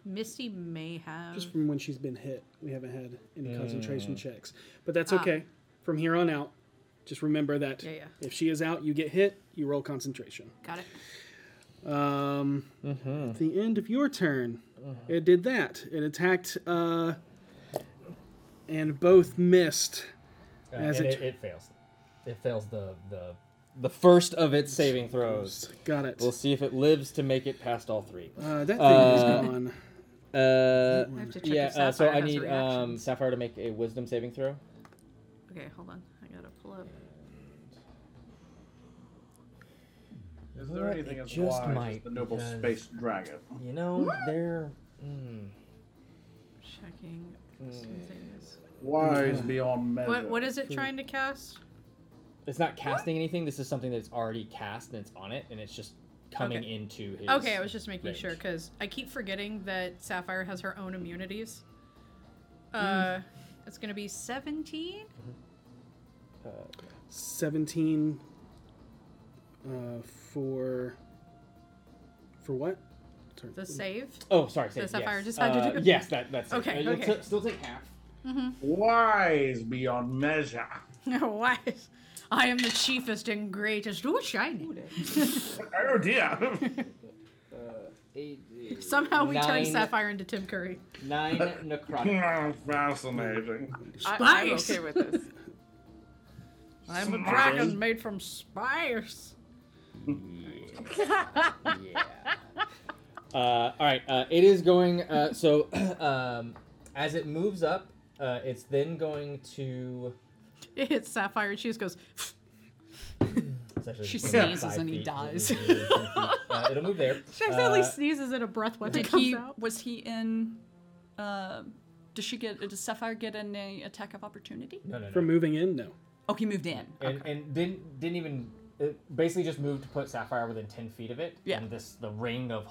[SPEAKER 6] Misty may have.
[SPEAKER 12] Just from when she's been hit, we haven't had any concentration
[SPEAKER 6] Um, Mm.
[SPEAKER 12] checks. But that's
[SPEAKER 6] Ah.
[SPEAKER 12] okay. From here on out, just remember that
[SPEAKER 6] Yeah, yeah.
[SPEAKER 12] if she is out, you get hit, you roll concentration.
[SPEAKER 6] Got it.
[SPEAKER 12] Um,
[SPEAKER 2] Mm-hmm.
[SPEAKER 12] At the end of your turn, it did that. It attacked, uh, and both missed.
[SPEAKER 2] Uh,
[SPEAKER 12] as
[SPEAKER 2] and
[SPEAKER 12] it,
[SPEAKER 2] it, it fails. It fails the the the first of its saving throws.
[SPEAKER 12] Got it.
[SPEAKER 2] We'll see if it lives to make it past all three.
[SPEAKER 12] Uh, that thing is
[SPEAKER 2] <laughs> Uh,
[SPEAKER 12] gone.
[SPEAKER 2] Uh,
[SPEAKER 6] I have to check if
[SPEAKER 2] yeah. Uh, so
[SPEAKER 6] Sapphire
[SPEAKER 2] I
[SPEAKER 6] has
[SPEAKER 2] need um,
[SPEAKER 6] reactions.
[SPEAKER 2] Sapphire to make a Wisdom saving throw.
[SPEAKER 6] Okay, hold on. I gotta pull up.
[SPEAKER 14] Is there
[SPEAKER 2] Well,
[SPEAKER 14] anything
[SPEAKER 2] it
[SPEAKER 14] as
[SPEAKER 2] just
[SPEAKER 14] wise as
[SPEAKER 2] might,
[SPEAKER 14] the noble
[SPEAKER 2] because-
[SPEAKER 14] space dragon?
[SPEAKER 2] You know, they're. Mm,
[SPEAKER 6] Checking.
[SPEAKER 2] Hmm.
[SPEAKER 6] some things.
[SPEAKER 14] Wise
[SPEAKER 2] Yeah.
[SPEAKER 14] beyond measure.
[SPEAKER 6] What, what is it trying to cast?
[SPEAKER 2] Hmm. It's not casting anything. This is something that's already cast and it's on it, and it's just coming into his.
[SPEAKER 6] Okay, I was just making
[SPEAKER 2] range.
[SPEAKER 6] sure because I keep forgetting that Sapphire has her own immunities.
[SPEAKER 12] Mm.
[SPEAKER 6] Uh, It's gonna be 17?
[SPEAKER 2] Uh,
[SPEAKER 12] 17 uh, for. For what? Sorry.
[SPEAKER 6] The save?
[SPEAKER 2] Oh, sorry.
[SPEAKER 6] The
[SPEAKER 2] Save,
[SPEAKER 6] Sapphire
[SPEAKER 2] yes.
[SPEAKER 6] just had
[SPEAKER 2] Uh,
[SPEAKER 6] to do?
[SPEAKER 2] Yes, that, that's it.
[SPEAKER 6] Okay,
[SPEAKER 2] Uh, you'll
[SPEAKER 6] okay.
[SPEAKER 2] t- still take half.
[SPEAKER 6] Mhm.
[SPEAKER 14] Wise beyond measure.
[SPEAKER 6] <laughs> Why? I am the chiefest and greatest. Ooh, shiny. <laughs>
[SPEAKER 14] Oh <laughs> dear.
[SPEAKER 2] Uh, eight, eight,
[SPEAKER 6] Somehow we turned
[SPEAKER 2] nine-
[SPEAKER 6] Sapphire into Tim Curry.
[SPEAKER 2] Nine
[SPEAKER 14] <laughs>
[SPEAKER 2] necrotic.
[SPEAKER 14] Fascinating.
[SPEAKER 6] I-
[SPEAKER 11] I'm
[SPEAKER 6] Spice.
[SPEAKER 11] okay with this.
[SPEAKER 6] I'm a
[SPEAKER 11] Spice.
[SPEAKER 6] dragon made from <laughs> spice.
[SPEAKER 2] Uh, all right. Uh, it is going. Uh, so, <clears throat> um, as it moves up, uh, it's then going to.
[SPEAKER 6] It hits Sapphire and she just goes,
[SPEAKER 2] It's actually
[SPEAKER 6] She
[SPEAKER 2] five
[SPEAKER 6] sneezes and he
[SPEAKER 2] feet. <laughs>
[SPEAKER 6] dies.
[SPEAKER 2] uh, it'll move there.
[SPEAKER 6] <laughs> She accidentally
[SPEAKER 2] Uh,
[SPEAKER 6] sneezes and a breath weapon
[SPEAKER 7] Did
[SPEAKER 6] comes
[SPEAKER 7] he?
[SPEAKER 6] out.
[SPEAKER 7] Was he in? Uh, does she get? Does Sapphire get an uh, attack of opportunity?
[SPEAKER 2] No, no, no.
[SPEAKER 12] For moving in, no.
[SPEAKER 7] Oh, he moved in.
[SPEAKER 2] and, and didn't didn't even it basically just moved to put sapphire within 10 feet of it
[SPEAKER 7] Yeah.
[SPEAKER 2] and this the ring of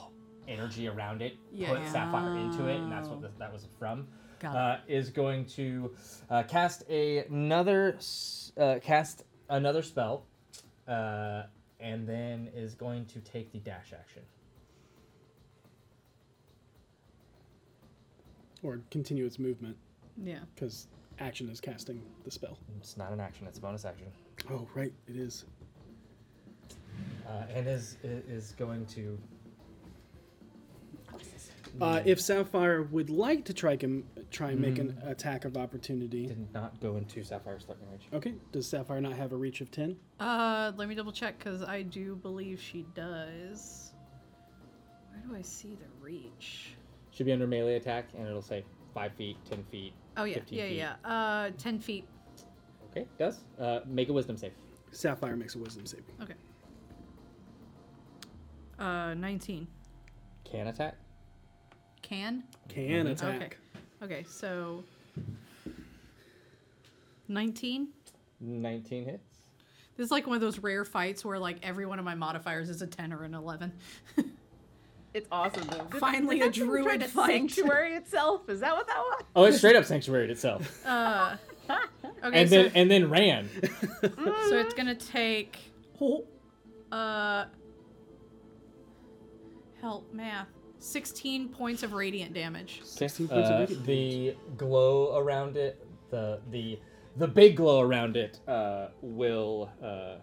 [SPEAKER 2] energy around it put
[SPEAKER 7] Yeah. Oh.
[SPEAKER 2] sapphire into it and that's what this, that was from
[SPEAKER 7] Got
[SPEAKER 2] uh, is going to uh, cast a, another s- uh, cast another spell uh, and then is going to take the dash action
[SPEAKER 12] Or continue its movement.
[SPEAKER 6] Yeah.
[SPEAKER 12] Because action is casting the spell.
[SPEAKER 2] It's not an action, it's a bonus action.
[SPEAKER 12] Oh, right, it is.
[SPEAKER 2] uh, and is is going to Mm.
[SPEAKER 12] Uh, if Sapphire would like to try, com- try and make an attack of opportunity.
[SPEAKER 2] Mm. Did not go into Sapphire's threatening range.
[SPEAKER 12] Okay. Does Sapphire not have a reach of 10?
[SPEAKER 6] Uh, let me double check because I do believe she does. Where do I see the reach?
[SPEAKER 2] should be under melee attack and it'll say 5 feet 10 feet
[SPEAKER 6] Oh yeah,
[SPEAKER 2] 15
[SPEAKER 6] yeah,
[SPEAKER 2] feet.
[SPEAKER 6] yeah. Uh, ten feet.
[SPEAKER 2] Okay, does. Uh, make a wisdom save.
[SPEAKER 12] Sapphire makes a wisdom save.
[SPEAKER 6] Okay. Uh, nineteen.
[SPEAKER 2] Can attack.
[SPEAKER 6] Can.
[SPEAKER 12] Can
[SPEAKER 6] Mhm.
[SPEAKER 12] attack.
[SPEAKER 6] Okay. Okay. So. Nineteen.
[SPEAKER 2] 19 hits.
[SPEAKER 6] This is like one of those rare fights where like every one of my modifiers is a ten or an eleven. <laughs>
[SPEAKER 11] It's awesome though. Did-
[SPEAKER 6] Finally
[SPEAKER 11] did that
[SPEAKER 6] a
[SPEAKER 11] thing try
[SPEAKER 6] druid
[SPEAKER 11] to
[SPEAKER 6] fight.
[SPEAKER 11] Sanctuary itself. Is that what that was?
[SPEAKER 2] Oh, it's straight up sanctuaried itself.
[SPEAKER 6] <laughs> Uh. Okay.
[SPEAKER 2] and
[SPEAKER 6] so,
[SPEAKER 2] then and then ran.
[SPEAKER 6] so it's gonna take. Uh. Help math. Sixteen points of radiant damage.
[SPEAKER 12] 16
[SPEAKER 2] points
[SPEAKER 12] points of
[SPEAKER 2] uh,
[SPEAKER 12] damage.
[SPEAKER 2] The glow around it, the the the big glow around it uh, will uh,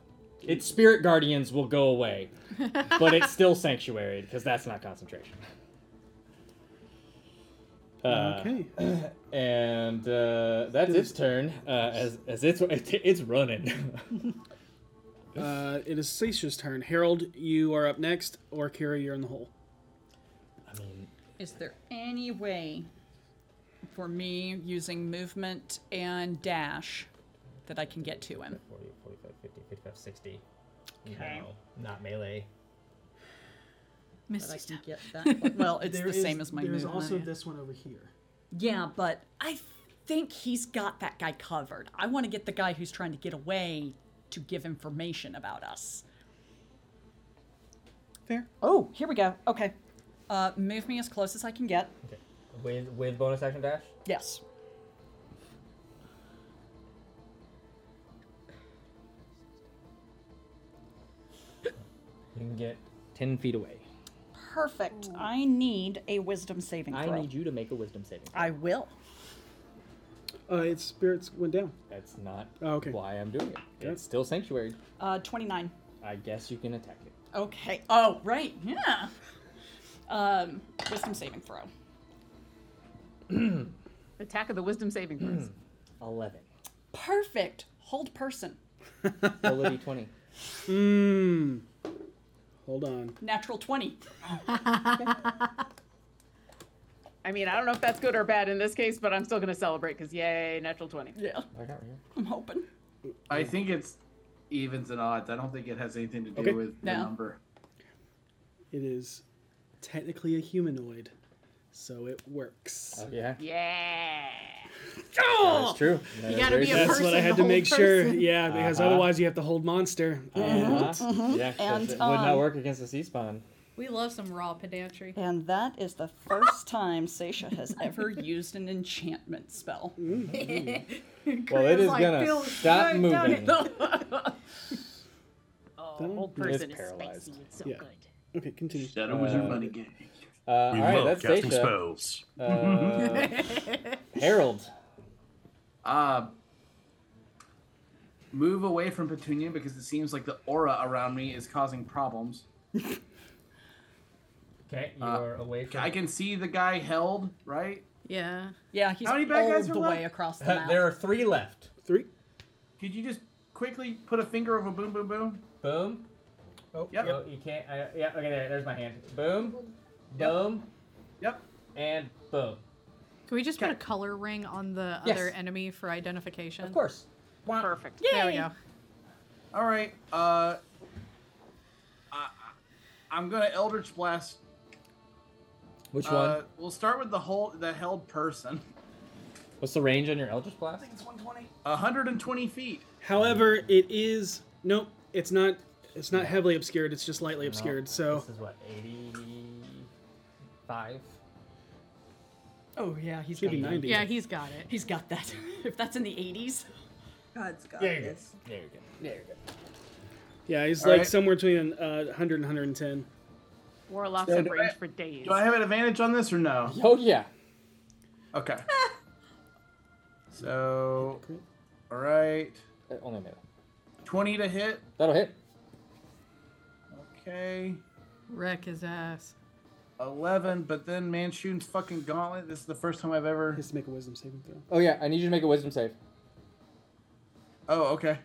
[SPEAKER 2] its spirit guardians will go away, but it's still sanctuaried because that's not concentration. Uh, okay. <clears throat> And uh, that's its turn. Uh, as as it's it's running. <laughs>
[SPEAKER 12] Uh, it is Sasha's turn. Harold, you are up next, or Kira, you're in the hole.
[SPEAKER 7] Is there any way for me using movement and dash that I can get to him?
[SPEAKER 2] 40, 45, 50, 55, 60.
[SPEAKER 7] Okay.
[SPEAKER 2] No, not melee.
[SPEAKER 7] But
[SPEAKER 6] Misty
[SPEAKER 7] I can
[SPEAKER 6] step.
[SPEAKER 7] get
[SPEAKER 6] <laughs>
[SPEAKER 7] that. Well, it's
[SPEAKER 24] There
[SPEAKER 7] the
[SPEAKER 24] is-
[SPEAKER 7] same as my
[SPEAKER 24] There's
[SPEAKER 7] movement.
[SPEAKER 24] also this one over here.
[SPEAKER 7] Yeah, but I think he's got that guy covered. I want to get the guy who's trying to get away to give information about us.
[SPEAKER 12] Fair.
[SPEAKER 7] Oh, here we go. Okay. Uh, move me as close as I can get.
[SPEAKER 2] With with bonus action dash.
[SPEAKER 7] Yes.
[SPEAKER 2] You can get 10 feet away.
[SPEAKER 7] Perfect. I need a wisdom saving
[SPEAKER 2] I
[SPEAKER 7] throw.
[SPEAKER 2] need you to make a wisdom saving.
[SPEAKER 7] I will.
[SPEAKER 12] Uh, its spirits went down.
[SPEAKER 2] That's not
[SPEAKER 12] Oh, okay.
[SPEAKER 2] why I'm doing it.
[SPEAKER 12] Okay.
[SPEAKER 2] It's still sanctuary.
[SPEAKER 7] Uh, 29.
[SPEAKER 2] I guess you can attack <clears throat> it.
[SPEAKER 7] Okay. Oh, right. Yeah. Um, wisdom saving throw.
[SPEAKER 11] Attack of the wisdom saving throws.
[SPEAKER 14] Hmm.
[SPEAKER 2] 11.
[SPEAKER 7] Perfect. Hold person.
[SPEAKER 2] Roll a
[SPEAKER 12] <laughs>
[SPEAKER 2] d20.
[SPEAKER 12] Mmm. Hold on.
[SPEAKER 7] Natural 20.
[SPEAKER 11] I mean, I don't know if that's good or bad in this case, but I'm still gonna celebrate because yay, natural twenty.
[SPEAKER 7] Yeah.
[SPEAKER 2] I got here.
[SPEAKER 7] I'm hoping.
[SPEAKER 14] I think it's evens and odds. I don't think it has anything to do
[SPEAKER 12] Okay.
[SPEAKER 14] with the
[SPEAKER 7] No.
[SPEAKER 14] number.
[SPEAKER 12] It is technically a humanoid, so it works.
[SPEAKER 2] Oh, yeah.
[SPEAKER 11] Yeah.
[SPEAKER 12] That's
[SPEAKER 2] true.
[SPEAKER 6] You gotta be a
[SPEAKER 12] That's
[SPEAKER 6] person
[SPEAKER 12] what I
[SPEAKER 6] to
[SPEAKER 12] had to
[SPEAKER 6] hold
[SPEAKER 12] make sure.
[SPEAKER 6] person.
[SPEAKER 12] Yeah, because
[SPEAKER 2] Uh-huh.
[SPEAKER 12] otherwise you have to hold monster.
[SPEAKER 2] Uh-huh.
[SPEAKER 7] Mhm.
[SPEAKER 2] Yeah, 'cause
[SPEAKER 7] And,
[SPEAKER 2] it would not
[SPEAKER 7] um,
[SPEAKER 2] work against the C spawn.
[SPEAKER 6] We love some raw pedantry.
[SPEAKER 7] And that is the first time Seisha
[SPEAKER 6] <laughs>
[SPEAKER 7] has ever used an enchantment spell.
[SPEAKER 2] Well, it is gonna stop moving. <laughs>
[SPEAKER 11] Old
[SPEAKER 2] It's
[SPEAKER 11] person is
[SPEAKER 2] paralyzed.
[SPEAKER 11] spicy. It's so
[SPEAKER 12] Yeah.
[SPEAKER 11] good.
[SPEAKER 12] Okay, continue.
[SPEAKER 14] Shadow Wizard money game.
[SPEAKER 2] Uh, all
[SPEAKER 14] We
[SPEAKER 2] right,
[SPEAKER 14] love
[SPEAKER 2] that's
[SPEAKER 14] casting
[SPEAKER 2] Dacia.
[SPEAKER 14] spells.
[SPEAKER 12] <laughs>
[SPEAKER 14] <laughs>
[SPEAKER 2] Uh, Harold.
[SPEAKER 14] Uh, move away from Petunia because it seems like the aura around me is causing
[SPEAKER 2] <laughs>
[SPEAKER 14] problems.
[SPEAKER 2] Okay, you
[SPEAKER 14] Uh,
[SPEAKER 2] are away from.
[SPEAKER 14] I can see the guy held, right?
[SPEAKER 6] Yeah.
[SPEAKER 7] Yeah, he's
[SPEAKER 14] How many bad
[SPEAKER 7] all
[SPEAKER 14] guys are
[SPEAKER 7] the
[SPEAKER 14] left?
[SPEAKER 7] way across
[SPEAKER 2] <laughs>
[SPEAKER 7] the map.
[SPEAKER 2] Uh, are three left.
[SPEAKER 12] Three.
[SPEAKER 14] Could you just quickly put a finger over boom, boom, boom?
[SPEAKER 2] Boom. Oh,
[SPEAKER 14] Yep.
[SPEAKER 2] no, you can't. I, yeah, okay, there, there's my hand. Boom.
[SPEAKER 14] Yep.
[SPEAKER 2] Boom.
[SPEAKER 14] Yep.
[SPEAKER 2] And boom.
[SPEAKER 6] Can we just put a color ring on the
[SPEAKER 2] Yes.
[SPEAKER 6] other enemy for identification? Of
[SPEAKER 2] course.
[SPEAKER 14] Perfect.
[SPEAKER 6] There we go.
[SPEAKER 14] All right. Uh, I'm gonna Eldritch Blast.
[SPEAKER 2] Which
[SPEAKER 14] Uh,
[SPEAKER 2] one?
[SPEAKER 14] we'll start with the whole the held person.
[SPEAKER 2] What's the range on your Eldritch
[SPEAKER 14] I
[SPEAKER 2] Blast?
[SPEAKER 14] think it's 120. 120 feet.
[SPEAKER 12] However, it is nope. It's not. It's not heavily obscured. It's just lightly obscured. So
[SPEAKER 2] This is what, 85?
[SPEAKER 7] Oh yeah, he's
[SPEAKER 12] Should
[SPEAKER 7] got
[SPEAKER 12] be
[SPEAKER 7] that.
[SPEAKER 12] 90. Yeah,
[SPEAKER 6] he's got it.
[SPEAKER 7] He's got that. <laughs> if that's in the 80s.
[SPEAKER 13] God's got
[SPEAKER 2] There you go. There you go. There you go.
[SPEAKER 12] yeah, he's
[SPEAKER 14] All
[SPEAKER 12] like
[SPEAKER 14] right.
[SPEAKER 12] somewhere between uh, 100 and 110.
[SPEAKER 11] Warlocks
[SPEAKER 14] So
[SPEAKER 11] have
[SPEAKER 14] do I-
[SPEAKER 11] range for days.
[SPEAKER 14] Do I have an advantage on this or no?
[SPEAKER 2] Oh yeah.
[SPEAKER 14] Okay. so, all right.
[SPEAKER 2] Uh, Only made
[SPEAKER 14] 20 to hit.
[SPEAKER 2] That'll hit.
[SPEAKER 14] Okay.
[SPEAKER 6] Wreck his ass.
[SPEAKER 14] 11, but then Manchun's fucking gauntlet. This is the first time I've ever.
[SPEAKER 12] Just make a wisdom saving throw.
[SPEAKER 2] Oh yeah, I need you to make a wisdom save.
[SPEAKER 14] Oh, okay.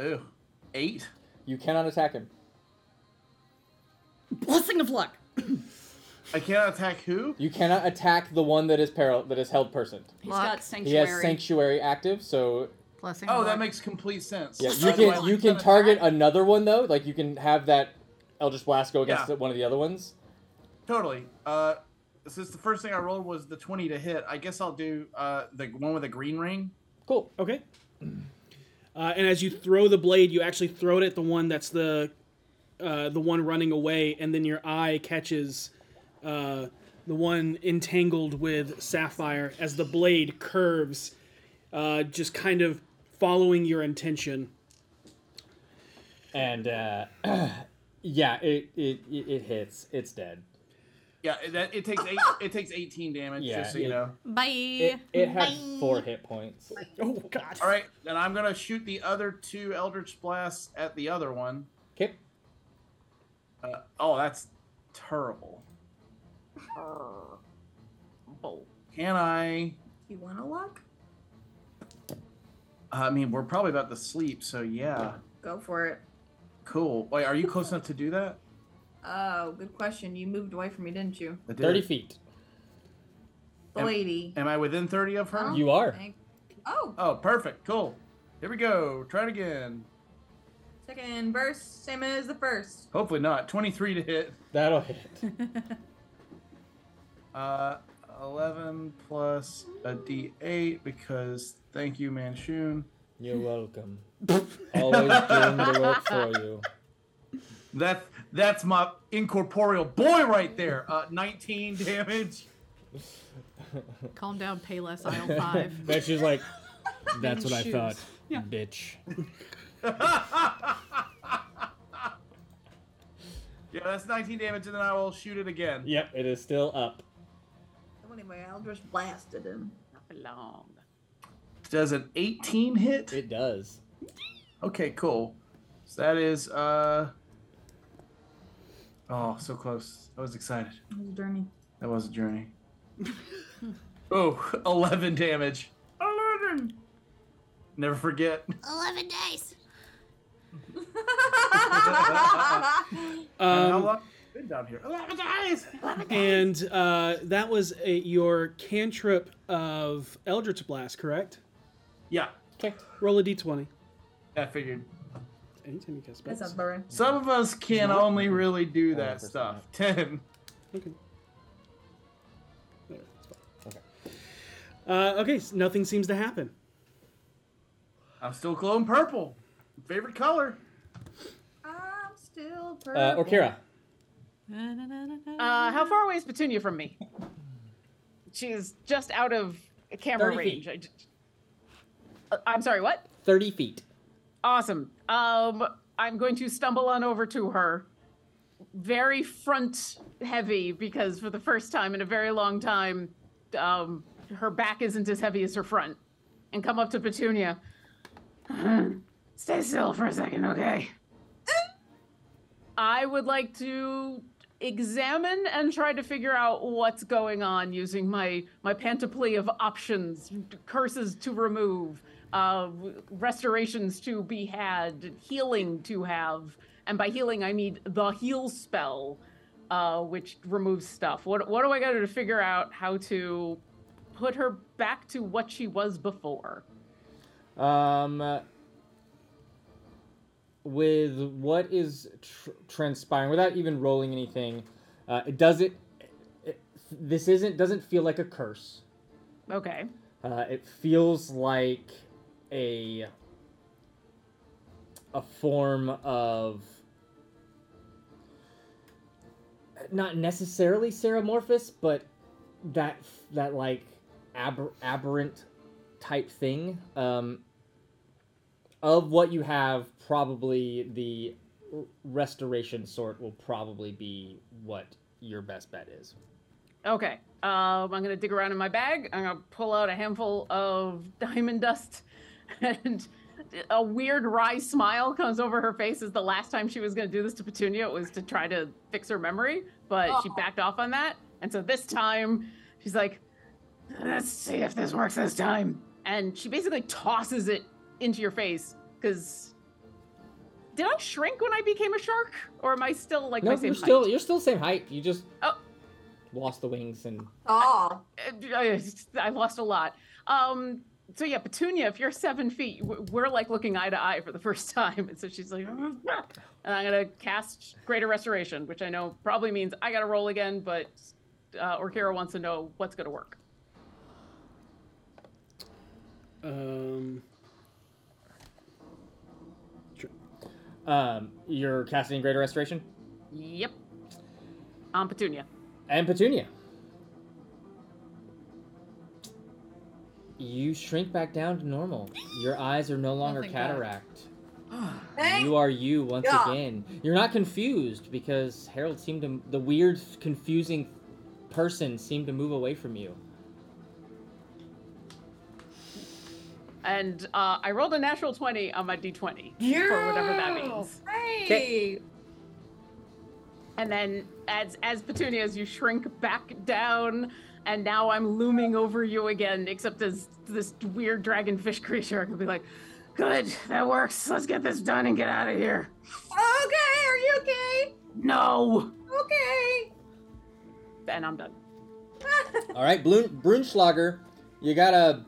[SPEAKER 14] Ew. Eight?
[SPEAKER 2] You cannot attack him.
[SPEAKER 7] Blessing of luck.
[SPEAKER 14] I cannot attack who?
[SPEAKER 2] You cannot attack the one that is paral- that is held person.
[SPEAKER 7] He's got
[SPEAKER 2] He
[SPEAKER 7] sanctuary.
[SPEAKER 2] has sanctuary active, so
[SPEAKER 6] Blessing.
[SPEAKER 14] Oh, that makes complete sense.
[SPEAKER 2] yeah,
[SPEAKER 14] So
[SPEAKER 2] you
[SPEAKER 14] do I-
[SPEAKER 2] can you can target another one though. Like you can have that Eldritch Blast go against
[SPEAKER 14] Yeah.
[SPEAKER 2] one of the other ones.
[SPEAKER 14] Totally. Uh, since the first thing I rolled was the 20 to hit, I guess I'll do uh, the one with the green ring.
[SPEAKER 2] Cool.
[SPEAKER 12] Okay. Uh, and as you throw the blade, you actually throw it at the one that's the uh, the one running away, and then your eye catches uh, the one entangled with sapphire as the blade curves, uh, just kind of following your intention.
[SPEAKER 2] And uh, <clears throat> yeah, it, it it it hits. It's dead.
[SPEAKER 14] Yeah, it, that- it takes eight, it takes 18 damage,
[SPEAKER 2] Yeah,
[SPEAKER 14] just so you
[SPEAKER 2] it-
[SPEAKER 14] know.
[SPEAKER 6] Bye.
[SPEAKER 2] It, it had
[SPEAKER 6] Bye.
[SPEAKER 2] four hit points.
[SPEAKER 12] Oh, God.
[SPEAKER 14] All right, then I'm going to shoot the other two Eldritch Blasts at the other one.
[SPEAKER 2] Okay.
[SPEAKER 14] Uh, oh, that's terrible. Can I?
[SPEAKER 13] <laughs> You want to luck?
[SPEAKER 14] I mean, we're probably about to sleep, so yeah.
[SPEAKER 13] Go for it.
[SPEAKER 14] Cool. Wait, are you close enough to do that?
[SPEAKER 13] Oh, good question. You moved away from me, didn't you?
[SPEAKER 14] I did.
[SPEAKER 2] 30 feet.
[SPEAKER 13] The lady.
[SPEAKER 14] Am I within 30 of her?
[SPEAKER 13] Oh, You are. thank- Oh,
[SPEAKER 14] Oh, perfect. Cool. Here we go. Try it again.
[SPEAKER 13] second burst, same as the first.
[SPEAKER 14] Hopefully not. 23 to hit.
[SPEAKER 2] That'll hit.
[SPEAKER 14] <laughs> Uh, 11 plus a d8 because thank you, Manchun.
[SPEAKER 2] You're
[SPEAKER 14] <laughs>
[SPEAKER 2] welcome. Always doing the work for you.
[SPEAKER 14] That, that's my incorporeal boy right there. Uh,
[SPEAKER 2] <laughs>
[SPEAKER 14] 19 damage.
[SPEAKER 6] Calm down, Payless Aisle
[SPEAKER 2] <laughs>
[SPEAKER 6] 5.
[SPEAKER 2] That's just
[SPEAKER 6] <laughs>
[SPEAKER 2] like, that's what I
[SPEAKER 6] Shoes.
[SPEAKER 2] thought,
[SPEAKER 6] Yeah.
[SPEAKER 2] bitch.
[SPEAKER 14] <laughs> Yeah, that's 19 damage, and then I will shoot it again.
[SPEAKER 2] Yep, it is still up.
[SPEAKER 13] Anyway, Eldritch blasted him.
[SPEAKER 11] Not for long.
[SPEAKER 14] Does an 18 hit?
[SPEAKER 2] It does.
[SPEAKER 14] Okay, cool. So that is uh Oh, so close. I was excited.
[SPEAKER 13] It was a journey.
[SPEAKER 14] That was
[SPEAKER 2] <laughs>
[SPEAKER 14] a journey. <laughs> oh, 11 damage.
[SPEAKER 13] Eleven.
[SPEAKER 14] Never forget. <laughs>
[SPEAKER 8] Eleven days.
[SPEAKER 14] And how
[SPEAKER 12] Um,
[SPEAKER 14] long have you been down here?
[SPEAKER 2] <laughs>
[SPEAKER 14] 11 days.
[SPEAKER 12] And uh, that was a, your cantrip of Eldritch Blast, correct?
[SPEAKER 14] Yeah.
[SPEAKER 2] Okay.
[SPEAKER 12] Roll a d20.
[SPEAKER 14] I figured.
[SPEAKER 12] Anytime you cast
[SPEAKER 13] That
[SPEAKER 12] spells.
[SPEAKER 13] sounds about right.
[SPEAKER 14] Some of us can
[SPEAKER 12] Nope.
[SPEAKER 14] only really do that stuff. 10.
[SPEAKER 12] Okay. There, that's fine. Uh, okay, so nothing seems to happen.
[SPEAKER 14] I'm still glowing purple. Favorite color.
[SPEAKER 13] I'm still purple.
[SPEAKER 2] Uh, Orkira.
[SPEAKER 11] Uh, how far away is Petunia from me? She's just out of camera
[SPEAKER 2] 30
[SPEAKER 11] range.
[SPEAKER 2] feet.
[SPEAKER 11] I j- Uh, I'm sorry, what?
[SPEAKER 2] 30 feet.
[SPEAKER 11] Awesome. Um, I'm going to stumble on over to her. Very front heavy because for the first time in a very long time, um, her back isn't as heavy as her front. And come up to Petunia. Stay still for a second, okay? I would like to examine and try to figure out what's going on using my my panoply of options, curses to remove, uh, restorations to be had, healing to have, and by healing I mean the heal spell, uh, which removes stuff. What what do I got to do to figure out how to put her back to what she was before?
[SPEAKER 2] Um, with what is tr- transpiring without even rolling anything. Uh, it doesn't. It, this isn't doesn't feel like a curse.
[SPEAKER 11] Okay.
[SPEAKER 2] Uh, it feels like a a form of not necessarily seramorphous, but that that like aber, aberrant type thing um, of what you have. Probably the r- restoration sort will probably be what your best bet is.
[SPEAKER 11] Okay. Um, I'm gonna dig around in my bag. I'm gonna pull out a handful of <laughs> diamond dust, and a weird wry smile comes over her face. Is the last time she was gonna do this to Petunia it was to try to fix her memory, but she
[SPEAKER 25] Oh.
[SPEAKER 11] backed off on that. And so this time, she's like, "Let's see if this works this time." And she basically tosses it into your face because. Did I shrink when I became a shark, or am I still like
[SPEAKER 2] no,
[SPEAKER 11] my
[SPEAKER 2] you're
[SPEAKER 11] same height?
[SPEAKER 2] still you're still same height. You just
[SPEAKER 11] Oh.
[SPEAKER 2] lost the wings and
[SPEAKER 11] Oh, I, I lost a lot. Um, so yeah, Petunia, if you're seven feet, w- we're like looking eye to eye for the first time, and so she's like, and I'm gonna cast Greater Restoration, which I know probably means I gotta roll again, but uh, Orkira wants to know what's gonna work.
[SPEAKER 12] Um,
[SPEAKER 2] um, you're casting Greater Restoration
[SPEAKER 11] Yep, on Petunia.
[SPEAKER 2] and Petunia. You shrink back down to normal. Your eyes are no longer
[SPEAKER 26] think that-
[SPEAKER 11] <gasps>
[SPEAKER 2] cataract.
[SPEAKER 26] Thank
[SPEAKER 2] you are you once
[SPEAKER 26] God.
[SPEAKER 2] again. You're not confused because Harold seemed to the weird, confusing person seemed to move away from you.
[SPEAKER 11] And uh, I rolled a natural twenty on my d20 for whatever that means.
[SPEAKER 2] Okay.
[SPEAKER 11] And then as as Petunia, as you shrink back down, and now I'm looming over you again, except as this weird dragonfish <laughs> creature. I could be like, "Good, that works. Let's get this done and get out of here."
[SPEAKER 25] Okay, are you okay?
[SPEAKER 11] No.
[SPEAKER 13] <laughs>
[SPEAKER 25] Okay.
[SPEAKER 11] And I'm done.
[SPEAKER 2] All right, Blun- Brunschlager, you got a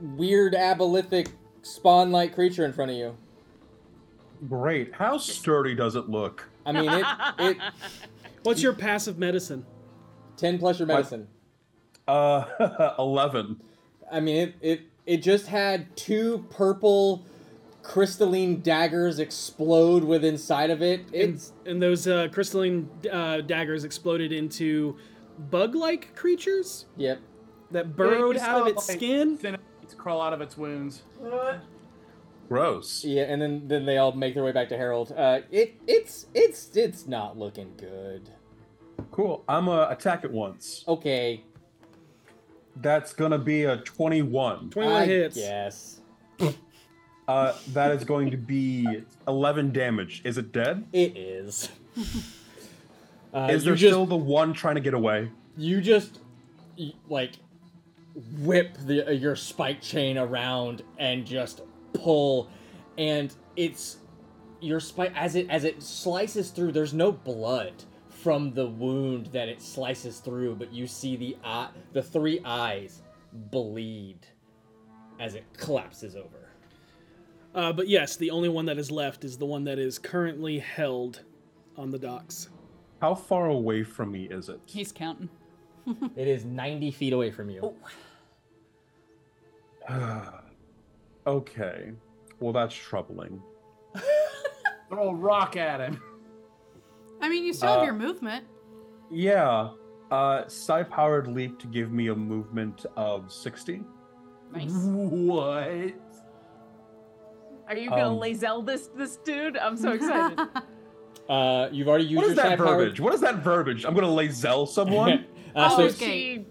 [SPEAKER 2] weird abolithic spawn-like creature in front of you.
[SPEAKER 16] Great. How sturdy does it look?
[SPEAKER 2] I mean, it. it
[SPEAKER 12] What's your passive medicine?
[SPEAKER 2] Ten plus your medicine.
[SPEAKER 16] <laughs> Uh, <laughs> eleven.
[SPEAKER 2] I mean, it it it just had two purple crystalline daggers explode with inside of it. It's
[SPEAKER 12] and, and those uh, crystalline uh, daggers exploded into bug-like creatures
[SPEAKER 2] yep.
[SPEAKER 12] that burrowed
[SPEAKER 27] you
[SPEAKER 12] out of
[SPEAKER 27] saw,
[SPEAKER 12] its
[SPEAKER 27] like,
[SPEAKER 12] skin.
[SPEAKER 14] It's crawl out of its wounds.
[SPEAKER 16] Gross.
[SPEAKER 2] Yeah, and then then they all make their way back to Harold. Uh, it it's it's it's not looking good.
[SPEAKER 16] Cool. I'm a attack at once.
[SPEAKER 2] Okay.
[SPEAKER 16] That's gonna be a twenty-one.
[SPEAKER 12] 21 I hits.
[SPEAKER 2] Yes.
[SPEAKER 16] Uh, that is going to be eleven damage. Is it dead?
[SPEAKER 2] It
[SPEAKER 16] <laughs>
[SPEAKER 2] is. Uh,
[SPEAKER 16] is
[SPEAKER 2] you
[SPEAKER 16] there
[SPEAKER 2] just-
[SPEAKER 16] still the one trying to get away?
[SPEAKER 2] You just y- like whip the, uh, your spike chain around and just pull, and it's your spike as it as it slices through. There's no blood from the wound that it slices through, but you see the eye, the three eyes bleed as it collapses over.
[SPEAKER 12] Uh, but yes, the only one that is left is the one that is currently held on the docks.
[SPEAKER 16] How far away from me is it?
[SPEAKER 7] He's counting.
[SPEAKER 2] it is 90
[SPEAKER 16] <laughs>
[SPEAKER 2] feet away from you.
[SPEAKER 16] <sighs> okay. Well, that's troubling.
[SPEAKER 14] Throw a rock at him.
[SPEAKER 6] I mean, you still have
[SPEAKER 16] Uh,
[SPEAKER 6] your movement.
[SPEAKER 16] Yeah. Uh, psi powered leap to give me a movement of 60.
[SPEAKER 11] Nice.
[SPEAKER 16] What?
[SPEAKER 11] Are you gonna
[SPEAKER 16] Um,
[SPEAKER 11] lazel this this dude? I'm so excited.
[SPEAKER 2] Uh, you've already used
[SPEAKER 16] What
[SPEAKER 2] your
[SPEAKER 16] is that
[SPEAKER 2] psi power-
[SPEAKER 16] verbiage? What is that verbiage? I'm gonna lazelle
[SPEAKER 2] <laughs>
[SPEAKER 16] someone.
[SPEAKER 2] Uh, so-
[SPEAKER 11] oh, she.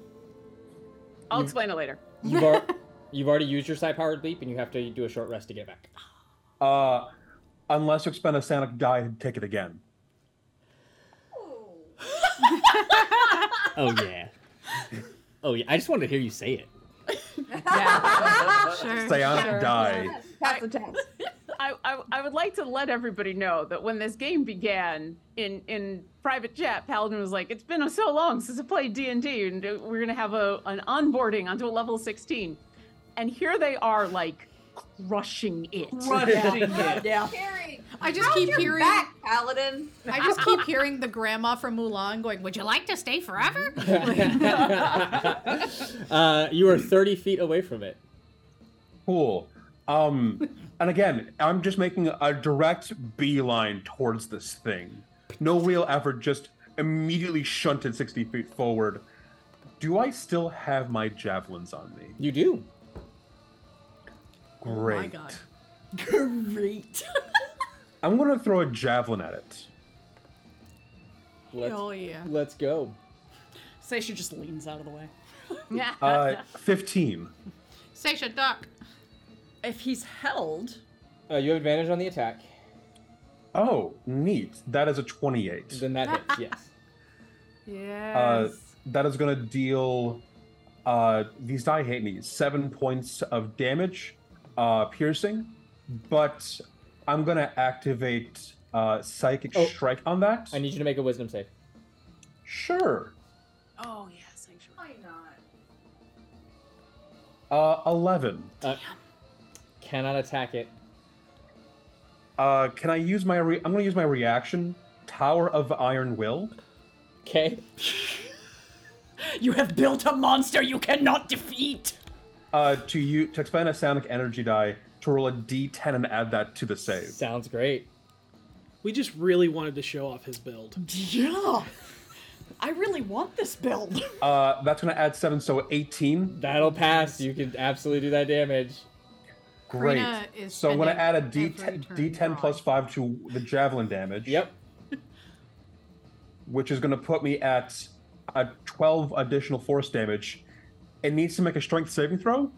[SPEAKER 11] I'll explain it later.
[SPEAKER 2] <laughs> You've, ar- you've already used your psi powered leap, and you have to do a short rest to get back.
[SPEAKER 16] uh, unless you expend a sanic die and take it again.
[SPEAKER 2] Oh yeah. oh yeah. I just wanted to hear you say it.
[SPEAKER 6] <laughs> sure.
[SPEAKER 16] Psionic
[SPEAKER 11] sure.
[SPEAKER 16] die.
[SPEAKER 25] That's a test.
[SPEAKER 11] <laughs> I, I, I would like to let everybody know that when this game began in, in private chat, Paladin was like, "It's been so long since I played D and D, and we're gonna have a an onboarding onto a level 16." And here they are, like crushing it.
[SPEAKER 3] Crushing it. Yeah.
[SPEAKER 6] I just
[SPEAKER 13] How's
[SPEAKER 6] keep
[SPEAKER 13] your
[SPEAKER 6] hearing
[SPEAKER 13] back, Paladin.
[SPEAKER 6] <laughs> I just keep hearing the grandma from Mulan going, "Would you like to stay forever?"
[SPEAKER 2] Uh, you are 30 feet away from it.
[SPEAKER 16] Hmm. Cool. Um, and again, I'm just making a direct beeline towards this thing. No real effort, just immediately shunted 60 feet forward. Do I still have my javelins on me?
[SPEAKER 2] You do.
[SPEAKER 16] Great.
[SPEAKER 7] Oh
[SPEAKER 16] <laughs>
[SPEAKER 7] God. Great.
[SPEAKER 16] I'm going to throw a javelin at it.
[SPEAKER 2] Let's,
[SPEAKER 7] Oh, yeah.
[SPEAKER 2] Let's go.
[SPEAKER 7] Seisha just leans out of the way.
[SPEAKER 16] Uh, 15.
[SPEAKER 6] Seisha, duck.
[SPEAKER 7] If he's held,
[SPEAKER 2] Uh, you have advantage on the attack.
[SPEAKER 16] Oh, neat. That is a 28.
[SPEAKER 2] Then that hits, yes.
[SPEAKER 6] Yeah.
[SPEAKER 16] Uh, that is going to deal. Uh, these die hate me. Seven points of damage, uh, piercing, but I'm going to activate uh, Psychic Strike on that. I
[SPEAKER 2] Oh. need you to make a Wisdom save.
[SPEAKER 16] Sure.
[SPEAKER 3] Oh yeah, sanctuary. Why not?
[SPEAKER 16] Uh, 11.
[SPEAKER 2] cannot attack it.
[SPEAKER 16] Uh, can I use my. Re- I'm going to use my reaction, Tower of Iron Will.
[SPEAKER 2] Okay.
[SPEAKER 7] you have built a monster you cannot defeat.
[SPEAKER 16] uh, to you to expend a sonic energy die to roll a d10 and add that to the save.
[SPEAKER 2] Sounds great.
[SPEAKER 12] We just really wanted to show off his build.
[SPEAKER 7] Yeah. I really want this build.
[SPEAKER 16] Uh, that's gonna add seven, so 18.
[SPEAKER 2] That'll pass. You can absolutely do that damage.
[SPEAKER 16] Great.
[SPEAKER 6] Karina is
[SPEAKER 16] So I'm gonna add a
[SPEAKER 6] spending every
[SPEAKER 16] d10,
[SPEAKER 6] turn
[SPEAKER 16] d10 plus five to the javelin damage.
[SPEAKER 2] Yep.
[SPEAKER 16] Which is gonna put me at a 12 additional force damage. It needs to make a strength saving throw.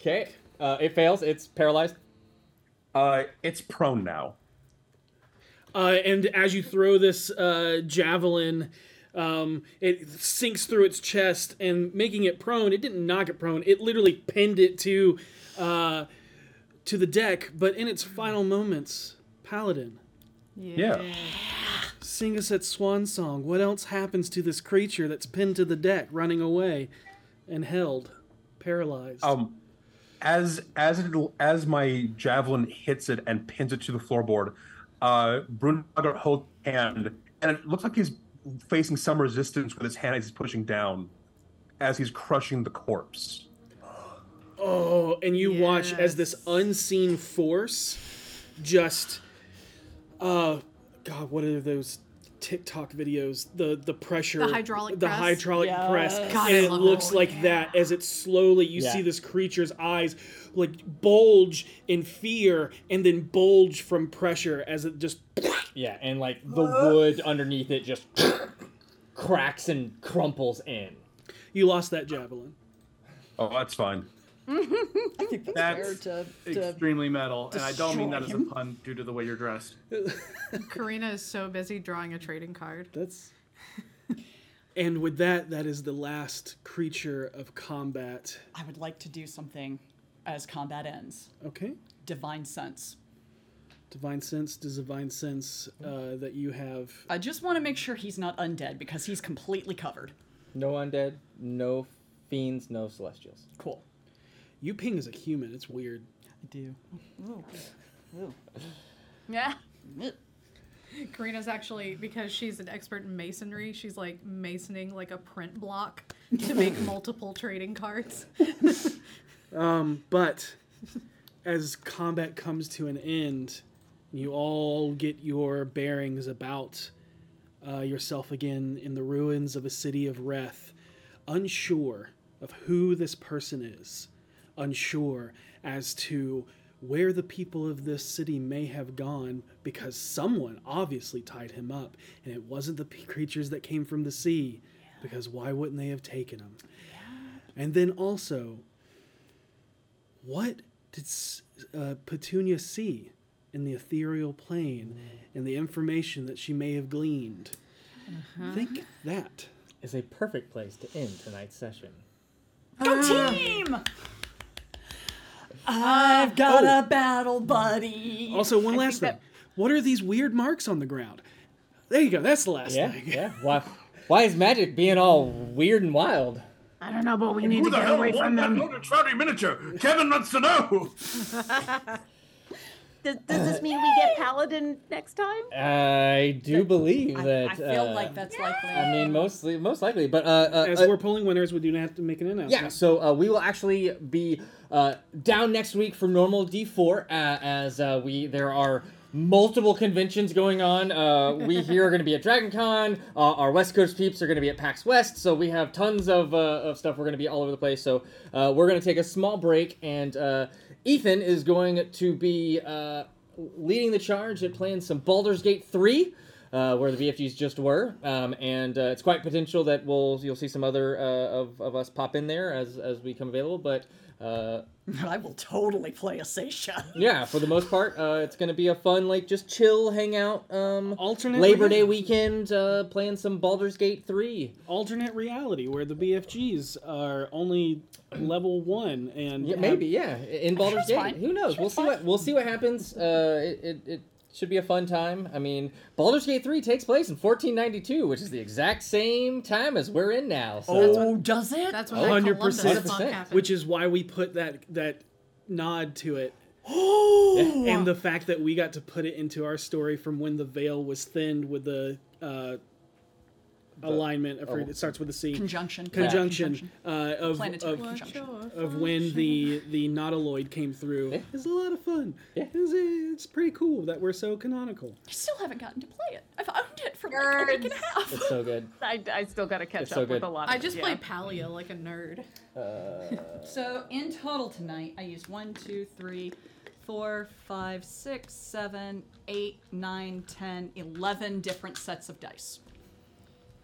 [SPEAKER 2] Okay. Uh, it fails. It's paralyzed.
[SPEAKER 16] Uh, it's prone now.
[SPEAKER 12] Uh, and as you throw this uh, javelin, um, it sinks through its chest and making it prone. It didn't knock it prone. It literally pinned it to uh, to the deck. But in its final moments, Paladin,
[SPEAKER 16] Yeah.
[SPEAKER 12] sing us that swan song. What else happens to this creature that's pinned to the deck, running away, and held, paralyzed?
[SPEAKER 16] Um, as as it as my javelin hits it and pins it to the floorboard, uh, Brunhagar holds hand, and it looks like he's facing some resistance with his hand as he's pushing down, as he's crushing the corpse.
[SPEAKER 12] Oh, and you watch as this unseen force just uh god, what are those TikTok videos? The the pressure
[SPEAKER 6] The hydraulic
[SPEAKER 12] the
[SPEAKER 6] press?
[SPEAKER 12] hydraulic
[SPEAKER 6] Yes.
[SPEAKER 12] press.
[SPEAKER 6] God,
[SPEAKER 12] and
[SPEAKER 6] I
[SPEAKER 12] it
[SPEAKER 6] love
[SPEAKER 12] looks
[SPEAKER 6] it.
[SPEAKER 12] like that as it slowly you
[SPEAKER 6] Yeah.
[SPEAKER 12] see this creature's eyes like bulge in fear and then bulge from pressure as it just
[SPEAKER 2] Yeah, and like the wood underneath it just <coughs> cracks and crumples in.
[SPEAKER 12] you lost that javelin.
[SPEAKER 16] Oh, that's fine.
[SPEAKER 7] I think
[SPEAKER 14] That's
[SPEAKER 7] fair to- to-
[SPEAKER 14] extremely metal, and I don't mean that as a
[SPEAKER 6] destroy him.
[SPEAKER 14] pun due to the way you're dressed.
[SPEAKER 6] Karina is so busy drawing a trading card.
[SPEAKER 7] <laughs>
[SPEAKER 12] That's And with that, that is the last creature of combat.
[SPEAKER 7] I would like to <laughs> do something as combat ends.
[SPEAKER 12] Okay.
[SPEAKER 7] Divine sense.
[SPEAKER 12] Divine sense does divine sense uh, that you have.
[SPEAKER 7] I just want to make sure he's not undead because he's completely covered.
[SPEAKER 2] No undead, no fiends, no celestials.
[SPEAKER 7] Cool.
[SPEAKER 12] You ping as a human. It's
[SPEAKER 2] <sighs>
[SPEAKER 12] weird. I
[SPEAKER 7] do.
[SPEAKER 6] Yeah. <laughs> Karina's actually because she's an expert in masonry, she's like masoning like a print block to make multiple trading cards.
[SPEAKER 12] Um, but as combat comes to an end, you all get your bearings about uh, yourself again in the ruins of a city of Wrath, unsure of who this person is, unsure as to where the people of this city may have gone because someone obviously tied him up, and it wasn't the p- creatures that came from the sea, because why wouldn't they have taken him? And then also, what did S- uh, Petunia see in the ethereal plane and the information that she may have gleaned? Think that.
[SPEAKER 2] Is a perfect place to end tonight's session.
[SPEAKER 7] Go team! Um, I've got a battle buddy.
[SPEAKER 12] Oh. Also, one last thing. What are these weird marks on the ground? There you go. That's the last <laughs>
[SPEAKER 2] Yeah,
[SPEAKER 12] thing.
[SPEAKER 2] yeah. Why, why is magic being all weird and wild?
[SPEAKER 11] I don't know, but we
[SPEAKER 10] And
[SPEAKER 28] <laughs>
[SPEAKER 11] need
[SPEAKER 10] who
[SPEAKER 11] to
[SPEAKER 10] the
[SPEAKER 11] get
[SPEAKER 10] hell
[SPEAKER 11] away
[SPEAKER 10] won
[SPEAKER 11] from
[SPEAKER 10] that
[SPEAKER 11] them.
[SPEAKER 10] Loaded Fratty miniature. Kevin wants to know.
[SPEAKER 28] does, does this mean we get Paladin next time?
[SPEAKER 2] I do believe that.
[SPEAKER 28] I feel
[SPEAKER 2] uh,
[SPEAKER 28] like that's likely.
[SPEAKER 2] I mean, mostly, most likely, but uh, uh,
[SPEAKER 12] As
[SPEAKER 2] uh,
[SPEAKER 12] we're pulling winners, we do have to make an announcement.
[SPEAKER 2] Yeah, so uh, we will actually be uh, down next week for normal D four uh, as uh, we there are multiple conventions going on. Uh, we here are going to be at Dragon Con. Uh, our West Coast peeps are going to be at PAX West. So we have tons of, uh, of stuff. We're going to be all over the place. So uh, we're going to take a small break, and uh, Ethan is going to be uh, leading the charge at playing some Baldur's Gate three uh, where the VFGs just were, um, and uh, it's quite potential that we'll you'll see some other uh, of, of us pop in there as as we come available. But uh,
[SPEAKER 7] I will totally play a Seisha.
[SPEAKER 2] yeah, for the most part, uh, it's gonna be a fun like just chill hangout. Um,
[SPEAKER 12] Alternate
[SPEAKER 2] Labor Day
[SPEAKER 12] reality.
[SPEAKER 2] weekend, uh, playing some Baldur's Gate three.
[SPEAKER 12] Alternate reality where the BFGs are only level one and
[SPEAKER 2] Yeah,
[SPEAKER 12] have-
[SPEAKER 2] maybe yeah. In Baldur's
[SPEAKER 12] That's
[SPEAKER 2] Gate,
[SPEAKER 12] fine.
[SPEAKER 2] who knows? we'll see what we'll see what happens. Uh, it, it, it should be a fun time. I mean, Baldur's Gate three takes place in 1492, which is the exact same time as we're in now. So that's what-
[SPEAKER 7] does it?
[SPEAKER 6] That's
[SPEAKER 2] when that 100% Columbus bump happened.
[SPEAKER 12] Which is why we put that that nod to it.
[SPEAKER 7] Oh.
[SPEAKER 12] and the fact that we got to put it into our story from when the veil was thinned with the uh, alignment. Of,
[SPEAKER 7] oh.
[SPEAKER 12] it starts with a C.
[SPEAKER 7] Conjunction. Yeah.
[SPEAKER 12] Conjunction. Uh, of
[SPEAKER 7] Planetary
[SPEAKER 12] of,
[SPEAKER 7] conjunction.
[SPEAKER 12] of when the the nautiloid came through. It's a lot of fun. It's, it's pretty cool that we're so canonical.
[SPEAKER 7] I still haven't gotten to play it. I've owned it for like a week and a half.
[SPEAKER 2] It's so good.
[SPEAKER 11] I, I still got to catch
[SPEAKER 2] It's
[SPEAKER 11] up
[SPEAKER 2] so
[SPEAKER 11] with
[SPEAKER 2] good.
[SPEAKER 11] a lot.
[SPEAKER 6] I
[SPEAKER 11] of-
[SPEAKER 6] just
[SPEAKER 11] yeah.
[SPEAKER 6] played Palia like a nerd.
[SPEAKER 12] Uh,
[SPEAKER 7] So in total tonight, I used one, two, three, four, five, six, seven, eight, nine, ten, eleven different sets of dice.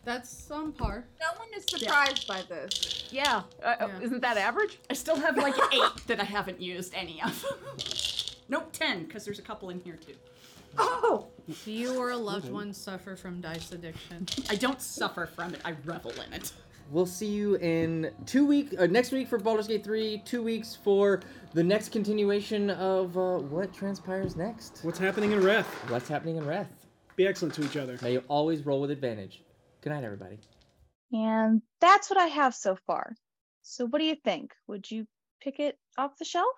[SPEAKER 6] That's on par.
[SPEAKER 13] No one is surprised by this.
[SPEAKER 7] Yeah.
[SPEAKER 11] Uh, Isn't that average?
[SPEAKER 7] I still
[SPEAKER 11] <laughs>
[SPEAKER 7] have like eight that I haven't used any of. <laughs> nope, ten, because there's a couple in here too.
[SPEAKER 6] Do you or a loved
[SPEAKER 7] Okay.
[SPEAKER 6] one suffer from dice addiction?
[SPEAKER 7] I don't suffer from it. I revel in it.
[SPEAKER 2] We'll see you in two week uh, next week for Baldur's Gate three. Two weeks for the next continuation of uh, what transpires next.
[SPEAKER 12] What's happening in Wrath?
[SPEAKER 2] What's happening in Wrath?
[SPEAKER 12] Be excellent to each other.
[SPEAKER 2] May you always roll with advantage. Good night, everybody.
[SPEAKER 1] And that's what I have so far. So what do you think? Would you pick it off the shelf?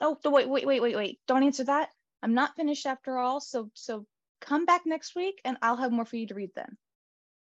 [SPEAKER 1] Oh, the, wait, wait, wait, wait, wait. Don't answer that. I'm not finished after all. So so come back next week and I'll have more for you to read then.